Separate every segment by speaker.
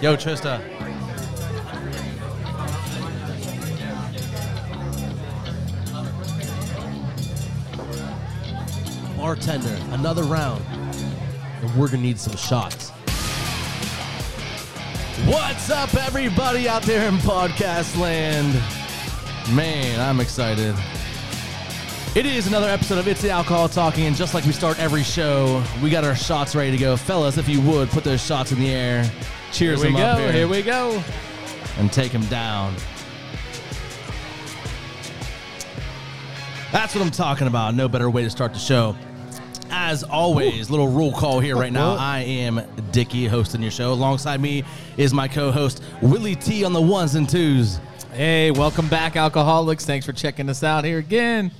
Speaker 1: Yo, Trista. Bartender, another round. And we're going to need some shots. What's up, everybody out there in podcast land? Man, I'm excited. It is another episode of It's the Alcohol Talking, and just like we start every show, we got our shots ready to go. Fellas, if you would, put those shots in the air. Cheers
Speaker 2: Here we
Speaker 1: them
Speaker 2: go.
Speaker 1: up
Speaker 2: Here.
Speaker 1: here,
Speaker 2: we go.
Speaker 1: and take them down. That's what I'm talking about. No better way to start the show. As always, little rule call here right now.
Speaker 2: What?
Speaker 1: I am Dickie hosting your show. Alongside me is my co-host Willie T on the ones and twos.
Speaker 2: Hey, welcome back, alcoholics. Thanks for checking us out here again.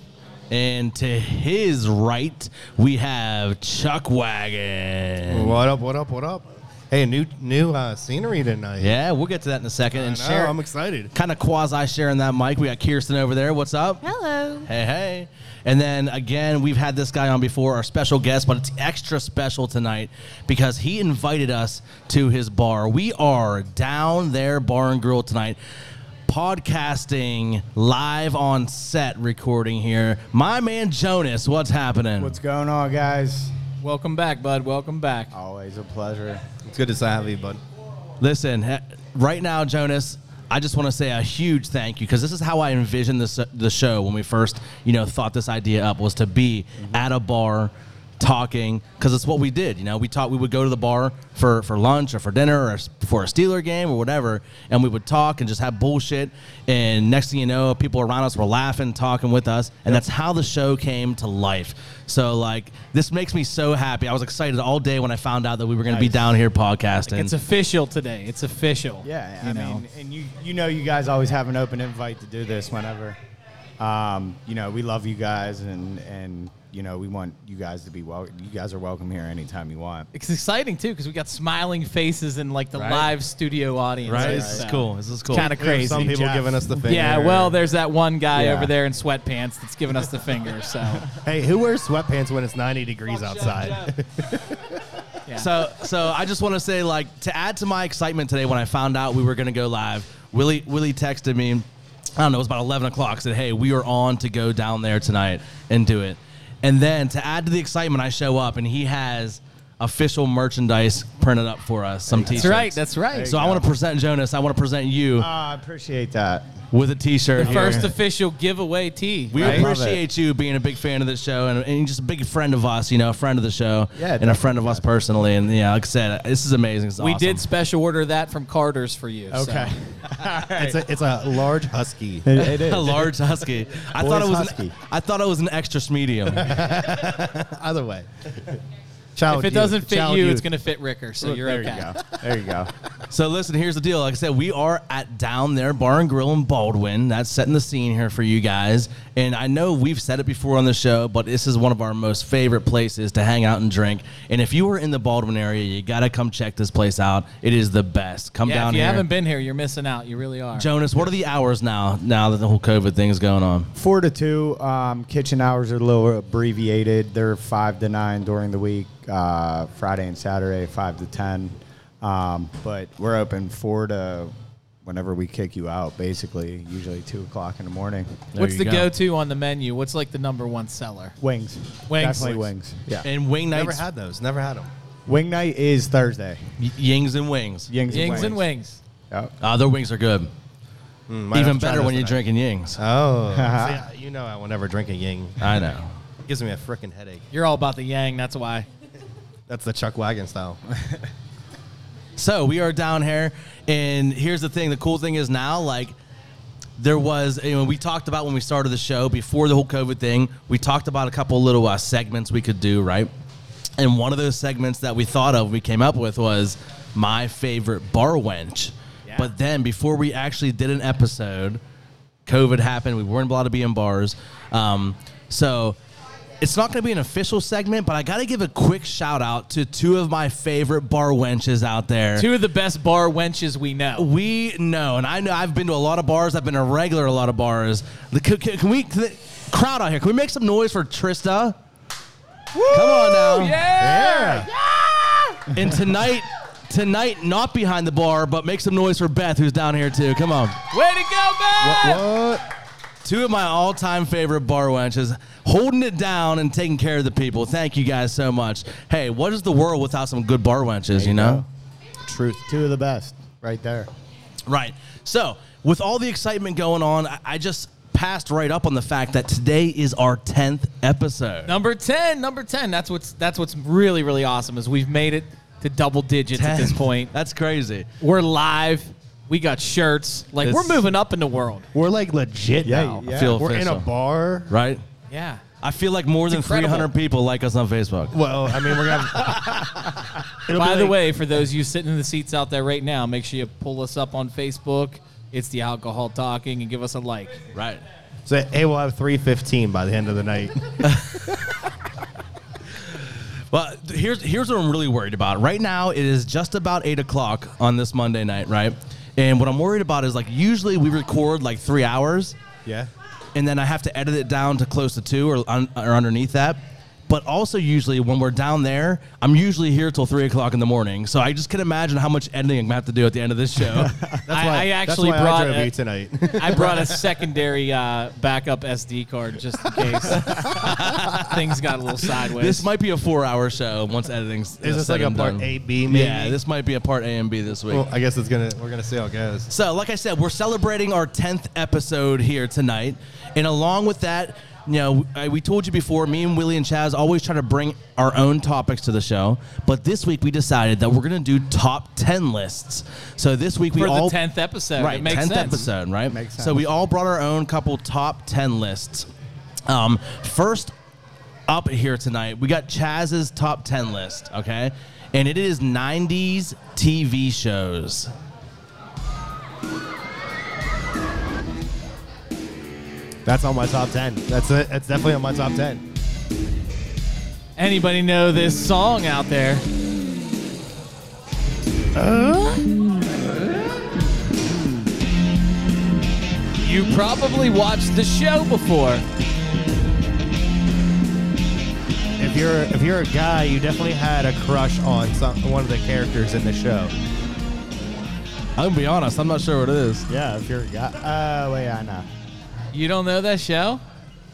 Speaker 1: And to his right, we have Chuck Wagon.
Speaker 3: What up? What up? What up? Hey, new new uh, scenery tonight.
Speaker 1: Yeah, we'll get to that in a second.
Speaker 3: I
Speaker 1: And
Speaker 3: know,
Speaker 1: share
Speaker 3: I'm excited.
Speaker 1: kind of quasi sharing that mic. We got Kirsten over there. What's up?
Speaker 4: Hello.
Speaker 1: Hey, hey. And then again, we've had this guy on before, our special guest, but it's extra special tonight because he invited us to his bar. We are down there, Bar and Grill, tonight, podcasting live on set recording here. My man Jonas, what's happening?
Speaker 5: What's going on, guys?
Speaker 2: Welcome back, bud. Welcome back.
Speaker 5: Always a pleasure.
Speaker 3: It's good to have you, bud.
Speaker 1: Listen, he- right now, Jonas, I just want to say a huge thank you because this is how I envisioned this the show when we first, you know, thought this idea up was to be at a bar talking because it's what we did. You know, we taught we would go to the bar for for lunch or for dinner or s- for a Steeler game or whatever, and we would talk and just have bullshit. And next thing you know, people around us were laughing, talking with us, and that's how the show came to life. So like, this makes me so happy. I was excited all day when I found out that we were going to be
Speaker 5: Nice.
Speaker 1: down here podcasting.
Speaker 2: It's official today. It's official.
Speaker 5: Yeah,
Speaker 2: you
Speaker 5: I
Speaker 2: know.
Speaker 5: mean, and you you know you guys always have an open invite to do this whenever. Um, you know, we love you guys and and you know, we want you guys to be well you guys are welcome here anytime you want.
Speaker 2: It's exciting too because we got smiling faces in like the live studio audience.
Speaker 1: Right?
Speaker 2: here,
Speaker 1: This is
Speaker 2: so
Speaker 1: cool. This is cool.
Speaker 2: It's kind of
Speaker 3: We have
Speaker 2: crazy.
Speaker 3: Some people
Speaker 5: Jeff.
Speaker 3: giving us the finger.
Speaker 2: yeah. Well, there's that one guy
Speaker 5: Yeah.
Speaker 2: over there in sweatpants that's giving us the finger. So
Speaker 3: hey, who wears sweatpants when it's 90 degrees outside?
Speaker 2: yeah.
Speaker 1: so so I just want to say like to add to my excitement today when I found out we were gonna go live. Willie Willie texted me. I don't know. It was about eleven o'clock. Said, "Hey, we are on to go down there tonight and do it." And then to add to the excitement, I show up and he has official merchandise printed up for us. Some
Speaker 2: that's
Speaker 1: t-shirts.
Speaker 2: right. That's right.
Speaker 1: so I want to present Jonas. I want to present you
Speaker 5: Ah, I appreciate that.
Speaker 1: with a T-shirt. here.
Speaker 2: First official giveaway tee.
Speaker 1: We
Speaker 5: Right.
Speaker 1: appreciate you being a big fan of the show and, and just a big friend of us, you know, a friend of the show
Speaker 5: Yeah,
Speaker 1: and a friend of us personally. And yeah, like I said, this is amazing. This is
Speaker 2: We
Speaker 1: awesome.
Speaker 2: did special order that from Carter's for you. so-
Speaker 3: it's, a, it's a large husky.
Speaker 5: It, it is.
Speaker 1: a large husky. I thought it
Speaker 3: Boy's
Speaker 1: was
Speaker 3: husky.
Speaker 1: An, I thought it was an extra medium.
Speaker 3: Either way. Child
Speaker 2: If it
Speaker 3: youth,
Speaker 2: doesn't fit
Speaker 3: child
Speaker 2: you,
Speaker 3: youth.
Speaker 2: it's gonna fit Ricker. So you're
Speaker 5: there
Speaker 2: okay.
Speaker 5: you go. There you go.
Speaker 1: so listen, here's the deal. Like I said, we are at Down There Bar and Grill in Baldwin. That's setting the scene here for you guys. And I know we've said it before on the show, but this is one of our most favorite places to hang out and drink. And if you are in the Baldwin area, you gotta come check this place out. It is the best. Come
Speaker 2: Yeah,
Speaker 1: down
Speaker 2: if you
Speaker 1: here.
Speaker 2: haven't been here, you're missing out. You really are.
Speaker 1: Jonas, what are the hours now? Now that the whole COVID thing is going on,
Speaker 5: Four to two. Um, kitchen hours are a little abbreviated. They're five to nine during the week, uh, Friday and Saturday, five to ten. Um, but we're open four to whenever we kick you out, basically, usually two o'clock in the morning.
Speaker 1: There
Speaker 2: What's
Speaker 1: you
Speaker 2: the
Speaker 1: go.
Speaker 2: go. to on the menu? What's like the number one seller?
Speaker 5: Wings.
Speaker 2: Wings.
Speaker 5: Definitely wings.
Speaker 2: Wings.
Speaker 5: Yeah.
Speaker 1: and wing
Speaker 3: Never
Speaker 1: nights,
Speaker 3: had those. Never had them.
Speaker 5: Wing night is Thursday.
Speaker 1: y- yings and wings.
Speaker 5: Yings,
Speaker 2: Yings and
Speaker 5: and
Speaker 2: wings.
Speaker 5: Yep.
Speaker 1: Uh, their wings are good.
Speaker 3: Might have
Speaker 1: Even
Speaker 3: to try
Speaker 1: better
Speaker 3: those
Speaker 1: when you're
Speaker 3: tonight.
Speaker 1: drinking yings.
Speaker 3: Oh. See, you know I will never drink a ying.
Speaker 1: I know.
Speaker 3: It gives me a freaking headache.
Speaker 2: You're all about the yang. That's why.
Speaker 3: That's the Chuck Wagon style.
Speaker 1: So we are down here, and here's the thing. The cool thing is now, like, there was you know, we talked about when we started the show before the whole COVID thing. We talked about a couple little uh, segments we could do, right? And one of those segments that we thought of, we came up with was my favorite bar wench.
Speaker 2: Yeah.
Speaker 1: But then before we actually did an episode, COVID happened. We weren't allowed to be in bars. Um, so it's not going to be an official segment, but I got to give a quick shout out to two of my favorite bar wenches out there.
Speaker 2: Two of the best bar wenches we know.
Speaker 1: We know, and I know I've been to a lot of bars. I've been a regular at a lot of bars. The, can, can- can we can the crowd out here? Can we make some noise for Trista? Come on now!
Speaker 2: Yeah.
Speaker 1: And tonight, tonight not behind the bar, but make some noise for Beth, who's down here too. Come on.
Speaker 2: Way to go, Beth!
Speaker 3: What?
Speaker 1: Two of my all time favorite bar wenches holding it down and taking care of the people. Thank you guys so much. Hey, what is the world without some good bar wenches, you, know?
Speaker 5: Truth. Two of the best right there.
Speaker 1: Right. So, with all the excitement going on, I, I just passed right up on the fact that today is our 10th episode.
Speaker 2: Number ten, number ten. That's what's that's what's really really awesome is we've made it to double digits at this
Speaker 1: 10th.
Speaker 2: point.
Speaker 1: That's crazy.
Speaker 2: We're live. We got shirts. Like
Speaker 1: It's-
Speaker 2: we're moving up in the world.
Speaker 4: We're like legit
Speaker 5: Yeah,
Speaker 4: now.
Speaker 5: yeah.
Speaker 1: feel
Speaker 3: We're in a
Speaker 1: official.
Speaker 3: bar.
Speaker 1: Right?
Speaker 2: Yeah.
Speaker 1: I feel like more than
Speaker 2: incredible.
Speaker 1: 300 people like us on Facebook.
Speaker 3: Well, I mean, we're gonna. It'll be
Speaker 2: By the
Speaker 3: like-
Speaker 2: way, for those of you sitting in the seats out there right now, make sure you pull us up on Facebook. It's the alcohol talking and give us a like.
Speaker 1: Right.
Speaker 3: so, hey, we'll have three fifteen by the end of the night.
Speaker 1: Well, th- here's here's what I'm really worried about. Right now, it is just about eight o'clock on this Monday night, right? And what I'm worried about is like usually we record like three hours,
Speaker 3: yeah.
Speaker 1: and then I have to edit it down to close to two or un, or underneath that. But also usually when we're down there, I'm usually here till three o'clock in the morning. So I just can imagine how much editing I'm gonna have to do at the end of this show.
Speaker 2: I, I actually
Speaker 3: that's why I
Speaker 2: brought
Speaker 3: drove
Speaker 2: a-
Speaker 3: you tonight.
Speaker 2: I brought a secondary uh, backup SD card just in case things got a little sideways.
Speaker 1: this might be a four-hour show once editing's. uh,
Speaker 3: Is this like a part A, B? Maybe?
Speaker 1: Yeah, this might be a part A and B this week.
Speaker 3: Well, I guess it's gonna. We're gonna see how it goes.
Speaker 1: So, like I said, we're celebrating our 10th episode here tonight. And along with that, you know, I, we told you before, me and Willie and Chaz always try to bring our own topics to the show. But this week we decided that we're going to do top 10 lists. So this week we
Speaker 2: for
Speaker 1: all.
Speaker 2: the tenth episode.
Speaker 1: Right,
Speaker 2: it makes
Speaker 1: 10th
Speaker 2: sense.
Speaker 1: episode, right?
Speaker 5: Makes
Speaker 1: So
Speaker 5: sense.
Speaker 1: we all brought our own couple top 10 lists. Um, first up here tonight, we got Chaz's top 10 list, okay? And it is 90s TV shows.
Speaker 3: That's on my top ten. That's it. That's definitely on my top ten.
Speaker 2: Anybody know this song out there? You probably watched the show before.
Speaker 3: If you're if you're a guy, you definitely had a crush on some, one of the characters in the show.
Speaker 1: I'm gonna be honest, I'm not sure what it is.
Speaker 5: Yeah, if you're a guy. Uh, wait, I know.
Speaker 2: You don't know that show?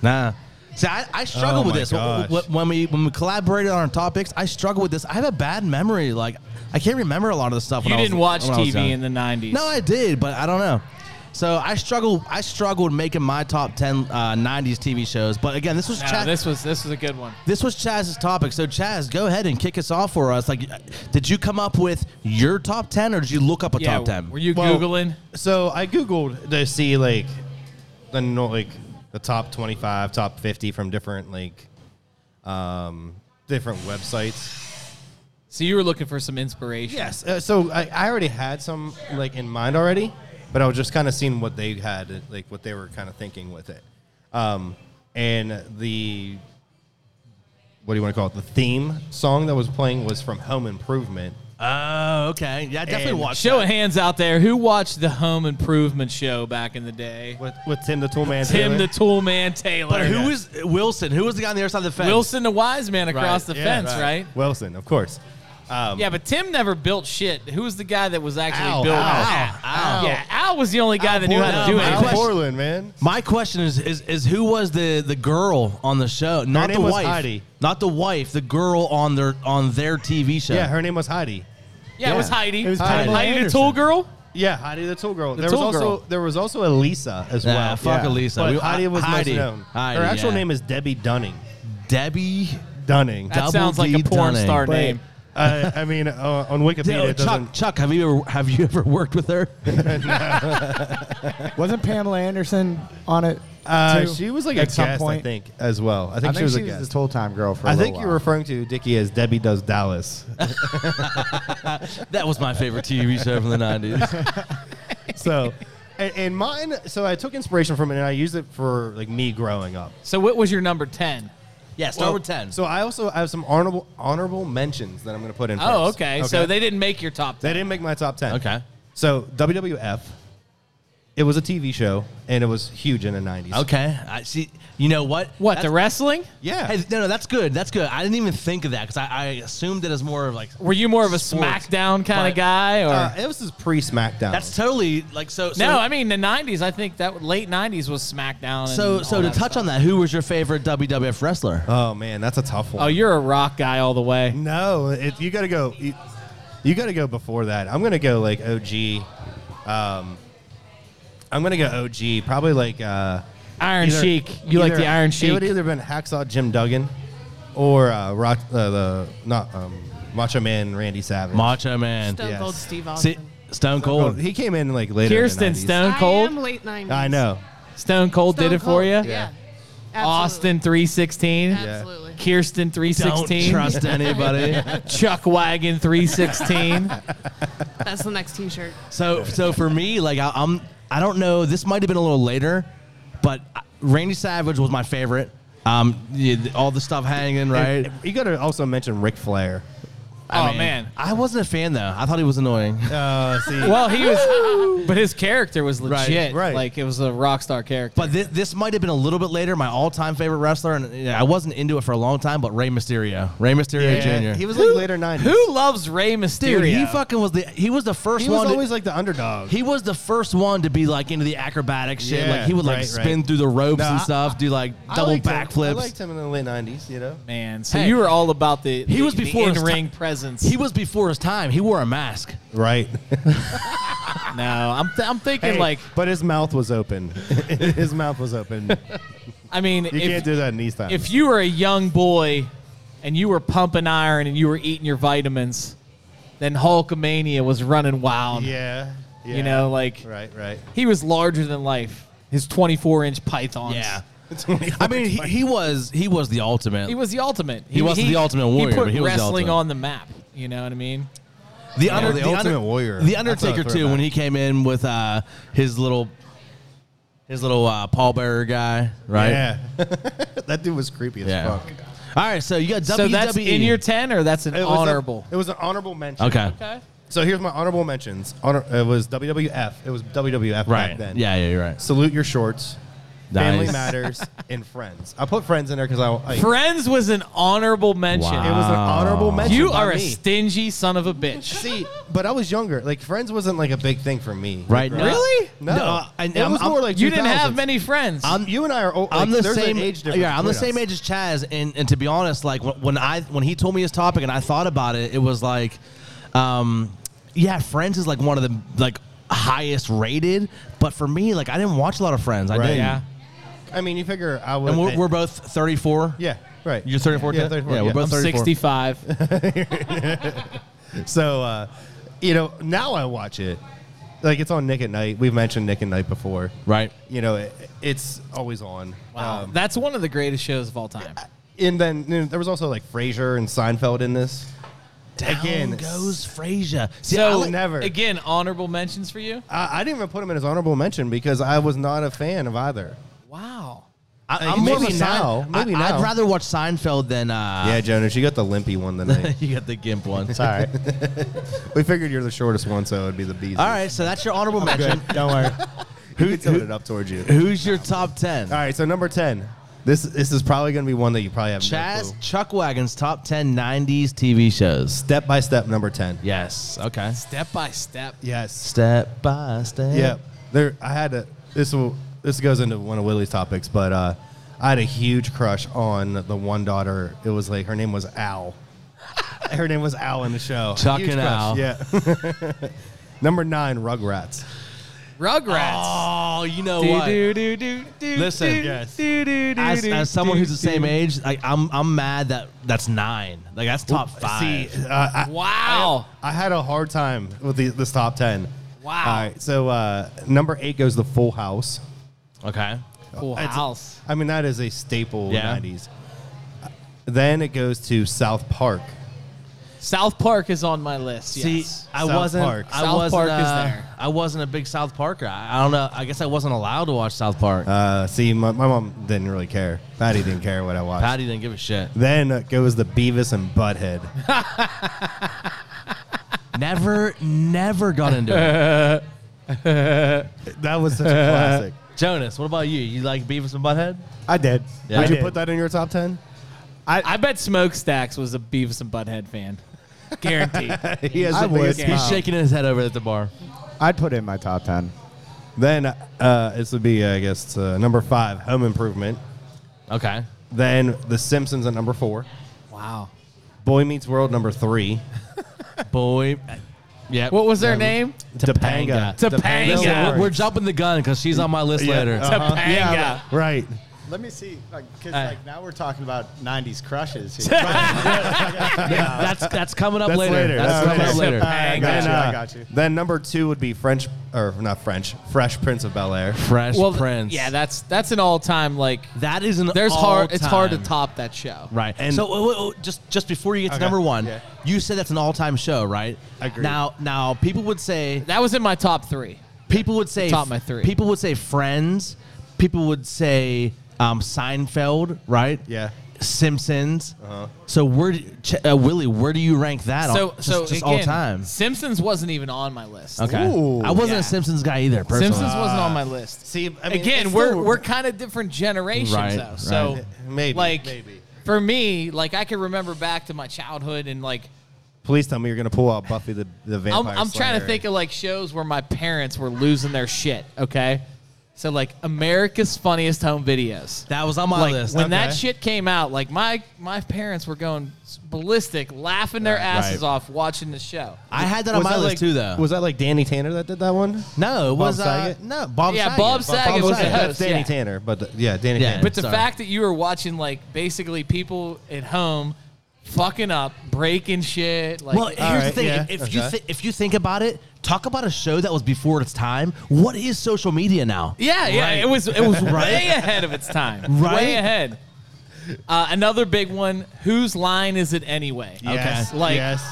Speaker 1: Nah. See, I, I struggle
Speaker 3: Oh
Speaker 1: with
Speaker 3: my
Speaker 1: this. Wh- wh-
Speaker 3: gosh.
Speaker 1: wh- When we when we collaborated on our topics, I struggle with this. I have a bad memory. Like I can't remember a lot of the stuff.
Speaker 2: You
Speaker 1: when I was-
Speaker 2: didn't watch
Speaker 1: when I was
Speaker 2: TV
Speaker 1: young.
Speaker 2: in the '90s.
Speaker 1: No, I did, but I don't know. So I struggle. I struggled making my top ten uh, '90s TV shows. But again, this was
Speaker 2: No,
Speaker 1: Chaz. This-,
Speaker 2: this was this was a good one.
Speaker 1: was Chaz's topic. So Chaz, go ahead and kick us off for us. Like, did you come up with your top ten, or did you look up a
Speaker 2: Yeah,
Speaker 1: top ten?
Speaker 2: were you
Speaker 3: Well-
Speaker 2: googling?
Speaker 3: So I googled to see like the no- like the top twenty five, top fifty from different like um different websites.
Speaker 2: So you were looking for some inspiration.
Speaker 3: Yes. Uh, so I, I already had some like in mind already, but I was just kind of seeing what they had, like what they were kind of thinking with it, um, and the what do you want to call it? The theme song that was playing was from Home Improvement.
Speaker 1: Oh, okay. Yeah, I definitely
Speaker 3: And
Speaker 1: watched.
Speaker 2: Show of hands out there, who watched the Home Improvement show back in the day?
Speaker 3: With, with Tim the Toolman.
Speaker 2: Tim
Speaker 3: Taylor.
Speaker 2: the Tool Man Taylor.
Speaker 1: But who is Wilson? Who was the guy on the other side of the fence?
Speaker 2: Wilson the Wise Man across
Speaker 3: Right,
Speaker 2: the
Speaker 3: yeah,
Speaker 2: fence,
Speaker 3: right.
Speaker 2: right.
Speaker 3: Wilson, of course. Um,
Speaker 2: Yeah, but Tim never built shit. Who was the guy that was actually
Speaker 3: Al,
Speaker 2: building?
Speaker 3: Al,
Speaker 2: that? Yeah, Al was the only guy that knew how to
Speaker 1: Borland,
Speaker 2: do it.
Speaker 1: Al
Speaker 3: Al
Speaker 1: question-
Speaker 3: Borland, man.
Speaker 1: My question is, is is who was the the girl on the show? Not
Speaker 3: name
Speaker 1: the
Speaker 3: was
Speaker 1: wife.
Speaker 3: Heidi.
Speaker 1: Not the wife. The girl on their on their TV show.
Speaker 3: Yeah, her name was Heidi.
Speaker 2: Yeah, it was Heidi.
Speaker 5: It was
Speaker 2: Heidi,
Speaker 5: Pamela
Speaker 2: the
Speaker 5: Anderson.
Speaker 2: Tool Girl.
Speaker 3: Yeah, Heidi the Tool Girl. there
Speaker 2: Tool
Speaker 3: was also
Speaker 2: Girl.
Speaker 3: there was also Elisa as
Speaker 1: Nah,
Speaker 3: well.
Speaker 1: fuck
Speaker 5: yeah.
Speaker 1: Elisa.
Speaker 3: But
Speaker 1: We-
Speaker 3: Heidi was
Speaker 1: Heidi.
Speaker 3: most known.
Speaker 1: Heidi,
Speaker 3: her actual
Speaker 1: yeah.
Speaker 3: name is Debbie Dunning.
Speaker 1: Debbie.
Speaker 3: Dunning.
Speaker 2: That
Speaker 1: Double
Speaker 2: sounds like
Speaker 1: D
Speaker 2: a porn
Speaker 1: Dunning.
Speaker 2: star
Speaker 5: Wait.
Speaker 2: name.
Speaker 3: uh, I mean, uh, on Wikipedia,
Speaker 1: Yo,
Speaker 3: it doesn't.
Speaker 1: Oh, Chuck, Chuck, have you ever have you ever worked with her?
Speaker 5: Wasn't Pamela Anderson on it?
Speaker 3: Uh,
Speaker 5: too,
Speaker 3: she was like a
Speaker 5: at some
Speaker 3: guest, I
Speaker 5: point?
Speaker 3: think, as well. I think,
Speaker 5: I think
Speaker 3: she was a
Speaker 5: the
Speaker 3: guest.
Speaker 5: toll time girl for. I
Speaker 3: I think you're referring to Dickie as Debbie Does Dallas.
Speaker 1: that was my favorite TV show from the nineties.
Speaker 3: so, and, and mine, so I took inspiration from it and I used it for like me growing up.
Speaker 2: So what was your number ten?
Speaker 1: Yeah, start
Speaker 3: Well,
Speaker 1: with ten.
Speaker 3: So I also have some honorable honorable mentions that I'm going to put in.
Speaker 2: Oh,
Speaker 3: first.
Speaker 2: okay. So they didn't make your top
Speaker 3: they
Speaker 2: ten.
Speaker 3: didn't make my top ten.
Speaker 1: Okay.
Speaker 3: So WWF, It was a TV show, and it was huge in the '90s.
Speaker 1: Okay. I see. You know what?
Speaker 2: What
Speaker 1: That's-
Speaker 2: the wrestling?
Speaker 3: Yeah.
Speaker 1: Hey, no, no, that's good. That's good. I didn't even think of that because I, I assumed it as more of like.
Speaker 2: Were you more of a
Speaker 1: Sports.
Speaker 2: SmackDown kind
Speaker 1: But,
Speaker 2: of guy, or
Speaker 3: Uh, it was his pre-SmackDown.
Speaker 1: That's totally like so. so
Speaker 2: no? I mean, the '90s. I think that late '90s was SmackDown. and
Speaker 1: so
Speaker 2: all
Speaker 1: so to
Speaker 2: that
Speaker 1: touch
Speaker 2: stuff.
Speaker 1: on that, who was your favorite WWF wrestler?
Speaker 3: oh man, that's a tough one.
Speaker 2: Oh, you're a rock guy all the way.
Speaker 3: No, it, you got to go. You, you got to go before that. I'm gonna go like OG. Um, I'm gonna go OG. Probably like uh,
Speaker 2: Iron
Speaker 3: either-
Speaker 2: Sheik. You like
Speaker 3: either-
Speaker 2: the Iron
Speaker 3: It
Speaker 2: Sheik?
Speaker 3: would either been Hacksaw Jim Duggan or uh, Rock, uh, the not um, Macho Man Randy Savage.
Speaker 1: Macho Man.
Speaker 4: Stone
Speaker 3: yes.
Speaker 4: Cold Steve
Speaker 1: See,
Speaker 4: Austin.
Speaker 1: Stone
Speaker 3: Oh,
Speaker 1: Cold.
Speaker 3: he came in like later. in the
Speaker 2: Kirsten
Speaker 3: 90s.
Speaker 2: Stone
Speaker 4: I am
Speaker 2: Cold.
Speaker 4: late 90s.
Speaker 3: I know.
Speaker 2: Stone Cold
Speaker 4: Stone
Speaker 2: did it for
Speaker 4: Cold,
Speaker 2: you.
Speaker 4: Yeah.
Speaker 2: Austin 316.
Speaker 4: Absolutely. Absolutely.
Speaker 2: Kirsten
Speaker 1: Don't
Speaker 2: 316.
Speaker 1: trust anybody.
Speaker 2: Chuck Wagon 316.
Speaker 4: That's the next t shirt.
Speaker 1: so so for me, like I, I'm, I don't know. This might have been a little later, but Randy Savage was my favorite. Um, yeah, all the stuff hanging right.
Speaker 3: And you got to also mention Ric Flair.
Speaker 1: I
Speaker 2: oh
Speaker 1: mean,
Speaker 2: man.
Speaker 1: I wasn't a fan though. I thought he was annoying.
Speaker 3: Uh, see,
Speaker 2: Well, he was, but his character was legit.
Speaker 3: right.
Speaker 2: Like it was a rock star character.
Speaker 1: But this, this might have been a little bit later. My all-time favorite wrestler, and you know, I wasn't into it for a long time, but Rey Mysterio, Rey Mysterio Jr.
Speaker 3: he was like later '90s.
Speaker 2: who loves Rey Mysterio?
Speaker 1: Dude, he fucking was the he was the first
Speaker 3: He
Speaker 1: one.
Speaker 3: was
Speaker 1: to-
Speaker 3: always like the underdog.
Speaker 1: he was the first one to be like into the acrobatic shit.
Speaker 3: Yeah,
Speaker 1: like he would like
Speaker 3: right,
Speaker 1: spin
Speaker 3: right.
Speaker 1: through the ropes
Speaker 3: No,
Speaker 1: and
Speaker 3: I-
Speaker 1: stuff, do like
Speaker 3: I
Speaker 1: double
Speaker 3: liked him. I
Speaker 1: backflips.
Speaker 3: liked him in the late '90s. You know.
Speaker 2: man. So
Speaker 1: Hey.
Speaker 2: you were all about the
Speaker 1: He
Speaker 2: the-
Speaker 1: was
Speaker 2: the
Speaker 1: before his
Speaker 2: in-ring
Speaker 1: ti-
Speaker 2: presence.
Speaker 1: He was before his time. He wore a mask.
Speaker 3: Right.
Speaker 2: no, I'm th- I'm thinking like
Speaker 3: but his mouth was open. his mouth was open.
Speaker 2: I mean
Speaker 3: You
Speaker 2: if,
Speaker 3: can't do that in these times.
Speaker 2: if you were a young boy and you were pumping iron and you were eating your vitamins, then Hulkamania was running wild.
Speaker 3: yeah, yeah.
Speaker 2: You know, like
Speaker 3: Right. Right.
Speaker 2: he was larger than life. His 24 inch pythons.
Speaker 1: I mean, he, he was he was the ultimate.
Speaker 2: He was the ultimate.
Speaker 1: He wasn't the ultimate warrior,
Speaker 2: He put
Speaker 1: but he was the
Speaker 2: wrestling
Speaker 1: ultimate.
Speaker 2: on the map. You know what I mean?
Speaker 1: the,
Speaker 3: Yeah,
Speaker 1: under,
Speaker 3: the
Speaker 1: the under-
Speaker 3: Ultimate Warrior.
Speaker 1: The
Speaker 3: That's a
Speaker 1: Undertaker too,
Speaker 3: throwback.
Speaker 1: when he came in with uh, his little his little uh, pallbearer guy, right?
Speaker 3: Yeah. that dude was creepy as
Speaker 1: Yeah.
Speaker 3: fuck.
Speaker 1: All right, so you got WWE.
Speaker 2: So that's in your 10 or that's an
Speaker 3: It was a-
Speaker 2: honorable?
Speaker 3: it was an honorable mention.
Speaker 1: okay.
Speaker 2: okay.
Speaker 3: So here's my honorable mentions. Honor. It was WWF. It was WWF
Speaker 1: Right.
Speaker 3: back then.
Speaker 1: Yeah, yeah, you're right.
Speaker 3: Salute your shorts. Family
Speaker 1: Nice.
Speaker 3: matters and friends. I put friends in there because I, I it was
Speaker 2: Friends was an honorable mention.
Speaker 1: Wow.
Speaker 3: an honorable mention.
Speaker 2: You
Speaker 3: by
Speaker 2: are a
Speaker 3: me.
Speaker 2: stingy son of a bitch.
Speaker 3: See, but I was younger. Like Friends wasn't like a big thing for me.
Speaker 1: Right
Speaker 3: Like,
Speaker 1: now.
Speaker 2: Really?
Speaker 3: No,
Speaker 1: No, I-
Speaker 3: it
Speaker 1: I'm-
Speaker 3: was
Speaker 1: I'm-
Speaker 3: more like
Speaker 2: You didn't have
Speaker 3: 2000s.
Speaker 2: many friends.
Speaker 3: I'm, you and I are. Old,
Speaker 1: I'm
Speaker 3: like,
Speaker 1: the
Speaker 3: there's an
Speaker 1: same
Speaker 3: age difference.
Speaker 1: Yeah, I'm the
Speaker 3: between
Speaker 1: same
Speaker 3: us.
Speaker 1: age as Chaz, and, and to be honest, like when, when I when he told me his topic and I thought about it, it was like, um, yeah, Friends is like one of the like highest rated, but for me, like I didn't watch a lot of Friends. I
Speaker 3: Right.
Speaker 1: didn't.
Speaker 2: yeah.
Speaker 3: I mean, you figure I would.
Speaker 1: And we're, we're both 34.
Speaker 3: yeah, right.
Speaker 1: You're 34.
Speaker 3: Yeah,
Speaker 1: too?
Speaker 3: 34,
Speaker 1: Yeah, we're Um,
Speaker 3: yeah.
Speaker 1: both
Speaker 2: I'm
Speaker 1: 34.
Speaker 2: 65.
Speaker 3: So, uh, you know, now I watch it. Like it's on Nick at Night. We've mentioned Nick at Night before.
Speaker 1: Right.
Speaker 3: You know, it, it's always on.
Speaker 2: Wow.
Speaker 3: Um,
Speaker 2: That's one of the greatest shows of all time.
Speaker 3: and then you know, there was also like Frasier and Seinfeld in this.
Speaker 1: Down
Speaker 3: Again,
Speaker 1: goes Frasier. See, I
Speaker 2: So
Speaker 1: like-
Speaker 3: never.
Speaker 2: Again, honorable mentions for you.
Speaker 3: I, I didn't even put him in his honorable mention because I was not a fan of either.
Speaker 2: Wow.
Speaker 1: I,
Speaker 3: Like,
Speaker 1: am more of
Speaker 3: uh, maybe
Speaker 1: a
Speaker 3: now,
Speaker 1: Sein-
Speaker 3: maybe
Speaker 1: I,
Speaker 3: now.
Speaker 1: I'd rather watch Seinfeld than
Speaker 3: yeah,
Speaker 1: uh,
Speaker 3: Jonas, you got the limpy one tonight.
Speaker 1: you got the gimp one.
Speaker 5: It's all right.
Speaker 3: we figured you're the shortest one, so it'd be the bees.
Speaker 1: All right, so that's your honorable mention.
Speaker 3: don't worry. Who can tilt
Speaker 1: who-
Speaker 3: it up towards you?
Speaker 1: Who's your top 10?
Speaker 3: All right, so number ten. This this is probably going to be one that you probably have no
Speaker 1: Chaz
Speaker 3: clue.
Speaker 1: Chuckwagon's top 10 90s TV shows.
Speaker 3: Step by step, number ten.
Speaker 1: Yes. Okay.
Speaker 2: Step by step.
Speaker 3: Yes.
Speaker 1: Step by step.
Speaker 3: Yeah. There. I had a. This will. This goes into one of Willie's topics, but uh, I had a huge crush on the one daughter. It was like her name was Al. her name was Al in the show.
Speaker 1: Chuck
Speaker 3: Huge
Speaker 1: and
Speaker 3: crush,
Speaker 1: Al.
Speaker 3: Yeah. number nine, Rugrats.
Speaker 2: Rugrats.
Speaker 1: Oh, you know
Speaker 2: Do,
Speaker 1: what?
Speaker 2: do, do, do, do,
Speaker 1: Listen,
Speaker 2: do,
Speaker 1: yes.
Speaker 2: do, do, do,
Speaker 1: As,
Speaker 2: do,
Speaker 1: as someone
Speaker 2: do,
Speaker 1: who's the same
Speaker 2: do.
Speaker 1: age, like I'm, I'm mad that that's nine. Like that's top
Speaker 3: See,
Speaker 1: five.
Speaker 3: uh, I,
Speaker 2: Wow.
Speaker 3: I had a hard time with the, this top ten.
Speaker 2: Wow.
Speaker 3: All right. So uh, number eight goes the Full House.
Speaker 1: Okay.
Speaker 2: Cool
Speaker 3: It's-
Speaker 2: house.
Speaker 3: I mean, that is a staple
Speaker 1: Yeah.
Speaker 3: 90s. Then it goes to South Park.
Speaker 2: South Park is on my list.
Speaker 1: See,
Speaker 2: yes.
Speaker 1: I
Speaker 3: South
Speaker 1: wasn't.
Speaker 3: Park.
Speaker 1: I
Speaker 2: South
Speaker 1: wasn't.
Speaker 2: Park is
Speaker 1: uh,
Speaker 2: there.
Speaker 1: I wasn't a big South Parker. I, I don't know. I guess I wasn't allowed to watch South Park.
Speaker 3: Uh, see, my, my mom didn't really care. Patty didn't care what I watched.
Speaker 1: Patty didn't give a shit.
Speaker 3: Then goes the Beavis and Butthead.
Speaker 1: Never, never got into it.
Speaker 3: That was such a classic.
Speaker 1: Jonas, what about you? You like Beavis and Butthead?
Speaker 5: I did.
Speaker 1: Yeah.
Speaker 5: I
Speaker 3: Would you
Speaker 5: did.
Speaker 3: put that in your top ten?
Speaker 2: I bet Smokestacks was a Beavis and Butthead fan. Guaranteed.
Speaker 3: He has
Speaker 5: I
Speaker 3: the biggest
Speaker 5: would.
Speaker 3: mouth.
Speaker 1: He's shaking his head over at the bar.
Speaker 5: I'd put it in my top ten.
Speaker 3: Then uh, this would be, I guess, uh, number five, Home Improvement.
Speaker 1: Okay.
Speaker 3: Then The Simpsons at number four.
Speaker 2: wow.
Speaker 3: Boy Meets World number three.
Speaker 1: Boy. Yeah.
Speaker 2: What was their name?
Speaker 1: Topanga.
Speaker 2: Topanga. Oh.
Speaker 1: We're, we're jumping the gun because she's on my list
Speaker 3: Yeah.
Speaker 1: later.
Speaker 3: Uh-huh.
Speaker 2: Topanga.
Speaker 3: Right.
Speaker 5: Let me see, because
Speaker 1: Uh, like,
Speaker 5: now we're talking about '90s crushes.
Speaker 1: That's that's coming up
Speaker 3: That's
Speaker 1: later.
Speaker 3: later.
Speaker 1: That's
Speaker 3: Oh,
Speaker 1: coming
Speaker 3: okay.
Speaker 1: up later.
Speaker 5: I got
Speaker 3: Then,
Speaker 5: you.
Speaker 3: uh,
Speaker 5: I got you.
Speaker 3: Then number two would be French, or not French, Fresh Prince of Bel Air.
Speaker 1: Fresh
Speaker 2: Well,
Speaker 1: Prince.
Speaker 2: Yeah, that's that's an all time like.
Speaker 1: that is an.
Speaker 2: There's hard. It's hard to
Speaker 1: all-time.
Speaker 2: top that show.
Speaker 1: Right.
Speaker 3: And-
Speaker 1: so wait, wait, wait, just just before you get to
Speaker 3: Okay.
Speaker 1: number one,
Speaker 3: Yeah.
Speaker 1: you said that's an all time show, right?
Speaker 3: Agreed.
Speaker 1: Now now people would say
Speaker 2: That was in my top three.
Speaker 1: people would say
Speaker 2: Top my three.
Speaker 1: People would say Friends. People would say um, Seinfeld, right?
Speaker 3: Yeah.
Speaker 1: Simpsons.
Speaker 2: Uh-huh.
Speaker 1: So where do- Ch- uh, Willie, where do you rank that? all-
Speaker 2: So
Speaker 1: just,
Speaker 2: so
Speaker 1: just
Speaker 2: again,
Speaker 1: all time.
Speaker 2: Simpsons wasn't even on my list.
Speaker 1: Okay.
Speaker 3: Ooh.
Speaker 1: I wasn't
Speaker 2: Yeah.
Speaker 1: a Simpsons guy either. Personally.
Speaker 2: Simpsons wasn't on my list.
Speaker 3: Uh, See, I mean,
Speaker 2: again,
Speaker 3: it's
Speaker 2: we're
Speaker 3: still-
Speaker 2: we're kind of different generations
Speaker 1: Right,
Speaker 2: though. So
Speaker 1: right.
Speaker 3: Maybe,
Speaker 2: like
Speaker 3: maybe.
Speaker 2: for me, like I can remember back to my childhood and like
Speaker 3: Please tell me you're going to pull out Buffy the, the Vampire
Speaker 2: I'm, I'm trying to
Speaker 3: Slayer.
Speaker 2: think of like shows where my parents were losing their shit. Okay, so like America's Funniest Home Videos.
Speaker 1: That was on my
Speaker 2: Like
Speaker 1: list.
Speaker 2: when that
Speaker 3: Okay.
Speaker 2: shit came out, like my my parents were going ballistic, laughing their asses
Speaker 1: right.
Speaker 2: off watching the show.
Speaker 1: I had that on
Speaker 3: Was
Speaker 1: my
Speaker 3: that
Speaker 1: list
Speaker 3: like-
Speaker 1: too, though.
Speaker 3: Was that like Danny Tanner that did that one?
Speaker 1: no, it was
Speaker 3: Bob
Speaker 1: uh,
Speaker 3: Saget?
Speaker 1: no Bob.
Speaker 2: Yeah,
Speaker 1: Saget.
Speaker 2: Bob Saget was the
Speaker 3: That's
Speaker 2: host,
Speaker 3: Danny
Speaker 2: yeah.
Speaker 3: Tanner, but the- yeah, Danny
Speaker 1: Yeah.
Speaker 3: Tanner.
Speaker 2: But the
Speaker 1: Sorry.
Speaker 2: fact that you were watching like basically people at home fucking up, breaking shit, like
Speaker 1: well, here's the
Speaker 3: Alright,
Speaker 1: thing:
Speaker 3: yeah,
Speaker 1: if you
Speaker 3: okay.
Speaker 1: th- if you think about it, talk about a show that was before its time. What is social media now?
Speaker 2: yeah, yeah,
Speaker 1: Right.
Speaker 2: it was it was way ahead of its time,
Speaker 1: Right?
Speaker 2: way ahead. Uh, another big one. Whose line is it anyway?
Speaker 3: Yes,
Speaker 2: Okay. Like-
Speaker 3: yes.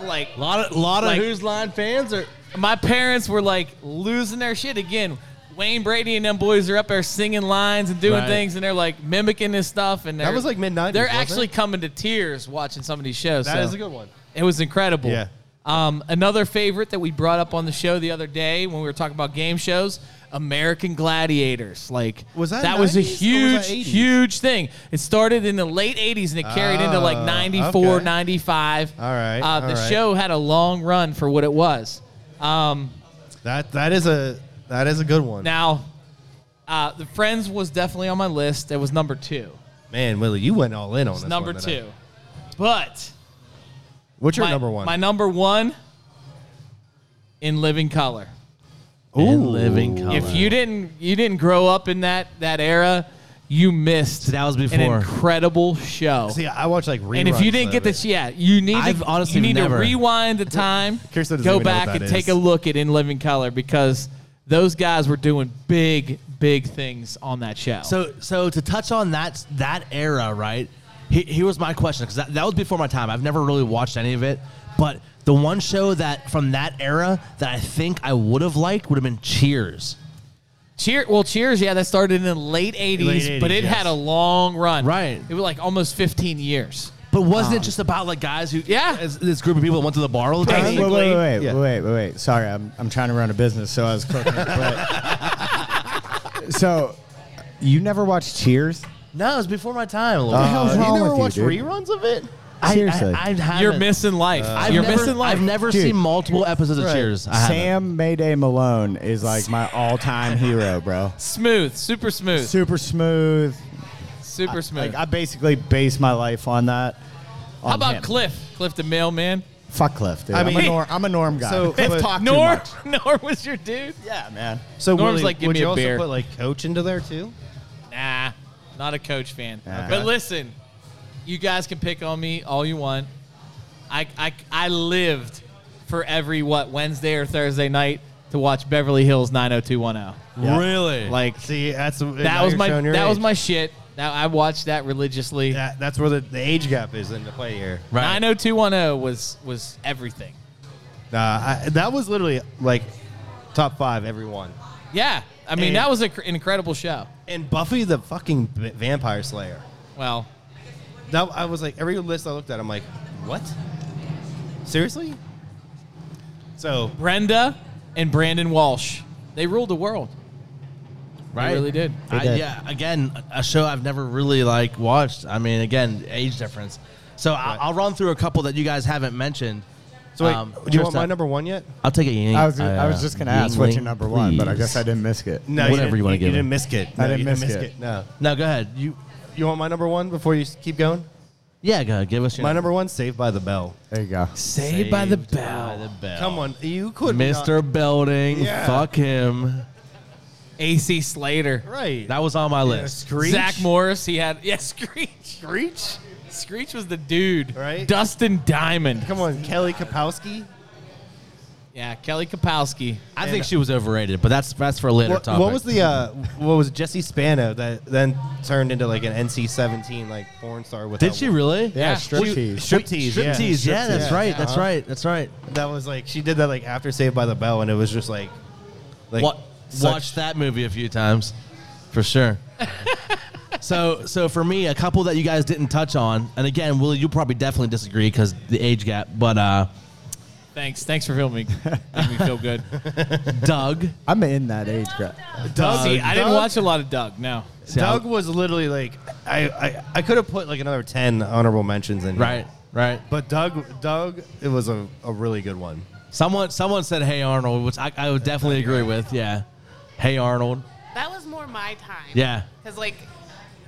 Speaker 2: Like
Speaker 1: A lot of lot
Speaker 2: Like-
Speaker 1: of Who's Line fans are.
Speaker 2: my parents were like losing their shit again. Wayne Brady and them boys are up there singing lines and doing
Speaker 1: Right.
Speaker 2: things, and they're like mimicking this stuff. And they're-
Speaker 3: was, like, mid-nineties,
Speaker 2: They're
Speaker 3: wasn't
Speaker 2: actually
Speaker 3: it?
Speaker 2: coming to tears watching some of these shows.
Speaker 3: That
Speaker 2: so
Speaker 3: is a good one.
Speaker 2: It was incredible.
Speaker 3: Yeah.
Speaker 2: Um, another favorite that we brought up on the show the other day when we were talking about game shows, American Gladiators. Like
Speaker 3: Was that
Speaker 2: that was a
Speaker 3: 90s or was
Speaker 2: huge,
Speaker 3: that 80s?
Speaker 2: huge thing. It started in the late '80s and it carried into like
Speaker 3: Oh,
Speaker 2: '94,
Speaker 3: okay.
Speaker 2: '95.
Speaker 3: All right,
Speaker 2: Uh, the
Speaker 3: all right.
Speaker 2: show had a long run for what it was.
Speaker 3: That that is a that is a good one.
Speaker 2: Now, uh, the Friends was definitely on my list. It was number two.
Speaker 3: Man, Willie, you went all in on this. one
Speaker 2: number
Speaker 3: tonight.
Speaker 2: two. But
Speaker 3: What's your
Speaker 2: my,
Speaker 3: number one?
Speaker 2: My number one in Living Color.
Speaker 1: In Living Color.
Speaker 2: If you didn't you didn't grow up in that that era, you missed.
Speaker 1: that was
Speaker 2: an
Speaker 1: before.
Speaker 2: incredible show.
Speaker 3: See, I watch like reruns.
Speaker 2: and if you didn't get
Speaker 3: of it.
Speaker 2: this, yeah, you need
Speaker 1: I've
Speaker 2: to,
Speaker 1: honestly
Speaker 2: you need to
Speaker 1: never-
Speaker 2: rewind the time,
Speaker 3: Kirsten doesn't
Speaker 2: go
Speaker 3: even know what
Speaker 2: back
Speaker 3: that
Speaker 2: and
Speaker 3: is.
Speaker 2: take a look at In Living Color because those guys were doing big, big things on that show.
Speaker 1: So so to touch on that that era, right? He- Here was my question because that, that was before my time. I've never really watched any of it, but the one show that from that era that I think I would have liked would have been Cheers.
Speaker 2: Cheer, well, Cheers, yeah, that started in the late 80s,
Speaker 3: Late 80s,
Speaker 2: but it
Speaker 3: yes.
Speaker 2: had a long run.
Speaker 1: Right.
Speaker 2: It was like almost 15 years.
Speaker 1: But wasn't it just about like guys who
Speaker 2: Yeah.
Speaker 1: Um, this- this group of people that went to the bar all the time?
Speaker 5: Wait, wait, wait, wait,
Speaker 3: Yeah.
Speaker 5: wait, wait, wait. Sorry, I'm, I'm trying to run a business, so I was cooking. but, so, you never watched Cheers?
Speaker 1: No, it was before my time.
Speaker 5: the
Speaker 1: I,
Speaker 5: hell's wrong
Speaker 3: you never
Speaker 5: with Uh, you,
Speaker 3: watched
Speaker 5: dude?
Speaker 3: reruns of it?
Speaker 1: I,
Speaker 5: Seriously.
Speaker 1: I, haven't.
Speaker 2: You're missing life.
Speaker 1: Uh, I've
Speaker 2: You're
Speaker 1: never,
Speaker 2: missing life.
Speaker 1: I've never
Speaker 5: Dude.
Speaker 1: seen multiple episodes of
Speaker 3: Right.
Speaker 1: Cheers. I haven't.
Speaker 5: Sam Mayday Malone is like my all-time hero, bro.
Speaker 2: smooth, super smooth,
Speaker 5: Super smooth.
Speaker 2: super smooth.
Speaker 5: Like I basically base my life on that. on
Speaker 2: How about
Speaker 5: him.
Speaker 2: Cliff? Cliff the mailman.
Speaker 5: Fuck Cliff, dude.
Speaker 3: I
Speaker 5: I am
Speaker 3: mean-
Speaker 5: a norm, I'm a norm guy.
Speaker 3: So-
Speaker 5: Cliff
Speaker 3: but-
Speaker 5: talked too
Speaker 2: Nor,
Speaker 5: much.
Speaker 2: Nor was your dude.
Speaker 5: Yeah, man.
Speaker 3: So
Speaker 2: Norm's
Speaker 3: Willie,
Speaker 2: like, give
Speaker 3: would
Speaker 2: me
Speaker 3: you
Speaker 2: a
Speaker 3: also
Speaker 2: beer.
Speaker 3: put like Coach into there too?
Speaker 2: Nah, not a coach fan.
Speaker 5: Okay.
Speaker 2: But listen, you guys can pick on me all you want. I, I, I lived for every what Wednesday or Thursday night to watch Beverly Hills 90210.
Speaker 5: Yeah.
Speaker 1: Really?
Speaker 2: Like
Speaker 3: See, that's
Speaker 2: that was my that was my shit. Now I watched that religiously.
Speaker 3: That, that's where the, the age gap is in the play here.
Speaker 1: right.
Speaker 2: 90210 was was everything.
Speaker 3: Nah, I, that was literally like top five every one.
Speaker 2: Yeah, I mean
Speaker 3: And-
Speaker 2: that was a cr- an incredible show.
Speaker 3: And Buffy the fucking v- Vampire Slayer.
Speaker 2: Well,
Speaker 3: That I was like every list I looked at, I'm like, what? Seriously? So
Speaker 2: Brenda and Brandon Walsh. They ruled the world.
Speaker 1: Right?
Speaker 2: They really did.
Speaker 5: They
Speaker 1: I,
Speaker 5: did.
Speaker 1: yeah. Again, a show I've never really like watched. I mean, again, age difference. So I, I'll run through a couple that you guys haven't mentioned.
Speaker 3: So wait,
Speaker 1: Um,
Speaker 3: do you want
Speaker 1: first
Speaker 3: my
Speaker 1: up-
Speaker 3: number one yet?
Speaker 1: I'll take a Ying. Uh,
Speaker 5: I was, I uh, was just going to ask what's your number one, but I guess I
Speaker 1: didn't.
Speaker 5: didn't miss it.
Speaker 1: you Whatever didn't- you wanna you give didn't
Speaker 3: didn't
Speaker 1: him.
Speaker 3: miss it.
Speaker 5: No, didn't you didn't miss miss it. it.
Speaker 3: No.
Speaker 1: No, go ahead. You,
Speaker 3: You want my number one before you s- keep going?
Speaker 1: yeah, go ahead. Give us your
Speaker 3: My number one, Saved by the Bell.
Speaker 5: There you go.
Speaker 1: Saved by the Bell. the bell.
Speaker 3: Come on, you could
Speaker 1: Mr. Belding.
Speaker 3: Yeah.
Speaker 1: Fuck him.
Speaker 2: AC Slater.
Speaker 3: Right.
Speaker 1: That was on my list.
Speaker 3: Screech.
Speaker 2: Zach Morris, he had yeah, Screech.
Speaker 3: Screech.
Speaker 2: Screech was the dude.
Speaker 3: Right.
Speaker 2: Dustin Diamond.
Speaker 3: Come on, Kelly Kapowski.
Speaker 2: Yeah, Kelly Kapowski.
Speaker 1: I
Speaker 3: uh,
Speaker 1: think she was overrated, but that's that's for a later
Speaker 3: What,
Speaker 1: topic.
Speaker 3: what was the uh, what was Jesse Spano that then turned into like an NC-17 like porn star with
Speaker 1: Did
Speaker 3: that
Speaker 1: she
Speaker 3: one-
Speaker 1: really?
Speaker 5: Yeah,
Speaker 2: Yeah.
Speaker 5: striptease.
Speaker 3: Striptease, yeah.
Speaker 1: Striptease, yeah, that's
Speaker 3: Yeah.
Speaker 1: right, that's
Speaker 3: Uh-huh.
Speaker 1: right, that's right.
Speaker 3: That was like she did that like after Saved by the Bell, and it was just like, like
Speaker 1: Wa-
Speaker 3: such-
Speaker 1: watched that movie a few times, for sure. so, so for me, a couple that you guys didn't touch on, and again, Willie, you probably definitely disagree because the age gap. But uh,
Speaker 2: Thanks. Thanks for filming. Made me feel good.
Speaker 1: Doug,
Speaker 5: I'm in that age group.
Speaker 3: Doug-
Speaker 2: See, I didn't
Speaker 3: Doug-
Speaker 2: watch a lot of Doug, no.
Speaker 1: See,
Speaker 3: Doug
Speaker 1: I-
Speaker 3: was literally like, I I, I could have put like another ten honorable mentions in, here.
Speaker 1: right, right.
Speaker 3: But Doug Doug, it was a, a really good one.
Speaker 1: Someone, someone said, "Hey Arnold," which I, I would definitely agree with. Yeah, "Hey Arnold."
Speaker 4: That was more my time.
Speaker 1: Yeah,
Speaker 4: Because, like,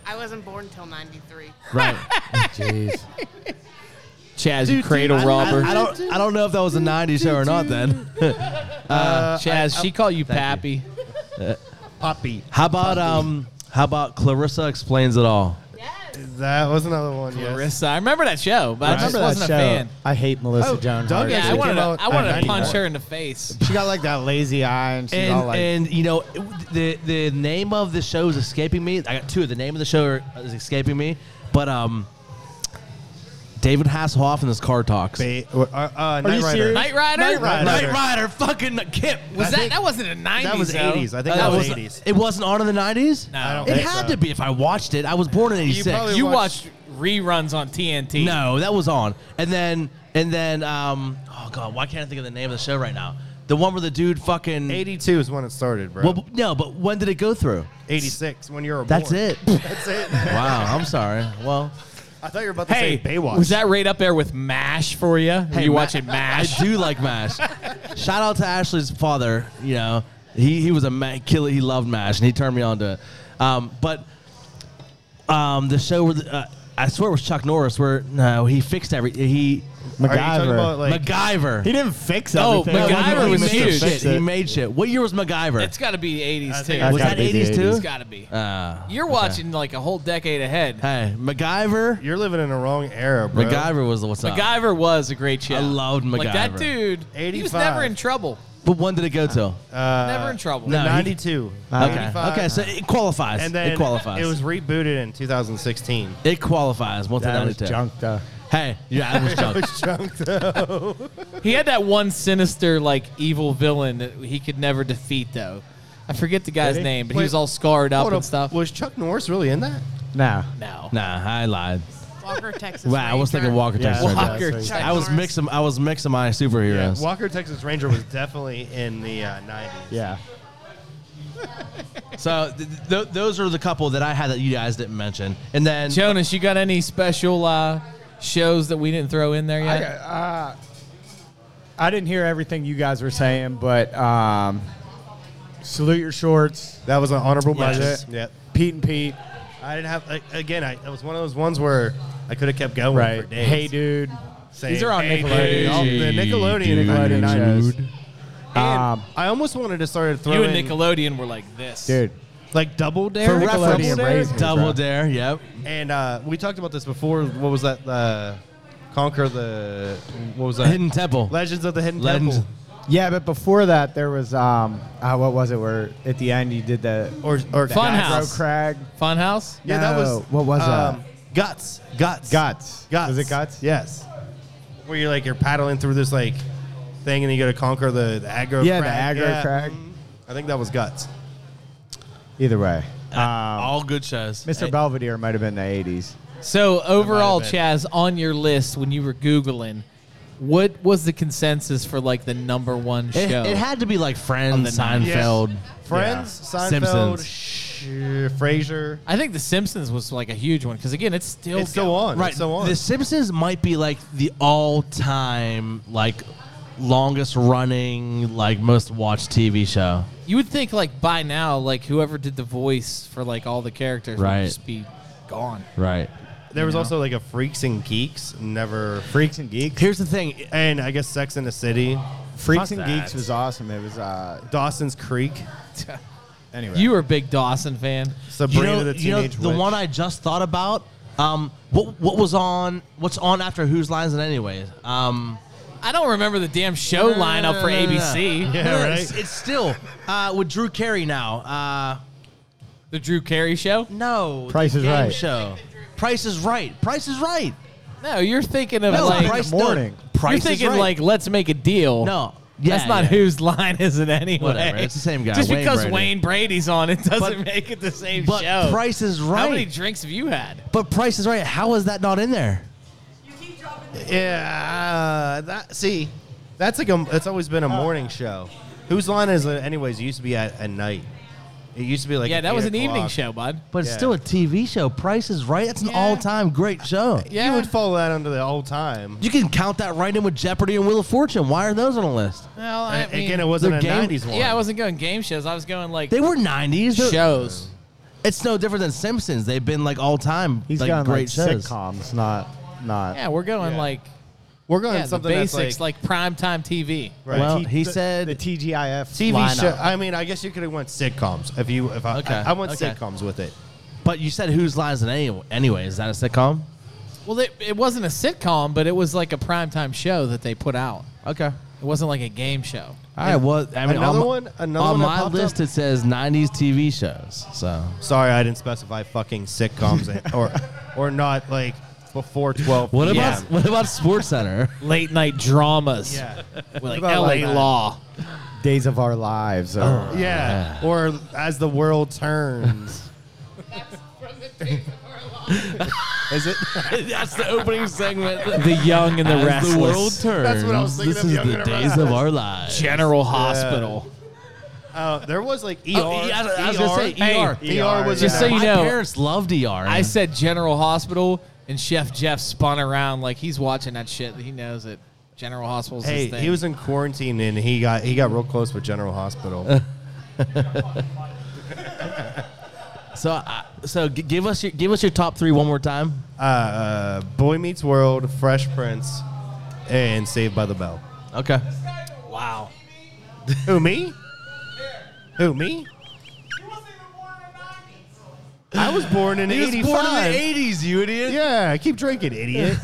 Speaker 4: I wasn't born till 93.
Speaker 1: right.
Speaker 5: Jeez.
Speaker 2: Chaz, you cradle robber.
Speaker 1: I don't, I don't know if that was a '90s show or not. Then,
Speaker 3: uh,
Speaker 2: Chaz, she called you Pappy.
Speaker 3: Poppy.
Speaker 1: how about um, how about Clarissa explains it all?
Speaker 4: Yes.
Speaker 3: That was another one. yes.
Speaker 2: Marissa. I remember that show, but I just wasn't a fan.
Speaker 5: I hate Melissa
Speaker 3: Oh,
Speaker 5: Joan
Speaker 3: Doug
Speaker 5: Hart.
Speaker 3: Yeah,
Speaker 2: Yeah, I
Speaker 3: she
Speaker 2: wanted,
Speaker 3: came
Speaker 2: to,
Speaker 3: out
Speaker 2: I wanted
Speaker 3: at
Speaker 2: to punch
Speaker 3: 91.
Speaker 2: her in the face.
Speaker 5: She got like that lazy eye, and she's all
Speaker 1: and,
Speaker 5: like,
Speaker 1: and you know it- the the name of the show is escaping me. I got two. The name of the show are- is escaping me, but um, David Hasselhoff and his car talks.
Speaker 3: Ba- uh, uh, Knight
Speaker 5: you
Speaker 3: Rider.
Speaker 5: serious?
Speaker 2: Night Rider?
Speaker 3: Knight Rider.
Speaker 1: Knight Rider, fucking Kip.
Speaker 2: Was
Speaker 3: I
Speaker 2: that
Speaker 3: think-
Speaker 2: that wasn't a 90s?
Speaker 3: That was
Speaker 2: though.
Speaker 3: 80s. I think
Speaker 1: Uh,
Speaker 3: that was
Speaker 1: wasn't-
Speaker 3: 80s.
Speaker 1: It wasn't on in the nineties.
Speaker 2: No. I don't
Speaker 1: it
Speaker 3: think
Speaker 1: had
Speaker 3: so.
Speaker 1: to be if I watched it. I was born in eighty six.
Speaker 3: probably-
Speaker 2: You
Speaker 3: watched-
Speaker 2: watched reruns on TNT.
Speaker 1: No, that was on. And then and then um, oh god, why can't I think of the name of the show right now? The one where the dude fucking
Speaker 3: 82 is when it started, bro.
Speaker 1: Well, no, but when did it go through?
Speaker 3: 86 when you were
Speaker 1: That's
Speaker 3: born.
Speaker 1: it.
Speaker 3: That's it.
Speaker 1: wow, I'm sorry. Well.
Speaker 3: I thought you were about to
Speaker 2: Hey,
Speaker 3: say Baywatch.
Speaker 2: was that right up there with MASH for you? Were you
Speaker 1: Ma-
Speaker 2: watching MASH?
Speaker 1: I do like Mash. Shout out to Ashley's father. You know, he he was a ma- killer. He loved Mash, and he turned me on to it. Um, but um, the show where the, uh, I swear it was Chuck Norris, where no, he fixed every he
Speaker 3: Are you talking
Speaker 5: MacGyver.
Speaker 3: about like
Speaker 1: MacGyver.
Speaker 5: he didn't fix
Speaker 2: Oh,
Speaker 5: everything.
Speaker 2: MacGyver
Speaker 1: he
Speaker 2: was
Speaker 1: made
Speaker 2: huge.
Speaker 1: shit. He made shit. What year was MacGyver?
Speaker 2: It's got to be 80s,
Speaker 3: think-
Speaker 2: too.
Speaker 1: was
Speaker 5: gotta
Speaker 1: that
Speaker 5: be the
Speaker 1: 80s too?
Speaker 2: It's got to be.
Speaker 1: Uh,
Speaker 2: You're
Speaker 1: okay.
Speaker 2: watching like a whole decade ahead.
Speaker 1: Hey, MacGyver.
Speaker 3: you're living in the wrong era, bro.
Speaker 1: MacGyver was what's up.
Speaker 2: MacGyver was a great show.
Speaker 1: I loved
Speaker 2: Like that
Speaker 1: MacGyver.
Speaker 2: dude, he was
Speaker 3: 85.
Speaker 2: never in trouble.
Speaker 1: But when did it go to?
Speaker 3: Uh,
Speaker 2: Never in trouble.
Speaker 1: no. he-
Speaker 3: 92.
Speaker 1: Okay.
Speaker 3: 85.
Speaker 1: Okay, so it qualifies.
Speaker 3: and then
Speaker 1: it qualifies.
Speaker 3: It was rebooted in 2016.
Speaker 1: It qualifies. Once
Speaker 5: That
Speaker 1: in
Speaker 5: was
Speaker 1: 92.
Speaker 5: junk, though.
Speaker 1: Hey, yeah, I was junk.
Speaker 2: He had that one sinister, like evil villain that he could never defeat, though. I forget the guy's
Speaker 5: Did he?
Speaker 2: name, but
Speaker 3: Wait,
Speaker 2: he was all scarred up
Speaker 3: Hold
Speaker 2: and
Speaker 3: up,
Speaker 2: stuff.
Speaker 3: Was Chuck Norris really in that?
Speaker 5: No.
Speaker 2: no,
Speaker 1: Nah, I lied.
Speaker 4: Walker, Texas.
Speaker 1: Wow, I was
Speaker 4: Ranger.
Speaker 1: thinking Walker
Speaker 5: Yeah,
Speaker 1: Texas. Ranger.
Speaker 5: that's
Speaker 2: Walker.
Speaker 5: what he said.
Speaker 1: I was
Speaker 4: Norris.
Speaker 1: mixing. I was mixing my superheroes.
Speaker 3: Walker Texas Ranger was definitely in the uh, 90s.
Speaker 5: Yeah.
Speaker 1: So th- th- those are the couple that I had that you guys didn't mention, and then
Speaker 2: Jonas, you got any special uh, shows that we didn't throw in there
Speaker 5: I,
Speaker 2: yet?
Speaker 5: uh, I didn't hear everything you guys were saying, but um, salute your shorts,
Speaker 3: That was an honorable
Speaker 5: Yes.
Speaker 3: budget.
Speaker 5: Yeah.
Speaker 3: Yep.
Speaker 5: Pete and Pete.
Speaker 3: I didn't have like, again. I, it was one of those ones where I could have kept going
Speaker 5: Right.
Speaker 3: for days.
Speaker 5: Hey, dude.
Speaker 3: Saying,
Speaker 2: These are on
Speaker 3: "Hey,
Speaker 2: Nickelodeon."
Speaker 3: dude. Oh, the Nickelodeon,
Speaker 5: Dude.
Speaker 3: Nickelodeon
Speaker 5: Nickelodeon
Speaker 3: shows.
Speaker 5: shows.
Speaker 3: And
Speaker 5: Um,
Speaker 3: I almost wanted to start
Speaker 2: you
Speaker 3: throwing
Speaker 2: and Nickelodeon were like this,
Speaker 5: Dude.
Speaker 3: like Double Dare.
Speaker 1: for
Speaker 5: Nickelodeon
Speaker 1: reference,
Speaker 5: raised me,
Speaker 1: Double
Speaker 5: bro.
Speaker 1: Dare. Yep.
Speaker 3: And uh, we talked about this before. What was that? Uh, Conquer the what was that?
Speaker 1: Hidden Temple.
Speaker 3: Legends of the Hidden
Speaker 1: Legends.
Speaker 3: Temple.
Speaker 5: Yeah, but before that, there was, um, uh, what was it, where at the end you did the
Speaker 3: Or or
Speaker 2: Fun
Speaker 3: Guts.
Speaker 2: House.
Speaker 5: Bro Crag
Speaker 2: Funhouse.
Speaker 3: Yeah, that was um,
Speaker 5: No, what was
Speaker 3: Guts. Guts.
Speaker 5: Guts.
Speaker 3: Guts.
Speaker 5: Was it Guts?
Speaker 3: Yes. Where you're like you're paddling through this like thing and you got to conquer the, the aggro.
Speaker 5: Yeah, the
Speaker 3: crag.
Speaker 5: aggro crag.
Speaker 3: Mhm. I think that was Guts.
Speaker 5: Either way. Um,
Speaker 1: All good shows.
Speaker 5: Mr. Belvedere might have been the 80s.
Speaker 2: So overall,
Speaker 3: been.
Speaker 2: Chaz, on your list when you were googling, What was the consensus for like the number one
Speaker 1: It,
Speaker 2: show?
Speaker 1: it had to be like Friends,
Speaker 2: On the
Speaker 1: Seinfeld.
Speaker 3: Friends, Seinfeld,
Speaker 1: Simpsons.
Speaker 3: Sh- Frasier.
Speaker 2: I think The Simpsons was like a huge one because again, it's still
Speaker 3: It's still on.
Speaker 1: Right.
Speaker 3: It's still on.
Speaker 1: The Simpsons might be like the all-time like longest running like most watched TV show.
Speaker 2: You would think like by now, like whoever did the voice for like all the characters
Speaker 1: Right.
Speaker 2: would just be gone.
Speaker 1: Right.
Speaker 3: there was also like a Freaks and Geeks. Never
Speaker 5: Freaks and Geeks.
Speaker 1: Here's the thing.
Speaker 3: and I guess Sex in the City.
Speaker 5: Freaks
Speaker 1: Fuck
Speaker 5: and
Speaker 1: that.
Speaker 5: Geeks was awesome. It was uh
Speaker 3: Dawson's Creek.
Speaker 5: anyway.
Speaker 2: You were a big Dawson fan.
Speaker 1: You
Speaker 3: Sabrina
Speaker 1: know,
Speaker 3: the
Speaker 1: you know
Speaker 3: Teenage
Speaker 1: the
Speaker 3: Witch.
Speaker 1: one I just thought about. Um, what what was on? What's on after Whose Lines It Anyways? Um,
Speaker 2: I don't remember the damn show
Speaker 1: No, no,
Speaker 2: lineup
Speaker 1: no,
Speaker 2: for
Speaker 1: no, no, no.
Speaker 2: ABC.
Speaker 3: Yeah,
Speaker 1: no, no,
Speaker 3: right.
Speaker 1: It's, it's still uh, with Drew Carey now. Uh,
Speaker 2: The Drew Carey show?
Speaker 1: no, the
Speaker 5: Price is
Speaker 1: game
Speaker 5: Right.
Speaker 1: Show. Price is right. Price is right.
Speaker 2: No, you're thinking of
Speaker 1: No,
Speaker 2: like
Speaker 1: Price
Speaker 5: the morning.
Speaker 1: No, Price
Speaker 2: you're thinking
Speaker 1: is right.
Speaker 2: like let's make a deal.
Speaker 1: no.
Speaker 2: That's not
Speaker 1: who.
Speaker 2: whose line is it anyway.
Speaker 1: Whatever, it's the same guy,
Speaker 2: Just
Speaker 1: Wayne
Speaker 2: because
Speaker 1: Brady.
Speaker 2: Wayne Brady's on it doesn't
Speaker 1: But-
Speaker 2: make it the same
Speaker 1: But
Speaker 2: show.
Speaker 1: Price is right.
Speaker 2: How many drinks have you had?
Speaker 1: but Price is right. How is that not in there?
Speaker 3: Yeah, that see, that's like a. It's always been a morning show. Whose line is it? Anyways, it used to be at, at night. It used to be like
Speaker 2: yeah,
Speaker 3: at
Speaker 2: that was
Speaker 3: 8
Speaker 2: an evening
Speaker 3: o'clock.
Speaker 2: show, bud.
Speaker 1: But it's
Speaker 3: Yeah.
Speaker 1: still a TV show. Price is right. That's an
Speaker 2: Yeah.
Speaker 1: all-time great show.
Speaker 2: Yeah.
Speaker 3: You would follow that under the old time.
Speaker 1: You can count that right in with Jeopardy and Wheel of Fortune. Why are those on the list?
Speaker 2: Well, I
Speaker 3: Uh,
Speaker 2: mean,
Speaker 3: Again, it wasn't
Speaker 1: the
Speaker 3: a
Speaker 1: game-
Speaker 3: '90s one.
Speaker 2: yeah, I wasn't going game shows. I was going like
Speaker 1: They were 90s. They're-
Speaker 2: shows.
Speaker 1: It's no different than Simpsons. They've been like all-time
Speaker 5: He's
Speaker 1: like,
Speaker 5: got
Speaker 1: great
Speaker 5: like
Speaker 1: shows.
Speaker 5: sitcoms, not not
Speaker 2: Yeah, we're going
Speaker 3: Yeah.
Speaker 2: like
Speaker 3: We're going
Speaker 2: yeah, the
Speaker 3: something
Speaker 2: basics,
Speaker 3: that's like,
Speaker 2: like, prime primetime TV.
Speaker 3: right.
Speaker 1: Well,
Speaker 3: T-
Speaker 1: he
Speaker 3: the-
Speaker 1: said
Speaker 5: the TGIF
Speaker 3: TV
Speaker 5: lineup.
Speaker 3: show. I mean, I guess you could have went sitcoms if you if I
Speaker 1: Okay,
Speaker 3: I, I went
Speaker 1: okay.
Speaker 3: sitcoms with it.
Speaker 1: But you said Whose Lines It Any- Anyway? Is that a sitcom?
Speaker 2: Well, it, it wasn't a sitcom, but it was like a primetime show that they put out.
Speaker 1: Okay. All
Speaker 2: It wasn't like a game show.
Speaker 1: right. Well, I mean,
Speaker 3: Another
Speaker 1: on, my-
Speaker 3: one- another
Speaker 1: on
Speaker 3: one that
Speaker 1: my
Speaker 3: popped
Speaker 1: list
Speaker 3: up?
Speaker 1: it says 90s TV shows. So
Speaker 3: Sorry, I didn't specify fucking sitcoms or or not like before twelve.
Speaker 1: what
Speaker 3: PM.
Speaker 1: about what about Sports Center?
Speaker 2: Late night dramas.
Speaker 3: Yeah.
Speaker 2: With like
Speaker 3: about
Speaker 2: LA
Speaker 3: like that?
Speaker 2: Law.
Speaker 5: Days of Our Lives. Or,
Speaker 3: Yeah. Or as the world turns. Is it?
Speaker 1: That's the opening segment.
Speaker 2: The Young and the
Speaker 1: As
Speaker 2: Restless.
Speaker 1: the world turns,
Speaker 3: That's what I was thinking
Speaker 1: this
Speaker 3: of,
Speaker 1: is
Speaker 3: Young
Speaker 1: the
Speaker 3: and
Speaker 1: days of our lives.
Speaker 2: General Hospital.
Speaker 3: Uh, there was like ER.
Speaker 1: Oh, yeah, I was gonna say
Speaker 2: E Hey,
Speaker 1: ER.
Speaker 3: ER, was
Speaker 2: Just
Speaker 3: in
Speaker 2: so
Speaker 3: there.
Speaker 2: you
Speaker 1: My
Speaker 2: know-
Speaker 1: parents loved ER.
Speaker 2: I said General Hospital, and Chef Jeff spun around like he's watching that shit. He knows it. General Hospital's
Speaker 3: Hey,
Speaker 2: his thing.
Speaker 3: he was in quarantine and he got he got real close with General Hospital. Uh,
Speaker 1: so. Uh, so g- give us your give us your top three one more time.
Speaker 3: uh, uh, Boy Meets World, Fresh Prince, and Saved by the Bell.
Speaker 1: Okay.
Speaker 2: wow.
Speaker 3: Who me? Who me? I was born in '85.
Speaker 1: eighties, you idiot.
Speaker 3: yeah, keep drinking, idiot.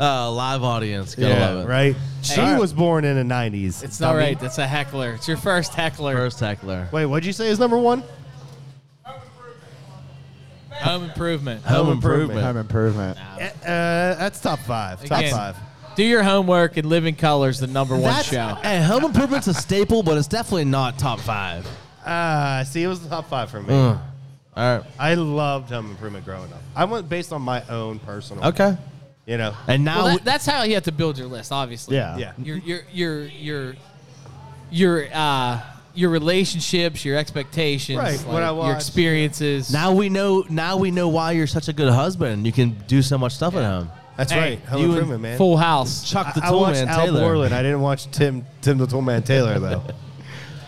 Speaker 1: Uh, live audience, gotta love it.
Speaker 3: right. She
Speaker 2: Hey.
Speaker 3: was born in the '90s.
Speaker 2: It's all right. That's a heckler. It's your first heckler.
Speaker 1: First heckler.
Speaker 3: Wait, what'd you say is number one?
Speaker 2: Home Improvement.
Speaker 1: Home
Speaker 3: Improvement.
Speaker 1: improvement.
Speaker 5: Home Improvement.
Speaker 3: Uh, that's top five. Top
Speaker 2: Again,
Speaker 3: five.
Speaker 2: Do your homework and live in colors. The number one
Speaker 1: That's-
Speaker 2: show.
Speaker 1: Hey, home improvement's a staple, but it's definitely not top five.
Speaker 3: Uh, see, it was the top five for me.
Speaker 1: Ugh. All right.
Speaker 3: I loved Home Improvement growing up. I went based on my own personal.
Speaker 1: Okay.
Speaker 3: You know.
Speaker 1: And now
Speaker 2: Well, that- that's how you have to build your list, obviously.
Speaker 5: Yeah.
Speaker 3: Yeah.
Speaker 2: Your your your your your uh your relationships, your expectations,
Speaker 3: Right,
Speaker 2: like,
Speaker 3: what I watch.
Speaker 2: your experiences.
Speaker 1: Now we know. Now we know why you're such a good husband. You can do so much stuff at home.
Speaker 3: That's
Speaker 2: Hey,
Speaker 3: right. Home
Speaker 1: you and
Speaker 3: Improvement, man.
Speaker 2: Full House.
Speaker 1: Chuck the
Speaker 3: I, I
Speaker 1: Tool
Speaker 3: watched
Speaker 1: Man
Speaker 3: Al
Speaker 1: Taylor.
Speaker 3: Borland. I didn't watch Tim Tim the Toolman Taylor though.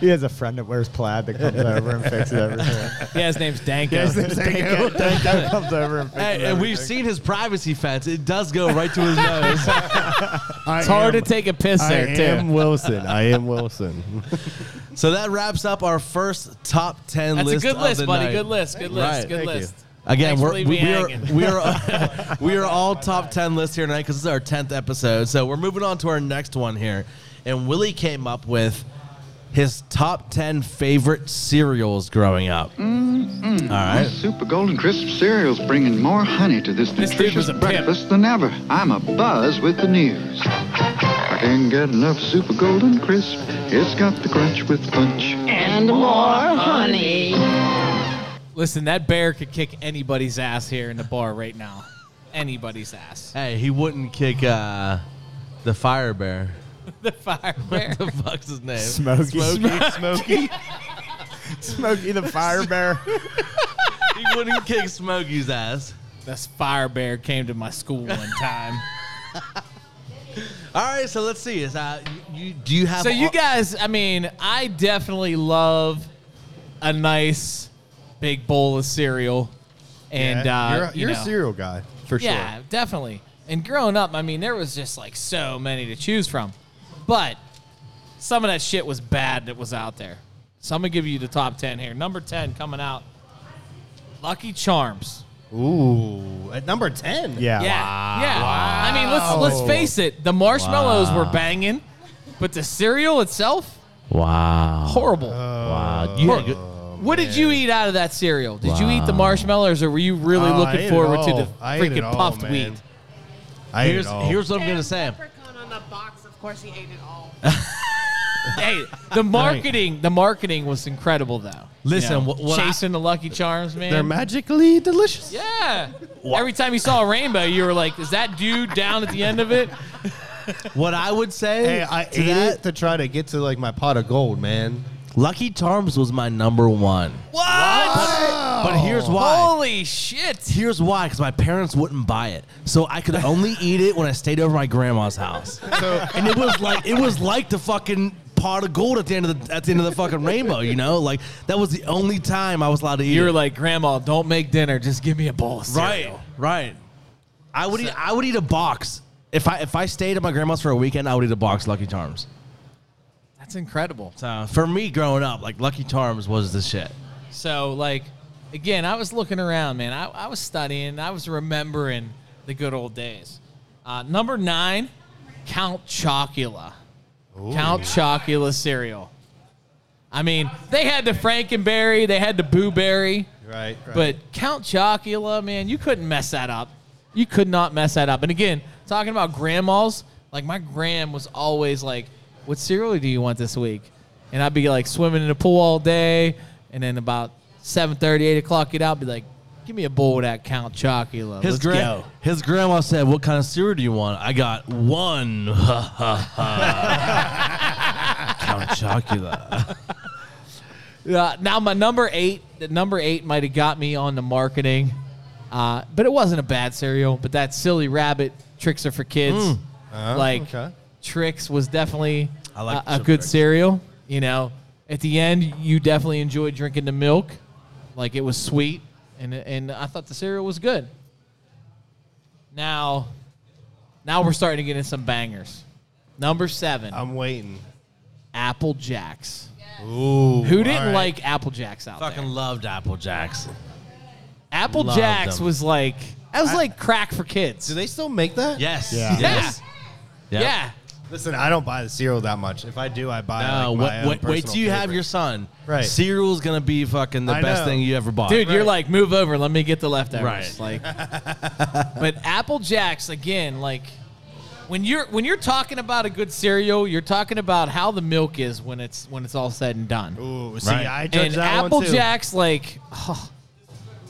Speaker 5: He has a friend that wears plaid that comes over and fixes everything.
Speaker 2: Yeah, his name's Danko.
Speaker 5: That guy comes over and fixes
Speaker 1: Hey, and we've
Speaker 5: everything.
Speaker 1: seen his privacy fence. It does go right to his nose.
Speaker 2: it's hard to take a piss there
Speaker 3: I
Speaker 2: too.
Speaker 3: am Wilson. I am Wilson.
Speaker 1: so that wraps up our first top ten
Speaker 2: That's a
Speaker 1: list.
Speaker 2: good
Speaker 1: of
Speaker 2: list,
Speaker 1: the
Speaker 2: buddy.
Speaker 1: night.
Speaker 2: Good list. Good list.
Speaker 1: Right.
Speaker 2: Good
Speaker 3: Thank you.
Speaker 2: list.
Speaker 1: Again,
Speaker 2: Thanks for
Speaker 1: we're,
Speaker 2: leaving me
Speaker 1: we, are,
Speaker 2: hanging.
Speaker 1: we are we are all top ten lists here tonight because this is our tenth episode. So we're moving on to our next one here, and Willie came up with his top ten favorite cereals growing up.
Speaker 3: Mm.
Speaker 1: All right.
Speaker 6: Super Golden Crisp cereals bringing more honey to this,
Speaker 2: This dude was
Speaker 6: nutritious
Speaker 2: a pimp.
Speaker 6: breakfast than ever. I'm a buzz with the news. I can't get enough Super Golden Crisp. It's got the crunch with punch.
Speaker 2: Listen, that bear could kick anybody's ass here in the bar right now. Anybody's ass.
Speaker 1: Hey, he wouldn't kick uh,
Speaker 7: The Fire Bear.
Speaker 2: the fire bear.
Speaker 1: the fuck's his name?
Speaker 5: Smokey.
Speaker 1: Smokey.
Speaker 3: Smokey.
Speaker 5: Smokey the Fire Bear.
Speaker 1: he wouldn't kick Smokey's ass.
Speaker 2: this fire bear came to my school one time.
Speaker 1: All right, so let's see. Is uh, you, you do you have
Speaker 2: so you
Speaker 1: all-
Speaker 2: guys, I mean, I definitely love a nice big bowl of cereal, and uh,
Speaker 3: you're, a-
Speaker 2: you
Speaker 3: you're
Speaker 2: know.
Speaker 3: a cereal guy for
Speaker 2: Yeah,
Speaker 3: sure.
Speaker 2: definitely. And growing up, I mean, there was just like so many to choose from, but some of that shit was bad that was out there. So I'm gonna give you the top ten here. Number ten coming out, Lucky Charms.
Speaker 3: Ooh, at number ten.
Speaker 5: Yeah.
Speaker 2: Yeah, yeah. I mean, let's let's face it. The marshmallows were banging, but the cereal itself,
Speaker 1: wow,
Speaker 2: horrible.
Speaker 3: Uh,
Speaker 1: wow. You had good-
Speaker 2: what did
Speaker 3: Oh,
Speaker 2: you eat out of that cereal? Did you eat the marshmallows, or were you really
Speaker 3: Oh, I ate
Speaker 2: looking
Speaker 3: it
Speaker 2: forward to
Speaker 3: all.
Speaker 2: the
Speaker 3: I ate it
Speaker 2: freaking
Speaker 3: all,
Speaker 2: puffed
Speaker 3: man.
Speaker 2: wheat?
Speaker 3: I
Speaker 1: here's
Speaker 3: ate it all.
Speaker 1: here's what I'm
Speaker 4: There's
Speaker 1: gonna
Speaker 4: a
Speaker 1: say.
Speaker 4: leprechaun on the box. Of course, he ate it all.
Speaker 2: hey, the marketing, the marketing was incredible though.
Speaker 1: Listen,
Speaker 2: You know,
Speaker 1: what- what I-
Speaker 2: chasing the Lucky Charms, man.
Speaker 3: they're magically delicious.
Speaker 2: yeah. Every time you saw a rainbow, you were like, "Is that dude down at the end of it?"
Speaker 1: What I would say
Speaker 3: Hey, I
Speaker 1: to
Speaker 3: ate
Speaker 1: that,
Speaker 3: it to try to get to like my pot of gold, man.
Speaker 1: Lucky Charms was my number one.
Speaker 2: What?
Speaker 1: But
Speaker 3: Oh.
Speaker 1: here's why.
Speaker 2: Holy shit!
Speaker 1: Here's why, because my parents wouldn't buy it, so I could only eat it when I stayed over at my grandma's house. and it was like it was like the fucking pot of gold at the end of the at the end of the fucking rainbow. You know, like that was the only time I was allowed to eat.
Speaker 2: You were
Speaker 1: it.
Speaker 2: like, "Grandma, don't make dinner. Just give me a bowl of cereal."
Speaker 1: right, right. I would eat, I would eat a box if I if I stayed at my grandma's for a weekend. I would eat a box of Lucky Charms.
Speaker 2: That's incredible.
Speaker 1: So for me, growing up, like Lucky Charms was the shit.
Speaker 2: So, like, again, I was looking around, man. I, I was studying. I was remembering the good old days. Uh, number nine, Count Chocula. Count Chocula cereal. I mean, they had the Frankenberry, they had the Boo Berry,
Speaker 3: Right, right.
Speaker 2: but Count Chocula, man, you couldn't mess that up. You could not mess that up. And again, talking about grandmas, like my gram was always like, "What cereal do you want this week?" And I'd be like swimming in the pool all day, and then about 7:30, 8 o'clock, get out, be like, "Give me a bowl of that Count Chocula."
Speaker 1: His
Speaker 2: Let's
Speaker 1: gran-
Speaker 2: go."
Speaker 1: his grandma said, "What kind of cereal do you want?" I got one. Count Chocula.
Speaker 2: Uh, now my number eight, the number eight might have got me on the marketing, uh, but it wasn't a bad cereal. But that silly rabbit tricks are for kids.
Speaker 1: Mm.
Speaker 2: like
Speaker 3: Oh, okay.
Speaker 2: tricks was definitely
Speaker 1: I like
Speaker 2: a, a
Speaker 1: some
Speaker 2: good
Speaker 1: Trix.
Speaker 2: cereal. You know, at the end you definitely enjoyed drinking the milk, like it was sweet, and and I thought the cereal was good. Now, now we're starting to get in some bangers. Number seven,
Speaker 3: I'm waiting.
Speaker 2: Apple Jacks.
Speaker 3: Ooh,
Speaker 2: Who didn't
Speaker 3: all right.
Speaker 2: like Apple Jacks out there?
Speaker 1: Fucking loved Apple Jacks.
Speaker 2: Apple
Speaker 1: Loved
Speaker 2: Jacks
Speaker 1: them.
Speaker 2: was like that was like crack for kids.
Speaker 3: Do they still make that?
Speaker 1: Yes.
Speaker 5: Yeah.
Speaker 1: Yes.
Speaker 2: yeah. yeah.
Speaker 3: Listen, I don't buy the cereal that much. If I do, I buy.
Speaker 1: No,
Speaker 3: like, my
Speaker 1: wait,
Speaker 3: own
Speaker 1: Uh, wait, wait till
Speaker 3: personal
Speaker 1: you have
Speaker 3: favorite.
Speaker 1: your son.
Speaker 3: Right.
Speaker 1: Cereal's gonna be fucking the
Speaker 3: I
Speaker 1: best
Speaker 3: know.
Speaker 1: thing you ever bought.
Speaker 2: Dude, you're like, move over, let me get the leftovers.
Speaker 1: Right.
Speaker 2: Like But Apple Jacks, again, like when you're when you're talking about a good cereal, you're talking about how the milk is when it's when it's all said and done.
Speaker 3: Ooh, see,
Speaker 1: Right.
Speaker 3: I judge
Speaker 2: and
Speaker 3: that
Speaker 2: Apple
Speaker 3: one too.
Speaker 2: Jacks, like oh,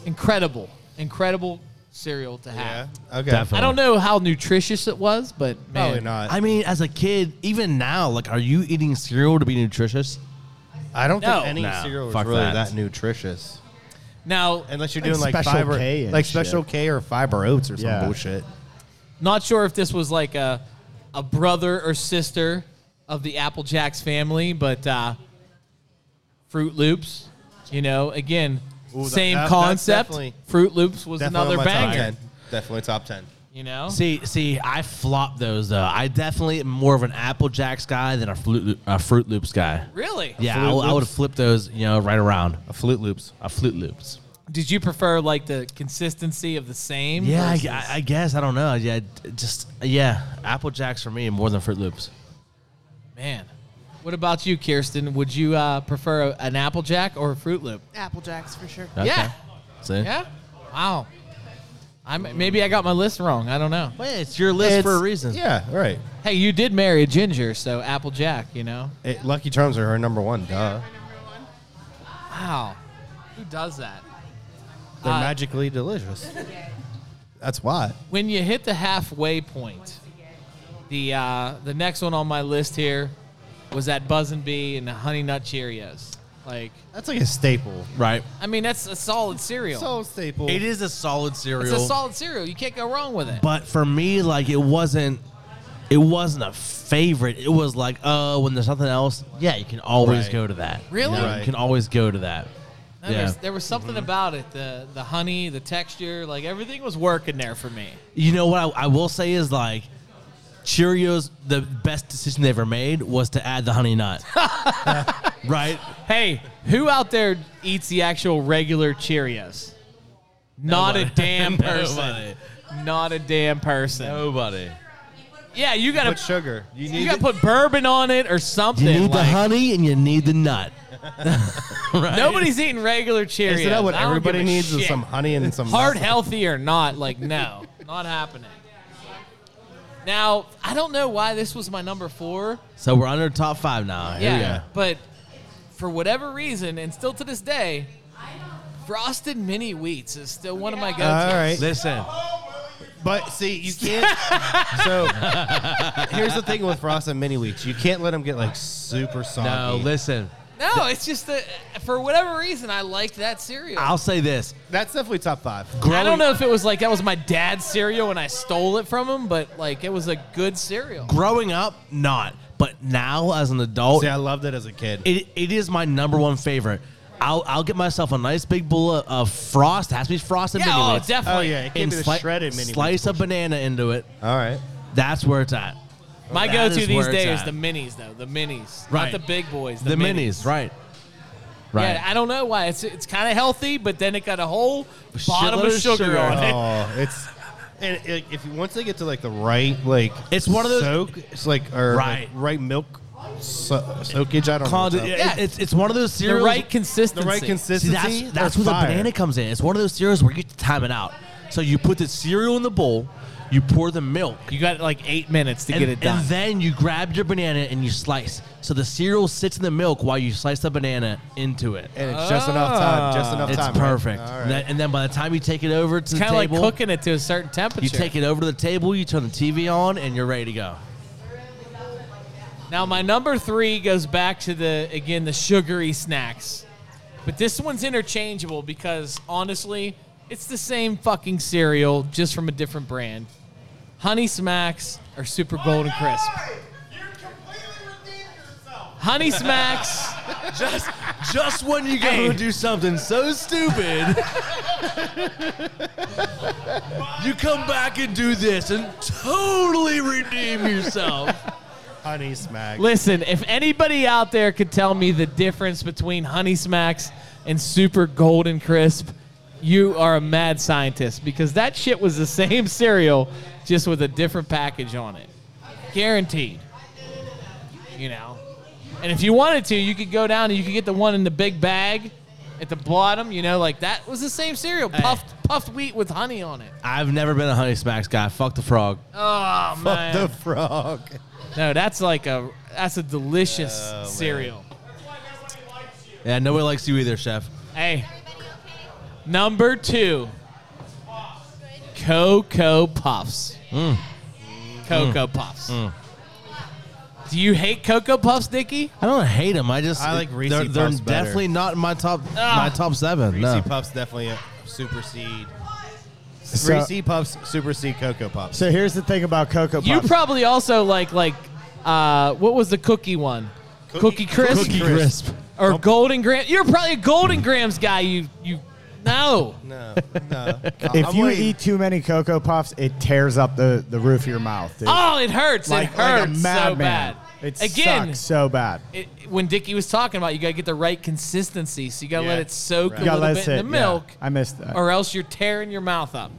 Speaker 2: incredible. Incredible cereal to
Speaker 3: Yeah.
Speaker 2: have.
Speaker 3: Okay.
Speaker 1: Definitely.
Speaker 2: I don't know how nutritious it was, but man,
Speaker 3: Probably not.
Speaker 1: I mean, as a kid, even now, like, are you eating cereal to be nutritious?
Speaker 3: I don't
Speaker 2: No.
Speaker 3: think any
Speaker 1: No,
Speaker 3: cereal is
Speaker 1: fuck
Speaker 3: really
Speaker 1: that.
Speaker 3: that. nutritious,
Speaker 2: Now
Speaker 3: unless you're
Speaker 5: Like
Speaker 3: doing like,
Speaker 5: Special
Speaker 3: fiber,
Speaker 5: K and
Speaker 3: like Special
Speaker 5: shit.
Speaker 3: K or fiber oats or some
Speaker 5: Yeah.
Speaker 3: bullshit.
Speaker 2: Not sure if this was like a a brother or sister of the Apple Jacks family, but uh, Fruit Loops, you know, again,
Speaker 3: Ooh, that-
Speaker 2: same
Speaker 3: that- that's
Speaker 2: concept.
Speaker 3: definitely-
Speaker 2: Fruit Loops was
Speaker 3: Definitely
Speaker 2: another
Speaker 3: on my top
Speaker 2: banger,
Speaker 3: 10. Definitely top ten.
Speaker 2: you know.
Speaker 1: See, see, I flop those though. I definitely am more of an Apple Jacks guy than a Fruit, a Fruit Loops guy.
Speaker 2: Really?
Speaker 1: Yeah,
Speaker 3: Fruit
Speaker 1: I, would- I
Speaker 3: Loops?
Speaker 1: would have flipped those, you know, right around.
Speaker 3: A Flute Loops.
Speaker 1: A Flute Loops.
Speaker 2: Did you prefer like the consistency of the same?
Speaker 1: Yeah, I,
Speaker 2: versus-
Speaker 1: I- I guess I don't know. Yeah, d- just yeah, Apple Jacks for me more than Fruit Loops.
Speaker 2: man. What about you, Kirsten? Would you uh, prefer a, an Apple Jack or a Fruit Loop?
Speaker 4: Apple Jacks for sure.
Speaker 1: Okay.
Speaker 2: Yeah.
Speaker 1: See?
Speaker 2: Yeah. Wow. I maybe I got my list wrong. I don't know.
Speaker 1: Wait, it's your list for a reason.
Speaker 3: Yeah, right.
Speaker 2: Hey, you did marry a ginger, so Apple Jack, you know?
Speaker 3: It- Lucky Charms are her number one. Duh.
Speaker 2: Wow. Who does that?
Speaker 3: They're
Speaker 2: Uh,
Speaker 3: magically delicious. That's why.
Speaker 2: When you hit the halfway point, The uh, the next one on my list here was that Buzzin' Bee and the Honey Nut Cheerios. Like,
Speaker 3: That's like a staple.
Speaker 1: Right.
Speaker 2: I mean, that's a solid cereal.
Speaker 3: So staple.
Speaker 1: It is a solid cereal.
Speaker 2: it's a solid cereal. You can't go wrong with it.
Speaker 1: but for me, like it wasn't, it wasn't a favorite. It was like, oh, when there's something else, yeah, you can always
Speaker 3: Right.
Speaker 1: go to that. You
Speaker 2: Really?
Speaker 1: know, You,
Speaker 3: Right.
Speaker 1: can always go to that.
Speaker 2: No,
Speaker 1: Yeah.
Speaker 2: there's- there was something about it. The the honey, the texture, like everything was working there for me.
Speaker 1: You know what I, I will say is like. Cheerios, the best decision they ever made was to add the honey nut. right?
Speaker 2: Hey, who out there eats the actual regular Cheerios? Not a
Speaker 1: Nobody.
Speaker 2: damn person.
Speaker 1: Nobody.
Speaker 2: Not a damn person.
Speaker 1: Nobody.
Speaker 2: Yeah, you gotta
Speaker 3: Put sugar. You
Speaker 2: you
Speaker 3: need
Speaker 2: gotta put bourbon on it or something.
Speaker 1: You need the
Speaker 2: like,
Speaker 1: honey and you need the nut. right?
Speaker 2: Nobody's eating regular Cheerios.
Speaker 3: Isn't that what
Speaker 2: I don't
Speaker 3: everybody
Speaker 2: give a
Speaker 3: needs? Is
Speaker 2: shit.
Speaker 3: some honey and some
Speaker 2: hard
Speaker 3: nothing.
Speaker 2: healthy or not like no not happening now i don't know why this was my number four
Speaker 1: So we're under top five now. Here we
Speaker 2: yeah
Speaker 1: go.
Speaker 2: but for whatever reason and still to this day frosted mini wheats is still one of my go-to's
Speaker 3: All right.
Speaker 1: Listen,
Speaker 3: But see, you can't. so here's the thing with Frost and Mini Wheats. You can't let them get like super soggy.
Speaker 1: no, listen.
Speaker 2: no it's just that for whatever reason i liked that cereal
Speaker 1: I'll say this.
Speaker 3: That's definitely top five.
Speaker 2: I don't know if it was like that was my dad's cereal and I stole it from him, but like it was a good cereal.
Speaker 1: Growing up, not. But now as an adult,
Speaker 3: See, I loved it as a kid.
Speaker 1: it, it is my number one favorite. I'll, I'll get myself a nice big bowl of, of frost. Has to be frosted
Speaker 2: Yeah,
Speaker 1: mini
Speaker 2: oh,
Speaker 1: wheats.
Speaker 2: definitely.
Speaker 3: oh yeah, it can
Speaker 1: And
Speaker 3: be the
Speaker 1: sli-
Speaker 3: shredded Mini
Speaker 1: Slice
Speaker 3: Wheats.
Speaker 1: a banana into it.
Speaker 3: All right.
Speaker 1: That's where it's at.
Speaker 2: My
Speaker 1: That
Speaker 2: go-to
Speaker 1: is
Speaker 2: these
Speaker 1: where it's
Speaker 2: days is
Speaker 1: at.
Speaker 2: the minis, though. The minis,
Speaker 1: Right.
Speaker 2: not the big boys.
Speaker 1: The,
Speaker 2: The,
Speaker 1: minis. right? Right.
Speaker 2: Yeah, I don't know why. It's it's kind of healthy, but then it got a whole
Speaker 1: Shitload
Speaker 2: bottom of
Speaker 1: of
Speaker 2: sugar,
Speaker 1: sugar.
Speaker 2: on it.
Speaker 3: Oh, it's and it, if you, once they get to like the right like
Speaker 1: It's one of those-
Speaker 3: soak. It's like or
Speaker 1: Right.
Speaker 3: right right milk so- soakage. I don't
Speaker 1: Called
Speaker 3: know.
Speaker 1: it-
Speaker 3: what's up.
Speaker 2: Yeah.
Speaker 1: It's it's one of those
Speaker 2: The
Speaker 1: cereals.
Speaker 2: right consistency.
Speaker 3: The right
Speaker 1: See,
Speaker 3: consistency.
Speaker 1: that's that's
Speaker 3: or
Speaker 1: where the
Speaker 3: fire.
Speaker 1: banana comes in. It's one of those cereals where you get to time it out. So you put the cereal in the bowl, you pour the milk,
Speaker 2: You got like eight minutes to
Speaker 1: and,
Speaker 2: get it done.
Speaker 1: and then you grab your banana and you slice. So the cereal sits in the milk while you slice the banana into it.
Speaker 3: and it's just enough time. Just
Speaker 2: Ah,
Speaker 3: enough
Speaker 1: It's
Speaker 3: time. right?
Speaker 1: perfect.
Speaker 3: All
Speaker 1: And,
Speaker 3: right.
Speaker 1: then, and then by the time you take it over to
Speaker 2: it's
Speaker 1: the
Speaker 2: kind of like
Speaker 1: table,
Speaker 2: cooking it to a certain temperature.
Speaker 1: you take it over to the table, you turn the TV on, and you're ready to go.
Speaker 2: Now my number three goes back to the again the sugary snacks, but this one's interchangeable because honestly, it's the same fucking cereal just from a different brand. Honey Smacks or Super Golden Crisp.
Speaker 7: You completely redeemed yourself.
Speaker 2: Honey Smacks.
Speaker 1: Just, just when you go
Speaker 2: Hey.
Speaker 1: and do something so stupid, you come back and do this and totally redeem yourself.
Speaker 3: Honey smack.
Speaker 2: Listen, if anybody out there could tell me the difference between Honey Smacks and Super Golden Crisp, you are a mad scientist because that shit was the same cereal, just with a different package on it. Guaranteed. You know? And if you wanted to, you could go down and you could get the one in the big bag at the bottom, you know, like that was the same cereal. Puffed puffed wheat with honey on it.
Speaker 1: I've never been a Honey Smacks guy. Fuck the frog.
Speaker 2: Oh man.
Speaker 3: the frog.
Speaker 2: no, that's like a that's a delicious cereal.
Speaker 1: Yeah, nobody likes you either, Chef.
Speaker 2: Hey. Number two. Cocoa Puffs.
Speaker 3: Mm.
Speaker 2: Cocoa Puffs. Do you hate Cocoa Puffs, Dicky?
Speaker 1: I don't hate them. I just
Speaker 3: I like Reese's
Speaker 1: They're, they're
Speaker 3: Puffs better.
Speaker 1: definitely not in my top my
Speaker 2: Ah.
Speaker 1: top seven.
Speaker 3: Reese's
Speaker 1: No.
Speaker 3: Puffs definitely a supersede.
Speaker 5: So-
Speaker 3: Reese's Puffs supersede Cocoa Puffs.
Speaker 5: So here's the thing about Cocoa Puffs.
Speaker 2: You probably also like like uh, what was the cookie one? Cookie,
Speaker 3: Cookie-
Speaker 2: crisp
Speaker 3: Cookie Crisp.
Speaker 2: or golden gram? You're probably a golden grams guy. You you no.
Speaker 3: No, no.
Speaker 5: if
Speaker 3: Uh, I'm
Speaker 5: you
Speaker 3: waiting.
Speaker 5: eat too many Cocoa Puffs, it tears up the, the roof of your mouth. Dude.
Speaker 2: Oh, it hurts.
Speaker 5: like, like
Speaker 2: it
Speaker 5: a
Speaker 2: hurts so
Speaker 5: madman.
Speaker 2: bad.
Speaker 5: It
Speaker 2: Again,
Speaker 5: sucks so bad.
Speaker 2: it, when Dickie was talking about, you gotta get the right consistency. So you gotta
Speaker 3: Yeah.
Speaker 2: let it soak
Speaker 3: Right.
Speaker 5: You
Speaker 2: a
Speaker 5: gotta
Speaker 2: little
Speaker 5: let
Speaker 2: bit
Speaker 5: it sit.
Speaker 2: in the
Speaker 5: yeah.
Speaker 2: milk.
Speaker 5: I missed that.
Speaker 2: or else you're tearing your mouth up.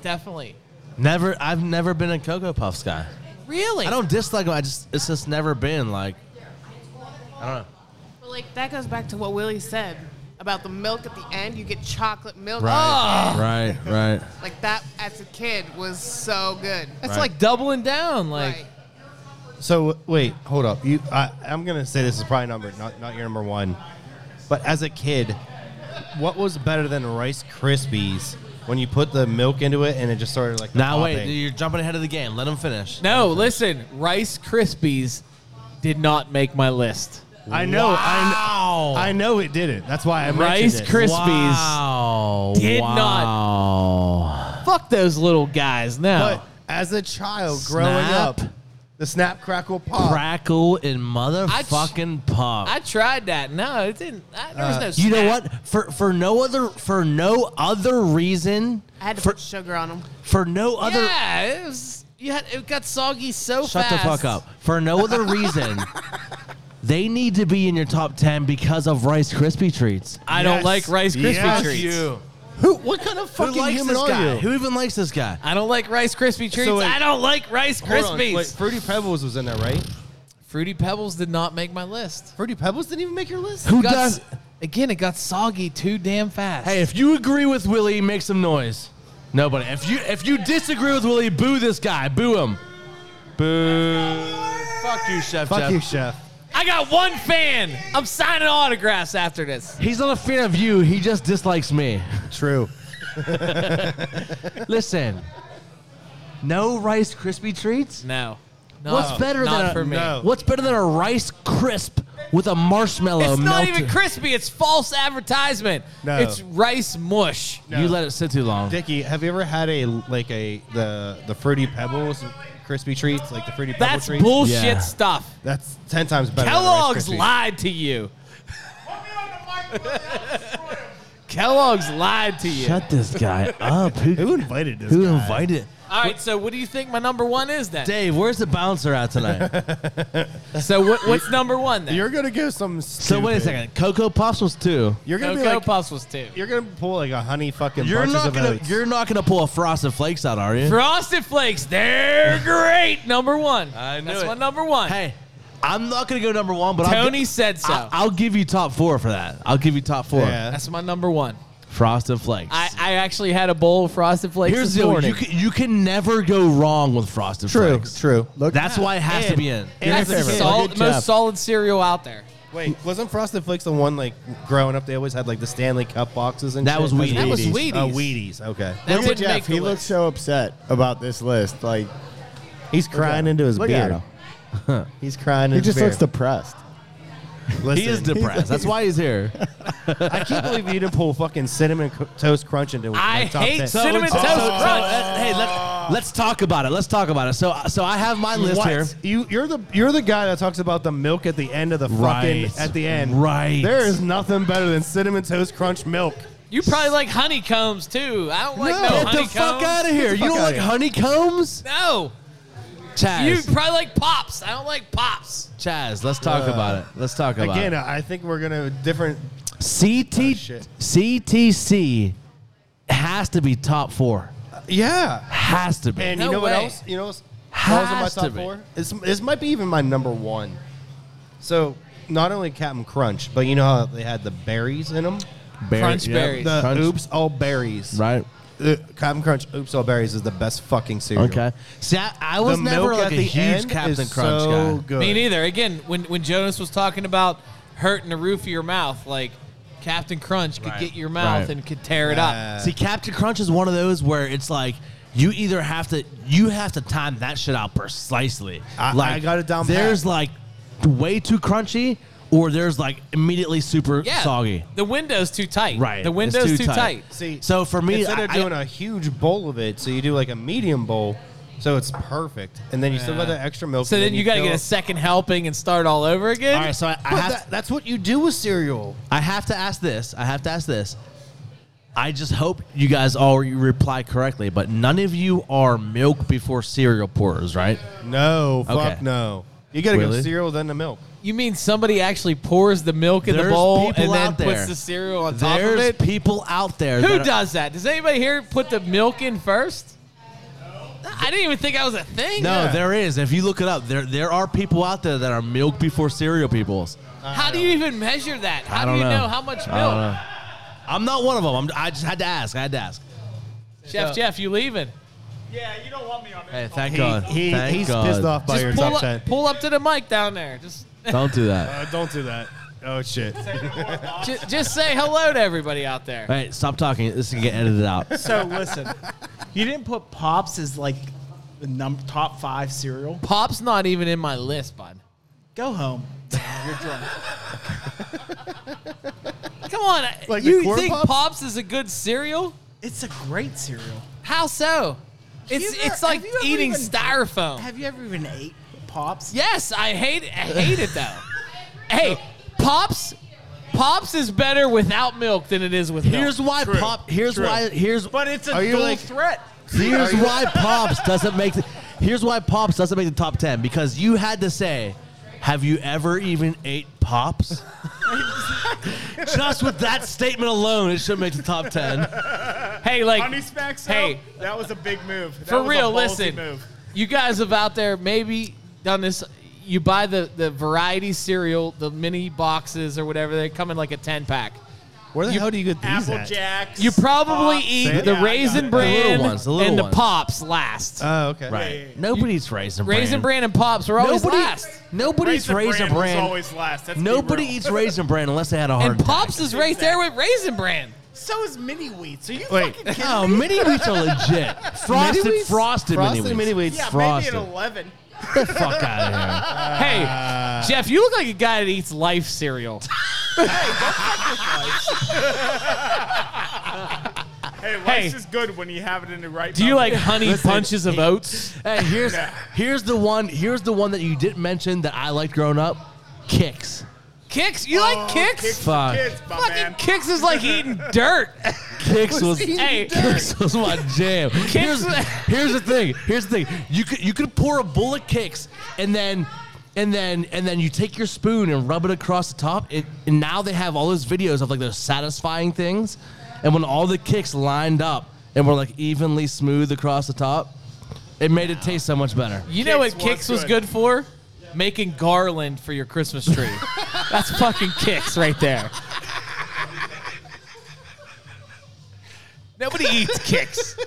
Speaker 2: Definitely.
Speaker 1: Never. I've never been a Cocoa Puffs guy.
Speaker 2: Really?
Speaker 1: I don't dislike them. I just it's just never been like. I don't know.
Speaker 4: But like that goes back to what Willie said about the milk at the end. You get chocolate milk.
Speaker 2: Right.
Speaker 1: Right. Right.
Speaker 4: Oh, like that as a kid was so good.
Speaker 2: That's
Speaker 1: Right.
Speaker 2: like doubling down. Like,
Speaker 4: Like,
Speaker 3: So wait, hold up. You, I, I'm gonna say this is probably number not not your number one, but as a kid, what was better than Rice Krispies when you put the milk into it and it just started like the
Speaker 1: Now wait,
Speaker 3: popping.
Speaker 1: you're jumping ahead of the game. Let him finish.
Speaker 2: No, listen. Rice Krispies did not make my list.
Speaker 3: I know,
Speaker 1: Wow.
Speaker 3: I, I know it did it. That's why I
Speaker 2: Rice
Speaker 3: mentioned it.
Speaker 2: Krispies.
Speaker 1: Wow.
Speaker 2: Did
Speaker 1: wow.
Speaker 2: Fuck those little guys. No.
Speaker 3: But as a child growing
Speaker 1: Snap.
Speaker 3: up, the snap crackle pop.
Speaker 1: Crackle and motherfucking pop.
Speaker 2: I tried that. No, it didn't. I, there was no.
Speaker 1: Uh, you know
Speaker 2: snack.
Speaker 1: what? For for no other for no other reason
Speaker 4: I had to
Speaker 1: for,
Speaker 4: put sugar on them.
Speaker 1: for no other
Speaker 2: yeah, it was. You had, it got soggy so
Speaker 1: Shut
Speaker 2: fast.
Speaker 1: the fuck up. For no other reason, they need to be in your top ten because of Rice Krispie treats.
Speaker 2: I don't
Speaker 3: Yes.
Speaker 2: like Rice Krispie
Speaker 3: Yes,
Speaker 2: treats.
Speaker 3: you.
Speaker 1: Who? What kind of
Speaker 3: fucking human are
Speaker 1: guy?
Speaker 3: you?
Speaker 1: Who even likes this guy?
Speaker 2: I don't like Rice Krispie treats.
Speaker 3: wait.
Speaker 2: I don't like Rice
Speaker 3: Hold on,
Speaker 2: Krispies.
Speaker 3: wait, Fruity Pebbles was in there, right?
Speaker 2: Fruity Pebbles did not make my list.
Speaker 3: Fruity Pebbles didn't even make your list.
Speaker 1: Who
Speaker 2: Got
Speaker 1: does?
Speaker 2: s- Again, it got soggy too damn fast.
Speaker 1: Hey, if you agree with Willie, make some noise. Nobody. If you if you disagree with Willie, boo this guy. Boo him. Boo. Fuck you, Chef.
Speaker 3: Fuck
Speaker 1: Jeff.
Speaker 3: you, chef.
Speaker 2: I got one fan. I'm signing autographs after this.
Speaker 1: He's not a fan of you. He just dislikes me.
Speaker 5: True.
Speaker 1: Listen. No Rice Krispie treats.
Speaker 2: No. No,
Speaker 1: What's better
Speaker 2: not
Speaker 1: than a,
Speaker 2: for me?
Speaker 3: no.
Speaker 1: What's better than a rice crisp with a marshmallow
Speaker 2: It's not
Speaker 1: melted?
Speaker 2: even crispy. It's false advertisement.
Speaker 3: No.
Speaker 2: It's rice mush.
Speaker 1: You let it sit too long.
Speaker 3: Dickie, have you ever had a like a the the fruity pebbles crispy treats like the fruity pebble
Speaker 2: That's
Speaker 3: treats?
Speaker 2: bullshit
Speaker 1: Yeah.
Speaker 2: stuff.
Speaker 3: That's ten times better. than Rice
Speaker 2: Kellogg's
Speaker 3: Krispies.
Speaker 2: lied to you.
Speaker 7: Put me on the mic, buddy. I'll destroy him.
Speaker 2: Kellogg's lied to you.
Speaker 1: Shut this guy up. Who,
Speaker 3: Who invited this?
Speaker 1: who
Speaker 3: guy?
Speaker 1: invited?
Speaker 2: All right, so what do you think my number one is then?
Speaker 1: Dave, where's the bouncer at tonight?
Speaker 2: So what, what's number one then?
Speaker 3: You're gonna go some. Stupid.
Speaker 1: so wait a second. Cocoa Puffs was two.
Speaker 3: You're gonna
Speaker 2: Cocoa
Speaker 3: be like.
Speaker 2: Puffs was two.
Speaker 3: You're gonna pull like a honey fucking
Speaker 1: You're
Speaker 3: bunches
Speaker 1: not
Speaker 3: of
Speaker 1: gonna.
Speaker 3: oats.
Speaker 1: You're not gonna pull a Frosted Flakes out, are you?
Speaker 2: Frosted Flakes, they're great. Number one.
Speaker 1: I knew
Speaker 2: That's
Speaker 1: it.
Speaker 2: my number one.
Speaker 1: hey, I'm not gonna go number one, but I'll,
Speaker 2: Tony
Speaker 1: gi-
Speaker 2: said so.
Speaker 1: I, will give you top four for that. I'll give you top four.
Speaker 3: Yeah.
Speaker 2: That's my number one.
Speaker 1: Frosted Flakes.
Speaker 2: I, I actually had a bowl of Frosted Flakes
Speaker 1: Here's
Speaker 2: this
Speaker 1: the deal.
Speaker 2: morning.
Speaker 1: You can, you can never go wrong with Frosted
Speaker 5: True.
Speaker 1: Flakes.
Speaker 5: True. Look,
Speaker 1: That's why it has to be in.
Speaker 2: That's the
Speaker 5: favorite.
Speaker 2: sol-
Speaker 5: Good job.
Speaker 2: most solid cereal out there.
Speaker 3: Wait, wasn't Frosted Flakes the one like growing up? They always had like the Stanley Cup boxes and
Speaker 1: That
Speaker 3: shit?
Speaker 1: was Wheaties. That
Speaker 2: was
Speaker 3: Oh,
Speaker 2: Wheaties.
Speaker 3: Wheaties. Okay,
Speaker 2: That
Speaker 5: look at
Speaker 2: didn't make
Speaker 5: Jeff.
Speaker 2: the
Speaker 5: He
Speaker 2: list.
Speaker 5: looks so upset about this list. Like
Speaker 3: he's crying into his
Speaker 5: look at
Speaker 3: beard.
Speaker 5: him.
Speaker 3: He's crying.
Speaker 5: He
Speaker 3: into his
Speaker 5: just
Speaker 3: beard.
Speaker 5: looks depressed.
Speaker 1: He is depressed. That's why he's here.
Speaker 3: I can't believe you didn't pull fucking cinnamon co- toast crunch into. my
Speaker 2: I
Speaker 3: top
Speaker 2: hate
Speaker 3: 10.
Speaker 2: So- Cinnamon Toast Crunch.
Speaker 1: uh, hey, let, let's talk about it. Let's talk about it. So, so I have my list
Speaker 3: What?
Speaker 1: here.
Speaker 3: You, you're the you're the guy that talks about the milk at the end of the fucking
Speaker 1: Right.
Speaker 3: at the end.
Speaker 1: Right.
Speaker 3: There is nothing better than cinnamon toast crunch milk.
Speaker 2: You probably like honeycombs too. I don't like no,
Speaker 1: Get the
Speaker 2: honeycombs.
Speaker 1: fuck out of here! You don't like honeycombs,
Speaker 2: No, you
Speaker 1: Chaz?
Speaker 2: probably like pops. I don't like pops.
Speaker 1: Chaz, let's talk about it. Let's talk about
Speaker 3: Uh, Again,
Speaker 1: it.
Speaker 3: I think we're gonna different. Oh,
Speaker 1: CT
Speaker 3: shit.
Speaker 1: CTC has to be top four.
Speaker 3: Yeah.
Speaker 1: Has to be.
Speaker 3: And
Speaker 2: No
Speaker 3: you know what
Speaker 2: way.
Speaker 3: else? You know what's
Speaker 1: Has
Speaker 3: what in my
Speaker 1: to
Speaker 3: top
Speaker 1: be.
Speaker 3: four? It's, this might be even my number one. So not only Captain Crunch, but you know how they had the berries in them?
Speaker 1: Berry-
Speaker 2: Crunch
Speaker 1: yep.
Speaker 2: berries.
Speaker 3: The
Speaker 1: Crunch.
Speaker 3: Oops All Berries.
Speaker 1: Right.
Speaker 3: Uh, Captain Crunch Oops All Berries is the best fucking cereal.
Speaker 1: Okay. See, I, I was
Speaker 3: the
Speaker 1: never
Speaker 3: milk
Speaker 1: like
Speaker 3: at
Speaker 1: a
Speaker 3: the
Speaker 1: huge
Speaker 3: end
Speaker 1: Captain
Speaker 3: is
Speaker 1: Crunch
Speaker 3: so
Speaker 1: guy.
Speaker 3: Good.
Speaker 2: Me neither. Again, when when Jonas was talking about hurting the roof of your mouth, like Captain Crunch could get your mouth
Speaker 1: Right.
Speaker 2: and could tear it up.
Speaker 3: Yeah.
Speaker 1: See, Captain Crunch is one of those where it's like you either have to you have to time that shit out precisely.
Speaker 3: I-
Speaker 1: like
Speaker 3: I got it down pat.
Speaker 1: There's like way too crunchy, or there's like immediately super
Speaker 2: Yeah,
Speaker 1: soggy.
Speaker 2: The window's too tight.
Speaker 1: Right,
Speaker 2: the
Speaker 1: it's
Speaker 2: window's
Speaker 1: too
Speaker 2: too,
Speaker 1: tight.
Speaker 2: tight.
Speaker 3: See,
Speaker 1: So for me,
Speaker 3: instead of
Speaker 1: I-
Speaker 3: doing a huge bowl of it, so you do like a medium bowl, so it's perfect, and then you still got
Speaker 2: Yeah.
Speaker 3: the extra milk.
Speaker 2: So
Speaker 3: and
Speaker 2: then you got to
Speaker 3: fill
Speaker 2: get a
Speaker 3: up-
Speaker 2: second helping and start all over again.
Speaker 1: All right, so I, I
Speaker 3: But
Speaker 1: have
Speaker 3: that- that's what you do with cereal.
Speaker 1: I have to ask this. I have to ask this. I just hope you guys all reply correctly, but none of you are milk before cereal pourers, right?
Speaker 3: No, fuck
Speaker 1: Okay.
Speaker 3: no. You got to
Speaker 1: Really?
Speaker 3: go cereal then the milk.
Speaker 2: you mean somebody actually pours the milk in the
Speaker 1: There's
Speaker 2: bowl
Speaker 1: people
Speaker 2: and then
Speaker 1: out there.
Speaker 2: puts the cereal on top of
Speaker 1: There's
Speaker 2: it?
Speaker 1: people out there.
Speaker 2: Who
Speaker 1: that are-
Speaker 2: does that? Does anybody here put the milk in first? I didn't even think that was a thing.
Speaker 1: No,
Speaker 3: Yeah.
Speaker 1: Oh, there is. If you look it up, there there are people out there that are milk before cereal peoples.
Speaker 2: How do you even measure that? How
Speaker 1: I don't
Speaker 2: do you
Speaker 1: know.
Speaker 2: know. how much
Speaker 1: I don't
Speaker 2: milk?
Speaker 1: know. I'm not one of them. I'm, I just had to ask. I had to ask.
Speaker 2: Jeff, Jeff, you leaving?
Speaker 7: Yeah, you don't want me on this.
Speaker 1: Hey,
Speaker 7: call.
Speaker 1: thank God. thank
Speaker 3: he's
Speaker 1: God.
Speaker 3: pissed off by
Speaker 2: Just
Speaker 3: your
Speaker 2: pull
Speaker 3: top
Speaker 2: up,
Speaker 3: ten.
Speaker 2: pull up to the mic down there. Just
Speaker 1: Uh, Don't do that.
Speaker 3: don't do that. Oh shit.
Speaker 2: J- just say hello to everybody out there.
Speaker 1: All right, stop talking. This can get edited out.
Speaker 8: So listen, you didn't put Pops as like the num- top five cereal.
Speaker 2: Pop's not even in my list, bud.
Speaker 8: Go home.
Speaker 2: Come on.
Speaker 3: Like the
Speaker 2: you
Speaker 3: corn
Speaker 2: think
Speaker 3: pops?
Speaker 2: Pops? is a good cereal?
Speaker 8: It's a great cereal.
Speaker 2: How so? It's
Speaker 8: you ever-
Speaker 2: it's like
Speaker 8: have you ever
Speaker 2: eating
Speaker 8: even-
Speaker 2: styrofoam.
Speaker 8: Have you ever even ate Pops?
Speaker 2: yes, I hate I hate it though. hey, Pops Pops is better without milk than it is with milk.
Speaker 1: Here's why
Speaker 3: True.
Speaker 1: pop. Here's
Speaker 3: True.
Speaker 1: why. Here's
Speaker 8: But it's a
Speaker 3: Are you
Speaker 8: dual
Speaker 3: like-
Speaker 8: threat.
Speaker 1: here's why pops doesn't make. The, here's why pops doesn't make the top ten because you had to say, "Have you ever even ate pops?" Just with that statement alone, it should make the top ten.
Speaker 2: hey, like
Speaker 9: Honey smacks.
Speaker 2: Hey.
Speaker 9: though, that was a big move. That
Speaker 2: for
Speaker 9: was a
Speaker 2: real,
Speaker 9: ballsy
Speaker 2: listen.
Speaker 9: Move.
Speaker 2: You guys have out there maybe done this. You buy the, the variety cereal, the mini boxes or whatever. They come in like a 10 pack.
Speaker 3: Where the hell do you get these
Speaker 9: Apple
Speaker 3: at?
Speaker 9: Jacks.
Speaker 2: You probably
Speaker 9: Pops. eh?
Speaker 2: eat
Speaker 9: Yeah,
Speaker 2: the
Speaker 9: I got
Speaker 2: raisin
Speaker 9: it. Uh,
Speaker 2: bran
Speaker 1: ones, the little
Speaker 2: and
Speaker 1: ones.
Speaker 2: the pops last.
Speaker 3: Oh, okay.
Speaker 1: Right. Nobody's raisin bran.
Speaker 2: raisin bran and pops were always
Speaker 1: Nobody,
Speaker 2: last.
Speaker 1: Nobody's
Speaker 9: Raisin
Speaker 1: raisin
Speaker 9: Bran was
Speaker 1: bran.
Speaker 9: always last. Let's be
Speaker 1: nobody
Speaker 9: real.
Speaker 1: eats raisin bran unless they had a hard.
Speaker 2: And pops is right there with raisin bran.
Speaker 8: So is mini wheats. Are you
Speaker 3: Wait.
Speaker 8: fucking kidding?
Speaker 1: Oh, mini wheats are legit. Frosted,
Speaker 3: Mini Wheats?
Speaker 1: frosted,
Speaker 3: Frosted
Speaker 1: mini
Speaker 3: mini
Speaker 1: wheats.
Speaker 3: wheats.
Speaker 9: Yeah,
Speaker 1: frosted.
Speaker 9: maybe an eleven.
Speaker 1: Get the fuck out of here.
Speaker 2: Hey,
Speaker 9: Uh,
Speaker 2: Jeff, you look like a guy that eats life cereal.
Speaker 9: Hey, life
Speaker 2: Hey.
Speaker 9: is good when you have it in the right.
Speaker 2: Do you like
Speaker 9: moment.
Speaker 2: honey punches of oats?
Speaker 1: Hey, here's
Speaker 9: Nah.
Speaker 1: here's the one. Here's the one that you didn't mention that I liked growing up. Kicks.
Speaker 2: Kicks? You
Speaker 9: Oh,
Speaker 2: like kicks?
Speaker 9: kicks for
Speaker 1: Fuck.
Speaker 9: Kids, my
Speaker 2: Fucking
Speaker 9: man.
Speaker 2: kicks is like eating dirt.
Speaker 1: Kicks was
Speaker 2: hey,
Speaker 1: Kicks was my jam. Here's,
Speaker 2: was-
Speaker 1: here's the thing. Here's the thing. You could you could pour a bowl of kicks and then and then and then you take your spoon and rub it across the top. It, and now they have all those videos of like those satisfying things. And when all the kicks lined up and were like evenly smooth across the top, it made it taste so much better.
Speaker 2: You know what
Speaker 9: Kix was
Speaker 2: Kix was
Speaker 9: good.
Speaker 2: good for? Making garland for your Christmas tree. That's fucking Kix right there. Nobody eats Kix.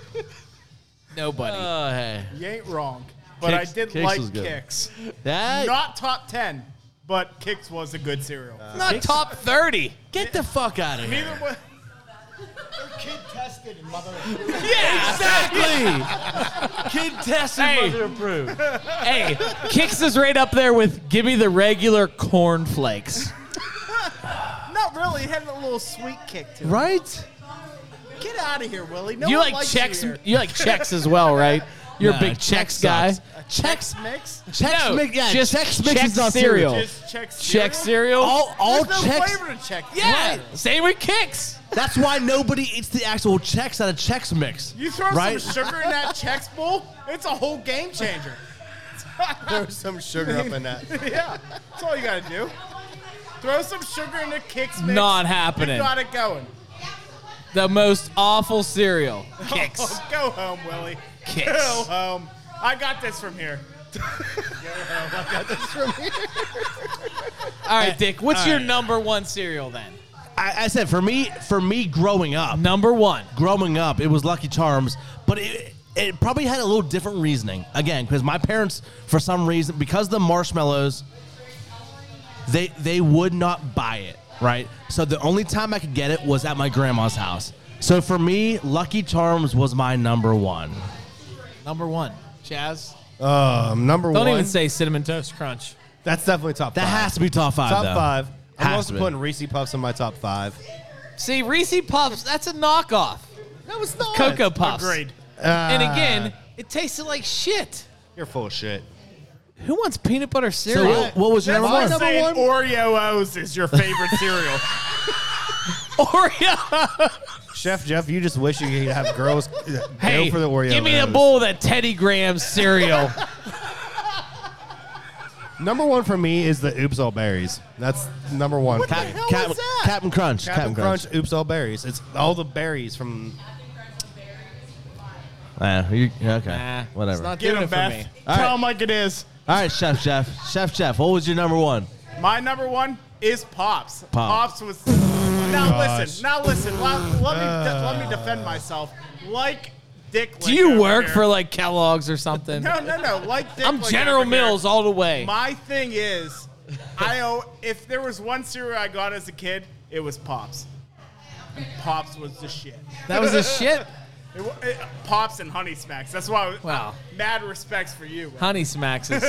Speaker 2: Nobody.
Speaker 1: Oh hey.
Speaker 8: You ain't wrong.
Speaker 9: But
Speaker 1: Kicks-
Speaker 9: I did
Speaker 1: Kicks was
Speaker 9: like
Speaker 1: good.
Speaker 9: kicks.
Speaker 1: That
Speaker 9: Not top ten, but kicks was a good cereal.
Speaker 2: Not top 30.
Speaker 1: get the fuck out of here.
Speaker 9: Neither was.
Speaker 8: Kid tested and mother.
Speaker 2: Yeah,
Speaker 1: Exactly. Kid tested
Speaker 2: Hey.
Speaker 1: mother approved.
Speaker 2: Hey, Kix is right up there with give me the regular corn flakes.
Speaker 8: Not really. It had a little sweet kick to it.
Speaker 1: Right?
Speaker 8: Get out of here, Willie. No
Speaker 2: you
Speaker 8: one
Speaker 2: like
Speaker 8: likes
Speaker 2: checks
Speaker 8: You here.
Speaker 2: you like checks as well, right? You're
Speaker 1: Nah,
Speaker 2: a big
Speaker 1: Chex
Speaker 2: checks guy.
Speaker 1: sucks. Checks.
Speaker 8: mix.
Speaker 1: Checks
Speaker 2: No,
Speaker 1: mix. Yeah,
Speaker 2: just
Speaker 1: checks mix
Speaker 2: Chex
Speaker 1: is not
Speaker 2: cereal.
Speaker 1: cereal.
Speaker 9: Just check cereal.
Speaker 2: Check cereal.
Speaker 1: All, all
Speaker 8: There's no
Speaker 1: Oh, checks.
Speaker 8: flavor to check.
Speaker 2: yeah. Same with Kix.
Speaker 1: That's why nobody eats the actual checks out of checks mix.
Speaker 9: You throw
Speaker 1: right?
Speaker 9: some sugar in that Chex bowl, it's a whole game changer.
Speaker 3: Throw some sugar up in that.
Speaker 9: yeah, that's all you gotta do. Throw some sugar in the kicks mix.
Speaker 2: Not happening.
Speaker 9: You got it going.
Speaker 2: The most awful cereal. Kicks.
Speaker 9: Oh, go home, Willie.
Speaker 2: Kicks.
Speaker 9: Go home. I got this from here.
Speaker 2: All right, Dick. What's your number one cereal then?
Speaker 1: I, I said for me, for me growing up,
Speaker 2: Number one.
Speaker 1: growing up, it was Lucky Charms, but it, it probably had a little different reasoning. Again, because my parents, for some reason, because the marshmallows, they they would not buy it, right? So the only time I could get it was at my grandma's house. So for me, Lucky Charms was my number one.
Speaker 2: Number one. Chaz.
Speaker 3: Um, number
Speaker 2: Don't
Speaker 3: one.
Speaker 2: even say cinnamon toast crunch.
Speaker 3: That's definitely top
Speaker 1: That
Speaker 3: five.
Speaker 1: has to be top five.
Speaker 3: top
Speaker 1: though.
Speaker 3: five. I'm
Speaker 1: Has to
Speaker 3: also
Speaker 1: be.
Speaker 3: putting Reese Puffs in my top five.
Speaker 2: See, Reese Puffs. That's a knockoff.
Speaker 3: No, it's not.
Speaker 2: Cocoa Puffs.
Speaker 9: Agreed.
Speaker 2: And again, it tasted like shit.
Speaker 3: Ah, You're full of shit.
Speaker 2: Who wants peanut butter
Speaker 1: So
Speaker 2: cereal?
Speaker 1: what, what was your number
Speaker 3: That's
Speaker 1: one?
Speaker 3: my
Speaker 9: Saying
Speaker 3: one-
Speaker 9: Oreo O's is your favorite cereal.
Speaker 2: Oreo.
Speaker 3: Chef Jeff, you just wish you could have girls
Speaker 2: Hey,
Speaker 3: go for the Oreo.
Speaker 2: give me a
Speaker 3: O's.
Speaker 2: bowl of that Teddy Graham cereal.
Speaker 3: Number one for me is the Oops All Berries. That's number one. for me.
Speaker 1: Cap- Cap- Captain Crunch.
Speaker 3: Captain Crunch, Oops All Berries. It's all the berries from.
Speaker 1: Yeah, you- yeah, okay.
Speaker 2: Nah,
Speaker 1: Whatever.
Speaker 2: It's not
Speaker 9: Get
Speaker 2: doing
Speaker 9: him,
Speaker 2: it for me.
Speaker 9: Beth.
Speaker 1: All
Speaker 9: Tell
Speaker 1: right.
Speaker 9: him like it is.
Speaker 1: All right, Chef Jeff. Chef Jeff, what was your number one?
Speaker 9: My number one is Pops.
Speaker 1: Pops.
Speaker 9: Pops, was. now
Speaker 3: gosh.
Speaker 9: listen. Now listen. Let, let me de- let me defend myself. Like Dick.
Speaker 2: Do you
Speaker 9: over
Speaker 2: work
Speaker 9: here.
Speaker 2: for like Kellogg's or something?
Speaker 9: No, no, no. Like Dick
Speaker 2: I'm
Speaker 9: Lick
Speaker 2: General
Speaker 9: over here.
Speaker 2: Mills all the way.
Speaker 9: My thing is,
Speaker 7: I owe. If there was one cereal I got as a kid, it was Pops. And Pops was the shit.
Speaker 2: That was a shit.
Speaker 7: It, wa- it, Pops and Honey Smacks. That's why. I was,
Speaker 2: Wow.
Speaker 7: Mad respects for you. bro.
Speaker 2: Honey Smacks is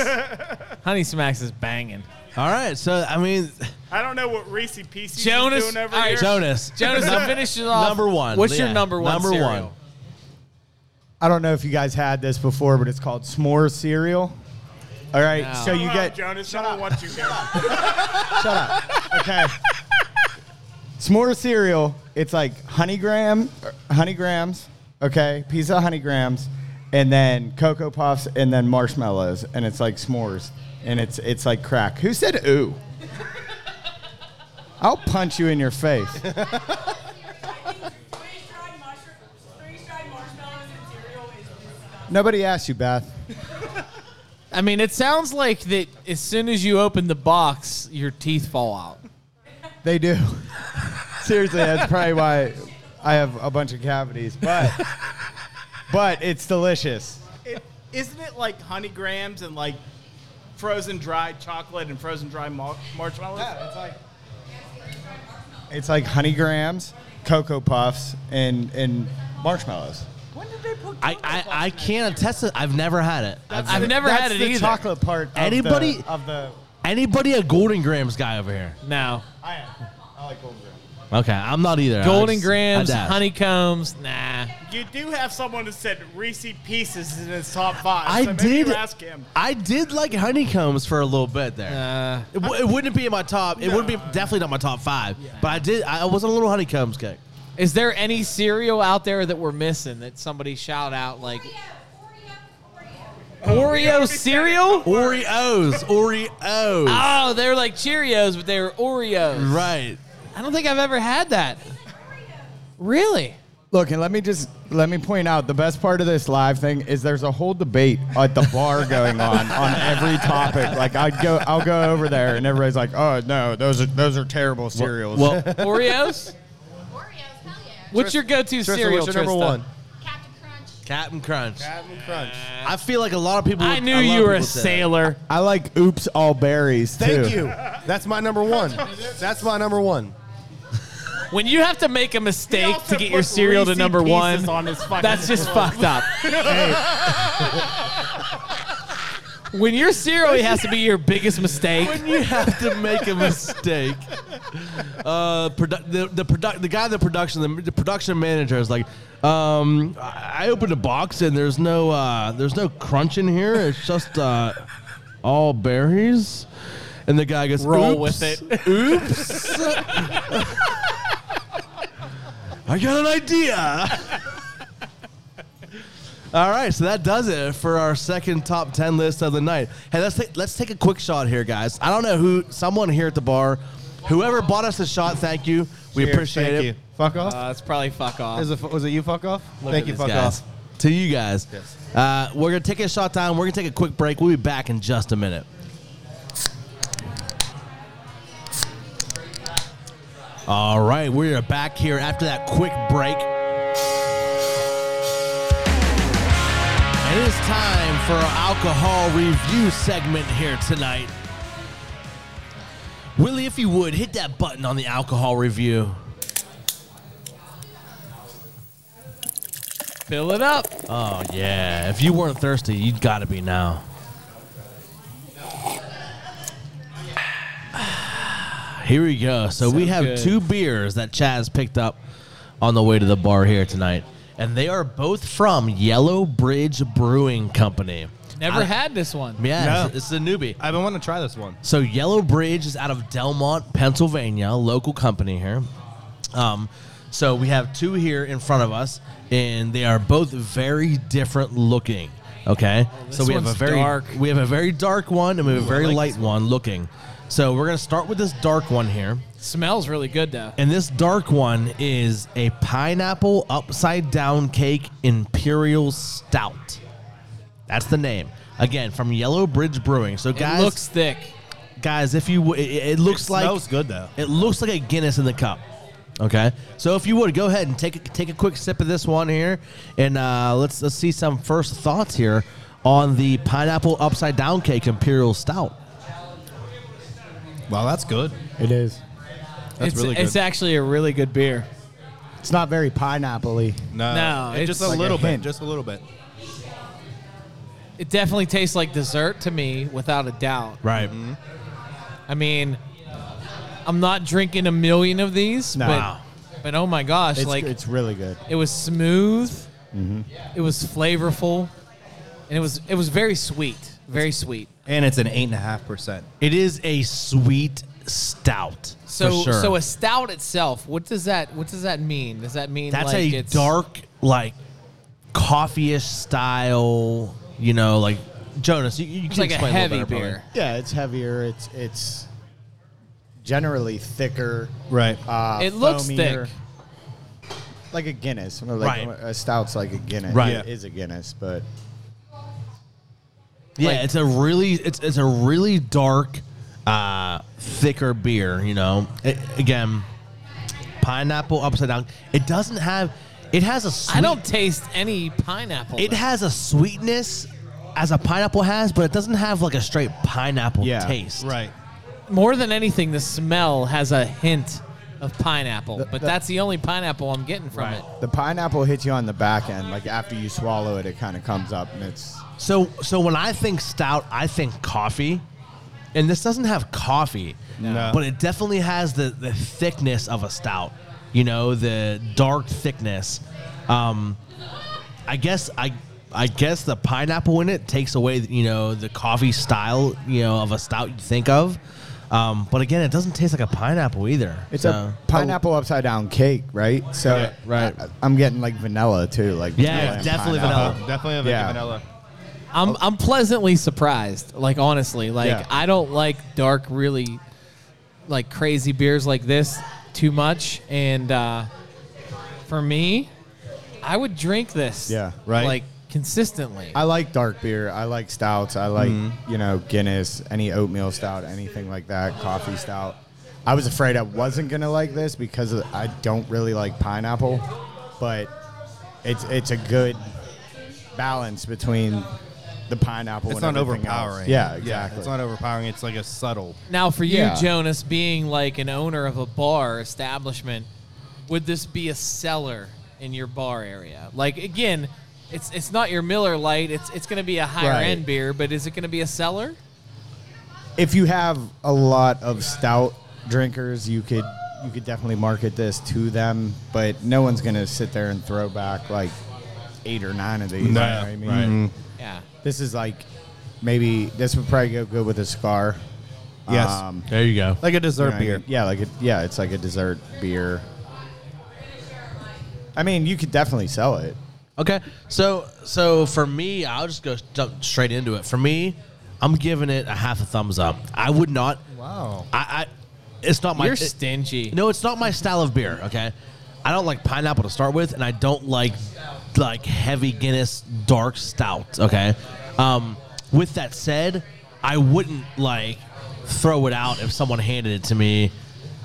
Speaker 2: Honey Smacks is banging.
Speaker 1: All right, so I mean,
Speaker 7: I don't know what Reese Pieces
Speaker 2: Jonas-
Speaker 7: is doing over
Speaker 2: all right,
Speaker 7: here.
Speaker 1: Jonas,
Speaker 2: Jonas, I'll finish it off.
Speaker 1: number one.
Speaker 2: What's
Speaker 1: Yeah,
Speaker 2: your number one?
Speaker 1: Number
Speaker 2: cereal?
Speaker 1: one.
Speaker 5: I don't know if you guys had this before, but it's called s'more cereal. All right,
Speaker 2: No.
Speaker 5: so you
Speaker 7: Shut up,
Speaker 5: get
Speaker 7: Jonas. I don't want you here.
Speaker 5: Shut up. Okay. S'more cereal. It's like honey graham, er, honey grams. Okay, piece of honey grams, and then cocoa puffs, and then marshmallows, and it's like s'mores, and it's it's like crack. Who said ooh? I'll punch you in your face. Nobody asked you, Beth.
Speaker 2: I mean, it sounds like that. As soon as you open the box, your teeth fall out.
Speaker 5: They do. Seriously, that's probably why I have a bunch of cavities. But but it's delicious.
Speaker 7: It, isn't it like Honey Grams and like frozen dried chocolate and frozen dried mar- marshmallows?
Speaker 5: it's like honey grams, cocoa puffs, and and marshmallows.
Speaker 7: When did they put?
Speaker 1: I, I, I can't attest to I've never had it. I've-
Speaker 2: I've never
Speaker 5: That's
Speaker 2: had it
Speaker 5: the
Speaker 2: either.
Speaker 5: chocolate part. Of
Speaker 1: Anybody-
Speaker 5: the, of the?
Speaker 1: Anybody a Golden Grams guy over here?
Speaker 2: No,
Speaker 5: I am. I like golden grams.
Speaker 1: Okay, I'm not either. I
Speaker 2: Golden
Speaker 1: just-
Speaker 2: Grams,
Speaker 1: I doubt.
Speaker 2: honeycombs. Nah.
Speaker 7: You do have someone who said Reese Pieces is in his top five.
Speaker 1: I
Speaker 7: so maybe
Speaker 1: did.
Speaker 7: You ask him.
Speaker 1: I did like honeycombs for a little bit there.
Speaker 2: Uh,
Speaker 1: It, w- it wouldn't be in my top. It wouldn't be definitely not my top five. But I did. I I was a little honeycombs guy.
Speaker 2: is there any cereal out there that we're missing that somebody shout out like
Speaker 7: Oh,
Speaker 2: Oreo cereal?
Speaker 1: Oreos, Oreos.
Speaker 2: Oh, they're like Cheerios, but they were Oreos.
Speaker 1: Right.
Speaker 2: I don't think I've ever had that. Really?
Speaker 5: Look, and let me just let me point out the best part of this live thing is there's a whole debate at the bar going on on every topic. Like I'd go, I'll go over there, and everybody's like, "Oh no, those are those are terrible cereals."
Speaker 1: Well,
Speaker 2: Oreos? What's your go-to
Speaker 3: Trista,
Speaker 2: cereal?
Speaker 3: what's your number
Speaker 2: Trista?
Speaker 3: one?
Speaker 1: Captain Crunch.
Speaker 3: Captain Crunch.
Speaker 1: I feel like a lot of people.
Speaker 2: I
Speaker 1: would-
Speaker 2: knew
Speaker 1: a lot
Speaker 2: you
Speaker 1: of
Speaker 2: were a
Speaker 1: people said that.
Speaker 2: sailor.
Speaker 5: I like Oops All Berries too.
Speaker 3: Thank you. That's my number one. That's my number one.
Speaker 2: When you have to make a
Speaker 7: He
Speaker 2: mistake
Speaker 7: also
Speaker 2: to get your
Speaker 7: put
Speaker 2: cereal to
Speaker 7: Reese's
Speaker 2: number
Speaker 7: Pieces
Speaker 2: one,
Speaker 7: on his fucking
Speaker 2: that's just fucked up. when your cereal has to be your biggest mistake,
Speaker 1: When you have to make a mistake, uh, produ- the the product the guy in the production the, the production manager is like, um, I I opened a box and there's no uh, there's no crunch in here. It's just uh, all berries. And the guy goes,
Speaker 2: Roll
Speaker 1: "Oops,
Speaker 2: with it."
Speaker 1: Oops. I got an idea. All right, so that does it for our second top ten list of the night. Hey, let's take, let's take a quick shot here, guys. I don't know who someone here at the bar, whoever bought us a shot. Thank you. We
Speaker 3: Cheers.
Speaker 1: appreciate
Speaker 3: Thank
Speaker 1: it.
Speaker 3: you. Fuck off.
Speaker 2: uh, it's probably fuck off.
Speaker 3: Is it, was it you? Fuck off. Thank you.
Speaker 1: This
Speaker 3: Fuck
Speaker 1: guys.
Speaker 3: off.
Speaker 1: To you guys.
Speaker 3: Yes.
Speaker 1: Uh, we're going to take a shot time. We're going to take a quick break. We'll be back in just a minute. All right, we are back here after that quick break. And it is time for our alcohol review segment here tonight. Willie, if you would, hit that button on the alcohol review.
Speaker 2: Fill it up.
Speaker 1: Oh yeah, if you weren't thirsty, you'd got to be now. Here we go. So, we have
Speaker 2: good.
Speaker 1: two beers that Chaz picked up on the way to the bar here tonight, and they are both from Yellow Bridge Brewing Company.
Speaker 2: Never
Speaker 1: I-
Speaker 2: had this one.
Speaker 1: Yeah,
Speaker 3: No.
Speaker 1: it's, it's a newbie.
Speaker 3: I've been wanting to try this one.
Speaker 1: So Yellow Bridge is out of Delmont, Pennsylvania, a local company here. Um, so we have two here in front of us, and they are both very different looking. Okay, so
Speaker 2: Oh, this
Speaker 1: we have a
Speaker 2: one's
Speaker 1: very
Speaker 2: dark.
Speaker 1: we have a very dark one and we have a very light one looking. So we're gonna start with this dark one here,
Speaker 2: Smells really good though.
Speaker 1: and this dark one is a pineapple upside down cake imperial stout. That's the name. Again, from Yellow Bridge Brewing. So guys,
Speaker 2: it looks thick.
Speaker 1: guys, if you w- it, it looks like
Speaker 3: smells good, though.
Speaker 1: It looks like a Guinness in the cup. Okay, so if you would go ahead and take a, take a quick sip of this one here, and uh, let's let's see some first thoughts here on the pineapple upside down cake imperial stout.
Speaker 9: Wow, that's good.
Speaker 5: It is.
Speaker 9: That's
Speaker 2: it's,
Speaker 9: really good.
Speaker 2: It's actually a really good beer.
Speaker 5: It's not very pineapple-y.
Speaker 9: no,
Speaker 2: No,
Speaker 9: it- just
Speaker 2: it's
Speaker 9: a
Speaker 2: like
Speaker 5: a
Speaker 9: little bit.
Speaker 5: hint.
Speaker 9: Just a little bit.
Speaker 2: It definitely tastes like dessert to me, without a doubt.
Speaker 1: Right.
Speaker 9: Mm-hmm.
Speaker 2: I mean, I'm not drinking a million of these,
Speaker 5: No. Wow.
Speaker 2: but, but oh my gosh,
Speaker 5: It's,
Speaker 2: like
Speaker 5: it's really good.
Speaker 2: it was smooth,
Speaker 1: Mm-hmm.
Speaker 2: it was flavorful, and it was it was very sweet, very sweet.
Speaker 3: And it's an eight and a half percent.
Speaker 1: It is a sweet stout.
Speaker 2: So
Speaker 1: for sure.
Speaker 2: so a stout itself, what does that what does that mean? Does that mean
Speaker 1: That's
Speaker 2: like
Speaker 1: a
Speaker 2: it's
Speaker 1: dark, like coffee-ish style. You know, like Jonas, you, you
Speaker 2: It's
Speaker 1: can
Speaker 2: like a
Speaker 1: explain
Speaker 2: heavy
Speaker 1: little better, brother.
Speaker 2: beer.
Speaker 5: Yeah, it's heavier. It's it's generally thicker.
Speaker 3: Right.
Speaker 5: Uh,
Speaker 2: It looks
Speaker 5: foamier.
Speaker 2: thick.
Speaker 5: Like a Guinness. Or Like
Speaker 1: Right.
Speaker 5: A stout's like a Guinness.
Speaker 1: Right.
Speaker 5: It is a Guinness, but
Speaker 1: Yeah,
Speaker 2: Like-
Speaker 1: it's a really it's it's a really dark, uh, thicker beer. You know, it, again, pineapple upside down. It doesn't have. It has a. Sweet,
Speaker 2: I don't taste any pineapple.
Speaker 1: It
Speaker 2: though.
Speaker 1: has a sweetness as a pineapple has, but it doesn't have like a straight pineapple
Speaker 5: Yeah,
Speaker 1: taste.
Speaker 3: Right.
Speaker 2: more than anything, the smell has a hint of pineapple,
Speaker 5: The-
Speaker 2: but
Speaker 5: the-
Speaker 2: that's the only pineapple I'm getting from it.
Speaker 5: the pineapple hits you on the back end. Like after you swallow it, it kind of comes up and it's
Speaker 1: So so when I think stout, I think coffee. And this doesn't have coffee,
Speaker 3: No.
Speaker 1: but it definitely has the, the thickness of a stout. You know, the dark thickness. Um, I guess I I guess the pineapple in it takes away you know the coffee style you know of a stout you think of. Um, but again, it doesn't taste like a pineapple either.
Speaker 5: it's
Speaker 1: So-
Speaker 5: a pineapple upside down cake, right? So
Speaker 3: Yeah,
Speaker 1: right.
Speaker 5: I, am getting like vanilla too. Like
Speaker 1: Yeah,
Speaker 5: vanilla and
Speaker 1: definitely
Speaker 5: pineapple.
Speaker 1: vanilla.
Speaker 3: Uh, definitely a
Speaker 5: Yeah.
Speaker 3: vanilla.
Speaker 2: I'm I'm pleasantly surprised. Like honestly, like
Speaker 5: Yeah.
Speaker 2: I don't like dark, really, like crazy beers like this too much. And uh, for me, I would drink this.
Speaker 5: Yeah,
Speaker 3: right.
Speaker 2: Like consistently.
Speaker 5: I like dark beer. I like stouts. I like you know Guinness, any oatmeal stout, anything like that, coffee stout. I was afraid I wasn't gonna like this because of- I don't really like pineapple, but it's it's a good balance between the pineapple.
Speaker 3: It's
Speaker 5: and
Speaker 3: not
Speaker 5: everything else.
Speaker 3: overpowering.
Speaker 5: Yeah, exactly.
Speaker 3: it's not overpowering. It's like a subtle.
Speaker 2: now for you,
Speaker 5: Yeah.
Speaker 2: Jonas, being like an owner of a bar establishment, would this be a cellar in your bar area? Like again, it's it's not your Miller Light. It's it's going to be a higher
Speaker 5: Right.
Speaker 2: end beer, but is it going to be a cellar?
Speaker 5: if you have a lot of stout drinkers, you could you could definitely market this to them, but no one's gonna sit there and throw back like eight or nine of these. you know what I mean?
Speaker 3: Mm-hmm.
Speaker 2: Yeah.
Speaker 5: This is like maybe this would probably go good with a scar.
Speaker 3: Yes.
Speaker 1: there you go.
Speaker 3: like a dessert
Speaker 5: you know,
Speaker 3: beer.
Speaker 5: Yeah, like a, yeah, it's like a dessert beer. I mean, you could definitely sell it.
Speaker 1: Okay, so so for me, I'll just go jump straight into it. For me, I'm giving it a half a thumbs up. I would not.
Speaker 3: Wow.
Speaker 1: I, I it's not my.
Speaker 2: You're
Speaker 1: it-
Speaker 2: stingy.
Speaker 1: no, it's not my style of beer. Okay, I don't like pineapple to start with, and I don't like like heavy Guinness dark stout. Okay, um, with that said, I wouldn't like throw it out if someone handed it to me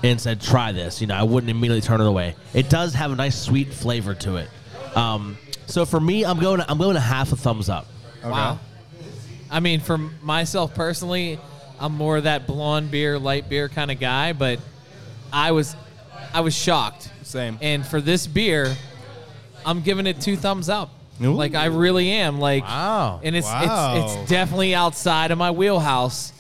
Speaker 1: and said try this. You know, I wouldn't immediately turn it away. It does have a nice sweet flavor to it. Um, so for me, I'm going. I'm going to half a thumbs up.
Speaker 2: Wow. I mean, for myself personally, I'm more that blonde beer, light beer kind of guy, but I was I was shocked.
Speaker 3: Same.
Speaker 2: And for this beer, I'm giving it two thumbs up.
Speaker 3: Ooh.
Speaker 2: Like I really am. Like
Speaker 1: Wow.
Speaker 2: And it's it's
Speaker 3: Wow.
Speaker 2: it's definitely outside of my wheelhouse,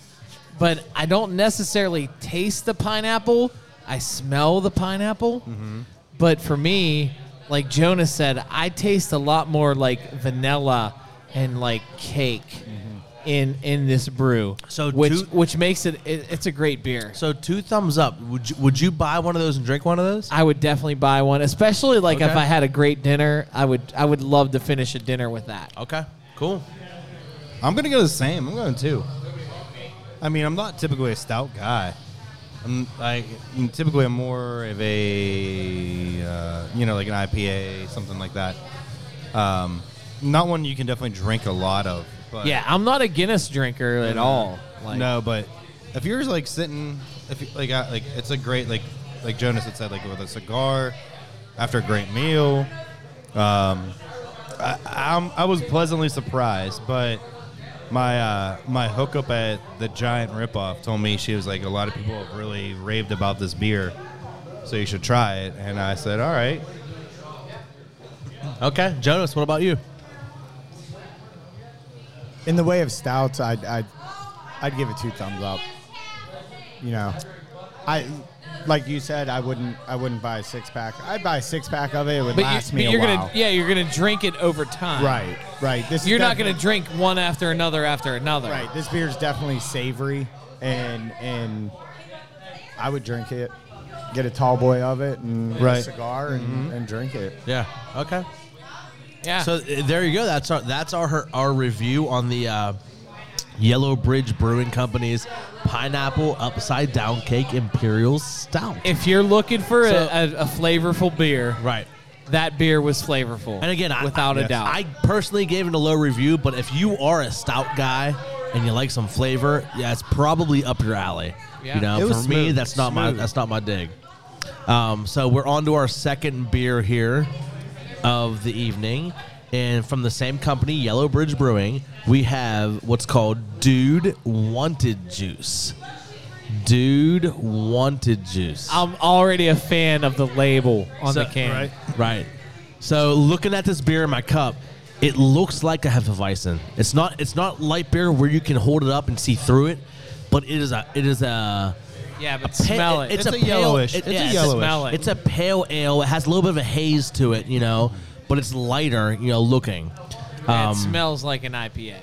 Speaker 2: but I don't necessarily taste the pineapple. I smell the pineapple.
Speaker 3: Mm-hmm.
Speaker 2: But for me, like Jonas said, I taste a lot more like vanilla and like cake
Speaker 3: Mm-hmm.
Speaker 2: in in this brew.
Speaker 1: So
Speaker 2: which
Speaker 1: do-
Speaker 2: which makes it, it it's a great beer.
Speaker 1: So two thumbs up. Would you, would you buy one of those and drink one of those?
Speaker 2: I would definitely buy one, especially like if
Speaker 1: Okay.
Speaker 2: I had a great dinner. I would I would love to finish a dinner with that.
Speaker 1: Okay, cool.
Speaker 3: I'm gonna go the same. I'm going two. I mean, I'm not typically a stout guy. I'm I I'm typically I'm more of a uh, you know like an IPA something like that. Um, not one you can definitely drink a lot of. But
Speaker 2: Yeah, I'm not a Guinness drinker at all. Like,
Speaker 3: no, but if you're like sitting, if you, like uh, like it's a great like like Jonas had said like with a cigar after a great meal. Um, I, I'm, I was pleasantly surprised, but my uh, my hookup at the Giant Ripoff told me she was like a lot of people have really raved about this beer, so you should try it. And I said, all right.
Speaker 1: Okay, Jonas, what about you?
Speaker 5: In the way of stouts, I'd, I'd, I'd give it two thumbs up. You know, I, like you said, I wouldn't, I wouldn't buy a six pack. I'd buy a six pack of it. It would
Speaker 2: But,
Speaker 5: last
Speaker 2: you,
Speaker 5: me
Speaker 2: but
Speaker 5: a
Speaker 2: you're
Speaker 5: while.
Speaker 2: gonna, yeah, you're gonna drink it over time.
Speaker 5: Right, right. This is
Speaker 2: You're not
Speaker 5: definitely-
Speaker 2: gonna drink one after another after another.
Speaker 5: Right. This beer is definitely savory, and and I would drink it, get a tall boy of it, and a
Speaker 3: Right.
Speaker 5: cigar, and, and drink it.
Speaker 1: Yeah. Okay.
Speaker 2: Yeah.
Speaker 1: So uh, there you go. That's our that's our her- our review on the uh, Yellow Bridge Brewing Company's pineapple upside down cake imperial stout.
Speaker 2: if you're looking for
Speaker 1: So-
Speaker 2: a, a, a flavorful beer,
Speaker 1: right.
Speaker 2: that beer was flavorful.
Speaker 1: And again, I-
Speaker 2: without a
Speaker 1: yes.
Speaker 2: doubt,
Speaker 1: I personally gave it a low review. But if you are a stout guy and you like some flavor, yeah, it's probably up your alley.
Speaker 2: Yeah.
Speaker 1: You know,
Speaker 5: It
Speaker 1: for
Speaker 5: was
Speaker 1: me,
Speaker 5: smooth,
Speaker 1: that's not my
Speaker 5: smooth.
Speaker 1: that's not my dig. Um, so we're on to our second beer here of the evening, and from the same company, Yellow Bridge Brewing, we have what's called Dude Wanted Juice. Dude Wanted Juice.
Speaker 2: I'm already a fan of the label on
Speaker 1: So-
Speaker 2: the can.
Speaker 1: Right. Right. So looking at this beer in my cup, it looks like a Hefeweizen. It's not. It's not light beer where you can hold it up and see through it, but it is a. It is a.
Speaker 2: Yeah, but
Speaker 1: pa-
Speaker 2: smell it.
Speaker 1: It's,
Speaker 3: It's
Speaker 1: a,
Speaker 3: a
Speaker 1: pale,
Speaker 3: yellowish.
Speaker 1: it-
Speaker 3: It's a
Speaker 1: yeah,
Speaker 3: yellowish.
Speaker 2: Smell it.
Speaker 1: It's a pale ale. It has a little bit of a haze to it, you know, but it's lighter, you know, looking.
Speaker 2: Yeah,
Speaker 1: Um,
Speaker 2: it smells like an IPA.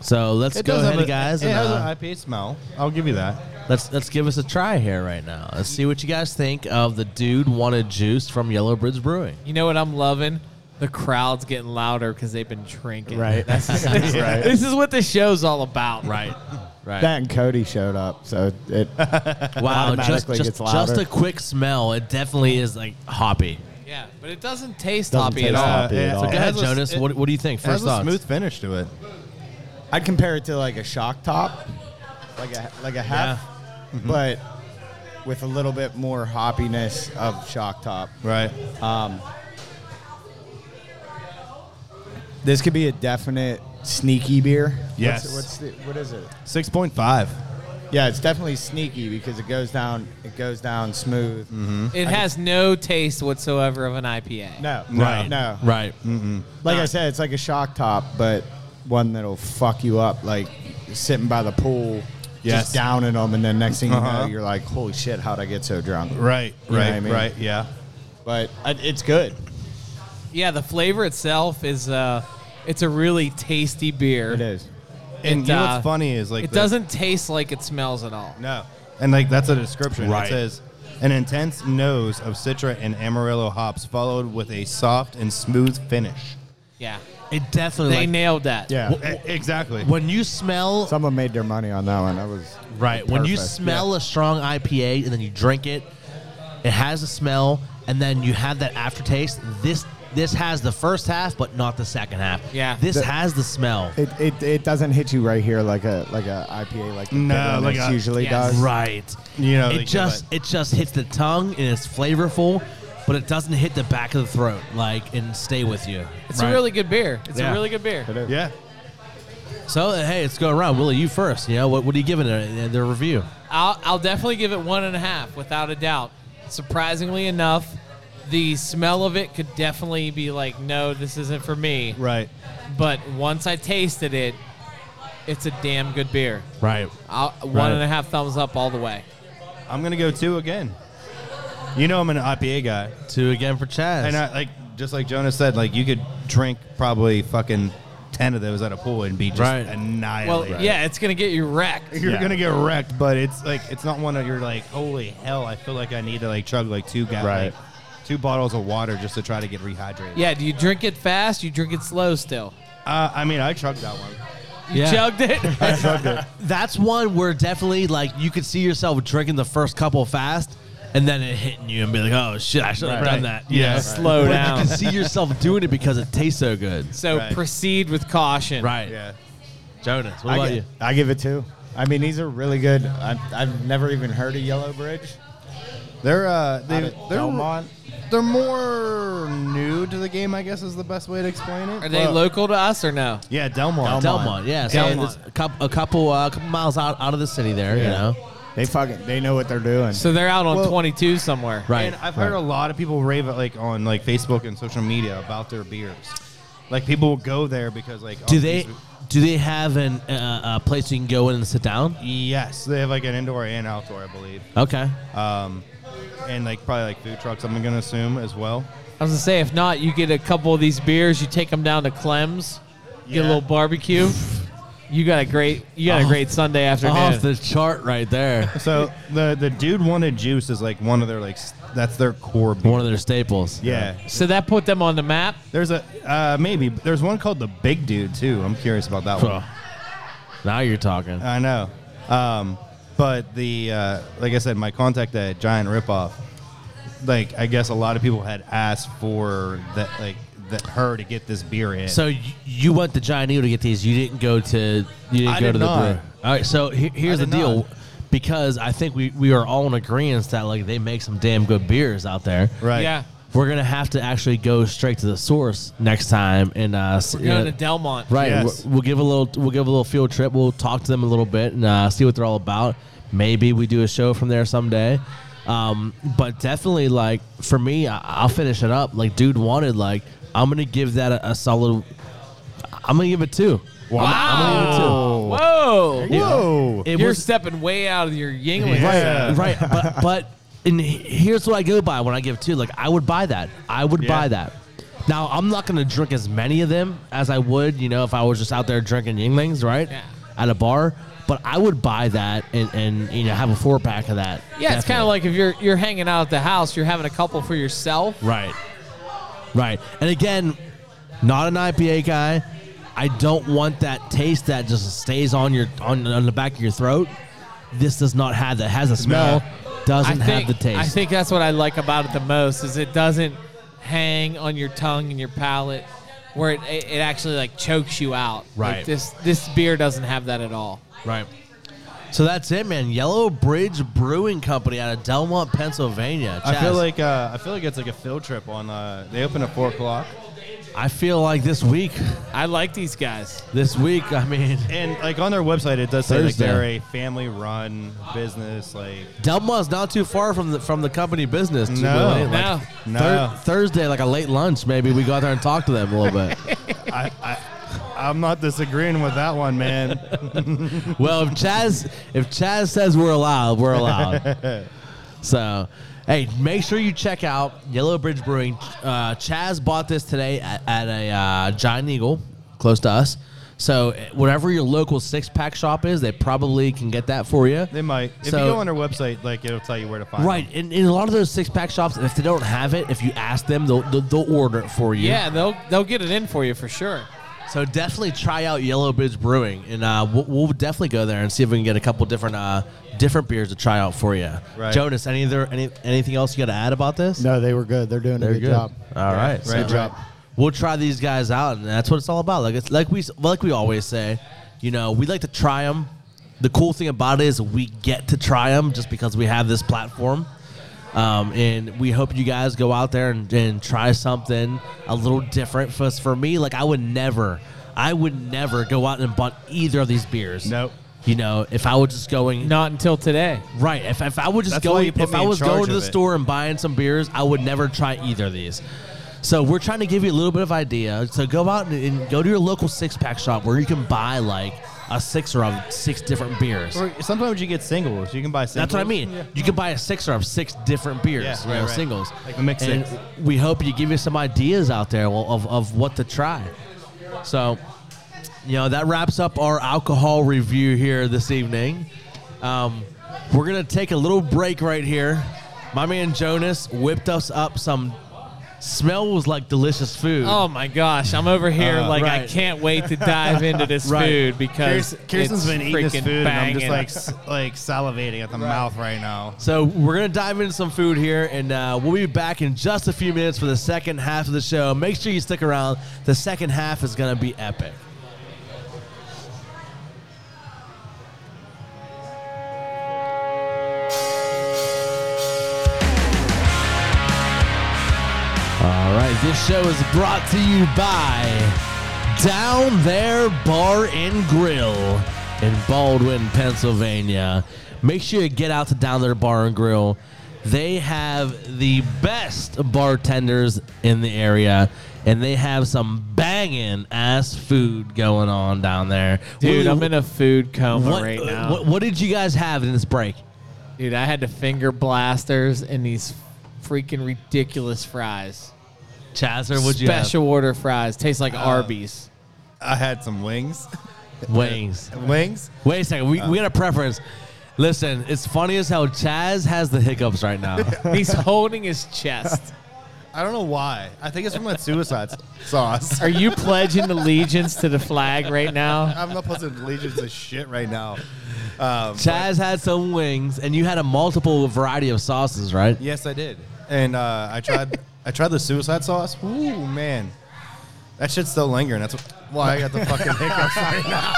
Speaker 1: So let's go
Speaker 3: does
Speaker 1: ahead,
Speaker 3: have a-
Speaker 1: guys.
Speaker 3: It
Speaker 1: and,
Speaker 3: has
Speaker 1: uh,
Speaker 3: an IPA smell. I'll give you that.
Speaker 1: Let's let's give us a try here right now. Let's see what you guys think of the dude wanted juice from Yellow Bridge Brewing.
Speaker 2: You know what I'm loving? The crowd's getting louder because they've been drinking.
Speaker 5: Right. That's right.
Speaker 2: This is what the show's all about.
Speaker 1: Right. Right.
Speaker 5: That and Cody showed up, so it.
Speaker 1: Wow, just,
Speaker 5: automatically
Speaker 1: just, just
Speaker 5: gets louder.
Speaker 1: a quick smell. It definitely is like hoppy.
Speaker 2: Yeah, but it doesn't taste
Speaker 5: Doesn't
Speaker 2: hoppy
Speaker 5: taste
Speaker 2: at all.
Speaker 5: hoppy. at
Speaker 3: it-
Speaker 5: all.
Speaker 3: it
Speaker 1: Go ahead,
Speaker 3: has a-
Speaker 1: Jonas.
Speaker 3: it-
Speaker 1: what, what do you think?
Speaker 3: it has
Speaker 1: First
Speaker 3: a
Speaker 1: thoughts.
Speaker 3: smooth finish to it.
Speaker 5: I'd compare it to like a shock top, like a like a half,
Speaker 3: Mm-hmm.
Speaker 5: but with a little bit more hoppiness of shock top.
Speaker 3: Right.
Speaker 5: This could be a definite sneaky beer.
Speaker 3: Yes.
Speaker 5: What's, what's the, what is it?
Speaker 3: Six point five.
Speaker 5: Yeah, it's definitely sneaky because it goes down. It goes down smooth.
Speaker 3: Mm.
Speaker 2: It has no taste whatsoever of an IPA.
Speaker 5: No,
Speaker 3: Right.
Speaker 5: no.
Speaker 1: Right.
Speaker 5: Like I said, it's like a shock top, but one that'll fuck you up. Like sitting by the pool,
Speaker 3: Yes.
Speaker 5: just downing them, and then next thing you
Speaker 3: Uh-huh.
Speaker 5: know, you're like, "Holy shit, how'd I get so drunk?"
Speaker 3: Right.
Speaker 5: You know
Speaker 3: right.
Speaker 5: what I mean?
Speaker 3: Right. Yeah.
Speaker 5: But I, it's good.
Speaker 2: Yeah, the flavor itself is uh, it's a really tasty beer.
Speaker 5: It is.
Speaker 3: And
Speaker 2: It,
Speaker 3: you know
Speaker 2: uh,
Speaker 3: what's funny is like
Speaker 2: it
Speaker 3: the-
Speaker 2: doesn't taste like it smells at all.
Speaker 3: No. And like that's a description.
Speaker 1: Right.
Speaker 3: It says an intense nose of Citra and Amarillo hops followed with a soft and smooth finish.
Speaker 2: Yeah,
Speaker 1: It definitely.
Speaker 2: they nailed that.
Speaker 5: Yeah.
Speaker 3: E- exactly.
Speaker 1: when you smell
Speaker 5: Someone made their money on that one. That was
Speaker 1: right, when you
Speaker 5: perfect.
Speaker 1: smell a strong IPA and then you drink it, it has a smell, and then you have that aftertaste. This this has the first half, but not the second half.
Speaker 2: Yeah.
Speaker 1: This
Speaker 5: The-
Speaker 1: has the smell.
Speaker 5: It, it, it doesn't hit you right here like a like a IPA like the
Speaker 3: No,
Speaker 5: Bitterness
Speaker 3: like a-
Speaker 5: usually
Speaker 2: Yes.
Speaker 5: does.
Speaker 1: right.
Speaker 3: You know,
Speaker 1: it
Speaker 3: like,
Speaker 1: just it just hits the tongue and it's flavorful, but it doesn't hit the back of the throat like and stay with you.
Speaker 2: It's
Speaker 1: Right.
Speaker 2: a really good beer. It's
Speaker 1: Yeah.
Speaker 2: a really good beer.
Speaker 5: It is.
Speaker 3: Yeah.
Speaker 1: So uh, hey, let's go around. Willie, you first. You know what? What are you giving it? uh, The review.
Speaker 2: I'll, I'll definitely give it one and a half without a doubt. Surprisingly enough, the smell of it could definitely be like, no, this isn't for me.
Speaker 3: Right.
Speaker 2: But once I tasted it, it's a damn good beer.
Speaker 1: Right.
Speaker 2: I'll,
Speaker 1: Right.
Speaker 2: One and a half thumbs up all the way.
Speaker 3: I'm gonna go two again. You know I'm an IPA guy.
Speaker 1: Two again for Chaz.
Speaker 3: And uh, I, like just like Jonas said, like you could drink probably fucking ten of those at a pool and be just
Speaker 1: Right.
Speaker 2: Well,
Speaker 3: annihilated.
Speaker 2: yeah, it's gonna get you wrecked.
Speaker 3: You're
Speaker 5: Yeah.
Speaker 3: gonna get wrecked, but it's like it's not one that you're like, holy hell, I feel like I need to like chug like two ga-
Speaker 5: Right.
Speaker 3: like, two bottles of water just to try to get rehydrated.
Speaker 2: Yeah, do you drink it fast? You drink it slow still.
Speaker 3: Uh, I mean, I chugged that one.
Speaker 2: You
Speaker 1: Yeah.
Speaker 2: chugged it.
Speaker 1: That's one where definitely like you could see yourself drinking the first couple fast, and then it hitting you and be like, oh shit, I should have done that. you
Speaker 3: Yeah.
Speaker 1: know?
Speaker 2: Slow
Speaker 1: But
Speaker 2: down.
Speaker 1: You can see yourself doing it because it tastes so good.
Speaker 2: so
Speaker 3: Right.
Speaker 2: proceed with caution.
Speaker 1: Right.
Speaker 3: Yeah.
Speaker 1: Jonas, what
Speaker 5: I,
Speaker 1: about
Speaker 5: gi-
Speaker 1: you?
Speaker 5: I give it two. I mean, these are really good. I, I've never even heard of Yellow Bridge.
Speaker 3: They're uh, they,
Speaker 5: Out of
Speaker 3: they're
Speaker 5: Belmont.
Speaker 3: they're more new to the game, I guess is the best way to explain it.
Speaker 2: Are they
Speaker 3: But-
Speaker 2: local to us or no?
Speaker 3: Yeah, Delmar.
Speaker 1: Delmont, yeah. So
Speaker 2: Delmont.
Speaker 1: it's a couple, a couple, uh, couple miles out, out of the city there, you know?
Speaker 5: They fucking they know what they're doing.
Speaker 2: So they're out on
Speaker 3: Well-
Speaker 2: 22 somewhere.
Speaker 1: Right.
Speaker 3: And I've heard a lot of people rave it, like on like Facebook and social media about their beers. Like people will go there because like
Speaker 1: do
Speaker 3: oh,
Speaker 1: they
Speaker 3: these-
Speaker 1: do they have an, uh, a place you can go in and sit down?
Speaker 3: Yes, they have like an indoor and outdoor, I believe,
Speaker 1: Okay.
Speaker 3: and like probably like food trucks. I'm gonna assume as well.
Speaker 2: I was gonna say, if not, you get a couple of these beers, you take them down to Clem's, get a
Speaker 3: Yeah.
Speaker 2: little barbecue. you got a great, you got a great Sunday afternoon.
Speaker 1: Off the chart right there.
Speaker 3: So the the dude wanted juice is like one of their like s- that's their core beer.
Speaker 1: One of their staples.
Speaker 3: yeah.
Speaker 2: so that put them on the map.
Speaker 3: There's a uh, maybe there's one called the Big Dude too. I'm curious about that one.
Speaker 1: Now you're talking.
Speaker 3: I know. Um, but the uh, like I said, my contact at Giant Ripoff, like I guess a lot of people had asked for that, like that her to get this beer in.
Speaker 1: So y- you went to Giant Eagle to get these. You didn't go to. You didn't
Speaker 3: I
Speaker 1: go
Speaker 3: did
Speaker 1: to the
Speaker 3: not.
Speaker 1: brewery. All right. So he- here's the
Speaker 3: did
Speaker 1: deal,
Speaker 3: not.
Speaker 1: because I think we we are all in agreement that like they make some damn good beers out there.
Speaker 3: right?
Speaker 2: Yeah,
Speaker 1: We're gonna have to actually go straight to the source next time and uh, s-
Speaker 2: we're
Speaker 1: you know-
Speaker 2: going to Delmont.
Speaker 1: right.
Speaker 3: Yes.
Speaker 1: We'll, we'll give a little. We'll give a little field trip. We'll talk to them a little bit and uh, see what they're all about. Maybe we do a show from there someday. Um, but definitely, like for me, I, I'll finish it up. Like, dude wanted. Like, I'm gonna give that a, a solid. I'm gonna give it two. Wow. I'm, gonna give it two.
Speaker 2: Whoa,
Speaker 3: Oh. Whoa.
Speaker 1: It
Speaker 2: you're
Speaker 1: was
Speaker 2: stepping way out of your Yingling.
Speaker 3: Yeah.
Speaker 1: right, but but and he- here's what I go by when I give two. Like I would buy that. I would buy
Speaker 3: Yeah.
Speaker 1: that. Now I'm not gonna drink as many of them as I would, you know, if I was just out there drinking Yinglings, right?
Speaker 2: Yeah.
Speaker 1: At a bar. But I would buy that and, and you know have a four pack of that.
Speaker 2: Yeah, it's kind of like if you're you're hanging out at the house, you're having a couple for yourself.
Speaker 1: Right. Right. And again, not an IPA guy. I don't want that taste that just stays on your on, on the back of your throat. This does not have that. Has a smell. Doesn't
Speaker 2: I
Speaker 1: have
Speaker 2: think,
Speaker 1: the taste.
Speaker 2: I think that's what I like about it the most is it doesn't hang on your tongue and your palate where it, it, it actually like chokes you out. Like,
Speaker 1: Right.
Speaker 2: this this beer doesn't have that at all.
Speaker 1: Right. So that's it, man. Yellow Bridge Brewing Company out of Delmont, Pennsylvania.
Speaker 3: I feel
Speaker 1: Chaz,
Speaker 3: like uh, I feel like it's like a field trip on. Uh, they open at four o'clock,
Speaker 1: I feel like this week,
Speaker 2: I like these guys.
Speaker 1: this week. I mean,
Speaker 3: and like on their website, it does say like
Speaker 1: Thursday.
Speaker 3: they're a family-run business. Like
Speaker 1: Delmont's not too far from the from the company business. too,
Speaker 3: No.
Speaker 1: really. Like,
Speaker 2: Now
Speaker 3: no,
Speaker 1: Thur- Thursday, like a late lunch, maybe we go out there and talk to them a little bit.
Speaker 3: I'm not disagreeing with that one, man.
Speaker 1: well, if Chaz if Chaz says we're allowed, we're allowed. so, hey, make sure you check out Yellow Bridge Brewing. Uh, Chaz bought this today at, at a uh, Giant Eagle close to us. So, eh, whatever your local six pack shop is, they probably can get that for you.
Speaker 3: they might. If
Speaker 1: So-
Speaker 3: you go on their website, like it'll tell you where to find.
Speaker 1: Right, and in a lot of those six pack shops, if they don't have it, if you ask them, they'll, they'll, they'll order it for you.
Speaker 2: yeah, they'll they'll get it in for you for sure.
Speaker 1: So definitely try out Yellow Bridge Brewing, and uh, we'll, we'll definitely go there and see if we can get a couple different uh, different beers to try out for you.
Speaker 3: Right.
Speaker 1: Jonas, any other any, anything else you got to add about this?
Speaker 5: no, they were good. They're doing a good, job.
Speaker 1: All right, so
Speaker 3: Right, right.
Speaker 1: We'll try these guys out, and that's what it's all about. Like it's like we like we always say, you know, we like to try them. The cool thing about it is we get to try them just because we have this platform. Um, and we hope you guys go out there and, and try something a little different. For, for me, like I would never, I would never go out and bought either of these beers.
Speaker 3: Nope.
Speaker 1: You know, if I was just going,
Speaker 2: Not until today.
Speaker 1: Right. If, if I would just
Speaker 3: That's
Speaker 1: go,
Speaker 3: why you
Speaker 1: if
Speaker 3: put me
Speaker 1: I
Speaker 3: in
Speaker 1: was
Speaker 3: charge
Speaker 1: going to the
Speaker 3: of it.
Speaker 1: store and buying some beers, I would never try either of these. So we're trying to give you a little bit of idea. So go out and, and go to your local six pack shop where you can buy like a sixer of six different beers.
Speaker 3: Or sometimes you get singles. You can buy singles.
Speaker 1: That's what I mean. You can buy a sixer of six different beers,
Speaker 3: Yeah,
Speaker 1: you
Speaker 3: right,
Speaker 1: know,
Speaker 3: right.
Speaker 1: singles.
Speaker 3: Like a mix
Speaker 1: and
Speaker 3: six.
Speaker 1: We hope you give you some ideas out there well, of, of what to try. So, you know, that wraps up our alcohol review here this evening. Um, we're going to take a little break right here. My man Jonas whipped us up some smells like delicious food.
Speaker 2: Oh my gosh, I'm over here like I
Speaker 1: right.
Speaker 2: can't wait to dive into this
Speaker 1: Right.
Speaker 2: food because
Speaker 3: Kirsten's
Speaker 2: it's
Speaker 3: been eating this
Speaker 2: freaking
Speaker 3: food, and I'm
Speaker 2: banging.
Speaker 3: just like s- like salivating at the mouth right now.
Speaker 1: So we're gonna dive into some food here, and uh, we'll be back in just a few minutes for the second half of the show. Make sure you stick around. The second half is gonna be epic. guys, this show is brought to you by Down There Bar and Grill in Baldwin, Pennsylvania. Make sure you get out to Down There Bar and Grill. They have the best bartenders in the area, and they have some banging ass food going on down there.
Speaker 2: Dude,
Speaker 1: What-
Speaker 2: I'm in a food coma
Speaker 1: what,
Speaker 3: Uh,
Speaker 1: uh,
Speaker 2: right now.
Speaker 1: What, what did you guys have in this break?
Speaker 2: Dude, I had the finger blasters and these freaking ridiculous fries.
Speaker 1: Chazzer, what'd you have?
Speaker 2: Special order fries. Tastes
Speaker 5: Uh,
Speaker 2: like Arby's.
Speaker 3: I had some wings.
Speaker 1: Wings.
Speaker 3: Wings?
Speaker 1: Wait a second. We, we got a preference. Listen, it's funny as hell. Chaz has the hiccups right now.
Speaker 2: He's holding his chest.
Speaker 3: I don't know why. I think it's from that suicide sauce.
Speaker 2: Are you pledging allegiance to the flag right now?
Speaker 3: I'm not posting allegiance to shit right now.
Speaker 1: Chaz had some wings, and you had a multiple variety of sauces, right?
Speaker 3: Yes, I did. And uh, I tried. I tried the suicide sauce. Ooh, man, that shit's still lingering. That's why I got the fucking hiccups right now.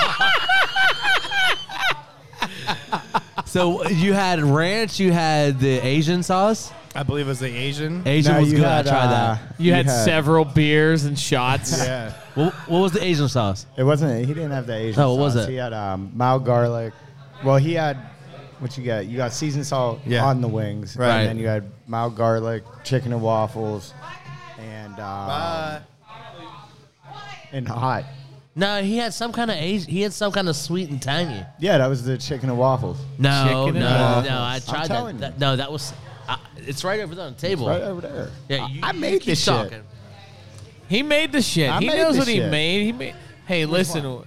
Speaker 1: So you had ranch, you had the Asian sauce.
Speaker 3: I believe it was the Asian.
Speaker 1: Asian
Speaker 5: No,
Speaker 1: was
Speaker 5: you
Speaker 1: good.
Speaker 5: had,
Speaker 1: I tried
Speaker 5: uh,
Speaker 1: that.
Speaker 2: You had
Speaker 5: had-
Speaker 2: several beers and shots.
Speaker 3: Yeah.
Speaker 1: What, what was the Asian sauce?
Speaker 5: It wasn't. He didn't have the Asian.
Speaker 1: Oh, what was
Speaker 5: sauce.
Speaker 1: it?
Speaker 5: He had um, mild garlic. Well, he had what you got. You got seasoned salt
Speaker 3: Yeah.
Speaker 5: on the wings,
Speaker 3: Right.
Speaker 5: And then you had mild garlic, chicken and waffles, and uh,
Speaker 3: Uh,
Speaker 5: and hot.
Speaker 1: No, he had some kind of Asian. He had some kind of sweet and tangy.
Speaker 5: Yeah, that was the chicken and waffles.
Speaker 1: No,
Speaker 2: Chicken and
Speaker 1: no,
Speaker 5: waffles.
Speaker 1: no. I
Speaker 5: I'm
Speaker 1: tried
Speaker 5: telling
Speaker 1: that.
Speaker 5: you.
Speaker 1: that. No, that was. I it's right over there on the table.
Speaker 5: Right over there.
Speaker 1: Yeah,
Speaker 5: I-
Speaker 1: you,
Speaker 5: I
Speaker 1: you
Speaker 5: made
Speaker 1: keep
Speaker 5: this shit.
Speaker 1: talking.
Speaker 2: He made the shit.
Speaker 5: I
Speaker 2: he
Speaker 5: made
Speaker 2: knows
Speaker 5: the
Speaker 2: what he
Speaker 5: shit.
Speaker 2: made. He made. Hey, listen.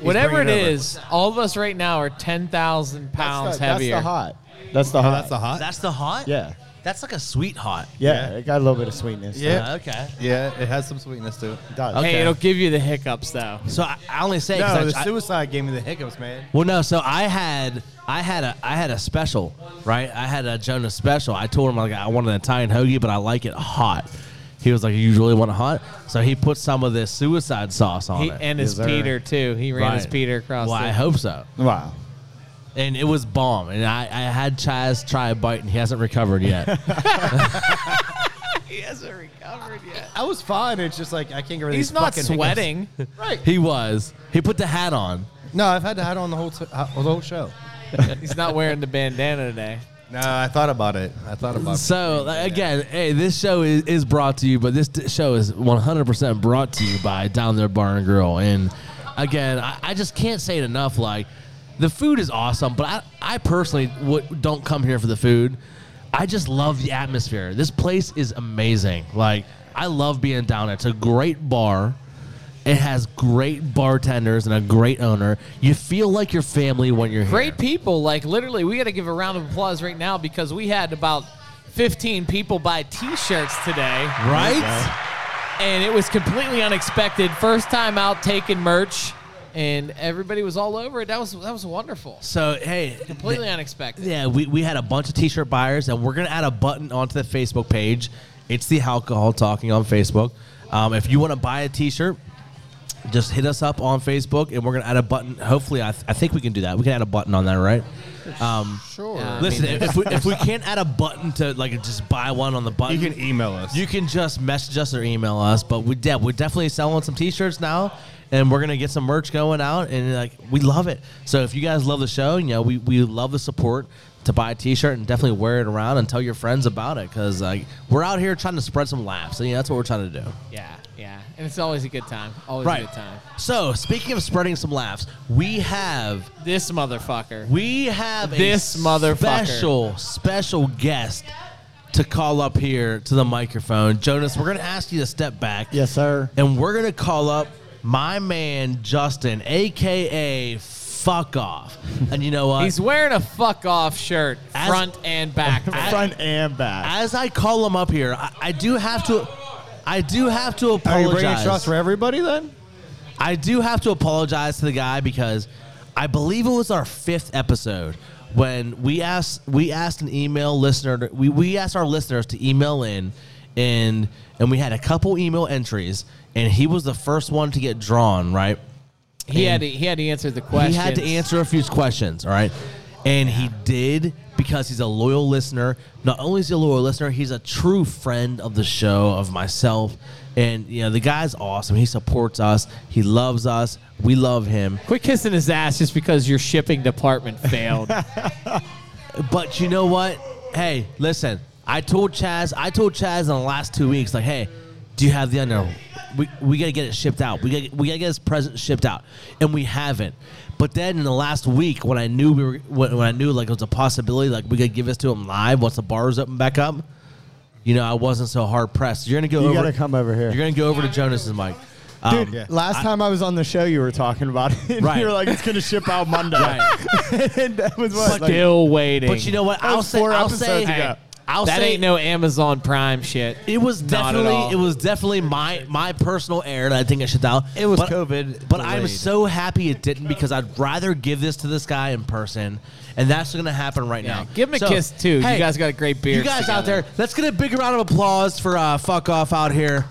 Speaker 2: Whatever it
Speaker 3: bringing it over.
Speaker 2: is, all of us right now are ten thousand
Speaker 5: that's
Speaker 2: pounds
Speaker 5: the,
Speaker 2: heavier.
Speaker 5: That's the hot. That's the hot.
Speaker 3: that's the hot.
Speaker 1: That's the hot.
Speaker 5: Yeah.
Speaker 1: that's like a sweet hot.
Speaker 5: Yeah,
Speaker 3: Yeah.
Speaker 5: it got a little bit of sweetness.
Speaker 1: Uh, okay.
Speaker 3: Yeah, it has some sweetness to it.
Speaker 5: It does.
Speaker 1: Okay.
Speaker 2: Hey, it'll give you the hiccups though.
Speaker 1: So I, I only say 'cause
Speaker 3: No,
Speaker 1: I-
Speaker 3: the
Speaker 1: I-
Speaker 3: suicide gave me the hiccups, man.
Speaker 1: Well, no. So I had I had a I had a special, right? I had a Jonas special. I told him like I want an Italian hoagie, but I like it hot. He was like, "You really want it hot?" So he put some of this suicide sauce on
Speaker 2: He,
Speaker 1: it.
Speaker 2: and his
Speaker 5: Yes, sir.
Speaker 2: Peter too. He ran his
Speaker 1: Right.
Speaker 2: Peter across.
Speaker 1: Well, I
Speaker 2: the-
Speaker 1: hope so.
Speaker 5: Wow.
Speaker 1: And it was bomb. And I, I had Chaz try a bite, and he hasn't recovered yet.
Speaker 2: he hasn't recovered yet.
Speaker 3: I was fine. It's just like I can't get rid of
Speaker 2: He's
Speaker 3: these
Speaker 2: not
Speaker 3: fucking hiccups.
Speaker 2: sweating.
Speaker 1: he was. He put the hat on.
Speaker 3: No, I've had the hat on the whole t- uh, the whole show.
Speaker 2: He's not wearing the bandana today.
Speaker 3: No, I thought about it. I thought about it.
Speaker 1: So like, again, hey, this show is, is brought to you, but this t- show is 100% brought to you by Down There Bar and Grill. And again, I, I just can't say it enough. Like the food is awesome, but I I personally w- don't come here for the food. I just love the atmosphere. This place is amazing. Like I love being down there. It's a great bar. It has great bartenders and a great owner. You feel like your family when you're here.
Speaker 2: Great people. Like literally, we got to give a round of applause right now because we had about fifteen people buy T-shirts today.
Speaker 1: right?
Speaker 2: and it was completely unexpected. First time out taking merch, and everybody was all over it. That was that was wonderful.
Speaker 1: So hey,
Speaker 2: Completely unexpected.
Speaker 1: Yeah, we, we had a bunch of t-shirt buyers, and we're gonna add a button onto the Facebook page. It's the alcohol talking on Facebook. Um, if you want to buy a t-shirt, just hit us up on Facebook, and we're gonna add a button. Hopefully, I, th- I think we can do that. We can add a button on that, right? Um,
Speaker 2: Sure.
Speaker 1: Listen, if we, if we can't add a button to like just buy one on the
Speaker 3: You
Speaker 1: button,
Speaker 3: can email us.
Speaker 1: you can just message us or email us, but we de- we're definitely selling some T-shirts now, and we're gonna get some merch going out, and like we love it. So if you guys love the show, you know we, we love the support to buy a T-shirt and definitely wear it around and tell your friends about it because like we're out here trying to spread some laughs. And, you know, that's what we're trying to do.
Speaker 2: yeah, yeah, and it's always a good time. Always a good time.
Speaker 1: So speaking of spreading some laughs, we have
Speaker 2: This motherfucker.
Speaker 1: we have
Speaker 2: This
Speaker 1: a
Speaker 2: motherfucker.
Speaker 1: special special guest to call up here to the microphone. Jonas, we're gonna ask you to step back.
Speaker 5: Yes, sir.
Speaker 1: and we're gonna call up my man Justin, aka Fuck Off. And you know what?
Speaker 2: He's wearing a fuck off shirt,
Speaker 1: As-
Speaker 2: front and back.
Speaker 5: Front and back.
Speaker 1: As I call him up here, I, I do have to, I do have to
Speaker 5: Are you bringing shots
Speaker 1: apologize.
Speaker 5: for everybody then?
Speaker 1: I do have to apologize to the guy because I believe it was our fifth episode when we asked we asked an email listener to, we we asked our listeners to email in and and we had a couple email entries and he was the first one to get drawn right
Speaker 2: he had to, he had to answer the question.
Speaker 1: He had to answer a few questions, all right? And he did because he's a loyal listener. Not only is he a loyal listener, he's a true friend of the show, of myself. And, you know, the guy's awesome. He supports us, he loves us, we love him.
Speaker 2: Quit kissing his ass just because your shipping department failed.
Speaker 1: But you know what? Hey, listen. I told Chaz. I told Chaz in the last two weeks, like, hey, do you have the unknown? We, we gotta get it shipped out. We gotta, we gotta get this present shipped out, and we haven't. But then in the last week, when I knew we were, when, when I knew like it was a possibility, like we could give this to him live once the bars open back up. You know, I wasn't so hard pressed. You're gonna go.
Speaker 5: You
Speaker 1: over,
Speaker 5: gotta come over here.
Speaker 1: You're gonna go over to Jonas's mic. Um,
Speaker 5: Dude, last time I was on the show, you were talking about it. And
Speaker 1: Right.
Speaker 5: You were like, it's going to ship out Monday. and that was what? Like,
Speaker 2: Still waiting.
Speaker 1: But you know what?
Speaker 5: That was
Speaker 1: I'll say.
Speaker 5: four
Speaker 1: I'll
Speaker 5: episodes
Speaker 1: say.
Speaker 5: ago.
Speaker 1: I'll
Speaker 2: that
Speaker 1: say
Speaker 2: ain't no Amazon Prime shit.
Speaker 1: It was
Speaker 2: Not at all.
Speaker 1: definitely it was definitely my my personal error that I think I should out.
Speaker 5: It was
Speaker 1: But-
Speaker 5: COVID
Speaker 1: But I'm
Speaker 5: delayed.
Speaker 1: so happy it didn't because I'd rather give this to this guy in person, and that's gonna happen right
Speaker 2: Yeah.
Speaker 1: now.
Speaker 2: Give him a
Speaker 1: So,
Speaker 2: kiss too.
Speaker 1: hey,
Speaker 2: you guys got a great beard.
Speaker 1: You guys out there, let's get a big round of applause for uh, fuck off out here.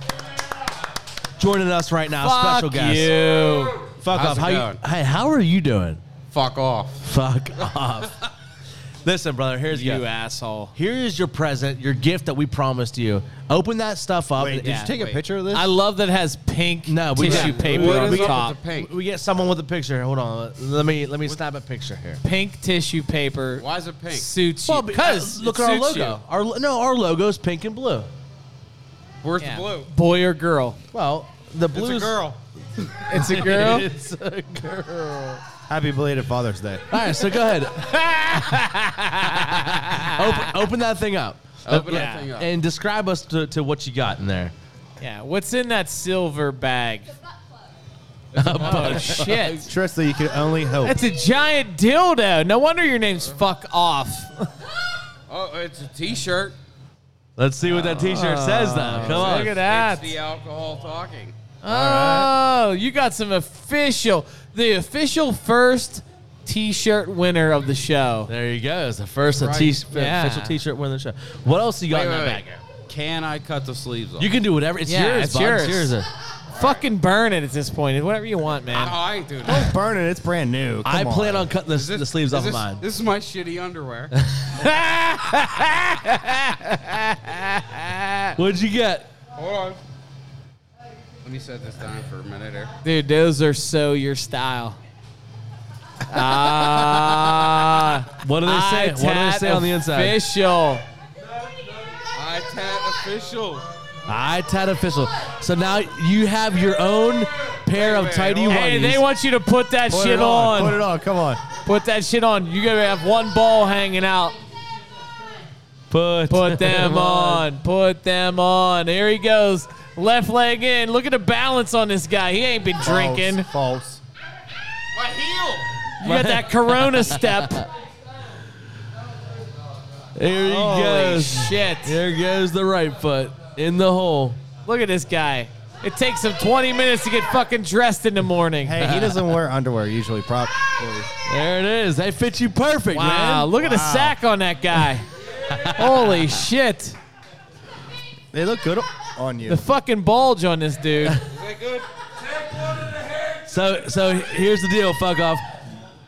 Speaker 1: Joining us right now, special
Speaker 2: Fuck
Speaker 1: guest.
Speaker 2: you.
Speaker 1: Fuck
Speaker 9: How's
Speaker 1: off.
Speaker 9: it
Speaker 1: How you,
Speaker 9: going?
Speaker 1: hey, how are you doing?
Speaker 9: Fuck off.
Speaker 1: Fuck off. Listen, brother. Here's
Speaker 2: You
Speaker 1: you.
Speaker 2: asshole.
Speaker 1: Here is your present, your gift that we promised you. Open that stuff up. and-
Speaker 3: Did you take a picture of this?
Speaker 2: I love that it has pink
Speaker 1: No, we
Speaker 2: tissue
Speaker 1: got-
Speaker 2: paper
Speaker 9: What
Speaker 2: on
Speaker 9: is
Speaker 2: the
Speaker 9: up
Speaker 2: top.
Speaker 9: with the pink?
Speaker 1: We get someone with a picture. Hold on. Let me let me snap a picture here.
Speaker 2: Pink tissue paper.
Speaker 9: Why is it pink?
Speaker 2: Suits you.
Speaker 1: Well, because
Speaker 2: Because
Speaker 1: uh, look at our logo. Our lo- no, our logo is pink and blue.
Speaker 9: Where's the blue?
Speaker 2: Boy or girl?
Speaker 1: Well, the blue
Speaker 9: It's a girl.
Speaker 2: It's a girl.
Speaker 1: It's a girl.
Speaker 3: Happy belated Father's Day.
Speaker 1: All right, so go ahead. open, open that thing up.
Speaker 9: Open
Speaker 2: Yeah.
Speaker 9: that thing up.
Speaker 1: And describe us to, to what you got in there.
Speaker 2: yeah. What's in that silver bag? Oh shit!
Speaker 3: Trista, you can only hope.
Speaker 2: That's a giant dildo. No wonder your name's fuck off.
Speaker 9: Oh, it's a T-shirt.
Speaker 1: Let's see what that T-shirt says, though. Come on.
Speaker 2: Oh, Look at that.
Speaker 9: It's the alcohol talking.
Speaker 2: Oh, you got some official, the official first T-shirt winner of the show.
Speaker 1: There you go. It's the first a t-
Speaker 2: Yeah.
Speaker 1: official T-shirt winning the show. What else you got in that bag?
Speaker 9: Can I cut the sleeves off?
Speaker 1: You can do whatever. It's
Speaker 2: Yeah,
Speaker 1: yours.
Speaker 2: it's
Speaker 1: Bob.
Speaker 2: yours. Fucking burn it at this point. Whatever you want,
Speaker 9: Oh,
Speaker 2: man.
Speaker 9: I ain't doing that.
Speaker 3: Don't burn it. It's brand new.
Speaker 1: I
Speaker 3: Come
Speaker 1: plan on cutting the,
Speaker 9: Is this-
Speaker 1: the sleeves
Speaker 9: is
Speaker 1: off
Speaker 9: this,
Speaker 1: mine.
Speaker 9: This is my shitty underwear.
Speaker 1: What'd you get?
Speaker 9: Hold on. Let me set this down for a minute here.
Speaker 2: Dude, those are so your style.
Speaker 1: What do they say? What do they say on the inside?
Speaker 2: Official.
Speaker 9: iTat official.
Speaker 1: I tat official. So now you have your own pair of
Speaker 9: Wait,
Speaker 1: tidy
Speaker 9: wait,
Speaker 2: Hey,
Speaker 1: whities.
Speaker 2: they want you to put that
Speaker 3: Put
Speaker 2: shit
Speaker 3: it on.
Speaker 2: on.
Speaker 3: Put it on. Come on.
Speaker 2: Put that shit on. You gotta have one ball hanging out.
Speaker 1: put,
Speaker 2: Put them on. Put them on. Here he goes. Left leg in. Look at the balance on this guy. He ain't been
Speaker 3: False.
Speaker 2: drinking.
Speaker 3: False.
Speaker 9: My heel.
Speaker 2: You got that Corona step.
Speaker 1: Here he
Speaker 2: Holy
Speaker 1: goes.
Speaker 2: shit.
Speaker 1: There goes the right foot in the hole.
Speaker 2: Look at this guy. It takes him 20 minutes to get fucking dressed in the morning.
Speaker 3: Hey, he doesn't wear underwear usually. Prop.
Speaker 1: There it is. They fit you perfect,
Speaker 2: wow.
Speaker 1: man.
Speaker 2: Look at the sack on that guy. Holy shit.
Speaker 3: They look good on you.
Speaker 2: The fucking bulge on this dude.
Speaker 9: Is that good?
Speaker 1: So, so here's the deal. Fuck off.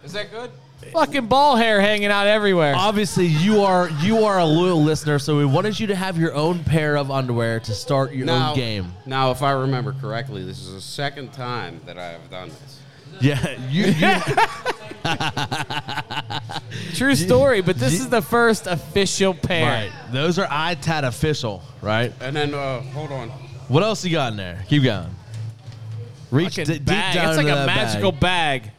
Speaker 9: Is that good?
Speaker 2: fucking ball hair hanging out everywhere.
Speaker 1: Obviously, you are you are a loyal listener, so we wanted you to have your own pair of underwear to start your own game.
Speaker 9: Now, if I remember correctly, this is the second time that I have done this.
Speaker 1: Yeah, you, you
Speaker 2: True story, but this is the first official pair.
Speaker 1: Right. Those are iTat official, right?
Speaker 9: And then, uh, hold on.
Speaker 1: What else you got in there? Keep going. Reach
Speaker 2: Fucking
Speaker 1: d- deep
Speaker 2: bag.
Speaker 1: down
Speaker 2: it's like
Speaker 1: into
Speaker 2: a
Speaker 1: that
Speaker 2: magical
Speaker 1: Bag.
Speaker 2: bag.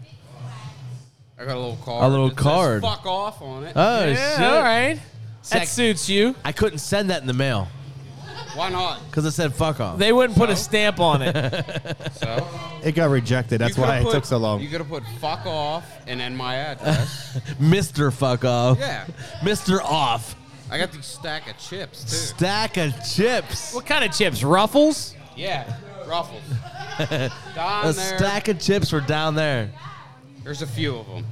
Speaker 9: I got a little card.
Speaker 1: little
Speaker 9: that says
Speaker 1: card.
Speaker 9: fuck off on it.
Speaker 1: Oh
Speaker 2: Yeah,
Speaker 1: shit!
Speaker 2: all right.
Speaker 1: Sec-
Speaker 2: that suits you.
Speaker 1: I couldn't send that in the mail
Speaker 9: Why not?
Speaker 1: because it said "fuck off."
Speaker 2: They wouldn't put a stamp on it.
Speaker 9: So
Speaker 3: It got rejected. That's
Speaker 9: you
Speaker 3: why
Speaker 9: could've
Speaker 3: it
Speaker 9: put-
Speaker 3: took so
Speaker 9: You
Speaker 3: long.
Speaker 9: could have put fuck off and then my address.
Speaker 1: Mister fuck off.
Speaker 9: yeah.
Speaker 1: Mister off.
Speaker 9: I got these stack of chips too.
Speaker 1: Stack of chips.
Speaker 2: what kind of chips? Ruffles?
Speaker 9: Yeah, Ruffles. Down
Speaker 1: A
Speaker 9: there.
Speaker 1: stack of chips were down there.
Speaker 9: There's a few of them.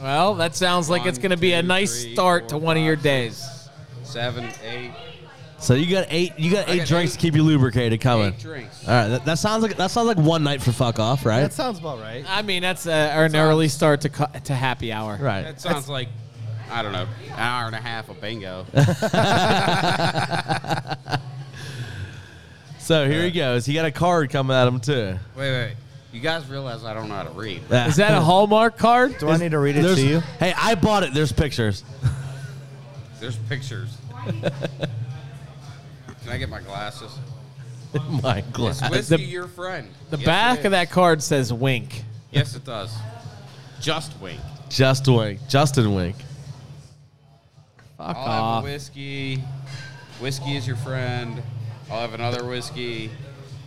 Speaker 2: Well, that sounds like
Speaker 9: One,
Speaker 2: it's going to be a
Speaker 9: two,
Speaker 2: nice
Speaker 9: three,
Speaker 2: start to
Speaker 9: four,
Speaker 2: one of your
Speaker 9: five,
Speaker 2: days.
Speaker 9: Seven, eight,
Speaker 1: So you got eight. You got eight
Speaker 9: got
Speaker 1: drinks
Speaker 9: eight-
Speaker 1: to keep you lubricated coming.
Speaker 9: eight drinks.
Speaker 1: All right. That, that sounds like that sounds like one night for fuck off, right?
Speaker 3: sounds about right.
Speaker 2: I mean, that's a, or an early start to, co- to happy hour.
Speaker 1: right.
Speaker 9: That sounds like I don't know, an hour and a half of bingo.
Speaker 1: So here he goes. He got a card coming at him too.
Speaker 9: Wait, wait. You guys realize I don't know how to read.
Speaker 2: Is that a Hallmark card?
Speaker 5: Do I need to read it to you?
Speaker 1: Hey, I bought it. There's pictures.
Speaker 9: There's pictures. Can I get my glasses?
Speaker 1: My
Speaker 9: Is
Speaker 1: glass.
Speaker 9: whiskey
Speaker 2: the-
Speaker 9: your friend?
Speaker 2: The
Speaker 9: Yes, it
Speaker 2: back of
Speaker 9: is.
Speaker 2: that card says wink.
Speaker 9: Yes, it does. Just wink.
Speaker 1: Just wink. Justin wink.
Speaker 2: Fuck
Speaker 9: I'll
Speaker 2: off.
Speaker 9: have a whiskey. Whiskey is your friend. I'll have another whiskey.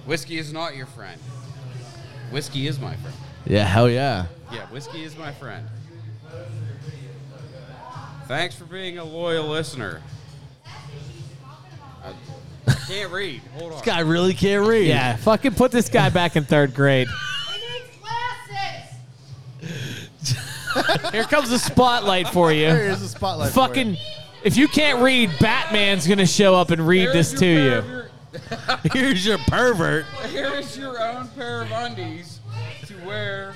Speaker 9: Whiskey is not your friend. Whiskey is my friend.
Speaker 1: Yeah, hell yeah.
Speaker 9: Yeah, whiskey is my friend. Thanks for being a loyal listener. I can't read. Hold on.
Speaker 1: This guy really can't read.
Speaker 2: Yeah, fucking put this guy back in third grade. Here comes the spotlight for
Speaker 3: There
Speaker 2: you.
Speaker 3: is a spotlight. for you.
Speaker 2: Fucking, if you can't read, Batman's gonna show up and read
Speaker 9: There's
Speaker 2: this to
Speaker 9: your
Speaker 2: you.
Speaker 9: pair
Speaker 1: Here's your pervert.
Speaker 9: of your- Here is your own pair of undies to wear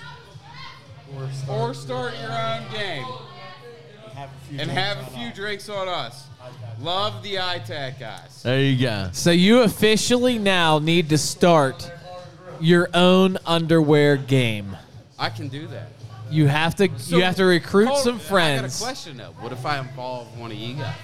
Speaker 9: or start, your own game and have a few drinks on us. Love the iTech guys.
Speaker 1: There you go.
Speaker 2: So you officially now need to start your own underwear game.
Speaker 9: I can do that.
Speaker 2: You have to
Speaker 9: So-
Speaker 2: you have to recruit
Speaker 9: Hold-
Speaker 2: some friends.
Speaker 9: I got a question though. What if I involve one of you guys?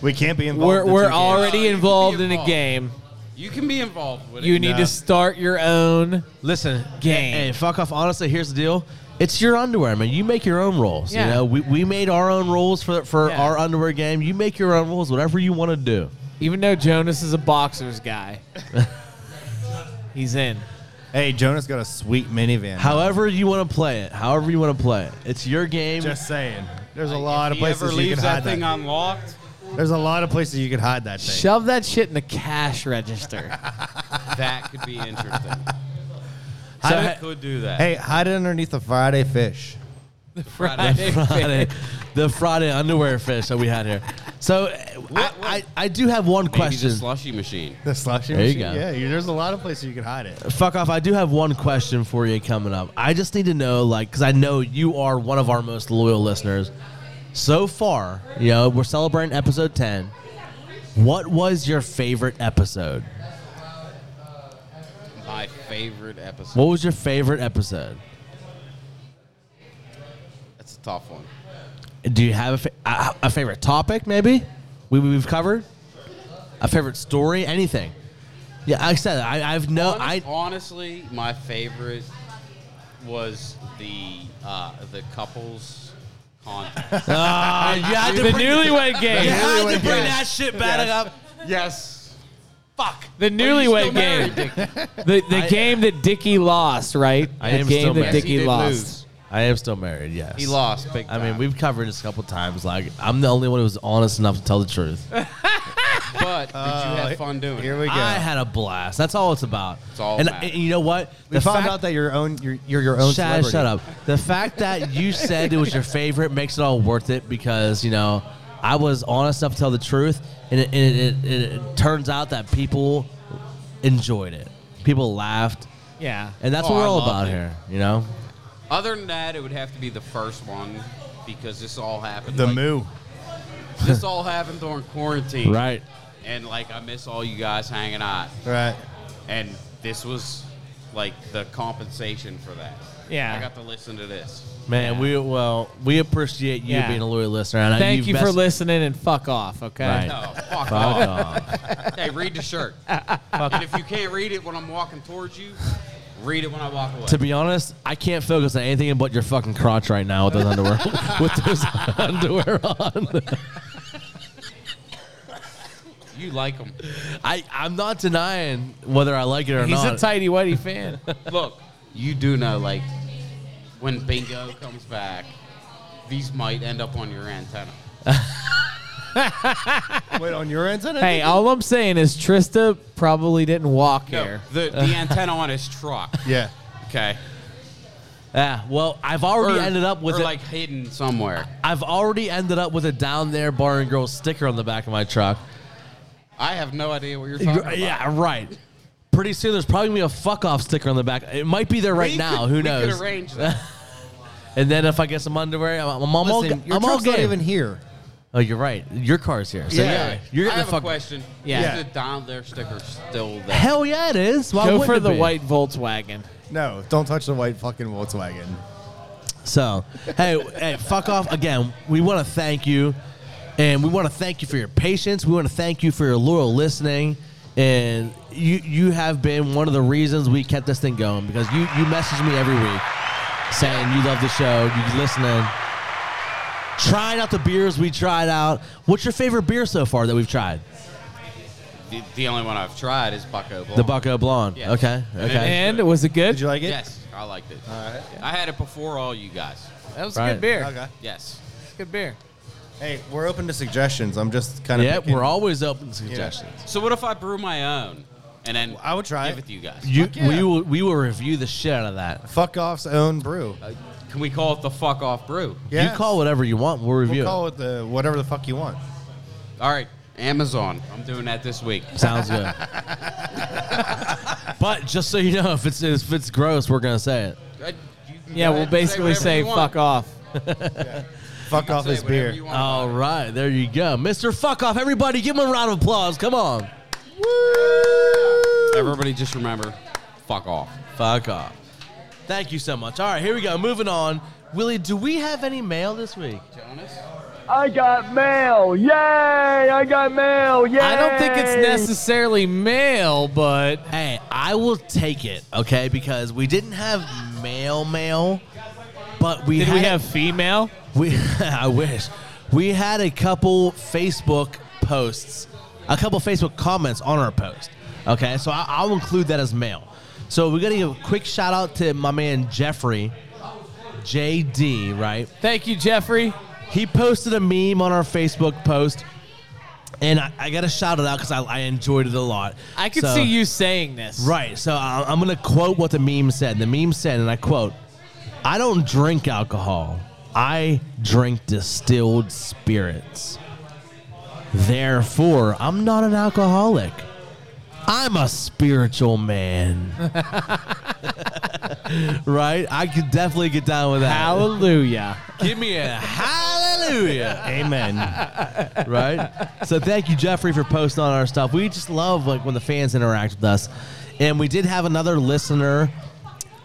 Speaker 3: We can't be involved.
Speaker 2: We're
Speaker 3: in
Speaker 2: we're
Speaker 3: two games.
Speaker 9: No, you
Speaker 2: already
Speaker 9: can be
Speaker 2: involved in a
Speaker 9: involved.
Speaker 2: game.
Speaker 9: You can be involved with
Speaker 2: You
Speaker 9: it.
Speaker 2: need to start your own.
Speaker 1: Listen,
Speaker 2: Game.
Speaker 1: Hey, fuck off. Honestly, here's the deal. It's your underwear, man. You make your own rules. You
Speaker 2: Yeah.
Speaker 1: know, we, we made our own rules for for
Speaker 2: Yeah.
Speaker 1: our underwear game. You make your own rules, whatever you want to do.
Speaker 2: Even though Jonas is a boxer's guy, he's in.
Speaker 3: Hey, Jonas got a sweet minivan.
Speaker 1: However you want to play it. However you want to play it. It's your game.
Speaker 3: Just saying. There's a lot of
Speaker 9: If he ever
Speaker 3: places you
Speaker 9: leaves
Speaker 3: can
Speaker 9: that
Speaker 3: hide
Speaker 9: thing
Speaker 3: that.
Speaker 9: unlocked,
Speaker 3: There's a lot of places you can hide that thing.
Speaker 2: Shove that shit in the cash register.
Speaker 9: that could be interesting.
Speaker 1: So,
Speaker 9: I
Speaker 1: hey-
Speaker 9: could do that.
Speaker 3: Hey, hide it underneath the Friday fish.
Speaker 2: Friday.
Speaker 1: Friday, the Friday underwear fish that we had here. So I, I, I do have one
Speaker 9: Maybe the
Speaker 1: question.
Speaker 9: slushy machine.
Speaker 3: The slushy
Speaker 1: There you
Speaker 3: machine.
Speaker 1: go.
Speaker 3: Yeah, you, there's a lot of places you can hide it.
Speaker 1: Fuck off. I do have one question for you coming up. I just need to know, like, because I know you are one of our most loyal listeners. So far, you know, we're celebrating episode 10. What was your favorite episode?
Speaker 9: My favorite episode.
Speaker 1: What was your favorite episode?
Speaker 9: That's a tough one.
Speaker 1: Do you have a, fa- a, a favorite topic, maybe? We, we've covered? A favorite story? Anything? Yeah, like I said, I, I've no.
Speaker 9: Honest-
Speaker 1: I,
Speaker 9: honestly, my favorite was the uh, the couples contest.
Speaker 1: Ah, you had to
Speaker 2: the
Speaker 1: bring-
Speaker 2: newlywed game.
Speaker 1: you had to
Speaker 3: newlywed
Speaker 1: bring
Speaker 3: game.
Speaker 1: that shit back up.
Speaker 9: yes. Fuck.
Speaker 2: The newlywed game. The, the
Speaker 1: I-
Speaker 2: game that Dickie lost, right?
Speaker 1: I
Speaker 2: the
Speaker 1: am
Speaker 2: game
Speaker 1: still
Speaker 2: that
Speaker 1: mad.
Speaker 9: Yes, he
Speaker 2: Dickie
Speaker 9: did
Speaker 2: lost.
Speaker 9: lose.
Speaker 1: I am still married. Yes,
Speaker 9: He lost. Big
Speaker 1: I mean,
Speaker 9: time.
Speaker 1: we've covered this a couple times. Like, I'm the only one who was honest enough to tell the truth.
Speaker 9: But did you
Speaker 3: Uh,
Speaker 9: have fun doing
Speaker 3: Here
Speaker 9: it?
Speaker 3: we go.
Speaker 1: I had a blast. That's all it's about.
Speaker 9: It's all
Speaker 1: and,
Speaker 9: that.
Speaker 1: and you know what?
Speaker 3: we found out that you're own. You're, you're your own.
Speaker 1: Shut,
Speaker 3: celebrity.
Speaker 1: shut up. The fact that you said it was your favorite makes it all worth it because you know I was honest enough to tell the truth, and it, and it, it, it turns out that people enjoyed it. People laughed,
Speaker 2: Yeah.
Speaker 1: and that's
Speaker 9: Oh,
Speaker 1: what we're
Speaker 9: I
Speaker 1: all about
Speaker 9: loved it.
Speaker 1: here. You know,
Speaker 9: Other than that, it would have to be the first one because this all happened.
Speaker 3: The
Speaker 9: like,
Speaker 3: moo.
Speaker 9: This all happened during quarantine.
Speaker 1: right?
Speaker 9: And like, I miss all you guys hanging out.
Speaker 3: Right.
Speaker 9: And this was like the compensation for that.
Speaker 2: Yeah.
Speaker 9: I got to listen to this.
Speaker 1: Man, we well, we appreciate you
Speaker 2: Yeah.
Speaker 1: being a loyal listener. And I-
Speaker 2: Thank
Speaker 1: you've
Speaker 2: you for
Speaker 1: messaged-
Speaker 2: listening and fuck off, okay?
Speaker 1: Right.
Speaker 9: No, Oh, fuck
Speaker 1: Fuck
Speaker 9: off.
Speaker 1: off.
Speaker 9: Hey, read the shirt. and if you can't read it when I'm walking towards you, read it when I walk away.
Speaker 1: To be honest, I can't focus on anything but your fucking crotch right now with those underwear. with those underwear on,
Speaker 9: you like them.
Speaker 1: I I'm not denying whether I like it or
Speaker 2: He's
Speaker 1: not.
Speaker 2: a tidy whitey fan.
Speaker 9: Look, you do know, like, when bingo comes back, these might end up on your antenna.
Speaker 3: Wait, on your end,
Speaker 2: hey, all I'm saying is Trista probably didn't walk
Speaker 9: No,
Speaker 2: here.
Speaker 9: the, the antenna on his truck.
Speaker 3: Yeah.
Speaker 9: Okay.
Speaker 1: yeah, well, I've already
Speaker 9: Or-
Speaker 1: ended up with
Speaker 9: or,
Speaker 1: it.
Speaker 9: like hidden somewhere.
Speaker 1: I've already ended up with a down there bar and grill sticker on the back of my truck.
Speaker 9: I have no idea what you're talking about.
Speaker 1: Yeah, right. Pretty soon, there's probably gonna be a fuck off sticker on the back. It might be there right
Speaker 9: We
Speaker 1: now.
Speaker 9: could-
Speaker 1: Who
Speaker 9: we
Speaker 1: knows?
Speaker 9: Could arrange that.
Speaker 1: And then if I get some underwear, I'm, I'm almost.
Speaker 3: Listen,
Speaker 1: in-
Speaker 3: your
Speaker 1: I'm all
Speaker 3: truck's not
Speaker 1: game.
Speaker 3: even here.
Speaker 1: Oh, you're right. Your car's here. So yeah, you're getting
Speaker 9: I have
Speaker 1: the fuck.
Speaker 9: a question.
Speaker 2: Yeah.
Speaker 9: Is the Don There sticker still there?
Speaker 1: Hell yeah, it is. Why
Speaker 2: Go
Speaker 1: wouldn't
Speaker 2: for
Speaker 1: it
Speaker 2: the
Speaker 1: be?
Speaker 2: white Volkswagen.
Speaker 3: No, don't touch the white fucking Volkswagen.
Speaker 1: So, hey, hey, fuck off again. We want to thank you, and we want to thank you for your patience. We want to thank you for your loyal listening, and you you have been one of the reasons we kept this thing going because you you message me every week saying you love the show, you listening, trying out the beers we tried out. What's your favorite beer so far that we've tried?
Speaker 9: The, the only one I've tried is Bucko Blonde.
Speaker 1: The Bucko Blonde.
Speaker 9: Yes.
Speaker 1: Okay, okay.
Speaker 2: And was it good?
Speaker 3: Did you like it?
Speaker 9: Yes, I liked it. All right. I had it before all you guys.
Speaker 2: That was
Speaker 1: Right.
Speaker 2: good beer.
Speaker 3: Okay.
Speaker 9: Yes.
Speaker 2: It's good beer.
Speaker 3: Hey, we're open to suggestions. I'm just kind of.
Speaker 1: Yeah, we're always open to suggestions.
Speaker 9: So what if I brew my own and then
Speaker 3: I would try
Speaker 9: give
Speaker 3: it.
Speaker 9: it to you guys?
Speaker 1: You,
Speaker 3: Fuck yeah.
Speaker 1: we will we will review the shit out of that.
Speaker 3: Fuck off's own brew.
Speaker 9: Can we call it the fuck off brew?
Speaker 1: You
Speaker 3: Yes.
Speaker 1: call whatever you want. We'll review
Speaker 3: We'll
Speaker 1: it.
Speaker 3: call it the whatever the fuck you want.
Speaker 9: All right, Amazon. I'm doing that this week.
Speaker 1: Sounds good. but just so you know, if it's if it's gross, we're gonna say it.
Speaker 9: Uh, you can
Speaker 2: Yeah,
Speaker 9: go
Speaker 2: we'll
Speaker 9: ahead and
Speaker 2: basically say,
Speaker 9: whatever you want.
Speaker 2: fuck off.
Speaker 3: Fuck off
Speaker 9: Say
Speaker 3: is
Speaker 9: whatever
Speaker 3: beer. Oh.
Speaker 9: you want.
Speaker 1: All right, there you go, Mister Fuck Off. Everybody, give him a round of applause. Come on,
Speaker 9: Everybody just remember, fuck off.
Speaker 1: fuck off. Thank you so much. All right, here we go. Moving on. Willie, do we have any mail this week?
Speaker 10: I got mail. Yay! I got mail. Yay!
Speaker 2: I don't think it's necessarily male, but
Speaker 1: Hey, I will take it, okay? Because we didn't have mail mail, but we
Speaker 2: did
Speaker 1: had
Speaker 2: we have female?
Speaker 1: We, I wish. We had a couple Facebook posts, a couple Facebook comments on our post. Okay, so I, I'll include that as mail. So we're gonna give a quick shout out to my man Jeffrey, JD, right?
Speaker 2: Thank you, Jeffrey.
Speaker 1: He posted a meme on our Facebook post, and I, I gotta shout it out because I, I enjoyed it a lot.
Speaker 2: I could
Speaker 1: So-
Speaker 2: see you saying this.
Speaker 1: Right. So I- I'm going to quote what the meme said. The meme said, and I quote, I don't drink alcohol. I drink distilled spirits. Therefore, I'm not an alcoholic. I'm a spiritual man. right? I could definitely get down with that.
Speaker 2: Hallelujah.
Speaker 1: Give me a hallelujah. Amen. right? So thank you, Jeffrey, for posting on our stuff. We just love like when the fans interact with us. And we did have another listener.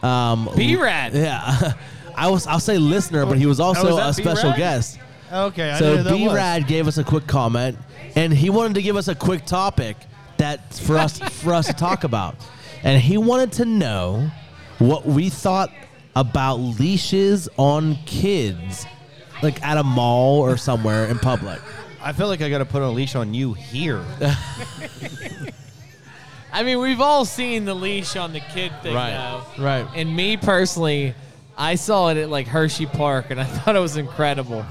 Speaker 1: Um
Speaker 2: B-Rad.
Speaker 1: Yeah. I was I'll say listener, but he was also
Speaker 3: was that
Speaker 1: a special
Speaker 3: B-Rad?
Speaker 1: guest.
Speaker 3: Okay, I
Speaker 1: So
Speaker 3: didn't know
Speaker 1: B
Speaker 3: that was.
Speaker 1: Rad gave us a quick comment, and he wanted to give us a quick topic that for us for us to talk about, and he wanted to know what we thought about leashes on kids, like at a mall or somewhere in public.
Speaker 3: I feel like I got to put a leash on you here.
Speaker 2: I mean, we've all seen the leash on the kid thing,
Speaker 1: Right,
Speaker 2: though.
Speaker 1: right.
Speaker 2: And me personally, I saw it at like Hershey Park, and I thought it was incredible.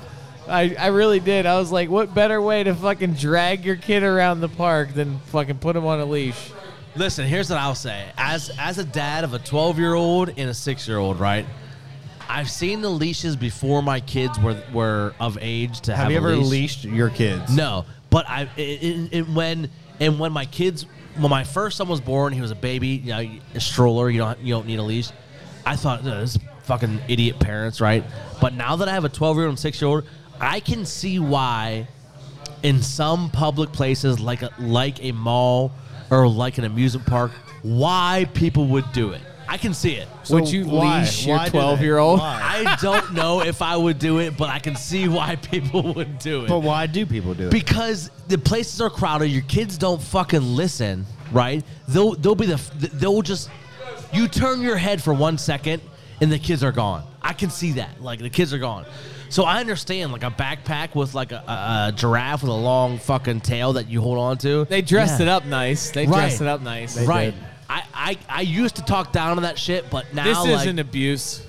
Speaker 2: I, I really did. I was like, what better way to fucking drag your kid around the park than fucking put him on a leash?
Speaker 1: Listen, here's what I'll say. As as a dad of a 12-year-old and a 6-year-old, right? I've seen the leashes before my kids were were of age to have,
Speaker 3: Have you
Speaker 1: a
Speaker 3: ever
Speaker 1: leash.
Speaker 3: leashed your kids?
Speaker 1: No, but I in, in, when and when my kids when my first son was born, he was a baby, you know, a stroller. You don't you don't need a leash. I thought "No, this is fucking idiot parents, right? But now that I have a twelve year old and six year old, I can see why in some public places like a, like a mall or like an amusement park, why people would do it. I can see it.
Speaker 2: Would you
Speaker 3: why?
Speaker 2: leash your
Speaker 3: Why do they?
Speaker 2: 12 year old?
Speaker 3: Why?
Speaker 1: I don't know if I would do it, but I can see why people would do it.
Speaker 3: But why do people do it?
Speaker 1: Because the places are crowded, your kids don't fucking listen, right? They'll they'll be the f- they'll just you turn your head for one second and the kids are gone. I can see that, like the kids are gone. So I understand, like a backpack with like a, a, a giraffe with a long fucking tail that you hold on to.
Speaker 2: They dressed
Speaker 1: Yeah.
Speaker 2: it up nice. They dressed
Speaker 1: Right.
Speaker 2: it up nice.
Speaker 1: right? I, I I used to talk down on that shit, but now
Speaker 2: This
Speaker 1: like,
Speaker 2: isn't abuse.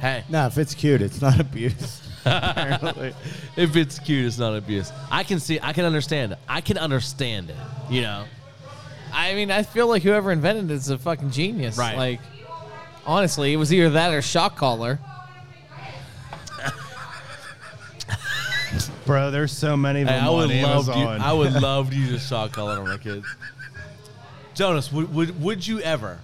Speaker 1: hey,
Speaker 5: No, if it's cute, it's not abuse. Apparently.
Speaker 1: if it's cute, it's not abuse. I can see, I can understand it. I can understand it. You know.
Speaker 2: I mean, I feel like whoever invented it is a fucking genius.
Speaker 1: Right.
Speaker 2: Like, honestly, it was either that or shock collar.
Speaker 3: Bro, there's so many of
Speaker 1: Hey,
Speaker 3: them
Speaker 1: I
Speaker 3: on
Speaker 1: would love you.
Speaker 3: Amazon.
Speaker 1: I would love to use a shot collar on my kids. Jonas, would, would would you ever?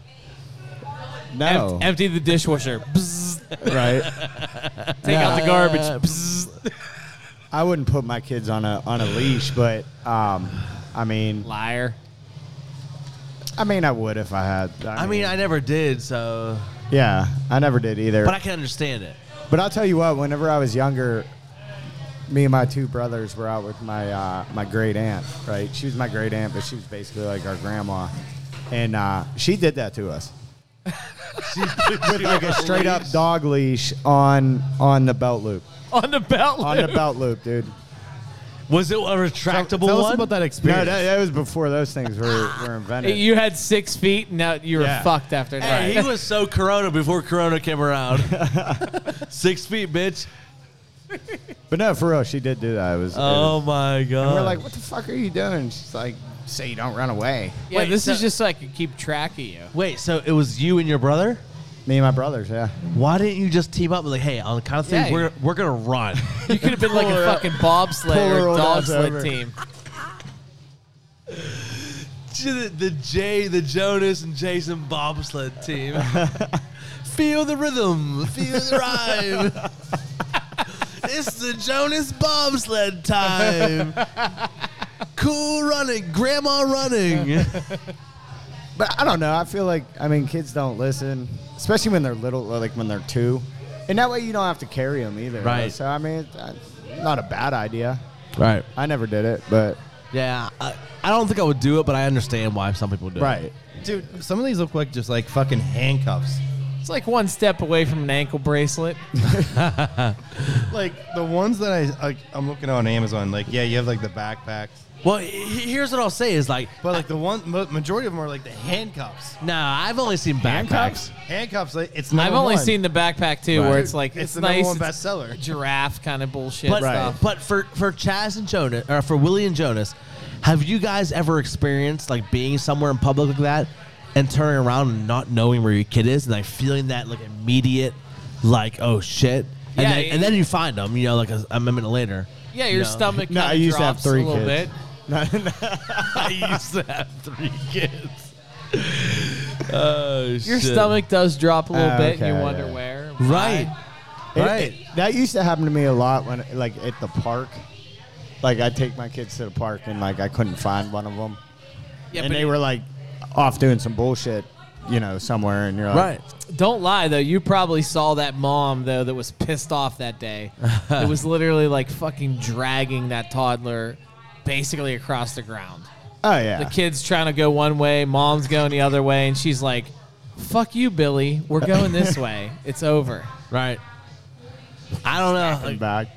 Speaker 5: No.
Speaker 2: Oh. Emp- empty the dishwasher. Bzzz.
Speaker 5: right?
Speaker 2: Take out the garbage.
Speaker 5: Psst. I wouldn't put my kids on a on a leash, but um, I mean,
Speaker 2: liar.
Speaker 5: I mean, I would if I had. I,
Speaker 1: I mean, I never did, so.
Speaker 5: yeah, I never did either.
Speaker 1: But I can understand it.
Speaker 5: But I'll tell you what, whenever I was younger, me and my two brothers were out with my uh, my great aunt, right? She was my great aunt, but she was basically like our grandma. And uh, she did that to us. with like a straight up dog leash on on the belt loop.
Speaker 2: On the belt.
Speaker 5: On the belt loop, dude.
Speaker 1: Was it a retractable
Speaker 3: tell us
Speaker 1: one?
Speaker 3: about that
Speaker 5: No,
Speaker 3: experience.
Speaker 5: that, that was before those things were, were invented.
Speaker 2: You had six feet, and now you were
Speaker 5: Yeah.
Speaker 2: fucked after that.
Speaker 1: Hey, he was so Corona before Corona came around. Six feet, bitch.
Speaker 5: But no, for real, she did do that. It was, it
Speaker 1: Oh uh.
Speaker 5: was-
Speaker 1: my god.
Speaker 5: and we're like, what the fuck are you doing? She's like, say you don't run away.
Speaker 2: Yeah,
Speaker 1: Wait,
Speaker 2: this
Speaker 1: so-
Speaker 2: is just so I could keep track of you.
Speaker 1: wait, so it was you and your brother?
Speaker 5: Me and my brothers, yeah.
Speaker 1: Why didn't you just team up? Like, hey, on the kind of things
Speaker 2: Yeah.
Speaker 1: we're we're gonna run.
Speaker 2: You could have been like a fucking bobsled
Speaker 5: Pull
Speaker 2: or
Speaker 5: her
Speaker 2: a
Speaker 5: ass
Speaker 2: dog sled
Speaker 5: over.
Speaker 2: team.
Speaker 1: the, the Jay, the Jonas, and Jason bobsled team. feel the rhythm, feel the rhyme. it's the Jonas bobsled time. cool running, grandma running.
Speaker 5: But I don't know. I feel like I mean, kids don't listen, especially when they're little, or like when they're two, and that way you don't have to carry them either.
Speaker 1: Right.
Speaker 5: So I mean, it's uh, not a bad idea.
Speaker 1: right.
Speaker 5: I never did it, but
Speaker 1: Yeah. I, I don't think I would do it, but I understand why some people do it.
Speaker 5: right.
Speaker 3: Dude, some of these look like just like fucking handcuffs.
Speaker 2: It's like one step away from an ankle bracelet.
Speaker 3: Like the ones that I, I I'm looking on Amazon. Like yeah, you have like the backpacks,
Speaker 1: Well, he- here's what I'll say is like,
Speaker 3: but like the one ma- majority of them are like the handcuffs.
Speaker 1: nah, I've only seen backpacks.
Speaker 3: Handcuffs. Like, it's
Speaker 2: I've
Speaker 3: number
Speaker 2: only
Speaker 3: one.
Speaker 2: seen the backpack too, where
Speaker 1: Right.
Speaker 2: it's like
Speaker 3: It's
Speaker 2: it's,
Speaker 3: the number
Speaker 2: nice,
Speaker 3: one
Speaker 2: it's
Speaker 3: bestseller.
Speaker 2: giraffe kind of bullshit
Speaker 1: But,
Speaker 2: stuff.
Speaker 1: but for for Chaz and Jonas, or for Willie and Jonas, have you guys ever experienced like being somewhere in public like that and turning around and not knowing where your kid is and like feeling that like immediate, like oh shit, and
Speaker 2: Yeah,
Speaker 1: then,
Speaker 2: it-
Speaker 1: and then you find them, you know, like a, a minute later.
Speaker 2: Yeah, your
Speaker 1: No.
Speaker 2: stomach
Speaker 5: No, I
Speaker 2: kind of
Speaker 5: used to have
Speaker 2: drops
Speaker 5: three
Speaker 2: a little
Speaker 5: kids.
Speaker 2: bit.
Speaker 1: I used to have three kids. Oh
Speaker 2: Your
Speaker 1: shit.
Speaker 2: stomach does drop a little
Speaker 5: Ah,
Speaker 2: bit, and
Speaker 5: okay,
Speaker 2: you wonder
Speaker 5: yeah.
Speaker 2: where.
Speaker 1: Right.
Speaker 2: why.
Speaker 5: It-
Speaker 1: Right.
Speaker 5: it- that used to happen to me a lot when, like, at the park. Like, I'd take my kids to the park, and like, I couldn't find one of them,
Speaker 2: Yeah,
Speaker 5: and
Speaker 2: but
Speaker 5: they were like off doing some bullshit, you know, somewhere, and you're like,
Speaker 1: Right.
Speaker 2: Don't lie though. You probably saw that mom though that was pissed off that day. it was literally like fucking dragging that toddler basically across the ground.
Speaker 5: Oh yeah.
Speaker 2: The kid's trying to go one way, mom's going the other way, and she's like, "Fuck you, Billy. We're going this way. It's over."
Speaker 1: Right. I don't know. Like,
Speaker 5: back.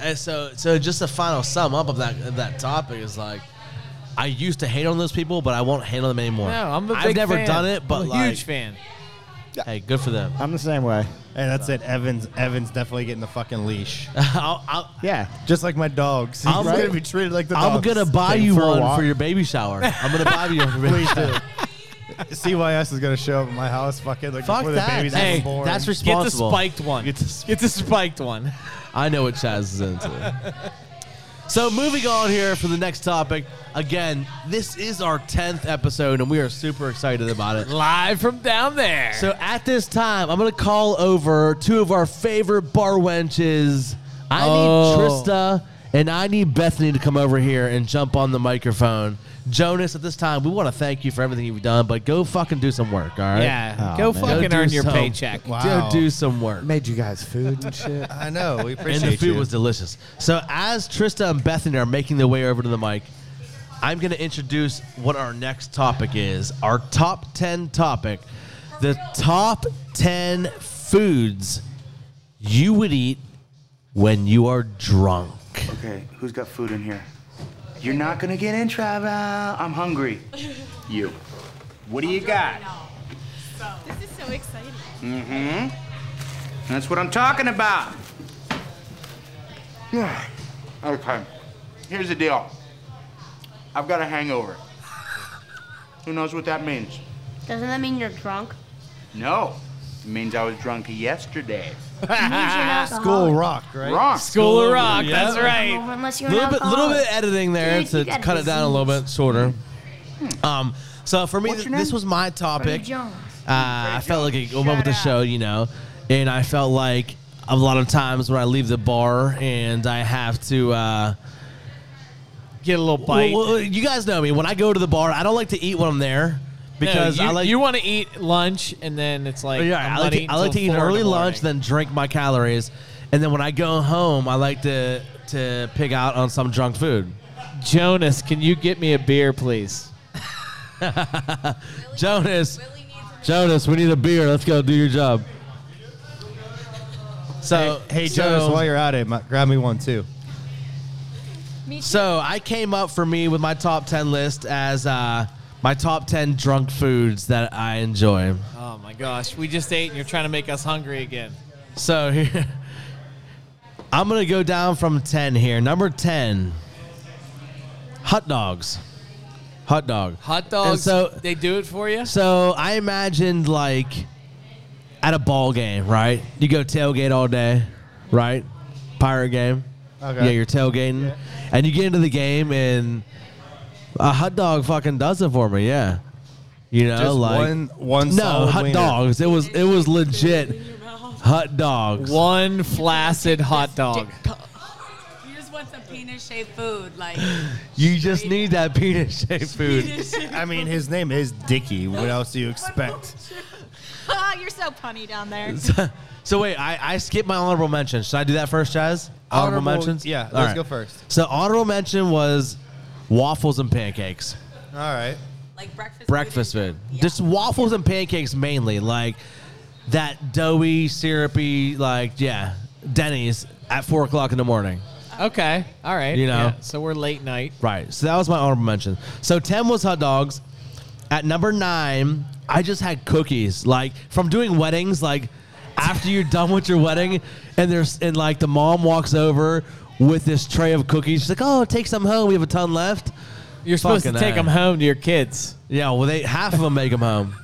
Speaker 1: And so, so just a final sum up of that of that topic is like, I used to hate on those people, but I won't hate on them anymore.
Speaker 2: No, I'm a
Speaker 1: I've
Speaker 2: big
Speaker 1: never
Speaker 2: fan.
Speaker 1: done it, but
Speaker 2: I'm a
Speaker 1: like,
Speaker 2: huge fan.
Speaker 1: hey, good for them.
Speaker 5: I'm the same way.
Speaker 3: Hey, that's it. Evans. Evans definitely getting the fucking leash.
Speaker 1: I'll, I'll,
Speaker 5: Yeah.
Speaker 3: Just like my dogs.
Speaker 1: I'm
Speaker 3: I'm
Speaker 1: right.
Speaker 3: gonna be treated like the
Speaker 1: I'm
Speaker 3: dogs.
Speaker 1: gonna buy
Speaker 5: Take
Speaker 1: you
Speaker 5: for a
Speaker 1: one
Speaker 5: walk.
Speaker 1: for your baby shower. I'm gonna buy you one for your baby shower.
Speaker 3: CYS is gonna show up at my house, fucking like
Speaker 1: Fuck
Speaker 3: before the
Speaker 1: that.
Speaker 3: baby's
Speaker 1: Hey,
Speaker 3: even born.
Speaker 1: that's
Speaker 2: Get the
Speaker 1: responsible.
Speaker 2: spiked one.
Speaker 1: Get
Speaker 2: Get
Speaker 1: the
Speaker 2: the,
Speaker 1: sp-
Speaker 2: spiked one.
Speaker 1: I know what Chaz is into. so moving on here for the next topic. Again, this is our tenth episode, and we are super excited about it.
Speaker 2: Live from down there.
Speaker 1: So at this time, I'm gonna call over two of our favorite bar wenches. I
Speaker 2: Oh.
Speaker 1: need Trista and I need Bethany to come over here and jump on the microphone. Jonas, at this time, we want to thank you for everything you've done, but go fucking do some work, all right?
Speaker 2: yeah,
Speaker 5: Oh,
Speaker 2: go
Speaker 5: man.
Speaker 2: fucking
Speaker 1: Go do
Speaker 2: earn your
Speaker 1: some-
Speaker 2: paycheck.
Speaker 3: Wow.
Speaker 1: Go do some work.
Speaker 5: Made you guys food and shit.
Speaker 3: I know. We
Speaker 1: And
Speaker 3: appreciate
Speaker 1: the food
Speaker 3: you.
Speaker 1: was delicious. So as Trista and Bethany are making their way over to the mic, I'm going to introduce what our next topic is. Our top 10 topic. The top 10 foods you would eat when you are drunk.
Speaker 11: Okay, who's got food in here? You're not gonna get in trouble. I'm hungry. You. What do you got?
Speaker 12: This is so exciting.
Speaker 11: Mm-hmm. That's what I'm talking about. Yeah. Okay. Here's the deal. I've got a hangover. Who knows what that means?
Speaker 12: Doesn't that mean you're drunk?
Speaker 11: No. It means I was drunk yesterday.
Speaker 3: School rock, right?
Speaker 11: Wrong.
Speaker 2: School of Rock. That's right.
Speaker 12: Unless
Speaker 1: A
Speaker 12: you're
Speaker 1: little
Speaker 12: an
Speaker 1: bit, little
Speaker 12: alcoholic.
Speaker 1: bit editing there
Speaker 12: Dude,
Speaker 1: to
Speaker 12: you got
Speaker 1: cut it down a little bit
Speaker 12: disease.
Speaker 1: shorter. Um, so for me,
Speaker 11: What's your
Speaker 1: this
Speaker 11: name?
Speaker 1: was my topic.
Speaker 12: Jones.
Speaker 1: Uh, I felt like a woman with the show, you know. and I felt like a lot of times when I leave the bar and I have to. Uh,
Speaker 2: Get a little bite.
Speaker 1: Well, well, you guys know me. When I go to the bar, I don't like to eat when I'm there because
Speaker 2: No, you,
Speaker 1: I like
Speaker 2: you want to eat lunch and then it's like
Speaker 1: yeah,
Speaker 2: I'm
Speaker 1: I
Speaker 2: not
Speaker 1: like to,
Speaker 2: eating
Speaker 1: I like
Speaker 2: till
Speaker 1: to eat an
Speaker 2: four in the
Speaker 1: early
Speaker 2: morning.
Speaker 1: lunch, then drink my calories, and then when I go home, I like to to pig out on some junk food.
Speaker 2: Jonas, can you get me a beer, please?
Speaker 1: Jonas, Jonas, we need a beer. Let's go do your job. So
Speaker 3: Hey, Jonas,
Speaker 1: so-
Speaker 3: while you're at it, my, grab me one too.
Speaker 1: So I came up for me with my top ten list as uh, my top ten drunk foods that I enjoy.
Speaker 2: Oh my gosh, we just ate and you're trying to make us hungry again.
Speaker 1: So here, I'm gonna go down from ten here. Number ten, hot dogs. Hot dog.
Speaker 2: Hot
Speaker 1: And
Speaker 2: dogs.
Speaker 1: so
Speaker 2: they do it for you.
Speaker 1: So I imagined like at a ball game, right? You go tailgate all day, right? Pirate game.
Speaker 3: Okay.
Speaker 1: Yeah, you're tailgating, and you get into the game, and a hot dog fucking does it for me. Yeah, you know,
Speaker 3: Just
Speaker 1: like
Speaker 3: one- one
Speaker 1: no
Speaker 3: solid
Speaker 1: hot
Speaker 3: wiener.
Speaker 1: dogs. It was it was legit hot dogs.
Speaker 2: One flaccid hot dog.
Speaker 8: You just want some penis-shaped food, like
Speaker 1: You just need that penis shaped food.
Speaker 8: Penis-shaped
Speaker 3: I mean, his name is Dicky. What else do you expect?
Speaker 8: ah, you're so punny down there.
Speaker 1: So, so wait, I, I skipped my honorable mention. Should I do that first, Chaz? Honorable,
Speaker 3: Honorable-
Speaker 1: mentions.
Speaker 3: yeah, let's
Speaker 1: All right.
Speaker 3: go first.
Speaker 1: So honorable mention was waffles and pancakes.
Speaker 3: All right.
Speaker 8: Like breakfast.
Speaker 1: breakfast food. Just waffles and pancakes mainly, like that doughy, syrupy, like yeah, Denny's at four o'clock in the morning.
Speaker 2: Okay. All right.
Speaker 1: You know.
Speaker 2: Yeah, So we're late night.
Speaker 1: Right. So that was my honorable mention. So ten was hot dogs. At number nine, I just had cookies. Like from doing weddings, like after you're done with your wedding, and there's and like the mom walks over with this tray of cookies. She's like, "Oh, take some home. We have a ton left."
Speaker 2: You're supposed to
Speaker 1: Fucking
Speaker 2: take
Speaker 1: A.
Speaker 2: them home to your kids.
Speaker 1: Yeah. Well, they half of them make them home.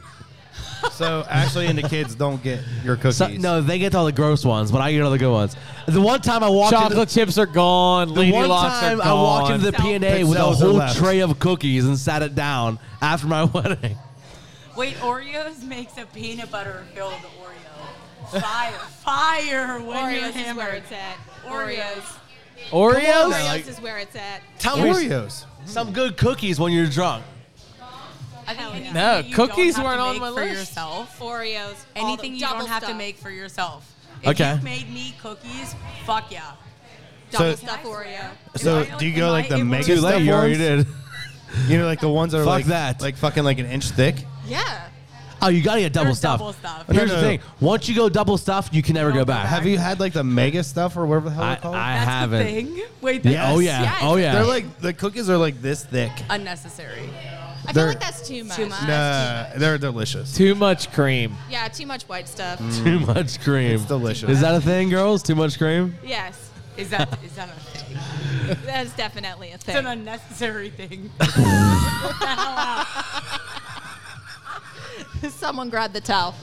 Speaker 3: So Ashley and the kids don't get your cookies.
Speaker 1: So- no, they get all the gross ones, but I get all the good ones. The one time I walked
Speaker 2: Chocolate chips are gone.
Speaker 1: into,
Speaker 2: lady
Speaker 1: the one
Speaker 2: locks
Speaker 1: time
Speaker 2: are
Speaker 1: I
Speaker 2: gone.
Speaker 1: walked into the P and A with a
Speaker 3: Pizzelles are
Speaker 1: whole
Speaker 3: left.
Speaker 1: tray of cookies and sat it down after my wedding.
Speaker 8: Wait, Oreos makes a peanut butter filled Oreo. Fire, fire when
Speaker 12: Oreos
Speaker 8: you're
Speaker 12: is where
Speaker 8: hammered.
Speaker 12: it's at.
Speaker 8: Oreos.
Speaker 2: Oreos?
Speaker 8: Oreos
Speaker 1: Like-
Speaker 12: is where it's at.
Speaker 1: Tell
Speaker 12: Yeah.
Speaker 1: me s- some good cookies when you're drunk.
Speaker 8: I think anything
Speaker 2: No,
Speaker 8: that you
Speaker 2: cookies
Speaker 8: don't have
Speaker 2: weren't
Speaker 8: to
Speaker 2: on
Speaker 8: make
Speaker 2: my
Speaker 8: for
Speaker 2: list.
Speaker 8: Yourself,
Speaker 12: Oreos. all the
Speaker 8: anything you
Speaker 12: double
Speaker 8: don't have to
Speaker 12: stuff.
Speaker 8: make for yourself. If
Speaker 3: Okay.
Speaker 8: you made me cookies, fuck yeah.
Speaker 3: So-
Speaker 8: Double stuff Oreo.
Speaker 3: So
Speaker 8: Am I-
Speaker 3: do you go
Speaker 8: am
Speaker 3: like
Speaker 8: I
Speaker 3: the
Speaker 8: able
Speaker 3: mega
Speaker 8: to-
Speaker 3: stuff
Speaker 1: you already
Speaker 3: ones?
Speaker 1: did.
Speaker 3: You know, like the ones that are
Speaker 1: Fuck
Speaker 3: like that, like fucking like an inch thick.
Speaker 8: Yeah.
Speaker 1: Oh, you gotta get double
Speaker 8: There's
Speaker 1: stuff.
Speaker 8: double stuff.
Speaker 1: Here's
Speaker 3: No,
Speaker 1: the
Speaker 3: no,
Speaker 1: thing: once you go double stuff, you can never go back.
Speaker 3: Have you had like the mega stuff or whatever the hell
Speaker 1: I,
Speaker 3: they're called?
Speaker 1: I haven't.
Speaker 8: thing. Wait,
Speaker 1: Yeah,
Speaker 8: that's-
Speaker 1: oh yeah, oh yeah.
Speaker 3: They're like the cookies are like this thick.
Speaker 12: Unnecessary.
Speaker 3: I
Speaker 12: feel like that's too much.
Speaker 8: Too much.
Speaker 3: Nah, they're delicious.
Speaker 2: Too much cream.
Speaker 12: Yeah, too much white stuff.
Speaker 3: Mm.
Speaker 1: Too much cream. It's
Speaker 3: delicious.
Speaker 1: Is that a thing, girls? Too much cream?
Speaker 12: Yes.
Speaker 8: Is that is that a thing?
Speaker 12: That's definitely a thing.
Speaker 8: It's an unnecessary thing.
Speaker 12: Someone grab the towel.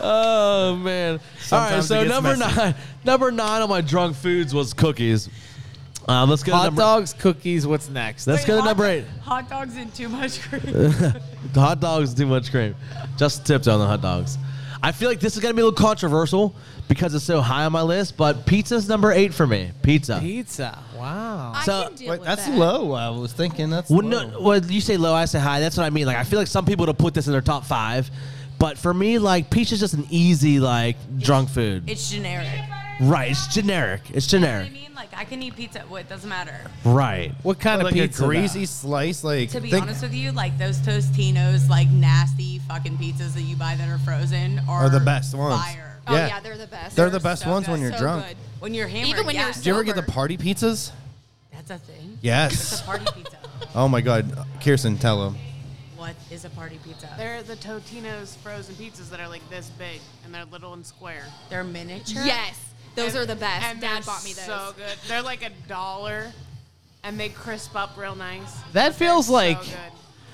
Speaker 1: Oh man! All right,
Speaker 2: Sometimes it
Speaker 1: so
Speaker 2: gets
Speaker 1: number
Speaker 2: messy.
Speaker 1: nine, number nine on my drunk foods was cookies. Um, let's go to
Speaker 2: Hot
Speaker 1: number,
Speaker 2: dogs, cookies. What's next?
Speaker 1: Let's go to number eight.
Speaker 8: Hot dogs and too much cream.
Speaker 1: the hot dogs too much cream. Just tipped on the hot dogs. I feel like this is gonna be a little controversial because it's so high on my list, but pizza's number eight for me. Pizza.
Speaker 2: Pizza. Wow.
Speaker 1: So-
Speaker 3: Wait, that's low. I was thinking that's
Speaker 1: Well,
Speaker 3: low.
Speaker 1: no, well, you say low, I say high. That's what I mean. Like, I feel like some people to put this in their top five, but for me, like, pizza's just an easy, like, drunk food.
Speaker 8: It's generic.
Speaker 1: right? It's generic. It's generic.
Speaker 8: I mean, like I can eat pizza. Well, it doesn't matter.
Speaker 1: Right.
Speaker 2: What kind
Speaker 3: like
Speaker 2: of pizza?
Speaker 3: a
Speaker 2: though?
Speaker 3: greasy slice, like
Speaker 8: To be
Speaker 3: think-
Speaker 8: honest with you, like those Tostinos, like nasty fucking pizzas that you buy that are frozen are,
Speaker 3: are the best ones.
Speaker 8: Fire.
Speaker 12: Oh, yeah, they're the best.
Speaker 3: They're the best ones when you're
Speaker 12: so
Speaker 3: drunk.
Speaker 12: good.
Speaker 8: When you're hammered,
Speaker 12: Even when you're
Speaker 8: yes.
Speaker 3: Do you ever get the party pizzas?
Speaker 8: That's a thing.
Speaker 3: Yes.
Speaker 8: It's a party pizza.
Speaker 3: Oh my God, Kirsten, tell him.
Speaker 8: What is a party pizza?
Speaker 4: They're the Totino's frozen pizzas that are like this big and they're little and square.
Speaker 8: They're miniature.
Speaker 12: Yes, those are the best.
Speaker 4: And they're
Speaker 12: Dad bought me those.
Speaker 4: So good. They're like a dollar, and they crisp up real nice.
Speaker 2: That feels
Speaker 4: They're
Speaker 2: like.
Speaker 4: So good.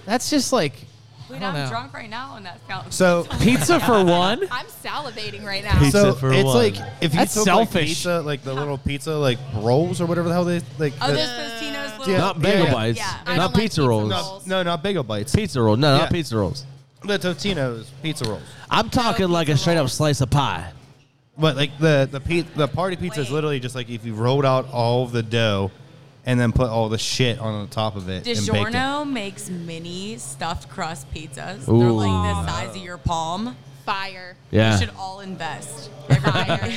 Speaker 2: that's just like. I
Speaker 12: Wait,
Speaker 2: don't
Speaker 12: I'm
Speaker 2: know.
Speaker 12: drunk right now, and that sounds.
Speaker 3: So
Speaker 2: Pizza for one?
Speaker 12: I'm salivating right now.
Speaker 3: so it's like if you
Speaker 2: That's
Speaker 3: took like
Speaker 2: selfish.
Speaker 3: pizza, like the little pizza, like rolls or whatever the hell they like.
Speaker 8: Oh,
Speaker 3: the-
Speaker 8: those Tostinos.
Speaker 3: Yeah,
Speaker 8: Little
Speaker 1: Not bagel
Speaker 3: yeah, yeah.
Speaker 1: bites.
Speaker 8: Yeah.
Speaker 1: Not pizza rolls.
Speaker 3: No, no, not bagel bites.
Speaker 1: Pizza rolls. No,
Speaker 3: Yeah.
Speaker 1: not pizza rolls.
Speaker 3: The Totino's pizza rolls.
Speaker 1: I'm talking like a straight up slice of pie.
Speaker 3: But like the the pe- the party pizza is literally just like if you rolled out all of the dough, and then put all the shit on the top of it. and baked it.
Speaker 8: DiGiorno makes mini stuffed crust pizzas. They're
Speaker 3: Ooh.
Speaker 8: like the size of your palm.
Speaker 12: Fire.
Speaker 1: Yeah.
Speaker 8: You should all invest. Everybody,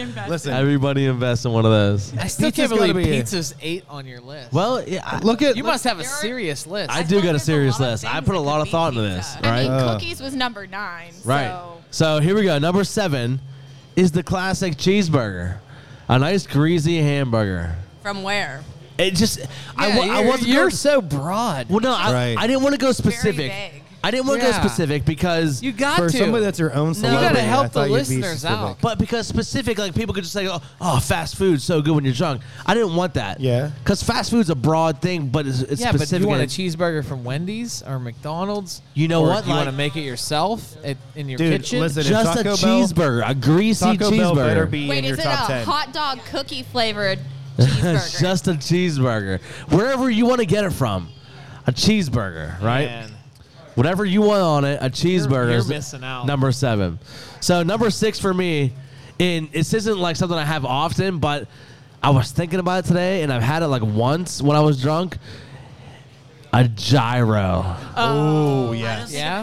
Speaker 8: invest.
Speaker 1: everybody invest in one of those.
Speaker 2: I still can't believe pizza's eight on your list.
Speaker 1: Well, yeah, I- look at
Speaker 2: you must have a serious list.
Speaker 1: I do got a serious list. I put a lot of thought into this. Right.
Speaker 12: I mean, cookies was number nine.
Speaker 1: Right.
Speaker 12: So
Speaker 1: So here we go. Number seven is the classic cheeseburger, a nice greasy hamburger.
Speaker 8: From where?
Speaker 1: It just I, wa- I
Speaker 2: you're-
Speaker 1: wasn't
Speaker 2: you're
Speaker 1: going-
Speaker 2: so broad.
Speaker 1: Well, no, I, I didn't want to go specific.
Speaker 2: vague.
Speaker 1: I didn't want to
Speaker 2: Yeah.
Speaker 1: go specific because
Speaker 2: You got For to. somebody that's
Speaker 3: your own
Speaker 2: celebrity, gotta help I the thought you'd be listeners specific. out.
Speaker 1: But because specific, like people could just say, "Oh, oh fast food's so good when you're drunk." I didn't want that. Yeah. Because fast food's a broad thing, but it's, it's
Speaker 2: yeah,
Speaker 1: specific.
Speaker 2: but you want a
Speaker 1: and-
Speaker 2: cheeseburger from Wendy's or McDonald's?
Speaker 1: You know
Speaker 2: or
Speaker 1: what,
Speaker 2: You want to
Speaker 1: like-
Speaker 2: make it yourself at, in your
Speaker 1: Dude,
Speaker 2: kitchen?
Speaker 1: listen, if Just a Taco Bell- cheeseburger, a greasy
Speaker 2: Taco Bell better
Speaker 1: cheeseburger.
Speaker 2: be
Speaker 12: wait, is it a hot dog cookie flavored?
Speaker 1: just a cheeseburger. Wherever you want to get it from, a cheeseburger, right?
Speaker 2: Man.
Speaker 1: Whatever you want on it, a cheeseburger
Speaker 2: you're
Speaker 1: is
Speaker 2: missing out.
Speaker 1: number seven. So number six for me, and this isn't like something I have often, but I was thinking about it today, and I've had it like once when I was drunk. A gyro.
Speaker 8: Oh,
Speaker 3: yes.
Speaker 2: Yeah.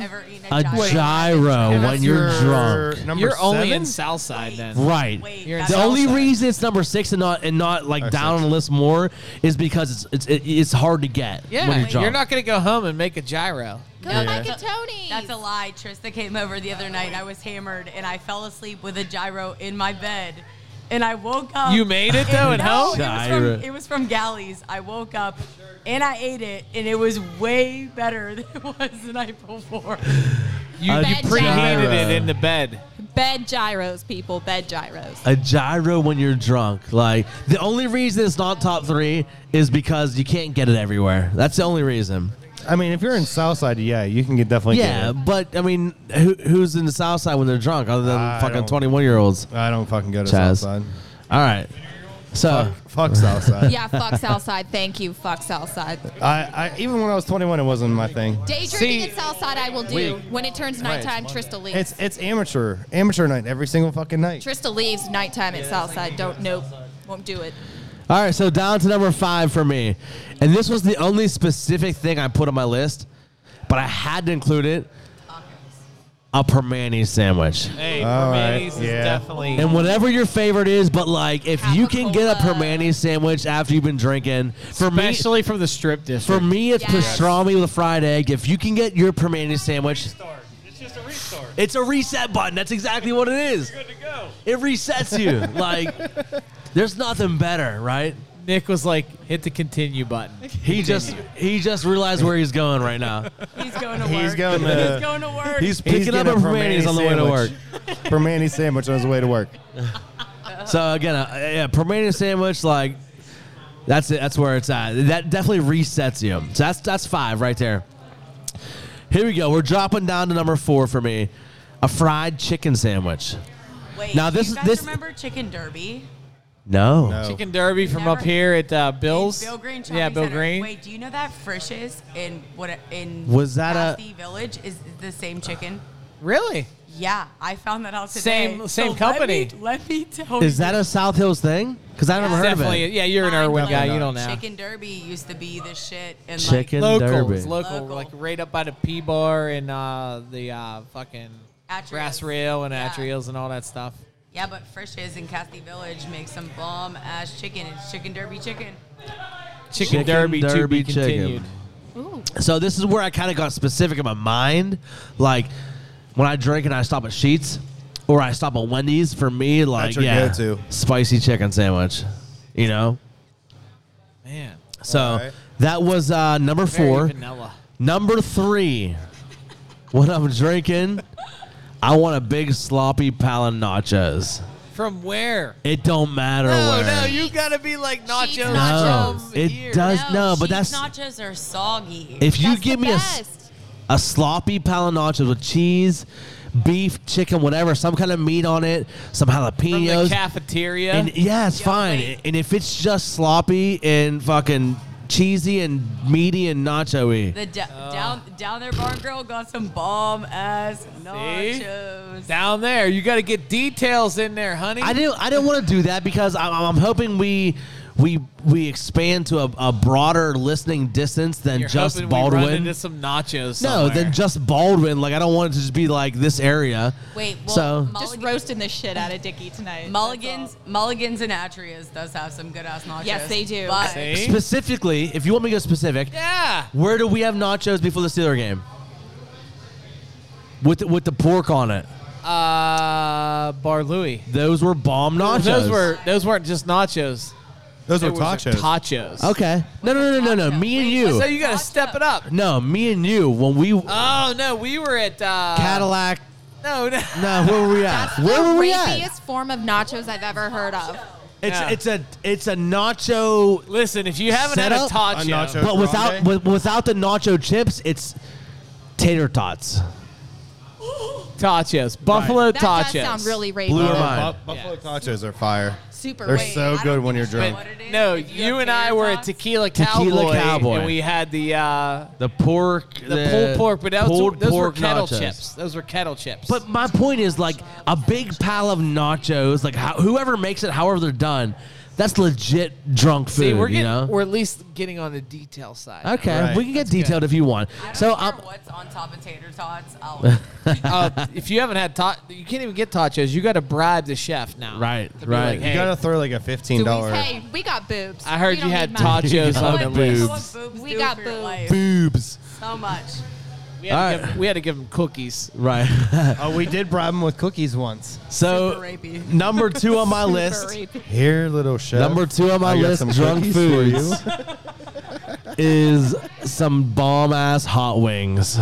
Speaker 1: A gyro when you're drunk.
Speaker 2: You're only in Southside then.
Speaker 1: Right.
Speaker 2: You're in
Speaker 1: the only
Speaker 2: Southside.
Speaker 1: reason it's number six and not and not like down on the list more is because it's it's, it's hard to get when
Speaker 2: Yeah,
Speaker 1: you're drunk.
Speaker 2: you're not gonna go home and make a gyro.
Speaker 1: Go make a
Speaker 8: Tony. That's a lie. Trista came over the other night. and I was hammered and I fell asleep with a gyro in my bed. And I woke up.
Speaker 2: You made it, though,
Speaker 8: and
Speaker 2: at
Speaker 8: no,
Speaker 2: home?
Speaker 8: It was,
Speaker 2: Gyro.
Speaker 8: from, it was from Galleys. I woke up and I ate it, and it was way better than it was the night before.
Speaker 2: You,
Speaker 1: A
Speaker 2: you preheated it
Speaker 1: gyro.
Speaker 2: in the bed.
Speaker 12: Bed gyros, people. Bed gyros.
Speaker 1: a gyro when you're drunk. Like the only reason it's not top three is because you can't get it everywhere. That's the only reason.
Speaker 3: I mean, if you're in Southside, yeah, you can get definitely
Speaker 1: yeah,
Speaker 3: get it.
Speaker 1: but I mean, who, who's in the South Side when they're drunk other than
Speaker 3: I
Speaker 1: fucking
Speaker 3: don't-
Speaker 1: twenty one year olds?
Speaker 3: I don't fucking go to Southside.
Speaker 1: All right, so
Speaker 3: fuck, fuck Southside.
Speaker 12: yeah, fuck Southside. Thank you. Fuck Southside.
Speaker 3: I, I even when I was 21, it wasn't my thing.
Speaker 12: Daydreaming at Southside, I will do.
Speaker 3: we-
Speaker 12: when it turns
Speaker 3: Right, it's
Speaker 12: nighttime, Trista leaves.
Speaker 3: It's it's amateur amateur night every single fucking night.
Speaker 12: Trista leaves nighttime at Southside. Don't nope. Won't do it.
Speaker 1: All right, so down to number five for me. And this was the only specific thing I put on my list, but I had to include it. A permane sandwich.
Speaker 2: Hey,
Speaker 1: All
Speaker 2: Permanis
Speaker 1: right,
Speaker 2: is
Speaker 1: yeah.
Speaker 2: definitely.
Speaker 1: And whatever your favorite is, but like if you can get a permane sandwich after you've been drinking, for
Speaker 2: Especially
Speaker 1: me,
Speaker 2: from the strip district.
Speaker 1: for me it's
Speaker 2: Yes.
Speaker 1: pastrami with a fried egg. If you can get your permane sandwich, it's a reset button. That's exactly what it is. You're good to go. It resets you. like there's nothing better, right?
Speaker 2: Nick was like, hit the continue button.
Speaker 1: He just he just realized where he's going right now.
Speaker 8: He's going to work.
Speaker 1: He's going to-
Speaker 8: He's going to work.
Speaker 1: He's picking up
Speaker 3: getting
Speaker 1: a Permanis on the way to
Speaker 3: sandwich. Permani sandwich on his way to work.
Speaker 1: So again, uh, yeah, permanent sandwich like that's it. That's where it's at. That definitely resets you. So that's that's five right there. Here we go. We're dropping down to number four for me, a fried chicken sandwich.
Speaker 8: Wait,
Speaker 1: now
Speaker 8: do
Speaker 1: this
Speaker 8: you
Speaker 1: is
Speaker 8: guys
Speaker 1: this
Speaker 8: remember Chicken Derby?
Speaker 1: no.
Speaker 2: Chicken Derby from up here at uh, Bill's.
Speaker 8: Bill Green. Shopping
Speaker 2: Yeah, Bill
Speaker 8: Center.
Speaker 2: Green.
Speaker 8: Wait, do you know that Frisch's in what in
Speaker 2: Was that a-
Speaker 8: Basti Village is the same chicken?
Speaker 2: Really?
Speaker 8: Yeah, I found that out today.
Speaker 2: Same same
Speaker 8: So
Speaker 2: company.
Speaker 8: Let me, let me tell
Speaker 1: Is
Speaker 8: you.
Speaker 1: that a South Hills thing? Because I've never heard
Speaker 2: Definitely.
Speaker 1: of it.
Speaker 2: Yeah, you're an Irwin
Speaker 1: definitely
Speaker 2: guy. You
Speaker 1: not.
Speaker 2: don't know.
Speaker 8: Chicken Derby used to be the shit. And
Speaker 1: Chicken
Speaker 8: like,
Speaker 2: local,
Speaker 1: Derby.
Speaker 2: It's local, like right up by the P bar and uh, the uh, fucking grass rail and atrials and all that stuff.
Speaker 8: Yeah, but Frisch's in Casti Village makes some bomb ass chicken. It's Chicken Derby chicken.
Speaker 2: Chicken, Derby, to be continued.
Speaker 1: So this is where I kind of got specific in my mind. Like when I drink and I stop at Sheets or I stop at Wendy's, for me, like
Speaker 3: your
Speaker 1: yeah,
Speaker 3: go-to.
Speaker 1: spicy chicken sandwich. You know.
Speaker 2: Man.
Speaker 1: So
Speaker 2: Alright.
Speaker 1: that was uh, number
Speaker 2: Very
Speaker 1: four.
Speaker 2: vanilla.
Speaker 1: Number three. when I'm drinking, I want a big sloppy pal of nachos.
Speaker 2: From where?
Speaker 1: It don't matter
Speaker 2: No,
Speaker 1: where.
Speaker 2: no, you gotta be like nachos.
Speaker 1: No, it does no, but that's
Speaker 8: nachos are soggy.
Speaker 1: if you give me a, s- a sloppy pal of nachos with cheese, beef, chicken, whatever, some kind of meat on it, some
Speaker 2: From the
Speaker 1: jalapenos,
Speaker 2: cafeteria.
Speaker 1: and yeah, it's fine. And if it's just sloppy and fucking cheesy and meaty and nacho-y.
Speaker 8: The da-
Speaker 1: Oh.
Speaker 8: down down there barn girl got some bomb ass nachos.
Speaker 2: Down there, you got to get details in there, honey.
Speaker 1: I didn't. I didn't want to do that because I'm, I'm hoping we we we expand to a, a broader listening distance than
Speaker 2: You're
Speaker 1: just
Speaker 2: hoping We run
Speaker 1: Baldwin.
Speaker 2: into some nachos.
Speaker 1: no,
Speaker 2: somewhere.
Speaker 1: than just Baldwin. Like I don't want it to just be like this area.
Speaker 8: Wait, well,
Speaker 1: so
Speaker 8: just roasting the shit out of Dickie tonight. Mulligans, Mulligans, and Atrias does have some good ass nachos.
Speaker 12: Yes, they do.
Speaker 8: But
Speaker 1: specifically, if you want me to go specific,
Speaker 8: Yeah.
Speaker 1: Where do we have nachos before the Steeler game? With the, with the pork on it.
Speaker 2: Uh, Bar Louie.
Speaker 1: Those were bomb nachos.
Speaker 2: Those were those weren't just nachos.
Speaker 1: Those
Speaker 2: They
Speaker 1: were
Speaker 2: tachos. Tachos.
Speaker 1: Okay. No, no, no, no, no, no. Me and you.
Speaker 2: So you got to step it up.
Speaker 1: No, me and you. When we
Speaker 2: Oh no, we were at uh,
Speaker 1: Cadillac.
Speaker 2: No, no.
Speaker 1: No, where were we at? Where were we at?
Speaker 12: Rapiest form of nachos I've ever heard of.
Speaker 1: It's it's a it's a nacho.
Speaker 2: Listen, if you haven't had a
Speaker 1: setup,
Speaker 2: tacho- A nacho
Speaker 1: but without
Speaker 2: grande?
Speaker 1: with, without the nacho chips, it's tater tots.
Speaker 2: Tachos, buffalo
Speaker 12: That does sound really racist.
Speaker 3: Blew her
Speaker 1: Yeah.
Speaker 3: mind.
Speaker 1: Bu-
Speaker 3: Buffalo tachos are fire.
Speaker 12: Super
Speaker 3: They're
Speaker 12: weight.
Speaker 3: so good when you're drunk.
Speaker 2: no, you and I were at Tequila Cowboy,
Speaker 1: Tequila Cowboy.
Speaker 2: and we had the uh,
Speaker 1: The pork,
Speaker 2: the, pulled pork, but that was,
Speaker 1: pulled
Speaker 2: those were
Speaker 1: pork
Speaker 2: kettle
Speaker 1: nachos.
Speaker 2: chips. Those were kettle chips.
Speaker 1: But my point is, like a big pile of nachos, like how, whoever makes it, however they're done, that's legit drunk food.
Speaker 2: See, we're
Speaker 1: you
Speaker 2: getting,
Speaker 1: know.
Speaker 2: we're at least getting on the detail side.
Speaker 1: okay,
Speaker 2: Right.
Speaker 1: we can get detailed if you want. So um, I'm.
Speaker 8: what's on top of tater tots? I'll
Speaker 2: uh, if you haven't had ta- you can't even get tachos. You got to bribe the chef now.
Speaker 1: Right,
Speaker 2: To be
Speaker 1: right.
Speaker 2: like,
Speaker 1: You
Speaker 2: hey,
Speaker 3: gotta throw like a fifteen dollar.
Speaker 12: Hey, we got boobs.
Speaker 2: I heard
Speaker 12: We don't
Speaker 2: you had
Speaker 12: need money.
Speaker 2: tachos
Speaker 1: Yeah.
Speaker 2: on the
Speaker 1: Boobs.
Speaker 2: list.
Speaker 12: We got boobs.
Speaker 1: Boobs.
Speaker 8: So much.
Speaker 2: We had, to
Speaker 1: All right.
Speaker 2: give, we had to give him cookies.
Speaker 1: Right.
Speaker 3: Oh, we did bribe him with cookies once.
Speaker 1: So number two on my list.
Speaker 3: Here, little chef.
Speaker 1: Number two on my
Speaker 3: I got
Speaker 1: list,
Speaker 3: some
Speaker 1: drunk
Speaker 3: cookies for
Speaker 1: foods,
Speaker 3: you.
Speaker 1: is some bomb ass hot wings.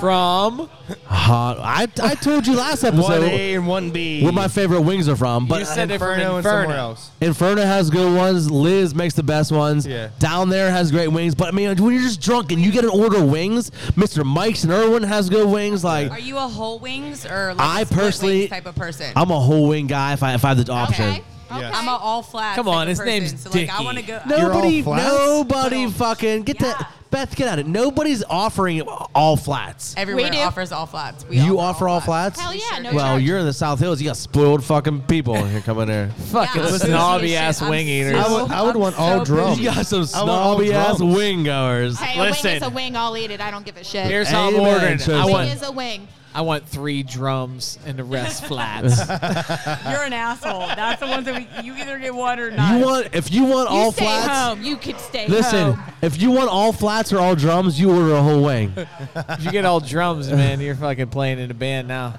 Speaker 2: From
Speaker 1: Hot. I, I told you last episode.
Speaker 3: One A and one B.
Speaker 1: Where my favorite wings are from, but
Speaker 3: You said they're from Inferno and somewhere Inferno. else.
Speaker 1: Inferno has good ones. Liz makes the best ones.
Speaker 3: Yeah.
Speaker 1: Down there has great wings. But I mean, when you're just drunk and you get an order of wings, Mr. Mike's and Irwin has good wings. Like
Speaker 8: Are you a whole wings or like
Speaker 1: I
Speaker 8: a split
Speaker 1: personally,
Speaker 8: wings type of person?
Speaker 1: I'm a whole wing guy if I if I have the option.
Speaker 8: I'm a all flat.
Speaker 2: Come
Speaker 8: type
Speaker 2: on,
Speaker 8: of
Speaker 2: his
Speaker 8: person,
Speaker 2: name's
Speaker 8: so like, I want to
Speaker 2: Dickie.
Speaker 8: go. uh,
Speaker 1: Nobody,
Speaker 8: You're all flats?
Speaker 1: nobody fucking get that. Beth, get at it. Nobody's offering all flats.
Speaker 8: Everywhere offers all flats. We
Speaker 1: you offer all flats?
Speaker 8: Hell yeah, no
Speaker 1: Well,
Speaker 8: charge.
Speaker 1: you're in the South Hills. You got spoiled fucking people here coming there.
Speaker 2: Fucking
Speaker 1: Listen,
Speaker 2: snobby ass
Speaker 8: I'm
Speaker 2: wing eaters.
Speaker 1: I would- I would want
Speaker 8: all so drunk.
Speaker 1: You got some
Speaker 8: Oh. I want all
Speaker 1: snobby ass
Speaker 8: drunk.
Speaker 1: wing goers.
Speaker 12: Hey, a wing is a wing. I'll eat it. I don't give a shit.
Speaker 2: Here's how I'm
Speaker 1: Amen,
Speaker 2: ordering. it. I
Speaker 1: Chelsea.
Speaker 12: Wing
Speaker 2: want
Speaker 12: is a wing.
Speaker 2: I want three drums and the rest flats.
Speaker 8: You're an asshole. That's the ones that we, you either get one or not.
Speaker 1: You want if you want all
Speaker 12: stay
Speaker 1: flats.
Speaker 12: home. You could stay
Speaker 1: Listen,
Speaker 12: home.
Speaker 1: if you want all flats or all drums, you order a whole wing.
Speaker 2: if you get all drums, man, you're fucking playing in a band now.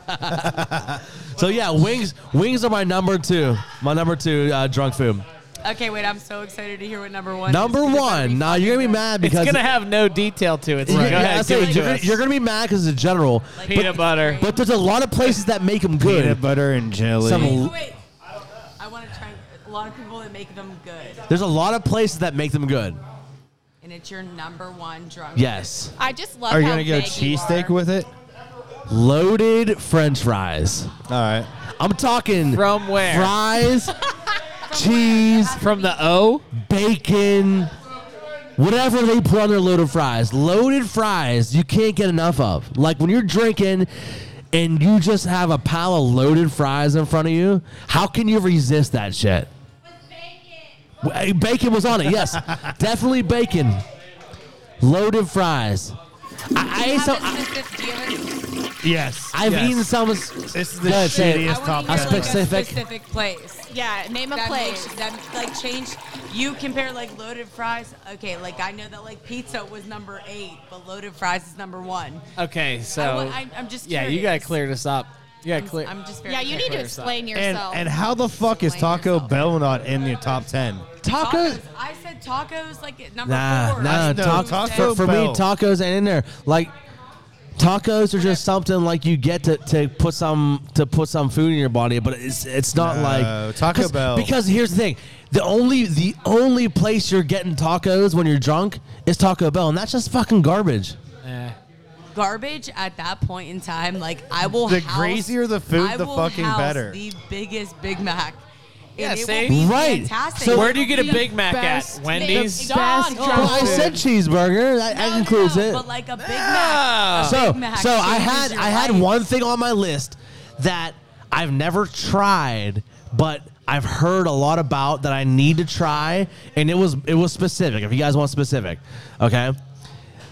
Speaker 1: so yeah, wings wings are my number two. My number two uh, drunk food.
Speaker 8: Okay, wait. I'm so excited to hear what number one.
Speaker 1: Number one. Now you're gonna be mad because
Speaker 2: it's gonna have no detail to it. So
Speaker 1: Yeah, yeah,
Speaker 2: Go
Speaker 1: I
Speaker 2: ahead,
Speaker 1: say,
Speaker 2: give it
Speaker 1: you're,
Speaker 2: to
Speaker 1: gonna,
Speaker 2: us.
Speaker 1: you're gonna be mad because it's general.
Speaker 2: Peanut
Speaker 1: but,
Speaker 2: butter.
Speaker 1: But there's a lot of places that make them good.
Speaker 2: Peanut
Speaker 1: butter and jelly.
Speaker 8: Wait, wait. I want to try a lot of people that make them good,
Speaker 1: there's a lot of places that make them good.
Speaker 8: and it's your number one drunk.
Speaker 1: Yes.
Speaker 12: I just
Speaker 8: love
Speaker 1: Are you
Speaker 8: how
Speaker 1: gonna go
Speaker 8: vague you
Speaker 1: cheesesteak
Speaker 8: are.
Speaker 1: with it? Loaded French fries. All
Speaker 3: right.
Speaker 1: I'm talking
Speaker 2: from where?
Speaker 1: Fries, cheese
Speaker 2: from the O,
Speaker 1: bacon, whatever they put on their loaded fries. Loaded fries you can't get enough of. Like when you're drinking. And you just have a pile of loaded fries in front of you. How can you resist that shit? Bacon. Bacon was on it. Yes, definitely bacon. Loaded fries. I, I ate some. I-
Speaker 3: Yes.
Speaker 1: I've
Speaker 3: yes.
Speaker 1: eaten some.
Speaker 3: This is the
Speaker 1: Yeah, say it.
Speaker 3: shittiest
Speaker 1: I
Speaker 3: top.
Speaker 1: wanna hear, like, a Specific.
Speaker 8: specific place.
Speaker 12: Yeah, name a
Speaker 8: that
Speaker 12: place.
Speaker 8: makes- that like change. You compare like loaded fries. Okay, like I know that like pizza was number eight, but loaded fries is number one.
Speaker 2: Okay, so
Speaker 8: I wa- I- I'm just
Speaker 2: yeah, you gotta clear this up. You gotta clear.
Speaker 8: I'm just very
Speaker 12: Yeah, you need to
Speaker 8: clear.
Speaker 12: explain
Speaker 3: And,
Speaker 12: yourself.
Speaker 3: and how the fuck is Taco Bell not in the top ten?
Speaker 1: Tacos.
Speaker 8: I said tacos like at number
Speaker 1: Nah,
Speaker 8: four.
Speaker 1: nah.
Speaker 3: No,
Speaker 1: Taco,
Speaker 3: Taco
Speaker 1: for, for me,
Speaker 3: Bell.
Speaker 1: tacos ain't in there. Like tacos are just something like you get to, to put some to put some food in your body, but it's it's not
Speaker 3: No,
Speaker 1: like
Speaker 3: Taco
Speaker 1: 'cause-
Speaker 3: Bell.
Speaker 1: Because here's the thing: the only the only place you're getting tacos when you're drunk is Taco Bell, and that's just fucking garbage.
Speaker 8: Garbage at that point in time. Like I will.
Speaker 1: The
Speaker 8: house,
Speaker 1: greasier the food,
Speaker 8: I
Speaker 1: the
Speaker 8: will
Speaker 1: fucking
Speaker 8: house
Speaker 1: better.
Speaker 8: The biggest Big Mac.
Speaker 2: Yeah,
Speaker 8: and it
Speaker 2: see?
Speaker 8: will be
Speaker 1: Right.
Speaker 8: fantastic.
Speaker 1: So-
Speaker 2: Where do you get a
Speaker 8: The
Speaker 2: Big Mac
Speaker 8: best-
Speaker 2: at? Wendy's?
Speaker 8: the best
Speaker 1: Well, I
Speaker 8: drive-thru.
Speaker 1: said cheeseburger. That, that includes it.
Speaker 8: But like a Big Mac.
Speaker 1: so,
Speaker 8: a Big Mac
Speaker 1: so I
Speaker 8: changes
Speaker 1: had
Speaker 8: your
Speaker 1: I had
Speaker 8: life.
Speaker 1: one thing on my list that I've never tried, but I've heard a lot about that I need to try, and it was it was specific. If you guys want specific, okay,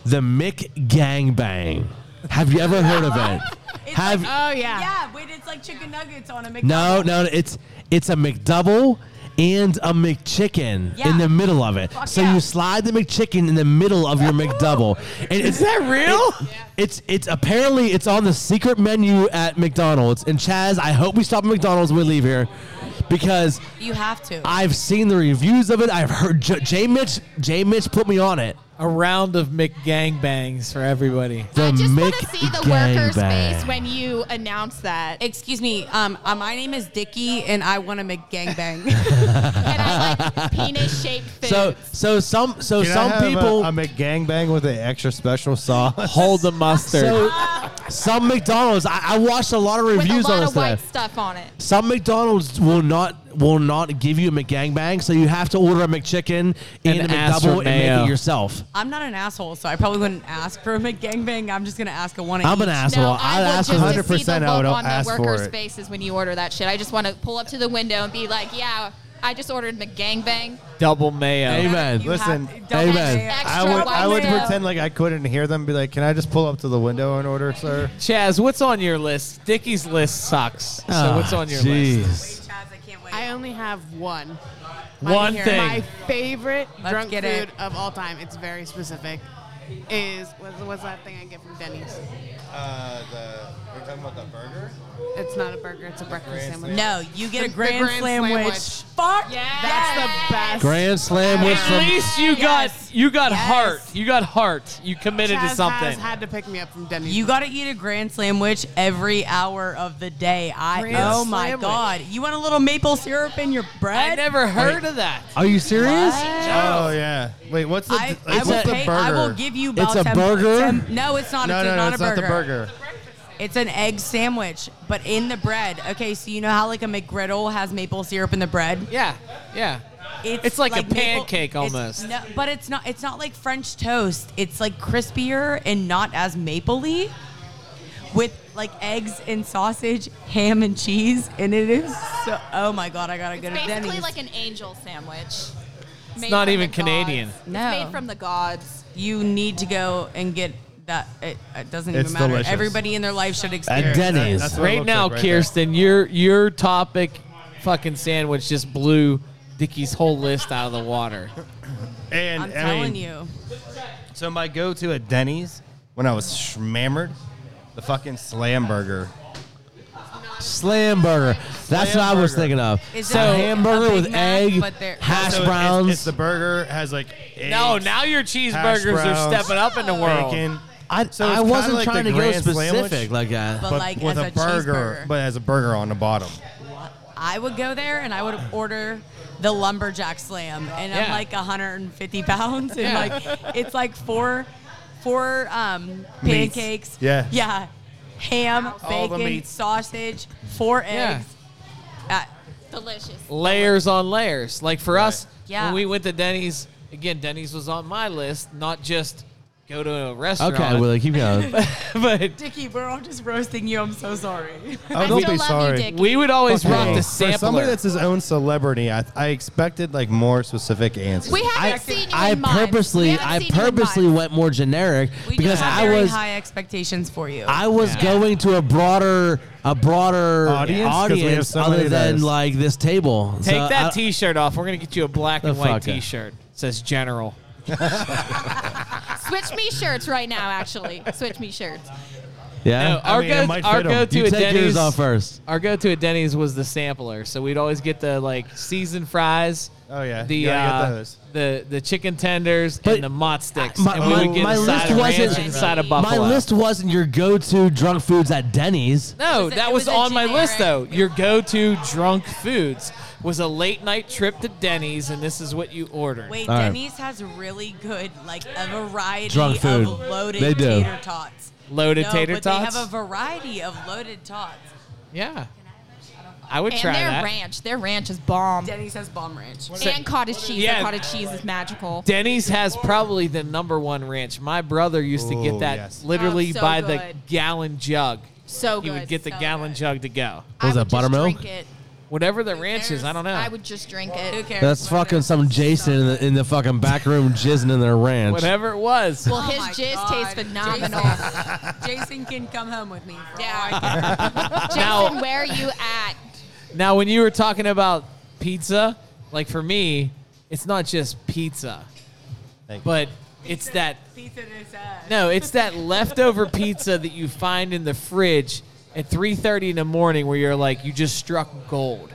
Speaker 1: the Mick Gang Bang. Have you ever heard of it?
Speaker 8: It's
Speaker 1: Have
Speaker 8: like, oh yeah. Yeah, wait, it's like chicken nuggets on a
Speaker 1: no,
Speaker 8: McDonald's.
Speaker 1: no, it's it's a McDouble and a McChicken in the middle of it. so you slide the McChicken in the middle of your McDouble. And
Speaker 2: Is that real?
Speaker 1: it- it's it's apparently it's on the secret menu at McDonald's. And Chaz, I hope we stop at McDonald's when we leave here because
Speaker 8: You have to.
Speaker 1: I've seen the reviews of it. I've heard J, J Mitch J Mitch put me on it.
Speaker 2: A round of McGangbangs for everybody.
Speaker 1: The I just
Speaker 12: want to see the worker's face when you announce that.
Speaker 8: Excuse me. Um, uh, my name is Dickie, and I want to make gangbang.
Speaker 12: Penis shaped
Speaker 1: So so some so
Speaker 3: Can I
Speaker 1: some
Speaker 3: have a-
Speaker 1: people
Speaker 3: a, McGangbang with an extra special sauce.
Speaker 2: Hold the mustard.
Speaker 1: so some McDonald's I, I watched a lot of
Speaker 12: with a
Speaker 1: reviews
Speaker 12: lot
Speaker 1: on
Speaker 12: of
Speaker 1: this
Speaker 12: white
Speaker 1: today.
Speaker 12: stuff on it.
Speaker 1: Some McDonald's will not will not give you a McGangbang, so you have to order a McChicken and
Speaker 2: An
Speaker 1: a
Speaker 2: ass or
Speaker 1: McDouble and make
Speaker 2: mayo.
Speaker 1: it yourself.
Speaker 8: I'm not an asshole, so I probably wouldn't ask for a McGangbang. I'm just gonna ask a one.
Speaker 1: I'm an asshole. No, I I'd would ask just for
Speaker 12: Just to see the
Speaker 1: 100% I would
Speaker 12: look on
Speaker 1: ask
Speaker 12: the
Speaker 1: for
Speaker 12: workers'
Speaker 1: it.
Speaker 12: faces when you order that shit. I just want to pull up to the window and be like, "Yeah, I just ordered McGangbang."
Speaker 2: Double mayo.
Speaker 1: Amen.
Speaker 3: Listen,
Speaker 12: don't amen. have
Speaker 3: I
Speaker 12: extra
Speaker 3: would, I would
Speaker 12: white mayo.
Speaker 3: pretend like I couldn't hear them. Be like, can I just pull up to the window and
Speaker 8: Uh,
Speaker 3: order, sir?
Speaker 2: Chaz, what's on your list? Dickie's list sucks. so
Speaker 3: Ah,
Speaker 2: what's on your
Speaker 3: jeez.
Speaker 2: list?
Speaker 4: I only have one.
Speaker 2: One
Speaker 4: Wanna hear it?
Speaker 2: thing.
Speaker 4: My favorite
Speaker 8: Let's
Speaker 4: drunk
Speaker 8: get
Speaker 4: food
Speaker 8: it.
Speaker 4: of all time. It's very specific. Is what's, what's that thing I get from Denny's?
Speaker 3: Uh, the, are you talking about the burger?
Speaker 4: It's not a burger. It's a breakfast
Speaker 3: grand
Speaker 4: sandwich.
Speaker 8: No, you get
Speaker 4: The-
Speaker 8: a
Speaker 4: the
Speaker 8: grand, slam,
Speaker 4: slam
Speaker 8: witch.
Speaker 4: witch.
Speaker 8: Fuck.
Speaker 4: That's the best.
Speaker 1: Grand slam with
Speaker 2: At
Speaker 1: some.
Speaker 2: least you got you got heart. You got heart. You committed
Speaker 8: Chaz
Speaker 2: to
Speaker 8: has
Speaker 2: something.
Speaker 8: had
Speaker 4: to pick me up from Denny's.
Speaker 8: You gotta eat a grand slam witch every hour of the day. I
Speaker 2: Grand
Speaker 8: oh
Speaker 2: slam
Speaker 8: my
Speaker 2: witch.
Speaker 8: god! You want a little maple syrup in your bread? I never
Speaker 2: heard of that.
Speaker 1: Are you serious?
Speaker 3: Oh yeah. Wait, what's the?
Speaker 8: I,
Speaker 3: like,
Speaker 8: I,
Speaker 3: what's
Speaker 8: will
Speaker 3: the
Speaker 8: pay,
Speaker 3: burger?
Speaker 8: I will give you.
Speaker 3: It's
Speaker 8: about
Speaker 3: a
Speaker 8: 10
Speaker 3: burger?
Speaker 8: ten- no, it's not.
Speaker 3: No,
Speaker 8: it's
Speaker 3: no, no,
Speaker 8: a, not
Speaker 3: it's
Speaker 8: a
Speaker 3: not the
Speaker 8: burger.
Speaker 3: burger.
Speaker 8: It's an egg sandwich, but in the bread. Okay, so you know how like a McGriddle has maple syrup in the bread?
Speaker 2: Yeah, yeah.
Speaker 8: It's,
Speaker 2: It's like a
Speaker 8: maple-
Speaker 2: pancake
Speaker 8: it's-
Speaker 2: almost.
Speaker 8: no, but it's not. It's not like French toast. It's like crispier and not as mapley, with like eggs and sausage, ham and cheese, and it is so. Oh my god, I gotta go to
Speaker 12: Basically,
Speaker 8: Denny's.
Speaker 12: like an angel sandwich. It's
Speaker 8: Made
Speaker 2: not
Speaker 8: from
Speaker 2: even
Speaker 8: the
Speaker 2: Canadian.
Speaker 8: gods. No,
Speaker 12: made from the gods.
Speaker 8: You need to go and get that. It, it doesn't
Speaker 2: It's
Speaker 8: even matter.
Speaker 2: delicious.
Speaker 8: Everybody in their life should experience.
Speaker 2: Denny's.
Speaker 8: That.
Speaker 2: right now, Kirsten, your your topic, fucking sandwich, just blew Dickie's whole list out of the water.
Speaker 3: And
Speaker 8: I'm
Speaker 3: I
Speaker 8: telling
Speaker 3: mean,
Speaker 8: you.
Speaker 3: So my go-to at Denny's when I was shmammered, the fucking slam burger.
Speaker 1: Slam burger. That's what I was
Speaker 3: burger.
Speaker 1: thinking of.
Speaker 3: Is
Speaker 1: so
Speaker 3: that a-
Speaker 1: hamburger
Speaker 3: a
Speaker 1: with
Speaker 3: Big Mac,
Speaker 1: egg,
Speaker 3: but they're-
Speaker 1: hash
Speaker 3: So it's-
Speaker 1: browns.
Speaker 3: it's the burger has like
Speaker 2: No,
Speaker 3: eggs,
Speaker 2: now your
Speaker 3: hash
Speaker 2: cheeseburgers are
Speaker 3: browns,
Speaker 2: stepping up in the world.
Speaker 3: Bacon.
Speaker 1: I,
Speaker 3: So it's
Speaker 1: I
Speaker 3: kinda
Speaker 1: wasn't
Speaker 3: like
Speaker 1: trying
Speaker 3: the
Speaker 1: to go
Speaker 3: grand slam witch,
Speaker 1: specific like that.
Speaker 8: But like
Speaker 3: with
Speaker 8: as
Speaker 3: a,
Speaker 8: a
Speaker 3: burger,
Speaker 8: cheeseburger.
Speaker 3: but as a burger on the bottom.
Speaker 8: I would go there and I would order the lumberjack slam, and I'm
Speaker 2: Yeah.
Speaker 8: like 150 pounds, and
Speaker 2: Yeah.
Speaker 8: like it's like four, four um,
Speaker 2: Meats.
Speaker 8: pancakes.
Speaker 2: Yeah.
Speaker 8: Yeah. Ham,
Speaker 2: All the
Speaker 8: bacon,
Speaker 2: meats.
Speaker 8: sausage, four
Speaker 2: Yeah.
Speaker 8: eggs. Uh,
Speaker 12: Delicious.
Speaker 2: layers on layers. Like for us,
Speaker 8: Yeah.
Speaker 2: when we went to Denny's, again, Denny's was on my list, not just go to a restaurant.
Speaker 1: Okay, Willie, keep going.
Speaker 2: but
Speaker 8: Dickie, we're all just roasting you. I'm so sorry.
Speaker 3: Oh, don't be sorry.
Speaker 2: We would always
Speaker 3: Fuck
Speaker 2: rock
Speaker 3: no.
Speaker 2: the
Speaker 3: Oh. For somebody
Speaker 2: sampler.
Speaker 3: that's his own celebrity, I, I expected like more specific answers.
Speaker 12: We haven't
Speaker 1: I,
Speaker 12: seen you
Speaker 1: I
Speaker 12: in months. We
Speaker 1: purposely,
Speaker 12: haven't
Speaker 1: I
Speaker 12: seen you in
Speaker 1: purposely went more generic
Speaker 8: We
Speaker 1: because
Speaker 8: just have
Speaker 1: I
Speaker 8: very
Speaker 1: was,
Speaker 8: high expectations for you.
Speaker 1: I was going to a broader, a broader
Speaker 3: Audience? 'Cause we have
Speaker 1: audience
Speaker 3: so many
Speaker 1: other
Speaker 3: of
Speaker 1: than
Speaker 3: those.
Speaker 1: like this table.
Speaker 2: Take
Speaker 1: So
Speaker 2: that
Speaker 1: I-
Speaker 2: T-shirt off. We're gonna get you a black and
Speaker 1: The
Speaker 2: white
Speaker 1: fucker.
Speaker 2: T-shirt. It says General.
Speaker 12: Switch me shirts right now. Actually, switch me shirts.
Speaker 1: yeah.
Speaker 2: No, our go, our go-to
Speaker 1: You
Speaker 2: at
Speaker 1: take
Speaker 2: Denny's
Speaker 1: yours off first.
Speaker 2: Our go-to at Denny's was the sampler, so we'd always get the like seasoned fries.
Speaker 3: Oh yeah,
Speaker 2: the
Speaker 3: You gotta get
Speaker 2: uh,
Speaker 3: those.
Speaker 2: the the chicken tenders and the mott sticks.
Speaker 1: My,
Speaker 2: and we
Speaker 1: my,
Speaker 2: would get
Speaker 1: my
Speaker 2: a side
Speaker 1: list
Speaker 2: of
Speaker 1: wasn't
Speaker 2: ranch and a side of
Speaker 1: my
Speaker 2: buffalo.
Speaker 1: list wasn't your go-to drunk foods at Denny's.
Speaker 2: No, that was, on my list though. Your go-to drunk foods was a late night trip to Denny's, and this is what you ordered.
Speaker 8: Wait,
Speaker 1: All right.
Speaker 8: Denny's has really good, like a variety
Speaker 2: Drunk food.
Speaker 8: of loaded
Speaker 2: They do.
Speaker 8: tater tots.
Speaker 2: Loaded
Speaker 8: no,
Speaker 2: tater
Speaker 8: but
Speaker 2: tots?
Speaker 8: They have a variety of loaded tots.
Speaker 2: Yeah. I would
Speaker 12: and
Speaker 2: try
Speaker 12: their
Speaker 2: that.
Speaker 12: ranch. Their ranch is bomb.
Speaker 8: Denny says bomb ranch.
Speaker 12: And cottage cheese.
Speaker 2: Yeah.
Speaker 12: Their cottage cheese is magical.
Speaker 2: Denny's has probably the number one ranch. My brother used to
Speaker 12: Ooh,
Speaker 2: get that
Speaker 12: yes.
Speaker 2: literally
Speaker 12: Oh, so
Speaker 2: by the
Speaker 12: good.
Speaker 2: gallon jug.
Speaker 12: So
Speaker 2: he
Speaker 12: good,
Speaker 2: would get the
Speaker 12: so
Speaker 2: gallon jug to go.
Speaker 12: I would just drink it.
Speaker 2: Whatever the ranch is, I don't know.
Speaker 12: I would just drink it. Who cares?
Speaker 1: That's fucking some Jason in the, in the fucking back room jizzing in their ranch.
Speaker 2: Whatever it was.
Speaker 12: Well, his jizz tastes phenomenal.
Speaker 8: Jason can come home with me. For
Speaker 12: Jason,
Speaker 2: Now-
Speaker 12: where are you at?
Speaker 2: Now, when you were talking about pizza, like for me, it's not just pizza, but it's that
Speaker 8: Pizza this ass.
Speaker 2: no, it's that leftover pizza that you find in the fridge at three thirty in the morning, where you're like, you just struck gold.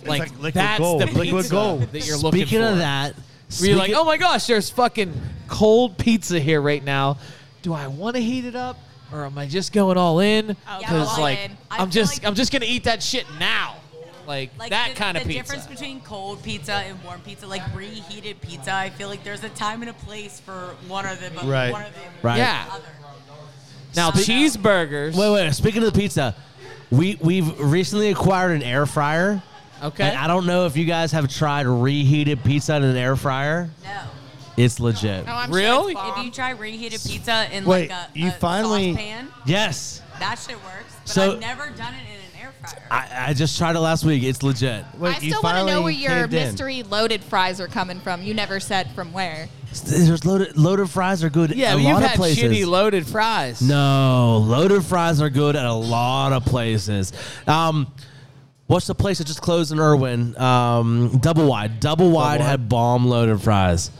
Speaker 1: It's
Speaker 2: Like,
Speaker 1: like liquid
Speaker 2: that's
Speaker 1: gold,
Speaker 2: the
Speaker 1: liquid
Speaker 2: pizza
Speaker 1: gold.
Speaker 2: that you're looking
Speaker 1: Speaking
Speaker 2: for.
Speaker 1: of that,
Speaker 2: where you're like,
Speaker 1: speaking-
Speaker 2: oh my gosh, there's fucking cold pizza here right now. Do I want to heat it up, or am I just going all in? Because
Speaker 8: all
Speaker 2: like,
Speaker 8: in. I
Speaker 2: I'm
Speaker 8: feel
Speaker 2: just, I'm just gonna eat that shit now. Like, that
Speaker 8: the-
Speaker 2: kind of
Speaker 8: the
Speaker 2: pizza.
Speaker 8: difference between cold pizza and warm pizza, like reheated pizza, I feel like there's a time and a place for one or the but
Speaker 1: Right.
Speaker 8: one or the
Speaker 1: Right.
Speaker 2: Yeah.
Speaker 8: other.
Speaker 2: Now
Speaker 1: Spe-
Speaker 2: cheeseburgers.
Speaker 1: Wait, wait. Speaking of the pizza, we we've recently acquired an air fryer.
Speaker 2: Okay.
Speaker 1: And I don't know if you guys have tried reheated pizza in an air fryer.
Speaker 8: No.
Speaker 1: It's legit.
Speaker 12: Oh.
Speaker 2: Really?
Speaker 8: if you try reheated pizza in
Speaker 1: Wait,
Speaker 8: like a,
Speaker 1: you
Speaker 8: a
Speaker 1: finally-
Speaker 8: saucepan,
Speaker 1: Yes.
Speaker 8: that shit works. But
Speaker 1: So-
Speaker 8: I've never done it in an air fryer.
Speaker 1: I, I just tried it last week. It's legit.
Speaker 12: I still want to know where your mystery loaded fries are coming from. You never said from where.
Speaker 1: There's loaded loaded fries are good.
Speaker 2: Yeah,
Speaker 1: at a
Speaker 2: but you've
Speaker 1: lot of
Speaker 2: had
Speaker 1: places.
Speaker 2: shitty loaded fries.
Speaker 1: No, loaded fries are good at a lot of places. Um, what's the place that just closed in Irwin? Um, double wide. Double wide had bomb loaded fries.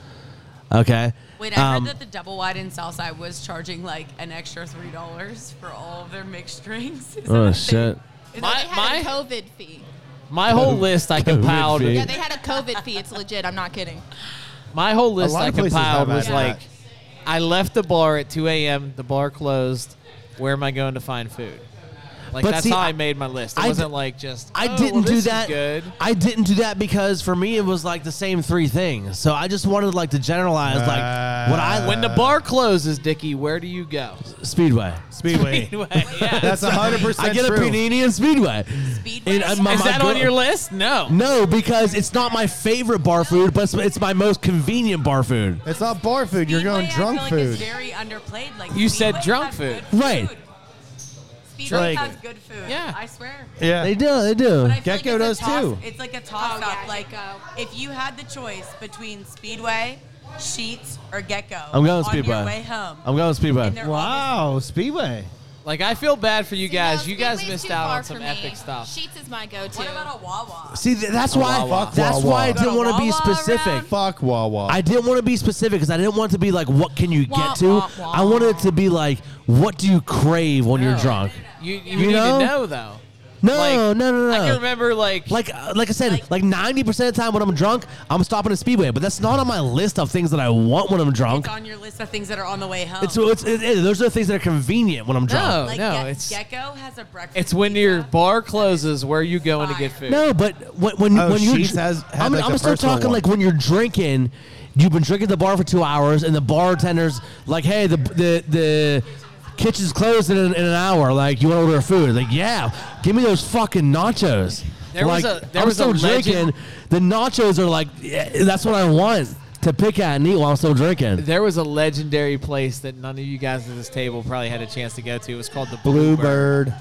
Speaker 1: Okay.
Speaker 8: Wait, I
Speaker 1: Um,
Speaker 8: heard that the double wide in Southside was charging like an extra three dollars for all of their mixed drinks. Is that
Speaker 1: Oh
Speaker 8: a thing?
Speaker 1: shit.
Speaker 12: they had a COVID fee.
Speaker 2: My whole list I compiled.
Speaker 12: Yeah, they had a COVID fee. It's legit. I'm not kidding.
Speaker 2: My whole list
Speaker 13: lot
Speaker 2: I
Speaker 13: of places
Speaker 2: compiled
Speaker 13: have
Speaker 2: was
Speaker 13: that.
Speaker 2: like, I left the bar at 2 a.m. The bar closed. Where am I going to find food? Like
Speaker 1: But
Speaker 2: that's
Speaker 1: see,
Speaker 2: how
Speaker 1: I-
Speaker 2: I made my list. It
Speaker 1: I d-
Speaker 2: wasn't like just.
Speaker 1: I
Speaker 2: "Oh, well,
Speaker 1: didn't
Speaker 2: this
Speaker 1: do
Speaker 2: is
Speaker 1: that.
Speaker 2: Good.
Speaker 1: I didn't do that because for me it was like the same three things. So I just wanted like to generalize like what I
Speaker 2: Uh, when the bar closes, Dickie, where do you go?
Speaker 1: Speedway.
Speaker 2: Speedway. yeah.
Speaker 1: That's 100% I get a true. panini and Speedway. uh, Speedway.
Speaker 2: Is that on your list? No.
Speaker 1: No, because it's not my favorite bar food, but it's, it's my most convenient bar food.
Speaker 3: It's not bar food. You're going drunk
Speaker 8: I feel like it's very underplayed. Like
Speaker 1: You said
Speaker 8: Speedway
Speaker 1: drunk
Speaker 8: has
Speaker 1: food.
Speaker 8: good
Speaker 1: Right.
Speaker 8: Speedway
Speaker 1: Like-
Speaker 8: has good food. Yeah, I swear.
Speaker 1: Yeah. They do. They do.
Speaker 8: But I feel like it's a toss- It's
Speaker 12: Oh,
Speaker 8: like a toss up. like if you had the choice between Speedway, Sheets, or Gecko,
Speaker 1: I'm going
Speaker 8: on
Speaker 1: Speedway.
Speaker 8: Your way home,
Speaker 1: I'm going Speedway.
Speaker 8: And they're
Speaker 1: Wow, Oh, Speedway.
Speaker 2: Like I feel bad for you guys. you guys
Speaker 12: Speedway's
Speaker 2: missed
Speaker 12: too
Speaker 2: out
Speaker 12: far
Speaker 2: on some
Speaker 12: for me.
Speaker 2: epic stuff.
Speaker 12: Sheets is my go-to. What about
Speaker 8: a Wawa?
Speaker 1: See, th- that's
Speaker 2: Oh,
Speaker 1: why.
Speaker 2: Wawa.
Speaker 1: That's
Speaker 2: Wawa.
Speaker 1: why I
Speaker 2: You
Speaker 1: didn't
Speaker 2: got a
Speaker 1: want to be
Speaker 2: Wawa
Speaker 1: specific. Fuck Wawa. I didn't want to be specific because I didn't want it to be like, what can you
Speaker 2: Wah,
Speaker 1: get to?
Speaker 2: wah, wah.
Speaker 1: I wanted it to be like, what do you crave when you're drunk?
Speaker 2: You, you,
Speaker 1: You
Speaker 2: need
Speaker 1: know?
Speaker 2: to know though.
Speaker 1: No, no, no, no.
Speaker 2: I can remember like
Speaker 1: like uh, like I said, like ninety percent of the time when I'm drunk, I'm stopping at Speedway, but that's not on my list of things that I want when I'm drunk.
Speaker 8: It's on your list of things that are on the way home.
Speaker 1: It's, it's, it- it- those are the things that are convenient when I'm drunk.
Speaker 8: like
Speaker 2: no,
Speaker 8: Ge-
Speaker 2: it's-
Speaker 8: Gecko has a breakfast.
Speaker 2: It's when your bar closes. Where are you going to get food?
Speaker 1: No, but when when,
Speaker 2: Oh,
Speaker 1: when you
Speaker 2: Sheets has- had,
Speaker 1: I'm,
Speaker 2: like,
Speaker 1: I'm
Speaker 2: a
Speaker 1: still
Speaker 2: personal
Speaker 1: talking
Speaker 2: one.
Speaker 1: like when you're drinking, you've been drinking at the bar for two hours, and the bartender's like, "Hey, the the the kitchen's closed in an, in an hour. Like, you want to order food? Like, yeah, give me those fucking nachos.
Speaker 2: There
Speaker 1: like,
Speaker 2: was a- there
Speaker 1: I'm
Speaker 2: was a
Speaker 1: still drinking.
Speaker 2: legend-
Speaker 1: The nachos are like, yeah, that's what I want to pick at and eat while I'm still drinking.
Speaker 2: There was a legendary place that none of you guys at this table probably had a chance to go to. It was called the Bluebird.
Speaker 3: Bluebird.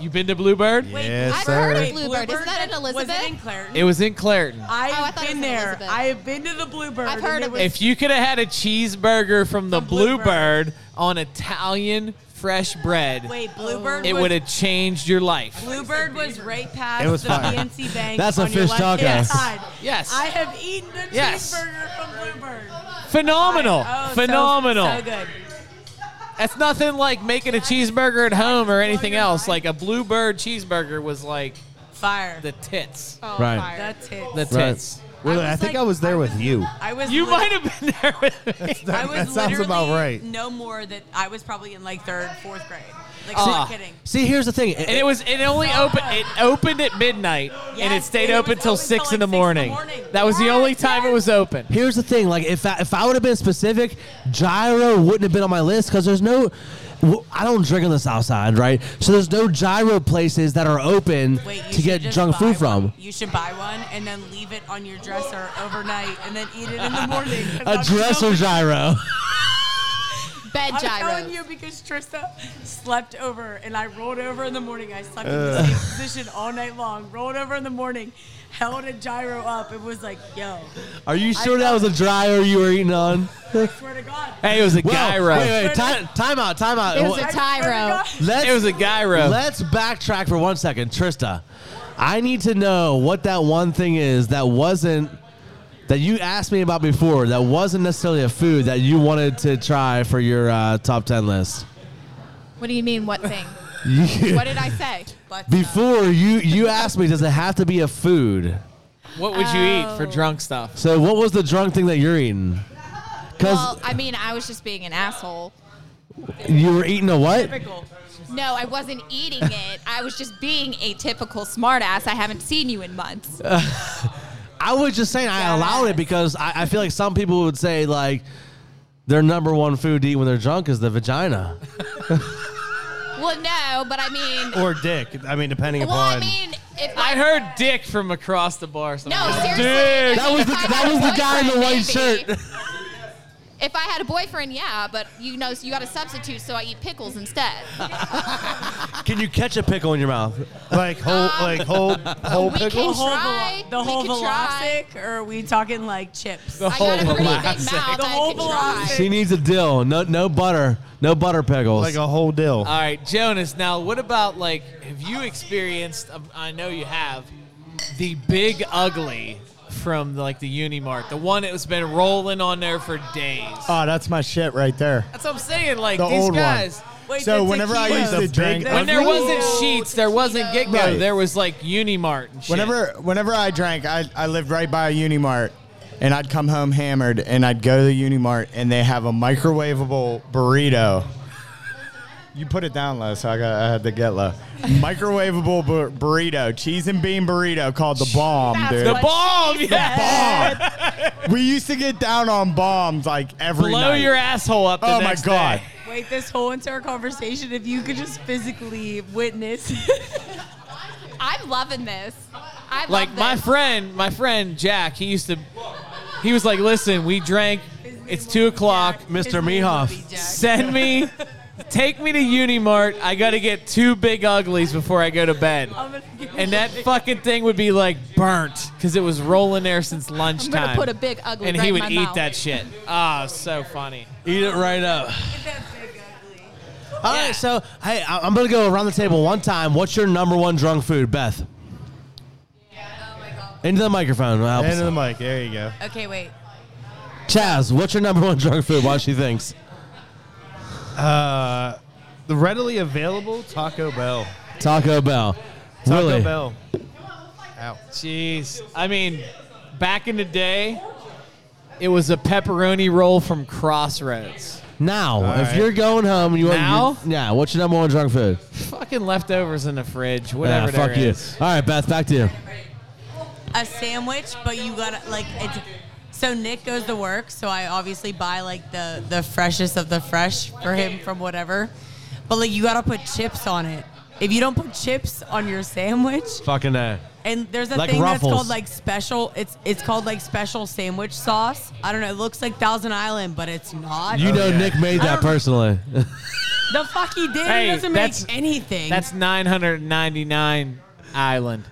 Speaker 2: You been to Bluebird?
Speaker 3: Yes,
Speaker 12: Wait, Bluebird, isn't that in Elizabeth? Oh,
Speaker 8: Was it in Claire?
Speaker 2: It was in Clareton.
Speaker 8: I've
Speaker 12: thought it
Speaker 8: been
Speaker 12: was
Speaker 8: there.
Speaker 12: Elizabeth.
Speaker 8: I have been to the Bluebird.
Speaker 12: I've heard
Speaker 8: and
Speaker 12: of
Speaker 8: it. was-
Speaker 2: If you could have had a cheeseburger from the Bluebird, on Italian fresh bread,
Speaker 8: Wait, Bluebird.
Speaker 2: it
Speaker 8: was-
Speaker 2: would have changed your life.
Speaker 8: Bluebird was right past
Speaker 2: It was
Speaker 8: the
Speaker 2: fire.
Speaker 8: PNC Bank.
Speaker 2: That's a
Speaker 8: on your
Speaker 2: fish
Speaker 8: left-hand
Speaker 2: taco.
Speaker 8: side.
Speaker 2: Yes.
Speaker 8: I have eaten a
Speaker 2: Yes.
Speaker 8: cheeseburger from Bluebird.
Speaker 2: Phenomenal.
Speaker 8: Oh, so-
Speaker 2: Phenomenal.
Speaker 8: so good.
Speaker 2: That's nothing like making a cheeseburger at home or anything else. Like a Bluebird cheeseburger was like
Speaker 8: fire.
Speaker 2: The tits.
Speaker 8: Oh,
Speaker 3: Right. fire.
Speaker 8: The tits.
Speaker 2: The tits.
Speaker 3: Really, I, think I was there with you.
Speaker 8: I was.
Speaker 2: You
Speaker 8: lit-
Speaker 2: might have been there with me.
Speaker 8: I was
Speaker 3: that sounds about
Speaker 8: literally
Speaker 3: right.
Speaker 8: No more that I was probably in like third, fourth grade. Like,
Speaker 2: Ah.
Speaker 8: I'm not kidding.
Speaker 1: See, here's the thing.
Speaker 2: And it was it only opened it opened at midnight and it stayed open till six, in the morning. That was the only time it was open.
Speaker 1: Here's the thing: like if I, if I would have been specific, gyro wouldn't have been on my list because there's no. w- I don't drink on the south side, right? So there's no gyro places that are open
Speaker 8: Wait, you
Speaker 1: to get
Speaker 8: should just
Speaker 1: junk
Speaker 8: buy
Speaker 1: food from.
Speaker 8: one. You should buy one and then leave it on your dresser overnight and then eat it in the morning.
Speaker 1: A dresser gyro.
Speaker 12: Bed
Speaker 8: I'm
Speaker 12: gyros.
Speaker 8: telling you because Trista slept over and I rolled over in the morning. I slept in the
Speaker 1: Ugh.
Speaker 8: same position all night long. Rolled over in the morning, held a gyro up. It was like, yo,
Speaker 1: Are you sure that was a dryer you were eating on?
Speaker 8: swear to God.
Speaker 2: Hey, it was a
Speaker 1: Whoa,
Speaker 2: gyro.
Speaker 1: Wait, wait, time, time out, time out.
Speaker 12: It was a
Speaker 1: Wha-
Speaker 12: tyro.
Speaker 1: Let's,
Speaker 2: it was a gyro.
Speaker 1: Let's backtrack for one second, Trista. I need to know what that one thing is that wasn't that you asked me about before. That wasn't necessarily a food that you wanted to try for your uh, top ten list.
Speaker 12: What do you mean? What thing?
Speaker 1: You-
Speaker 12: what did I say?
Speaker 1: Before you you asked me, does it have to be a food?
Speaker 2: What would you eat for drunk stuff?
Speaker 1: So what was the drunk thing that you're eating?
Speaker 8: uh,
Speaker 1: Because
Speaker 12: Well, I mean, I was just being an asshole.
Speaker 1: you were eating a what?
Speaker 12: No, I wasn't eating it. I was just being a typical smartass. I haven't seen you in months.
Speaker 1: I was just saying I allowed it because I, I feel like some people would say like their number one food to eat when they're drunk is the vagina
Speaker 12: Well, no, but I mean,
Speaker 3: or dick. I mean, depending
Speaker 12: well, I mean, if
Speaker 2: I heard dick from across the bar.
Speaker 12: No, seriously.
Speaker 2: Dick.
Speaker 12: That was the- that was the guy in the white
Speaker 1: shirt.
Speaker 12: if I had a boyfriend, yeah, but you know, so you got a substitute, so I eat pickles instead.
Speaker 1: Can you catch a pickle in your mouth?
Speaker 3: Like whole,
Speaker 1: Um,
Speaker 3: like whole, whole
Speaker 12: we can
Speaker 8: The
Speaker 3: pickles.
Speaker 8: whole,
Speaker 12: try.
Speaker 8: velo- the
Speaker 12: We
Speaker 8: whole
Speaker 12: could try.
Speaker 8: velocic, or are we talking like chips?
Speaker 1: The I got a whole pretty big
Speaker 12: velocic. mouth,
Speaker 8: The
Speaker 12: I
Speaker 8: whole
Speaker 12: could try.
Speaker 8: velocic.
Speaker 1: She needs a dill. No, no butter. No butter pickles. Uh,
Speaker 3: Like a whole dill.
Speaker 2: All right, Jonas. Now, what about like? Have you experienced? um, I know you have. The big ugly from like the Unimart, the one that's been rolling on there for days.
Speaker 5: Oh, that's my shit right there.
Speaker 2: That's what I'm saying. Like
Speaker 5: The
Speaker 2: these
Speaker 5: old one.
Speaker 2: guys.
Speaker 5: Wait, So the whenever I tequila. used to
Speaker 2: The
Speaker 5: drink-
Speaker 2: big- when there
Speaker 5: Ugly?
Speaker 2: wasn't sheets, there wasn't get go.
Speaker 5: Right.
Speaker 2: There was like Unimart and shit.
Speaker 5: Whenever whenever I drank, I, I lived right by a Unimart and I'd come home hammered and I'd go to the Unimart and they have a microwavable burrito. You put it down low, so I got I had to get low. Microwavable bur- burrito, cheese and bean burrito called the bomb, dude.
Speaker 2: the bomb, yeah.
Speaker 5: We used to get down on bombs like every
Speaker 2: Blow
Speaker 5: night.
Speaker 2: your asshole up. The
Speaker 5: oh
Speaker 2: next
Speaker 5: my god.
Speaker 2: day.
Speaker 8: Wait, this whole entire conversation, if you could just physically witness.
Speaker 12: I'm loving this. I love
Speaker 2: like
Speaker 12: this.
Speaker 2: my friend, my friend Jack, he used to, he was like, listen, we drank. It's two o'clock, Mr. Mehoff. Send me, take me to Unimart. I got to get two big uglies before I go to bed. And that fucking thing would be like burnt because it was rolling there since
Speaker 12: I'm
Speaker 2: lunchtime.
Speaker 12: gonna put a big ugly.
Speaker 2: and
Speaker 12: right
Speaker 2: he
Speaker 12: in
Speaker 2: would
Speaker 12: my
Speaker 2: eat
Speaker 12: mouth.
Speaker 2: that shit. Ah, so funny.
Speaker 1: Eat it right up. All right, so hey, I- I'm gonna go around the table one time. What's your number one drunk food, Beth? oh Into the microphone. Help us.
Speaker 3: Into the mic. There you go.
Speaker 8: okay, wait.
Speaker 1: Chaz, what's your number one drunk food? While she thinks.
Speaker 3: Uh, the readily available Taco Bell.
Speaker 1: Taco Bell.
Speaker 3: Taco
Speaker 1: really?
Speaker 3: Bell. Ow.
Speaker 2: Jeez. I mean, back in the day, it was a pepperoni roll from Crossroads.
Speaker 1: Now,
Speaker 2: All
Speaker 1: if
Speaker 2: right.
Speaker 1: you're going home, you want
Speaker 2: Now?
Speaker 1: you- yeah. What's your number one drunk food?
Speaker 2: Fucking leftovers in the fridge,
Speaker 1: Yeah,
Speaker 2: whatever
Speaker 1: Ah, fuck
Speaker 2: there
Speaker 1: you.
Speaker 2: is.
Speaker 1: All right, Beth, back to you.
Speaker 8: a sandwich, but you gotta like it's. So Nick goes to work, so I obviously buy like the the freshest of the fresh for him from whatever. But like you gotta put chips on it. If you don't put chips on your sandwich,
Speaker 1: Fucking uh,
Speaker 8: and there's a
Speaker 1: Like
Speaker 8: thing
Speaker 1: Ruffles.
Speaker 8: that's called like special. It's it's called like special sandwich sauce. I don't know. It looks like Thousand Island, but it's not.
Speaker 1: you know Nick made
Speaker 8: I
Speaker 1: that
Speaker 8: don't-
Speaker 1: personally.
Speaker 8: The fuck he did.
Speaker 2: Hey,
Speaker 8: he doesn't make
Speaker 2: that's-
Speaker 8: anything.
Speaker 2: That's 999 Island.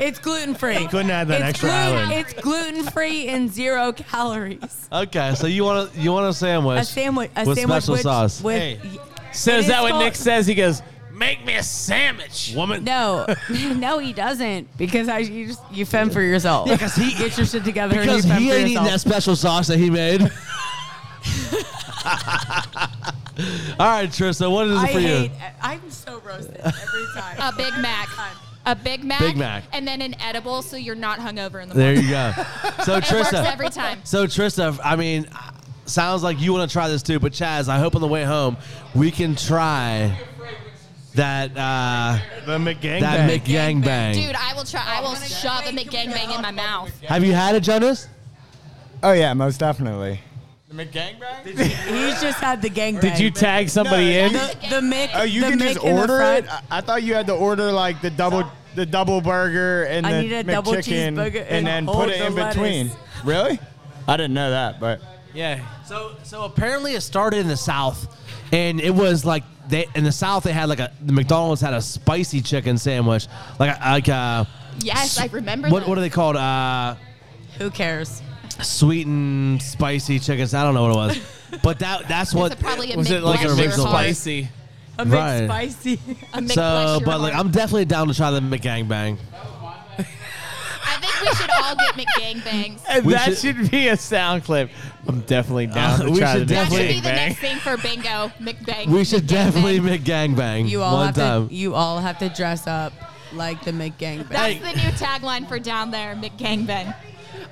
Speaker 8: It's gluten free.
Speaker 1: Couldn't add that
Speaker 8: it's
Speaker 1: extra
Speaker 8: gluten,
Speaker 1: island.
Speaker 8: It's gluten free and zero calories.
Speaker 1: okay, so you want a, you want a sandwich?
Speaker 8: A sandwich. A
Speaker 1: with
Speaker 8: sandwich
Speaker 1: special
Speaker 8: with,
Speaker 1: sauce.
Speaker 8: With,
Speaker 2: So
Speaker 8: It
Speaker 2: is
Speaker 8: is
Speaker 2: that what
Speaker 8: called-
Speaker 2: Nick says? He goes, "Make me a sandwich, woman."
Speaker 8: No, no, he doesn't because I you just you fend for yourself.
Speaker 1: Yeah, 'cause
Speaker 8: he get your shit together.
Speaker 1: because
Speaker 8: and you fend
Speaker 1: he
Speaker 8: for
Speaker 1: ain't eating
Speaker 8: yourself.
Speaker 1: that special sauce that he made. All right, Trista, what is it
Speaker 8: I
Speaker 1: for you?
Speaker 8: hate. I'm so roasted every time.
Speaker 12: A Big Mac. A Big Mac.
Speaker 1: Big Mac.
Speaker 12: And then an edible, so you're not hungover in the
Speaker 1: There you
Speaker 12: morning.
Speaker 1: go. So
Speaker 12: It works
Speaker 1: Trista,
Speaker 12: every time.
Speaker 1: So Trista, I mean, sounds like you want to try this too, but Chaz, I hope on the way home we can try that uh,
Speaker 3: the McGangbang.
Speaker 1: That McGangbang.
Speaker 12: Dude, I will try. I will shove a McGangbang in my mouth.
Speaker 1: Have you had it, Jonas?
Speaker 5: Oh yeah, most definitely.
Speaker 2: The McGangbang?
Speaker 8: He's just had the gangbang.
Speaker 2: Did you tag somebody in?
Speaker 8: The, the Mick.
Speaker 5: Oh, you
Speaker 8: the
Speaker 5: can
Speaker 8: Mick
Speaker 5: just
Speaker 8: in the
Speaker 5: order
Speaker 8: front.
Speaker 5: it. I- I thought you had to order like the double, the double burger and
Speaker 8: I
Speaker 5: the
Speaker 8: need a
Speaker 5: McChicken,
Speaker 8: double cheeseburger and
Speaker 5: and then
Speaker 8: hold
Speaker 5: put it
Speaker 8: the
Speaker 5: in between.
Speaker 8: lettuce.
Speaker 5: Really? I didn't know that, but
Speaker 1: Yeah. So so apparently it started in the South, and it was like they in the South they had like a the McDonald's had a spicy chicken sandwich, like a, like a
Speaker 12: Yes, I remember
Speaker 1: what
Speaker 12: that.
Speaker 1: what are they called? Uh,
Speaker 8: Who cares?
Speaker 1: sweet and spicy chickens. I don't know what it was, but that that's what
Speaker 12: probably a
Speaker 1: was it like
Speaker 12: McPleasure
Speaker 1: original
Speaker 12: hot.
Speaker 1: spicy.
Speaker 8: A
Speaker 1: big Right.
Speaker 8: spicy.
Speaker 12: A
Speaker 1: So,
Speaker 12: McPleasure
Speaker 1: but like
Speaker 12: hot.
Speaker 1: I'm definitely down to try the McGangbang.
Speaker 12: I think we should all get McGangbangs.
Speaker 2: And
Speaker 1: We
Speaker 2: that
Speaker 1: should-
Speaker 2: should, be a sound clip. I'm definitely down
Speaker 1: Uh,
Speaker 2: to
Speaker 1: we
Speaker 2: try
Speaker 1: should
Speaker 2: the
Speaker 12: That should be
Speaker 2: next
Speaker 12: the
Speaker 2: bang.
Speaker 12: next thing for bingo. McBang.
Speaker 1: We should
Speaker 12: McGangbang.
Speaker 1: definitely McGangbang
Speaker 8: You all
Speaker 1: one
Speaker 8: have
Speaker 1: time.
Speaker 8: to. You all have to dress up like the McGangbang.
Speaker 12: That's the new tagline for down there, McGangbang.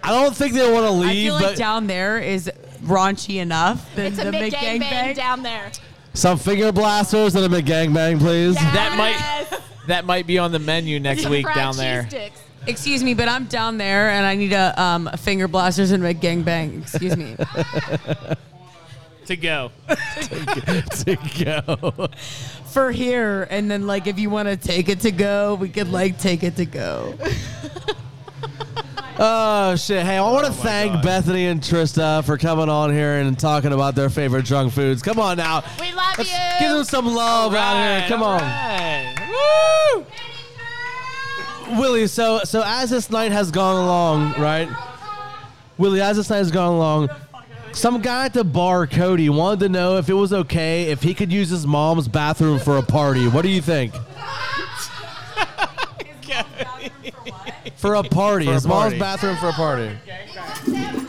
Speaker 1: I don't think they want to
Speaker 8: I
Speaker 1: leave,
Speaker 8: feel like
Speaker 1: but
Speaker 8: down there is raunchy enough. than
Speaker 12: It's a
Speaker 8: the
Speaker 12: McGangbang
Speaker 8: McGangbang.
Speaker 12: down there.
Speaker 1: some finger blasters and a McGangbang, please.
Speaker 2: That might that might be on the menu next week
Speaker 12: Fried
Speaker 2: down
Speaker 12: cheese
Speaker 2: there.
Speaker 12: sticks.
Speaker 8: Excuse me, but I'm down there and I need a, um, a finger blasters and a gangbang. Excuse me.
Speaker 2: To go.
Speaker 1: to go.
Speaker 8: For here. And then, like, if you want to take it to go, we could, like, take it to go.
Speaker 1: Oh shit! Hey, I want to thank Bethany and Trista for coming on here and talking about their favorite drunk foods. Come on now,
Speaker 12: We love you.
Speaker 1: give them some love out here. Come on.
Speaker 2: Woo!
Speaker 1: Willie, so so as this night has gone along, right? Willie, as this night has gone along, some guy at the bar, Cody, wanted to know if it was okay if he could use his mom's bathroom for a party. What do you think? For a party,
Speaker 3: For a
Speaker 1: his
Speaker 3: party.
Speaker 1: mom's bathroom for a party.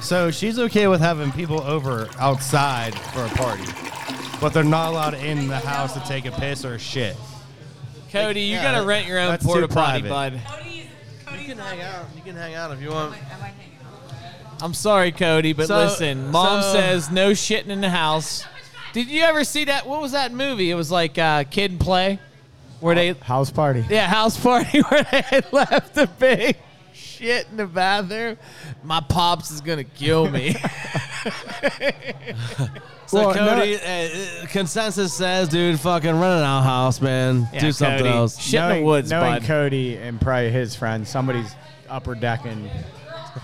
Speaker 3: So she's okay with having people over outside for a party, but they're not allowed in the house to take a piss or shit.
Speaker 2: Cody, you
Speaker 3: Yeah,
Speaker 2: gotta rent your own
Speaker 3: that's too
Speaker 2: porta potty,
Speaker 3: private.
Speaker 2: bud.
Speaker 1: You can hang out. You can hang out if you want.
Speaker 2: I'm sorry, Cody, but
Speaker 1: So-
Speaker 2: listen, mom
Speaker 1: so-
Speaker 2: says no shitting in the house. Did you ever see that? What was that movie? It was like uh, Kid and Play, where they
Speaker 5: house party.
Speaker 2: yeah house party where they had left a big shit in the bathroom. My pops is gonna kill me.
Speaker 1: So
Speaker 2: Well, no-
Speaker 1: Cody, uh, uh, consensus says, dude, fucking run an outhouse, man.
Speaker 2: Yeah,
Speaker 1: Do something
Speaker 2: Cody.
Speaker 1: else.
Speaker 5: knowing, knowing Cody and probably his friends, somebody's upper decking. her-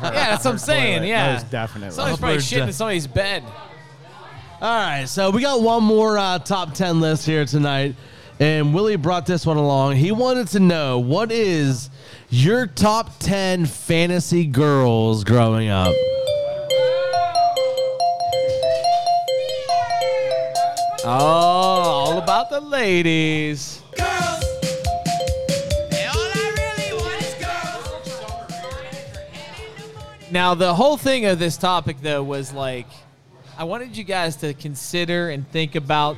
Speaker 2: yeah, that's
Speaker 5: her
Speaker 2: what I'm saying.
Speaker 5: toilet,
Speaker 2: Yeah,
Speaker 5: most definitely.
Speaker 2: Somebody's probably
Speaker 1: Upper
Speaker 2: shitting
Speaker 1: de-
Speaker 2: in somebody's bed.
Speaker 1: All right, so we got one more uh, top 10 list here tonight, and Willie brought this one along. He wanted to know what is your top 10 fantasy girls growing up?
Speaker 2: Oh, all about the ladies. Now, the whole thing of this topic, though, was like, I wanted you guys to consider and think about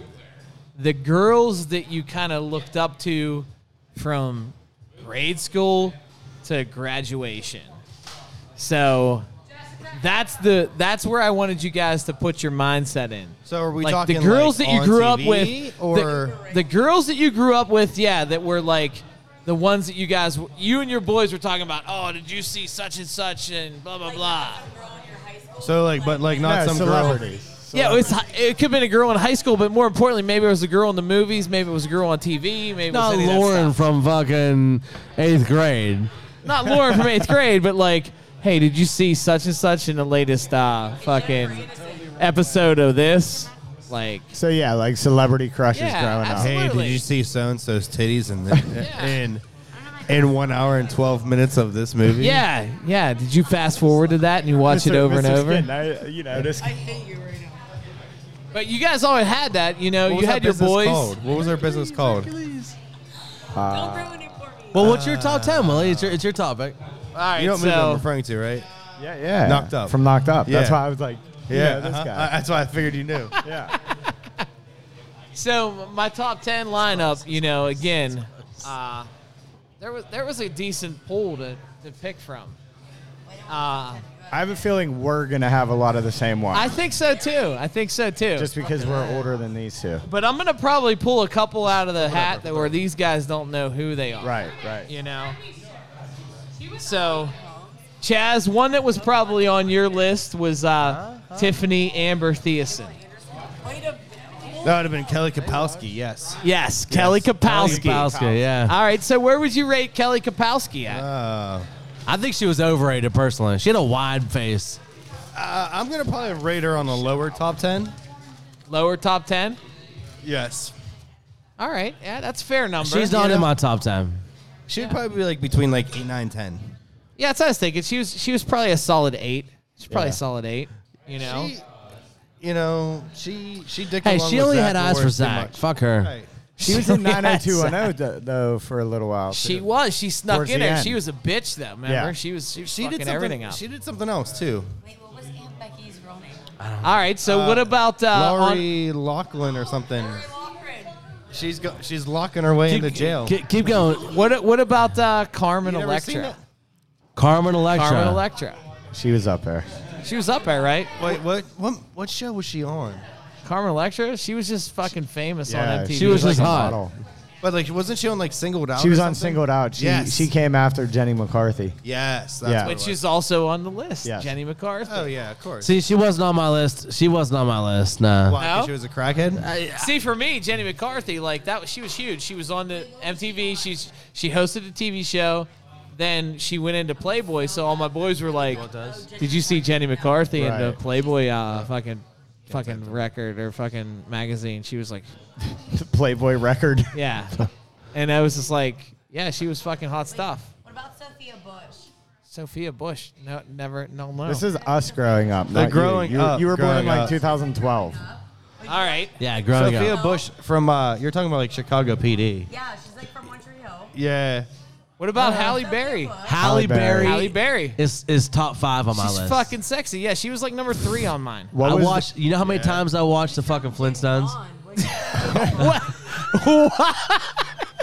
Speaker 2: the girls that you kind of looked up to from grade school to graduation. So that's the that's where I wanted you guys to put your mindset in.
Speaker 3: So are we
Speaker 2: like
Speaker 3: talking
Speaker 2: the girls
Speaker 3: like
Speaker 2: that you
Speaker 3: on
Speaker 2: grew up
Speaker 3: TV
Speaker 2: with,
Speaker 3: or-
Speaker 2: the, the girls that you grew up with? Yeah, that were like the ones that you guys, you and your boys were talking about. Oh, did you see such and such and blah blah blah.
Speaker 3: So like, but like not
Speaker 5: No,
Speaker 3: some
Speaker 5: celebrities.
Speaker 2: Yeah, it, was, hi- it could have been a girl in high school, but more importantly, maybe it was a girl in the movies, maybe it was a girl on TV, maybe it was
Speaker 1: Not
Speaker 2: any of that
Speaker 1: Lauren from fucking eighth grade.
Speaker 2: not Lauren from eighth grade, but like, hey, did you see such and such in the latest uh, fucking episode of this? Like,
Speaker 5: So yeah, like celebrity crushes
Speaker 2: Yeah,
Speaker 5: growing
Speaker 3: girl. Hey, did
Speaker 2: Absolutely.
Speaker 3: you see so and so's titties in the, in in one hour and twelve minutes of this movie?
Speaker 2: yeah, yeah. Did you fast forward to that and you
Speaker 5: up.
Speaker 2: watch it
Speaker 5: Mr.
Speaker 2: over and
Speaker 5: Mr.
Speaker 2: over?
Speaker 5: Skin, I, you know this.
Speaker 2: But you guys always had that, you know.
Speaker 3: What was
Speaker 2: you
Speaker 3: that
Speaker 2: had your
Speaker 3: business
Speaker 2: boys.
Speaker 3: Called? What was our business called?
Speaker 1: Well, what's
Speaker 2: Uh,
Speaker 1: your top 10, Willie? It's your, it's your topic.
Speaker 2: All right,
Speaker 3: you don't know what I'm
Speaker 2: so
Speaker 3: referring to, right?
Speaker 5: Yeah, yeah.
Speaker 3: Knocked Up.
Speaker 5: From knocked up. That's
Speaker 3: Yeah.
Speaker 5: why I was like, yeah,
Speaker 3: Yeah,
Speaker 5: this
Speaker 3: uh-huh.
Speaker 5: guy.
Speaker 3: I- that's why I figured you knew.
Speaker 5: yeah.
Speaker 2: so my top ten lineup, you know, again, uh, There was there was a decent pool to, to pick from. Uh,
Speaker 5: I have a feeling we're gonna have a lot of the same ones,
Speaker 2: I think so too. I think so too.
Speaker 5: just because we're older than these two.
Speaker 2: But I'm gonna probably pull a couple out of the hat that where these guys don't know who they are.
Speaker 5: Right, right.
Speaker 2: You know. So, Chaz, one that was probably on your list was uh, Tiffany Amber Thiessen.
Speaker 3: That would have been Kelly Kapowski, yes.
Speaker 2: Yes, Kelly Kapowski.
Speaker 1: Kapowski, yeah.
Speaker 2: All right, so where would you rate Kelly Kapowski at?
Speaker 1: I think she was overrated personally. She had a wide face.
Speaker 3: Uh, I'm going to probably rate her on the lower top 10.
Speaker 2: Lower top 10?
Speaker 3: Yes.
Speaker 2: All right, yeah, that's a fair number.
Speaker 1: She's not
Speaker 2: You
Speaker 1: in
Speaker 2: know?
Speaker 1: my top ten.
Speaker 3: She'd probably be like between like 8, 9, 10.
Speaker 2: Yeah, that's what I was thinking. She was she was probably a solid eight. She's probably
Speaker 3: Yeah.
Speaker 2: a solid eight. You know.
Speaker 3: She- You know, she she dicked
Speaker 1: Hey,
Speaker 3: along
Speaker 1: she
Speaker 3: with
Speaker 1: only
Speaker 3: Zach
Speaker 1: had eyes
Speaker 3: Morris
Speaker 1: for
Speaker 3: too
Speaker 1: Zach.
Speaker 3: much.
Speaker 1: Fuck her.
Speaker 3: Right.
Speaker 5: She was in
Speaker 2: Yes.
Speaker 5: 90210 th- though for a little while.
Speaker 2: She was. She snuck
Speaker 5: Towards
Speaker 2: in
Speaker 5: the
Speaker 2: there.
Speaker 5: end.
Speaker 2: She was a bitch though. Remember?
Speaker 5: Yeah.
Speaker 2: She was. She, was
Speaker 3: She did
Speaker 2: fucking
Speaker 3: something-
Speaker 2: everything up.
Speaker 3: She did something else too.
Speaker 2: All right. So what about uh, on,
Speaker 3: Laurie Lachlan or something? She's go, she's locking her way into jail.
Speaker 1: Keep, keep going.
Speaker 2: what what about uh, Carmen
Speaker 3: You never seen
Speaker 2: Electra?
Speaker 1: Carmen Electra.
Speaker 2: Carmen Electra.
Speaker 5: She was up there.
Speaker 2: She was up there, right?
Speaker 3: Wait, what? What, what show was she on?
Speaker 2: Carmen Electra. She was just fucking famous
Speaker 5: Yeah,
Speaker 2: on MTV.
Speaker 5: she She was was just like a hot. model.
Speaker 3: But like, wasn't she on like singled out?
Speaker 5: She was
Speaker 3: or
Speaker 5: on
Speaker 3: something?
Speaker 5: singled out. She
Speaker 3: yes.
Speaker 5: she came after Jenny McCarthy.
Speaker 3: yes. That's
Speaker 5: Yeah.
Speaker 3: What it
Speaker 2: Which
Speaker 3: was.
Speaker 2: is also on the list.
Speaker 5: Yes.
Speaker 2: Jenny McCarthy. Oh
Speaker 3: yeah, of course.
Speaker 1: See, she wasn't on my list. She wasn't on my list. No.
Speaker 3: Why? 'Cause She was a crackhead.
Speaker 2: See, for me, Jenny McCarthy, like that, was she was huge. She was on the MTV. She's she hosted a TV show. Then she went into Playboy. So all my boys were like, "Did you see Jenny McCarthy in the
Speaker 1: Right.
Speaker 2: Playboy uh, fucking fucking record or fucking magazine?" She was like,
Speaker 5: Playboy record.
Speaker 2: "Yeah," and I was just like, "Yeah, she was fucking hot stuff." What
Speaker 8: about Sophia Bush?
Speaker 2: Sophia Bush, no, never, no, no.
Speaker 5: This is us growing up.
Speaker 3: The
Speaker 5: Not
Speaker 3: growing
Speaker 5: you. You,
Speaker 3: up,
Speaker 5: you were born in
Speaker 3: growing
Speaker 5: like
Speaker 3: up.
Speaker 5: 2012.
Speaker 2: all right.
Speaker 1: Yeah,
Speaker 3: Sophia Bush from uh, you're talking about like Chicago PD.
Speaker 8: Yeah, she's like from Montreal.
Speaker 3: Yeah.
Speaker 2: What about Halle Berry?
Speaker 1: Halle Uh, Berry.
Speaker 2: Halle Berry.
Speaker 1: is is top five on my
Speaker 2: She's
Speaker 1: list.
Speaker 2: fucking sexy. Yeah, she was like number three on mine.
Speaker 1: I watched. you know how many
Speaker 2: Yeah.
Speaker 1: times I watched the fucking Flintstones?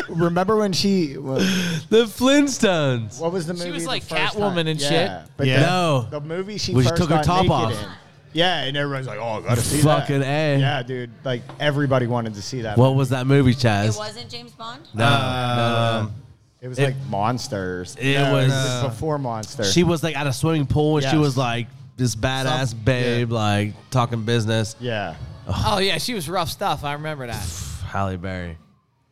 Speaker 5: Remember when she wa-
Speaker 1: the Flintstones?
Speaker 5: What was the movie?
Speaker 2: She was
Speaker 5: the
Speaker 2: like
Speaker 5: first
Speaker 2: Catwoman
Speaker 5: time?
Speaker 2: and
Speaker 5: Yeah,
Speaker 2: shit.
Speaker 5: But
Speaker 1: Yeah.
Speaker 5: The,
Speaker 1: No.
Speaker 5: the movie she
Speaker 1: Well, she
Speaker 5: first
Speaker 1: took her
Speaker 5: got
Speaker 1: top
Speaker 5: naked
Speaker 1: off.
Speaker 5: in. Yeah, and everyone's like, "Oh, I gotta see
Speaker 1: Fucking
Speaker 5: that."
Speaker 1: A.
Speaker 5: Yeah, dude. Like everybody wanted to see that.
Speaker 1: What was that movie, Chaz?
Speaker 8: It wasn't James Bond.
Speaker 1: No, no, no.
Speaker 5: It was
Speaker 1: It-
Speaker 5: like monsters.
Speaker 1: It
Speaker 5: No,
Speaker 1: was-
Speaker 5: before monster.
Speaker 1: She was like at a swimming pool and she
Speaker 5: Yes.
Speaker 1: was like this badass
Speaker 5: Some-
Speaker 1: babe, like talking business.
Speaker 5: Yeah.
Speaker 2: Oh yeah, she was rough stuff. I remember that.
Speaker 1: Halle Berry.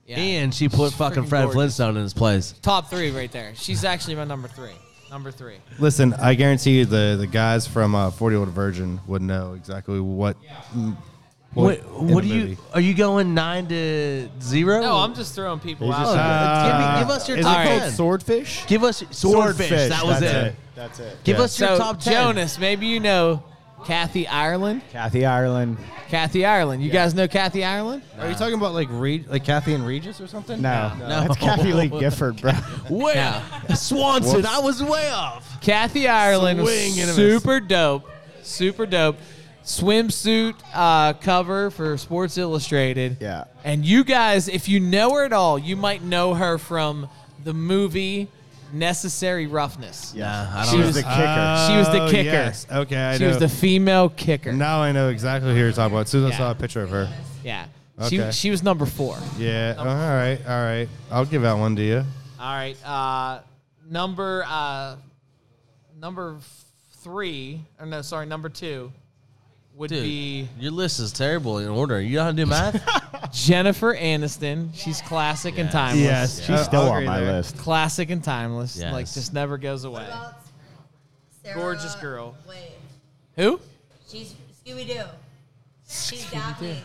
Speaker 2: Yeah.
Speaker 1: And she put
Speaker 2: She's
Speaker 1: fucking
Speaker 2: freaking
Speaker 1: Fred
Speaker 2: gorgeous.
Speaker 1: Flintstone in his place.
Speaker 2: Top three right there. She's actually my number three. Number three.
Speaker 3: Listen, I guarantee you the, the guys from uh, Forty Old Virgin would know exactly what. mm,
Speaker 1: What,
Speaker 3: in
Speaker 1: what
Speaker 3: the
Speaker 1: do you
Speaker 3: movie.
Speaker 1: are you going nine to zero?
Speaker 2: No, I'm just throwing people
Speaker 1: He's
Speaker 2: out.
Speaker 1: just- Uh, Give me- give us your
Speaker 3: is
Speaker 1: top
Speaker 3: it called
Speaker 1: ten.
Speaker 3: Swordfish?
Speaker 1: Give us swordfish.
Speaker 5: Swordfish,
Speaker 1: That was
Speaker 5: that's
Speaker 1: it.
Speaker 5: it. That's it.
Speaker 1: Give
Speaker 5: Yeah.
Speaker 1: us your
Speaker 2: So,
Speaker 1: top ten.
Speaker 2: Jonas, maybe you know Kathy Ireland.
Speaker 5: Kathy Ireland.
Speaker 2: Kathy Ireland. You guys know Kathy Ireland?
Speaker 3: Are you talking about like Reed, like Kathy and Regis or something?
Speaker 5: No,
Speaker 2: No.
Speaker 5: that's Kathy Lee Gifford, bro.
Speaker 1: Way Swanson, I was way off.
Speaker 2: Kathy Ireland
Speaker 1: Swing and a
Speaker 2: was
Speaker 1: miss.
Speaker 2: super dope. Super dope. Swimsuit uh, cover for Sports Illustrated.
Speaker 5: Yeah.
Speaker 2: And you guys, if you know her at all, you might know her from the movie Necessary Roughness.
Speaker 1: Yeah, I
Speaker 2: She
Speaker 1: don't know.
Speaker 2: was the kicker. She was the
Speaker 3: Oh,
Speaker 2: kicker.
Speaker 3: yes. Okay, I
Speaker 2: She was
Speaker 3: know.
Speaker 2: the female kicker.
Speaker 3: Now I know exactly who you're talking about. As soon as
Speaker 2: Yeah.
Speaker 3: I saw a picture of her.
Speaker 2: Yeah.
Speaker 3: Okay.
Speaker 2: She, she was number four.
Speaker 3: Yeah. All right. All right. I'll give that one to you.
Speaker 2: All right. Uh, number uh, number f- three, or no, sorry, number two would
Speaker 1: Dude,
Speaker 2: be
Speaker 1: your list is terrible in order. You know how to do math?
Speaker 2: Jennifer Aniston. She's classic and timeless.
Speaker 5: Yes, she's
Speaker 3: I'll-
Speaker 5: still
Speaker 3: I'll
Speaker 5: on
Speaker 3: agree
Speaker 5: my
Speaker 3: there.
Speaker 5: list.
Speaker 2: Classic and timeless.
Speaker 1: Yes.
Speaker 2: Like, just never goes away. Gorgeous girl.
Speaker 8: Wait,
Speaker 2: Who?
Speaker 8: she's Scooby Doo. She's Daphne.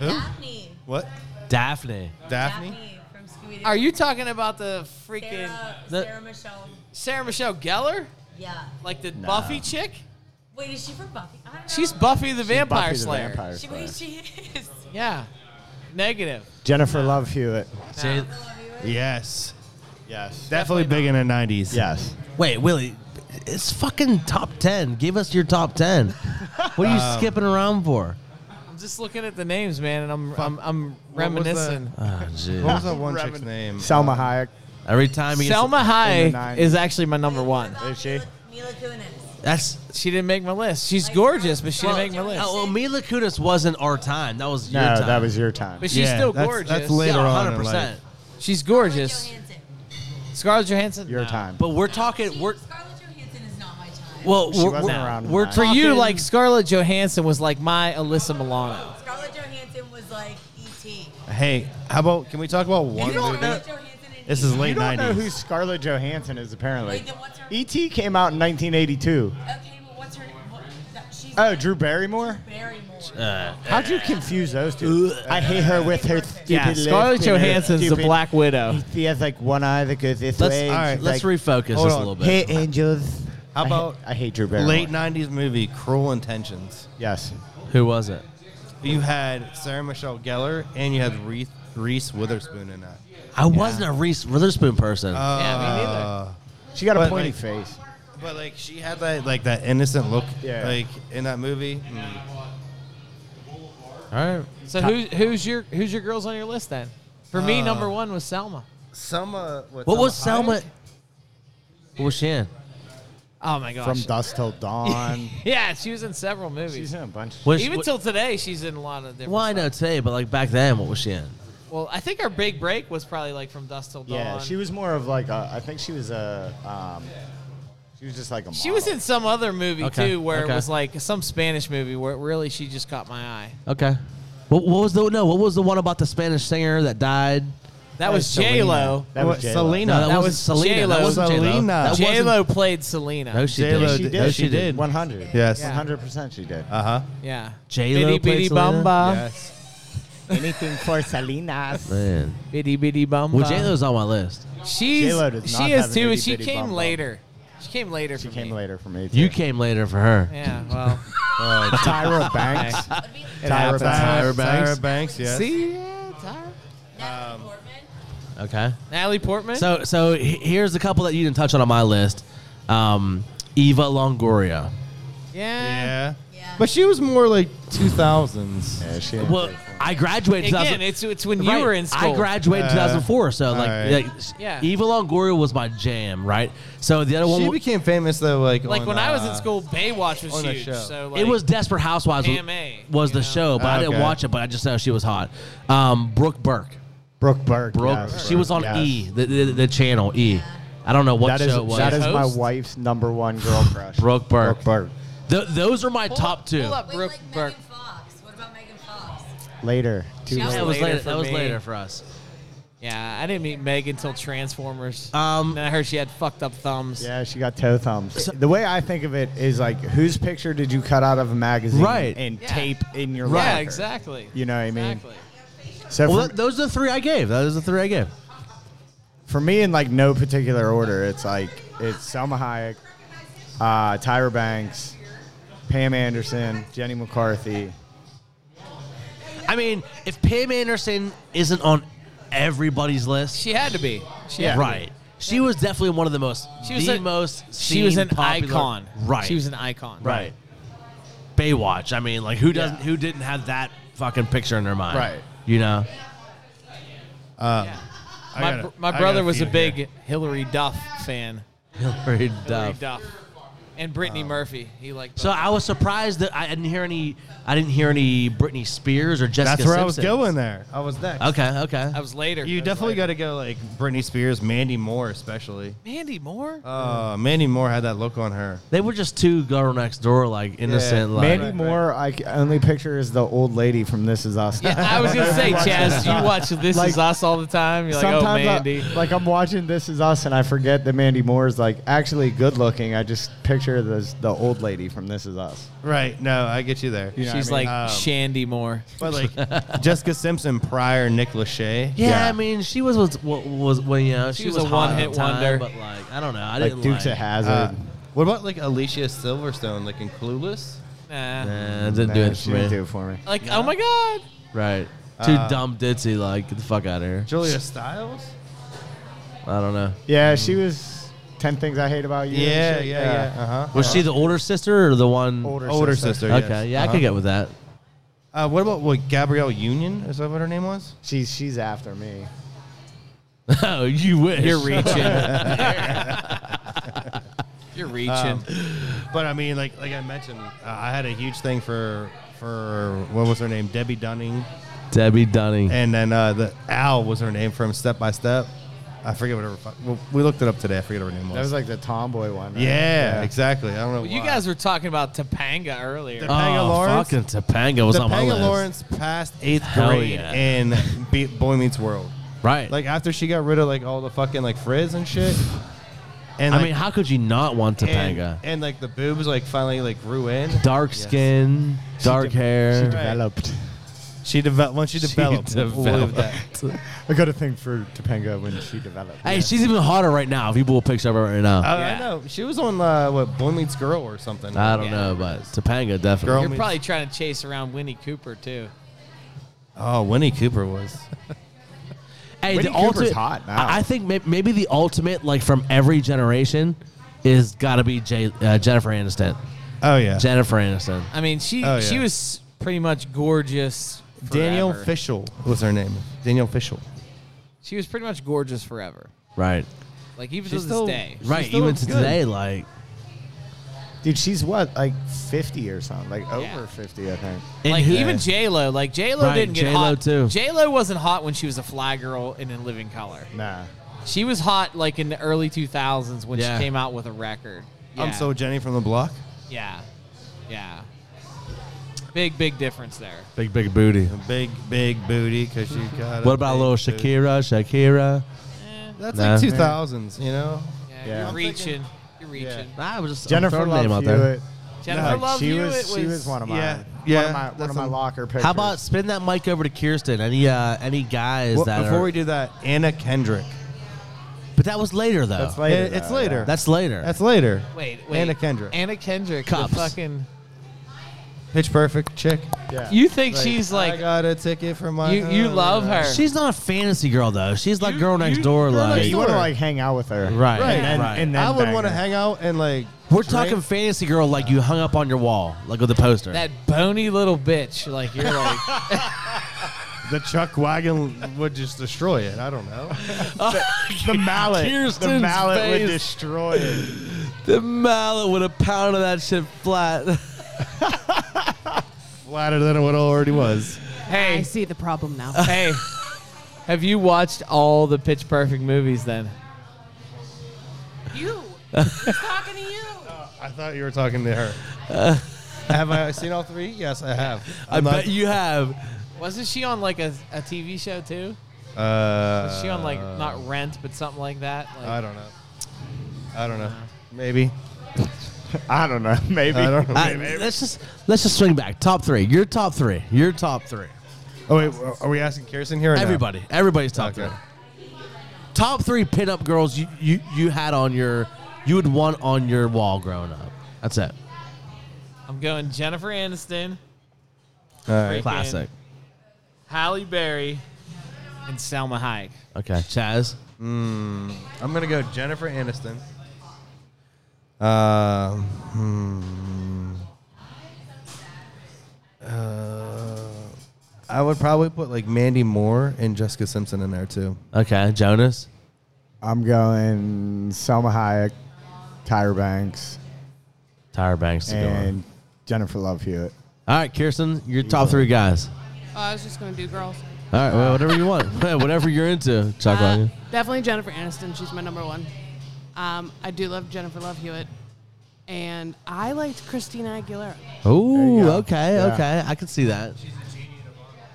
Speaker 8: Daphne.
Speaker 3: What?
Speaker 1: Daphne.
Speaker 3: Daphne?
Speaker 8: from Scooby Doo.
Speaker 2: Are you talking about the freaking
Speaker 8: Sarah,
Speaker 1: The-
Speaker 8: Sarah Michelle?
Speaker 2: Sarah Michelle Gellar?
Speaker 8: Yeah.
Speaker 2: Like the Buffy chick?
Speaker 8: Wait, is she from Buffy? I don't know.
Speaker 2: She's Buffy the Vampire
Speaker 5: Buffy the
Speaker 2: Slayer.
Speaker 5: Vampire
Speaker 8: She,
Speaker 5: Slayer.
Speaker 8: wait, she is.
Speaker 2: Yeah. Negative.
Speaker 5: Jennifer Love Hewitt.
Speaker 1: See-
Speaker 3: Yes.
Speaker 5: Yes.
Speaker 3: Definitely, big in the 90s.
Speaker 5: Yes.
Speaker 1: Wait, Willie, it's fucking top 10. Give us your top 10. What are you
Speaker 3: Um,
Speaker 1: skipping around for?
Speaker 2: I'm just looking at the names, man, and I'm I'm, I'm
Speaker 3: was that?
Speaker 2: reminiscing.
Speaker 1: Oh, jeez.
Speaker 3: What was that one chick's name?
Speaker 5: Selma Hayek.
Speaker 1: Every time he gets-
Speaker 2: Selma
Speaker 1: In the
Speaker 2: Hayek
Speaker 1: nineties.
Speaker 2: is actually my number one.
Speaker 1: Is she?
Speaker 8: Mila Kunis.
Speaker 1: That's
Speaker 2: she didn't make my list. She's gorgeous, but she
Speaker 1: Well,
Speaker 2: didn't make my list.
Speaker 1: Oh, well, Mila Kunis wasn't our time. That was your
Speaker 5: No,
Speaker 1: time.
Speaker 5: that was your time.
Speaker 2: But she's still gorgeous. yeah, 100%. She's gorgeous. Scarlett Johansson.
Speaker 5: Your time.
Speaker 1: But we're talking. We're Well,
Speaker 2: She
Speaker 1: we're,
Speaker 2: wasn't
Speaker 1: we're-
Speaker 2: around
Speaker 1: we're
Speaker 2: for you.
Speaker 1: talking-
Speaker 2: Like Scarlett Johansson was like my Alyssa Milano.
Speaker 8: Scarlett Johansson was like E E.T.
Speaker 3: Hey, how about can we talk about one? movie?
Speaker 8: E
Speaker 3: This is late
Speaker 5: You don't know
Speaker 3: 90s.
Speaker 5: who Scarlett Johansson is, apparently. E.T. came out in 1982.
Speaker 8: Okay, well, what's her name? What, that- she's
Speaker 5: Oh, Drew Barrymore?
Speaker 8: Barrymore.
Speaker 2: Uh,
Speaker 5: How'd you confuse those two? I hate her with her stupid
Speaker 2: Yeah,
Speaker 5: lips and
Speaker 2: Scarlett
Speaker 5: her
Speaker 2: Johansson's the
Speaker 5: stupid-
Speaker 2: Black Widow.
Speaker 5: She has like one eye that goes this
Speaker 1: Oh. Let's-
Speaker 5: way.
Speaker 1: all
Speaker 5: and
Speaker 1: right, let's
Speaker 5: she's like,
Speaker 1: refocus
Speaker 5: "Hold
Speaker 1: this a
Speaker 5: on.
Speaker 1: little bit."
Speaker 5: Hey, angels.
Speaker 3: How
Speaker 5: I hate-
Speaker 3: about
Speaker 5: I hate, Drew Barrymore.
Speaker 3: Late '90s movie, Cruel Intentions.
Speaker 5: Yes.
Speaker 1: Who was it?
Speaker 3: You had Sarah Michelle Gellar and you had Reese, Reese Witherspoon in that.
Speaker 1: I wasn't a Reese Witherspoon person.
Speaker 3: Uh, but, like,
Speaker 5: face.
Speaker 3: But like she had that like that innocent look,
Speaker 5: Yeah.
Speaker 3: like in that movie. Mm.
Speaker 1: All right.
Speaker 2: So who's who's your who's your girls on your list then? For me,
Speaker 3: Uh,
Speaker 2: number one was Selma.
Speaker 3: Selma. What,
Speaker 1: What was Selma? What was she in?
Speaker 2: Oh my gosh.
Speaker 5: From dusk till dawn.
Speaker 2: Yeah, she was in several movies. She's
Speaker 5: in a bunch.
Speaker 1: Was-
Speaker 2: Even
Speaker 1: wa-
Speaker 2: till today, she's in a lot of different.
Speaker 1: Well, I know today, but like back then, what was she in?
Speaker 2: Well, I think our big break was probably like from Dust Till Dawn.
Speaker 5: Yeah, she was more of like a. I think she was a. Um, she was just like a. Model.
Speaker 2: She was in some other movie
Speaker 5: Okay,
Speaker 2: too, where
Speaker 5: okay.
Speaker 2: it was like some Spanish movie where really she just caught my eye.
Speaker 1: Okay. What, what was the no? What was the one about the Spanish singer that died?
Speaker 2: That was J Lo.
Speaker 1: That was J-Lo. Selena.
Speaker 2: No,
Speaker 1: That
Speaker 2: that, was
Speaker 1: wasn't Selena.
Speaker 2: J-Lo.
Speaker 1: That wasn't J-Lo. That wasn't-
Speaker 2: J Lo played Selena.
Speaker 1: No, she did.
Speaker 5: She did.
Speaker 1: No, she did.
Speaker 5: 100.
Speaker 1: Yes.
Speaker 2: Yeah.
Speaker 5: 100% she did.
Speaker 3: Uh huh.
Speaker 2: Yeah.
Speaker 1: J-Lo
Speaker 2: Bitty
Speaker 1: played
Speaker 2: bitty
Speaker 1: Selena?
Speaker 2: bamba.
Speaker 5: Anything for Salinas.
Speaker 1: Man.
Speaker 2: Bitty bitty bum.
Speaker 1: Well, J Lo's on my list.
Speaker 2: She's
Speaker 5: J-Lo does not
Speaker 2: she
Speaker 5: have
Speaker 2: is
Speaker 5: a
Speaker 2: too.
Speaker 5: bitty
Speaker 2: She
Speaker 5: bitty
Speaker 2: came
Speaker 5: bum bum.
Speaker 2: later. She came later. She came
Speaker 5: later for me.
Speaker 1: You came later for her.
Speaker 2: Yeah. Well.
Speaker 5: Tyra Banks.
Speaker 2: It
Speaker 5: Tyra
Speaker 2: happens.
Speaker 5: Banks.
Speaker 1: Tyra Banks.
Speaker 3: Tyra Banks, yes.
Speaker 2: See, yeah, Tyra.
Speaker 1: Okay.
Speaker 2: Natalie Portman.
Speaker 1: So so he- here's a couple that you didn't touch on on my list. Um, Eva Longoria.
Speaker 3: Yeah. But she was more like 2000s.
Speaker 5: Yeah, she.
Speaker 1: Well, I graduated. 2000
Speaker 2: Again, it's- it's when you
Speaker 1: Right.
Speaker 2: were in
Speaker 1: I
Speaker 2: school.
Speaker 1: graduated in
Speaker 2: Uh,
Speaker 1: 2004, so like,
Speaker 3: alright.
Speaker 1: like
Speaker 2: Yeah.
Speaker 1: Eva Longoria was my jam, right? So the other one,
Speaker 3: She
Speaker 1: w-
Speaker 3: became famous though, like
Speaker 2: like
Speaker 3: on,
Speaker 2: when I was in
Speaker 3: uh,
Speaker 2: school, Baywatch was
Speaker 3: on the
Speaker 2: huge.
Speaker 3: show.
Speaker 2: So
Speaker 1: it
Speaker 2: like,
Speaker 1: was Desperate Housewives was-
Speaker 2: AMA,
Speaker 1: was the show, but I didn't
Speaker 3: Okay.
Speaker 1: watch it. But I just know she was hot. Um, Brooke Burke.
Speaker 5: Brooke Burke.
Speaker 1: Brooke.
Speaker 5: yes.
Speaker 1: she was on
Speaker 5: Yes.
Speaker 1: E, the, the, the channel E. I don't know what show
Speaker 5: That is,
Speaker 1: it was.
Speaker 5: that is my wife's number one girl crush.
Speaker 1: Brooke Burke.
Speaker 5: Brooke Burke.
Speaker 1: Th- those are my top two.
Speaker 2: Pull up Brooke Burke.
Speaker 5: Later. Two
Speaker 2: That
Speaker 1: That
Speaker 5: years
Speaker 1: was
Speaker 2: Later
Speaker 1: later.
Speaker 2: for
Speaker 1: That was
Speaker 2: me.
Speaker 1: later for us.
Speaker 2: Yeah, I didn't meet Meg until
Speaker 1: Uh,
Speaker 2: Transformers. Um, then I heard she had fucked up thumbs.
Speaker 5: Yeah, she got toe thumbs. The way I think of it is like, whose picture did you cut out of a magazine
Speaker 1: Right.
Speaker 5: and tape in your
Speaker 2: Yeah,
Speaker 5: locker?
Speaker 2: exactly.
Speaker 5: You know what I mean?
Speaker 2: Exactly.
Speaker 5: So
Speaker 1: Well,
Speaker 5: for,
Speaker 1: th- those are the three I gave. Those are the three I gave.
Speaker 5: for me, in like no particular order, it's like it's Selma Hayek, uh, Tyra Banks, Pam Anderson, Jenny McCarthy.
Speaker 1: I mean, if Pam Anderson isn't on everybody's list,
Speaker 2: She had to be. She had to be.
Speaker 1: right. She was definitely one of the most.
Speaker 2: She was
Speaker 1: the
Speaker 2: a-
Speaker 1: most.
Speaker 2: She was
Speaker 1: seen
Speaker 2: an
Speaker 1: popular-
Speaker 2: icon.
Speaker 1: Right.
Speaker 2: She was an icon.
Speaker 1: Right. Baywatch. I mean, like who doesn't? Who didn't have that fucking picture in their mind?
Speaker 3: Right.
Speaker 1: You know.
Speaker 3: Um, I
Speaker 2: My,
Speaker 3: got
Speaker 2: br- my
Speaker 3: I got
Speaker 2: brother was a
Speaker 3: few
Speaker 2: big
Speaker 3: here.
Speaker 2: Hillary Duff fan.
Speaker 1: Hillary
Speaker 2: Hillary
Speaker 1: Duff.
Speaker 2: Duff. And Brittany Murphy. He liked.
Speaker 1: So I was surprised that I didn't hear any. I didn't hear any Britney Spears or Jessica.
Speaker 3: That's where I was
Speaker 1: Simpson.
Speaker 3: going there. I was next.
Speaker 1: Okay. Okay.
Speaker 2: I was later.
Speaker 3: You definitely got to go like Britney Spears, Mandy Moore, especially.
Speaker 2: Mandy Moore.
Speaker 3: Uh, Mandy Moore had that look on her.
Speaker 1: They were just two girl next door, like innocent. like,
Speaker 5: Mandy Moore, I c- only picture is the old lady from This Is Us.
Speaker 2: yeah, I was gonna say, Chaz, you watch This
Speaker 5: Like,
Speaker 2: Is Us all the time. You're like, oh,
Speaker 5: Sometimes, I-
Speaker 2: Mandy.
Speaker 5: like I'm watching This Is Us, and I forget that Mandy Moore is like actually good looking. I just picture this the old lady from This Is Us.
Speaker 3: Right. No, I get you there.
Speaker 5: You know
Speaker 2: She's
Speaker 5: what I mean?
Speaker 2: like
Speaker 3: Um,
Speaker 2: Shandy Moore.
Speaker 3: But like Jessica Simpson, Pryor, Nick Lachey.
Speaker 1: Yeah, I mean, she was was was, was well, you know, she,
Speaker 2: was
Speaker 1: was
Speaker 2: a
Speaker 1: hot at
Speaker 2: one-hit
Speaker 1: the time,
Speaker 2: wonder.
Speaker 1: But like, I don't know. I
Speaker 5: Like
Speaker 1: didn't
Speaker 5: Dukes
Speaker 1: like.
Speaker 5: of Hazzard.
Speaker 3: Uh, what about like Alicia Silverstone, like in Clueless?
Speaker 2: Nah.
Speaker 1: Nah, it didn't do it for
Speaker 5: she
Speaker 1: me.
Speaker 5: didn't do it for me.
Speaker 2: Like, oh my God.
Speaker 1: Right. Too
Speaker 3: Uh,
Speaker 1: dumb ditzy. Like, get the fuck out of here.
Speaker 3: Julia Stiles.
Speaker 1: I don't know.
Speaker 3: Uh,
Speaker 5: Yeah, she was Ten Things I Hate About You. and
Speaker 3: Yeah,
Speaker 5: shit.
Speaker 3: yeah, yeah. Uh-huh.
Speaker 1: Was she the older sister or the one
Speaker 5: Older
Speaker 3: Older
Speaker 5: sister.
Speaker 3: sister.
Speaker 1: Okay,
Speaker 3: yes.
Speaker 1: yeah, I
Speaker 3: Uh-huh.
Speaker 1: could get with that.
Speaker 3: Uh, what about what Gabrielle Union? Is that what her name was?
Speaker 5: She's she's after me.
Speaker 1: Oh, you wish.
Speaker 2: You're reaching.
Speaker 3: You're
Speaker 2: reaching.
Speaker 3: but I mean, like like I mentioned, uh, I had a huge thing for for what was her name, Debbie Dunning,
Speaker 1: Debbie Dunning.
Speaker 3: and then uh, the Al was her name from Step by Step. I forget what her. fu- Well, we looked it up today. I forget what her name was.
Speaker 5: That was like the tomboy one. right?
Speaker 3: yeah, exactly. I don't know.
Speaker 2: you
Speaker 3: why.
Speaker 2: guys were talking about Topanga earlier.
Speaker 3: Topanga Lawrence.
Speaker 1: Oh, fucking Topanga was on my
Speaker 3: Topanga
Speaker 1: list.
Speaker 3: Lawrence passed eighth
Speaker 1: Hell
Speaker 3: grade
Speaker 1: yeah.
Speaker 3: in Be- Boy Meets World.
Speaker 1: Right.
Speaker 3: Like after she got rid of like all the fucking like frizz and shit. And
Speaker 1: I
Speaker 3: like,
Speaker 1: mean, how could you not want
Speaker 3: and-
Speaker 1: Topanga?
Speaker 3: And, like the boobs like finally like grew in.
Speaker 1: dark
Speaker 3: Yes.
Speaker 1: skin, dark hair.
Speaker 5: developed.
Speaker 3: She developed once she developed.
Speaker 1: developed.
Speaker 5: I got a thing for Topanga when she developed.
Speaker 1: Hey, she's even hotter right now. If you pull a picture of her right now,
Speaker 3: Oh, I- I know she was on uh, what Boy Meets Girl or something.
Speaker 1: I don't know, but Topanga definitely.
Speaker 3: Girl
Speaker 2: You're probably trying to chase around Winnie Cooper too.
Speaker 3: Oh, Winnie Cooper was.
Speaker 1: Hey,
Speaker 2: Winnie
Speaker 1: the
Speaker 2: Cooper's
Speaker 1: ultimate,
Speaker 2: hot now.
Speaker 1: I I think maybe, maybe the ultimate, like from every generation, is got to be J, uh, Jennifer Aniston.
Speaker 3: Oh yeah,
Speaker 1: Jennifer Aniston.
Speaker 2: I mean, she
Speaker 1: Oh, yeah.
Speaker 2: she was pretty much gorgeous.
Speaker 3: Danielle
Speaker 2: forever.
Speaker 3: Fishel was her name. Danielle Fishel.
Speaker 2: She was pretty much gorgeous forever.
Speaker 1: Right.
Speaker 2: Like even
Speaker 1: She's
Speaker 2: to this
Speaker 1: still-
Speaker 2: day.
Speaker 1: Right, even to today, like
Speaker 5: Dude, she's what, like 50 or something, like over 50, I think.
Speaker 2: like even J Lo, like J Lo
Speaker 5: Right,
Speaker 2: didn't get
Speaker 5: J-Lo
Speaker 2: hot.
Speaker 5: too.
Speaker 2: J Lo wasn't hot when she was a fly girl and in Living Color.
Speaker 5: Nah.
Speaker 2: She was hot like in the early 2000s when
Speaker 3: Yeah.
Speaker 2: she came out with a record.
Speaker 3: I'm
Speaker 2: Yeah.
Speaker 3: so Jenny from the block.
Speaker 2: Yeah. Yeah. Big big difference there.
Speaker 1: Big big booty.
Speaker 3: Big big booty because she got.
Speaker 1: What
Speaker 3: a
Speaker 1: about
Speaker 3: big
Speaker 1: little
Speaker 3: booty.
Speaker 1: Shakira? Shakira.
Speaker 3: That's
Speaker 1: Nah.
Speaker 3: like two thousands, you know.
Speaker 2: Yeah, You're reaching. You're reaching.
Speaker 1: I was just
Speaker 5: Jennifer Love Hewitt.
Speaker 2: Jennifer Love
Speaker 5: she
Speaker 2: Hewitt
Speaker 5: was, she
Speaker 2: was-
Speaker 5: was one of my,
Speaker 2: Yeah,
Speaker 5: one
Speaker 1: yeah,
Speaker 5: of my, one of
Speaker 1: that's
Speaker 5: my
Speaker 1: a-
Speaker 5: locker pictures.
Speaker 1: How about spin that mic over to Kirsten? Any uh, any guys
Speaker 3: Well,
Speaker 1: that
Speaker 3: before
Speaker 1: are-
Speaker 3: we do that, Anna Kendrick.
Speaker 1: But that was later though.
Speaker 3: That's later, It- it's though, later. yeah.
Speaker 1: That's later.
Speaker 3: That's later.
Speaker 2: Wait, wait.
Speaker 3: Anna Kendrick.
Speaker 2: Anna Kendrick. the
Speaker 3: Cops.
Speaker 2: fucking
Speaker 3: Pitch Perfect chick.
Speaker 5: Yeah.
Speaker 2: You think she's
Speaker 3: I
Speaker 2: like-
Speaker 3: got a ticket for my.
Speaker 2: You- you love her.
Speaker 1: She's not a fantasy girl though. She's like girl next door.
Speaker 5: Girl
Speaker 1: like
Speaker 5: next You wanna, door. like, hang out with her.
Speaker 1: Right.
Speaker 5: Right.
Speaker 1: And,
Speaker 5: And- and then
Speaker 3: I would
Speaker 5: bang
Speaker 3: want to
Speaker 5: her.
Speaker 3: hang out and like.
Speaker 1: We're
Speaker 3: drink.
Speaker 1: talking fantasy girl like you hung up on your wall, like with a poster.
Speaker 2: that bony little bitch. Like you're like
Speaker 3: The Chuck Wagon would just destroy it. I don't know.
Speaker 5: the, the mallet? the
Speaker 1: Kirsten's
Speaker 5: mallet
Speaker 1: face.
Speaker 5: would destroy it.
Speaker 1: the mallet would have pounded that shit flat.
Speaker 3: Flatter than it already was.
Speaker 2: Hey, I
Speaker 14: see the problem now.
Speaker 1: Uh.
Speaker 2: hey, have you watched all the Pitch Perfect movies then?
Speaker 14: You.
Speaker 4: Oh,
Speaker 14: talking to you.
Speaker 3: I thought you were talking to her. have I seen all three? Yes, Uh. I have.
Speaker 1: I
Speaker 3: I'm not-
Speaker 1: bet you have.
Speaker 2: Wasn't she on like a, a TV show too?
Speaker 3: Uh,
Speaker 2: Was she on like not Rent but something like that? Like,
Speaker 3: I don't know. I don't know. Maybe.
Speaker 5: I don't know. Maybe.
Speaker 3: I don't know.
Speaker 1: Uh, let's just let's just swing back. Top three. Your top three. Your top three.
Speaker 3: Oh wait, are we asking Kirsten here? Or no?
Speaker 1: Everybody. Everybody's top
Speaker 3: Okay.
Speaker 1: three. Top three pinup girls you, you you had on your you would want on your wall growing up. That's it.
Speaker 2: I'm going Jennifer Aniston,
Speaker 1: All
Speaker 2: right. Freaking-
Speaker 1: Classic.
Speaker 2: Halle Berry, and Selma Hayek.
Speaker 1: Okay. Chaz.
Speaker 3: Mm, I'm gonna go Jennifer Aniston. Uh, hmm. Uh, I would probably put like Mandy Moore and Jessica Simpson in there too.
Speaker 1: Okay, Jonas.
Speaker 5: I'm going Selma Hayek, Tyra Banks,
Speaker 1: Tyra Banks. to go on.
Speaker 5: and Jennifer Love Hewitt.
Speaker 1: All right, Kirsten, your top three guys.
Speaker 4: Oh, I was just gonna do girls.
Speaker 1: All right, well, whatever you want, whatever you're into, Chuck
Speaker 4: Uh,
Speaker 1: Wagon.
Speaker 4: Definitely Jennifer Aniston. She's my number one. Um, I do love Jennifer Love Hewitt, and I liked Christina Aguilera.
Speaker 1: Oh, okay,
Speaker 4: Yeah.
Speaker 1: okay, I can see that.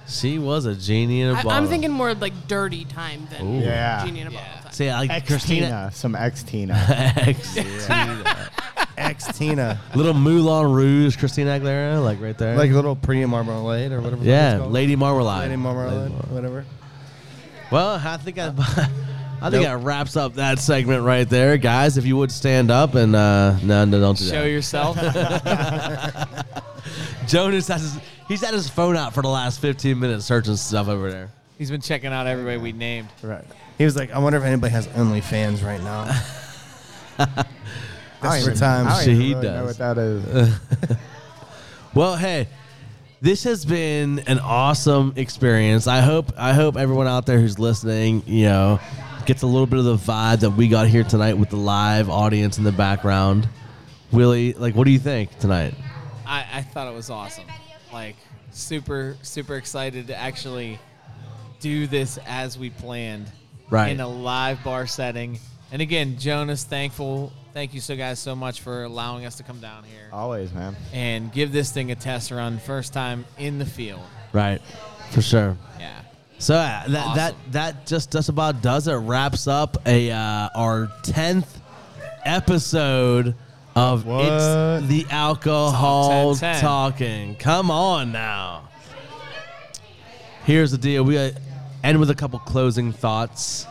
Speaker 1: She was a genie in a
Speaker 4: I,
Speaker 1: bottle.
Speaker 4: I'm thinking more like dirty time than
Speaker 1: Ooh. Yeah.
Speaker 4: Genie in a Bottle time.
Speaker 1: See, I like
Speaker 5: Ex
Speaker 1: Christina.
Speaker 5: Tina, some ex Tina.
Speaker 1: Ex Tina.
Speaker 3: Ex Tina.
Speaker 1: little Moulin Rouge, Christina Aguilera, like right there.
Speaker 3: Like little pretty marmalade or whatever.
Speaker 1: yeah,
Speaker 3: it's called.
Speaker 1: Lady Marmalade.
Speaker 3: Lady marmalade, whatever.
Speaker 1: Well, I think I, I think that wraps up that segment right there, guys. If you would stand up and uh, no, no, don't do
Speaker 2: Show
Speaker 1: that.
Speaker 2: yourself.
Speaker 1: Jonas has his, he's had his phone out for the last 15 minutes searching stuff over there.
Speaker 2: He's been checking out everybody we named.
Speaker 5: Right.
Speaker 3: He was like, I wonder if anybody has OnlyFans right now.
Speaker 5: I don't
Speaker 3: Desperate
Speaker 5: even-
Speaker 3: times.
Speaker 5: I don't even
Speaker 1: Shit, he
Speaker 5: really know
Speaker 1: does.
Speaker 5: what that is.
Speaker 1: Well, hey, this has been an awesome experience. I hope I hope everyone out there who's listening, you know, Gets a little bit of the vibe that we got here tonight with the live audience in the background. Willie, like, what do you think tonight?
Speaker 2: I, I thought it was awesome. Like super super excited to actually do this as we planned.
Speaker 1: Right.
Speaker 2: In a live bar setting. And again, Jonas, thankful. Thank you so guys so much for allowing us to come down here
Speaker 5: Always, man.
Speaker 2: and give this thing a test run first time in the field.
Speaker 1: Right, for sure.
Speaker 2: Yeah.
Speaker 1: So uh, that
Speaker 2: Awesome.
Speaker 1: that that just just about does it. Wraps up a uh, our tenth episode of it's the alcohol
Speaker 2: 10, 10.
Speaker 1: talking. Come on now. Here's the deal. We got end with a couple closing thoughts.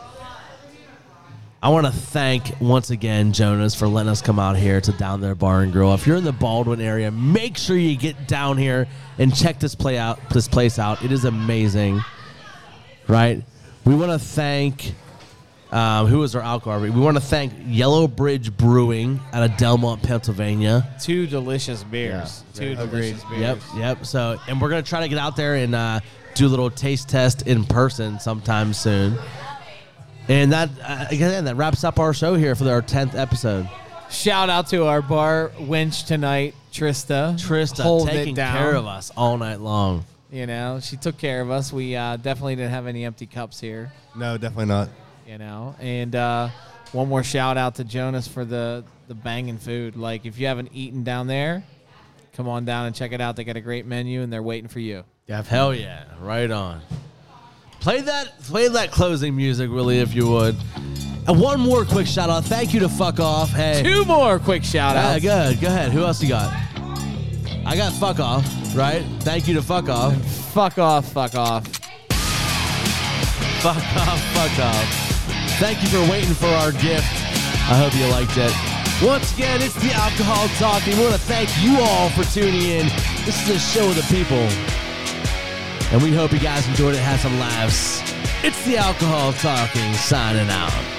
Speaker 1: I want to thank once again Jonas for letting us come out here to Down There Bar and Grill. If you're in the Baldwin area, make sure you get down here and check this play out this place out. It is amazing, right? We want to thank um, who is our alcohol? We want to thank Yellow Bridge Brewing out of Delmont, Pennsylvania.
Speaker 2: Two delicious beers. Two delicious beers.
Speaker 1: Yep, yep. So, and we're gonna try to get out there and uh, do a little taste test in person sometime soon. And that uh, again, that wraps up our show here for our tenth episode.
Speaker 2: Shout out to our bar wench tonight, Trista. Trista
Speaker 1: taking care of us all night long.
Speaker 2: You know, she took care of us. We uh, definitely didn't have any empty cups here.
Speaker 3: No, definitely not.
Speaker 2: You know, and uh, one more shout out to Jonas for the the banging food. Like, if you haven't eaten down there, come on down and check it out. They got a great menu, and they're waiting for you.
Speaker 1: Hell yeah! Right on. Play that, play that closing music, Willie, if you would. And one more quick shout out. Thank you to fuck off. Hey,
Speaker 2: Two more quick shout outs.
Speaker 1: Yeah, good. Go ahead. Who else you got? I got fuck off. Right. Thank you to fuck off.
Speaker 2: Fuck off. Fuck off.
Speaker 1: Fuck off. Fuck off. Thank you for waiting for our gift. I hope you liked it. Once again, it's the alcohol talk. We want to thank you all for tuning in. This is a show of the people, and we hope you guys enjoyed it. Had some laughs. It's the alcohol talking. Signing out.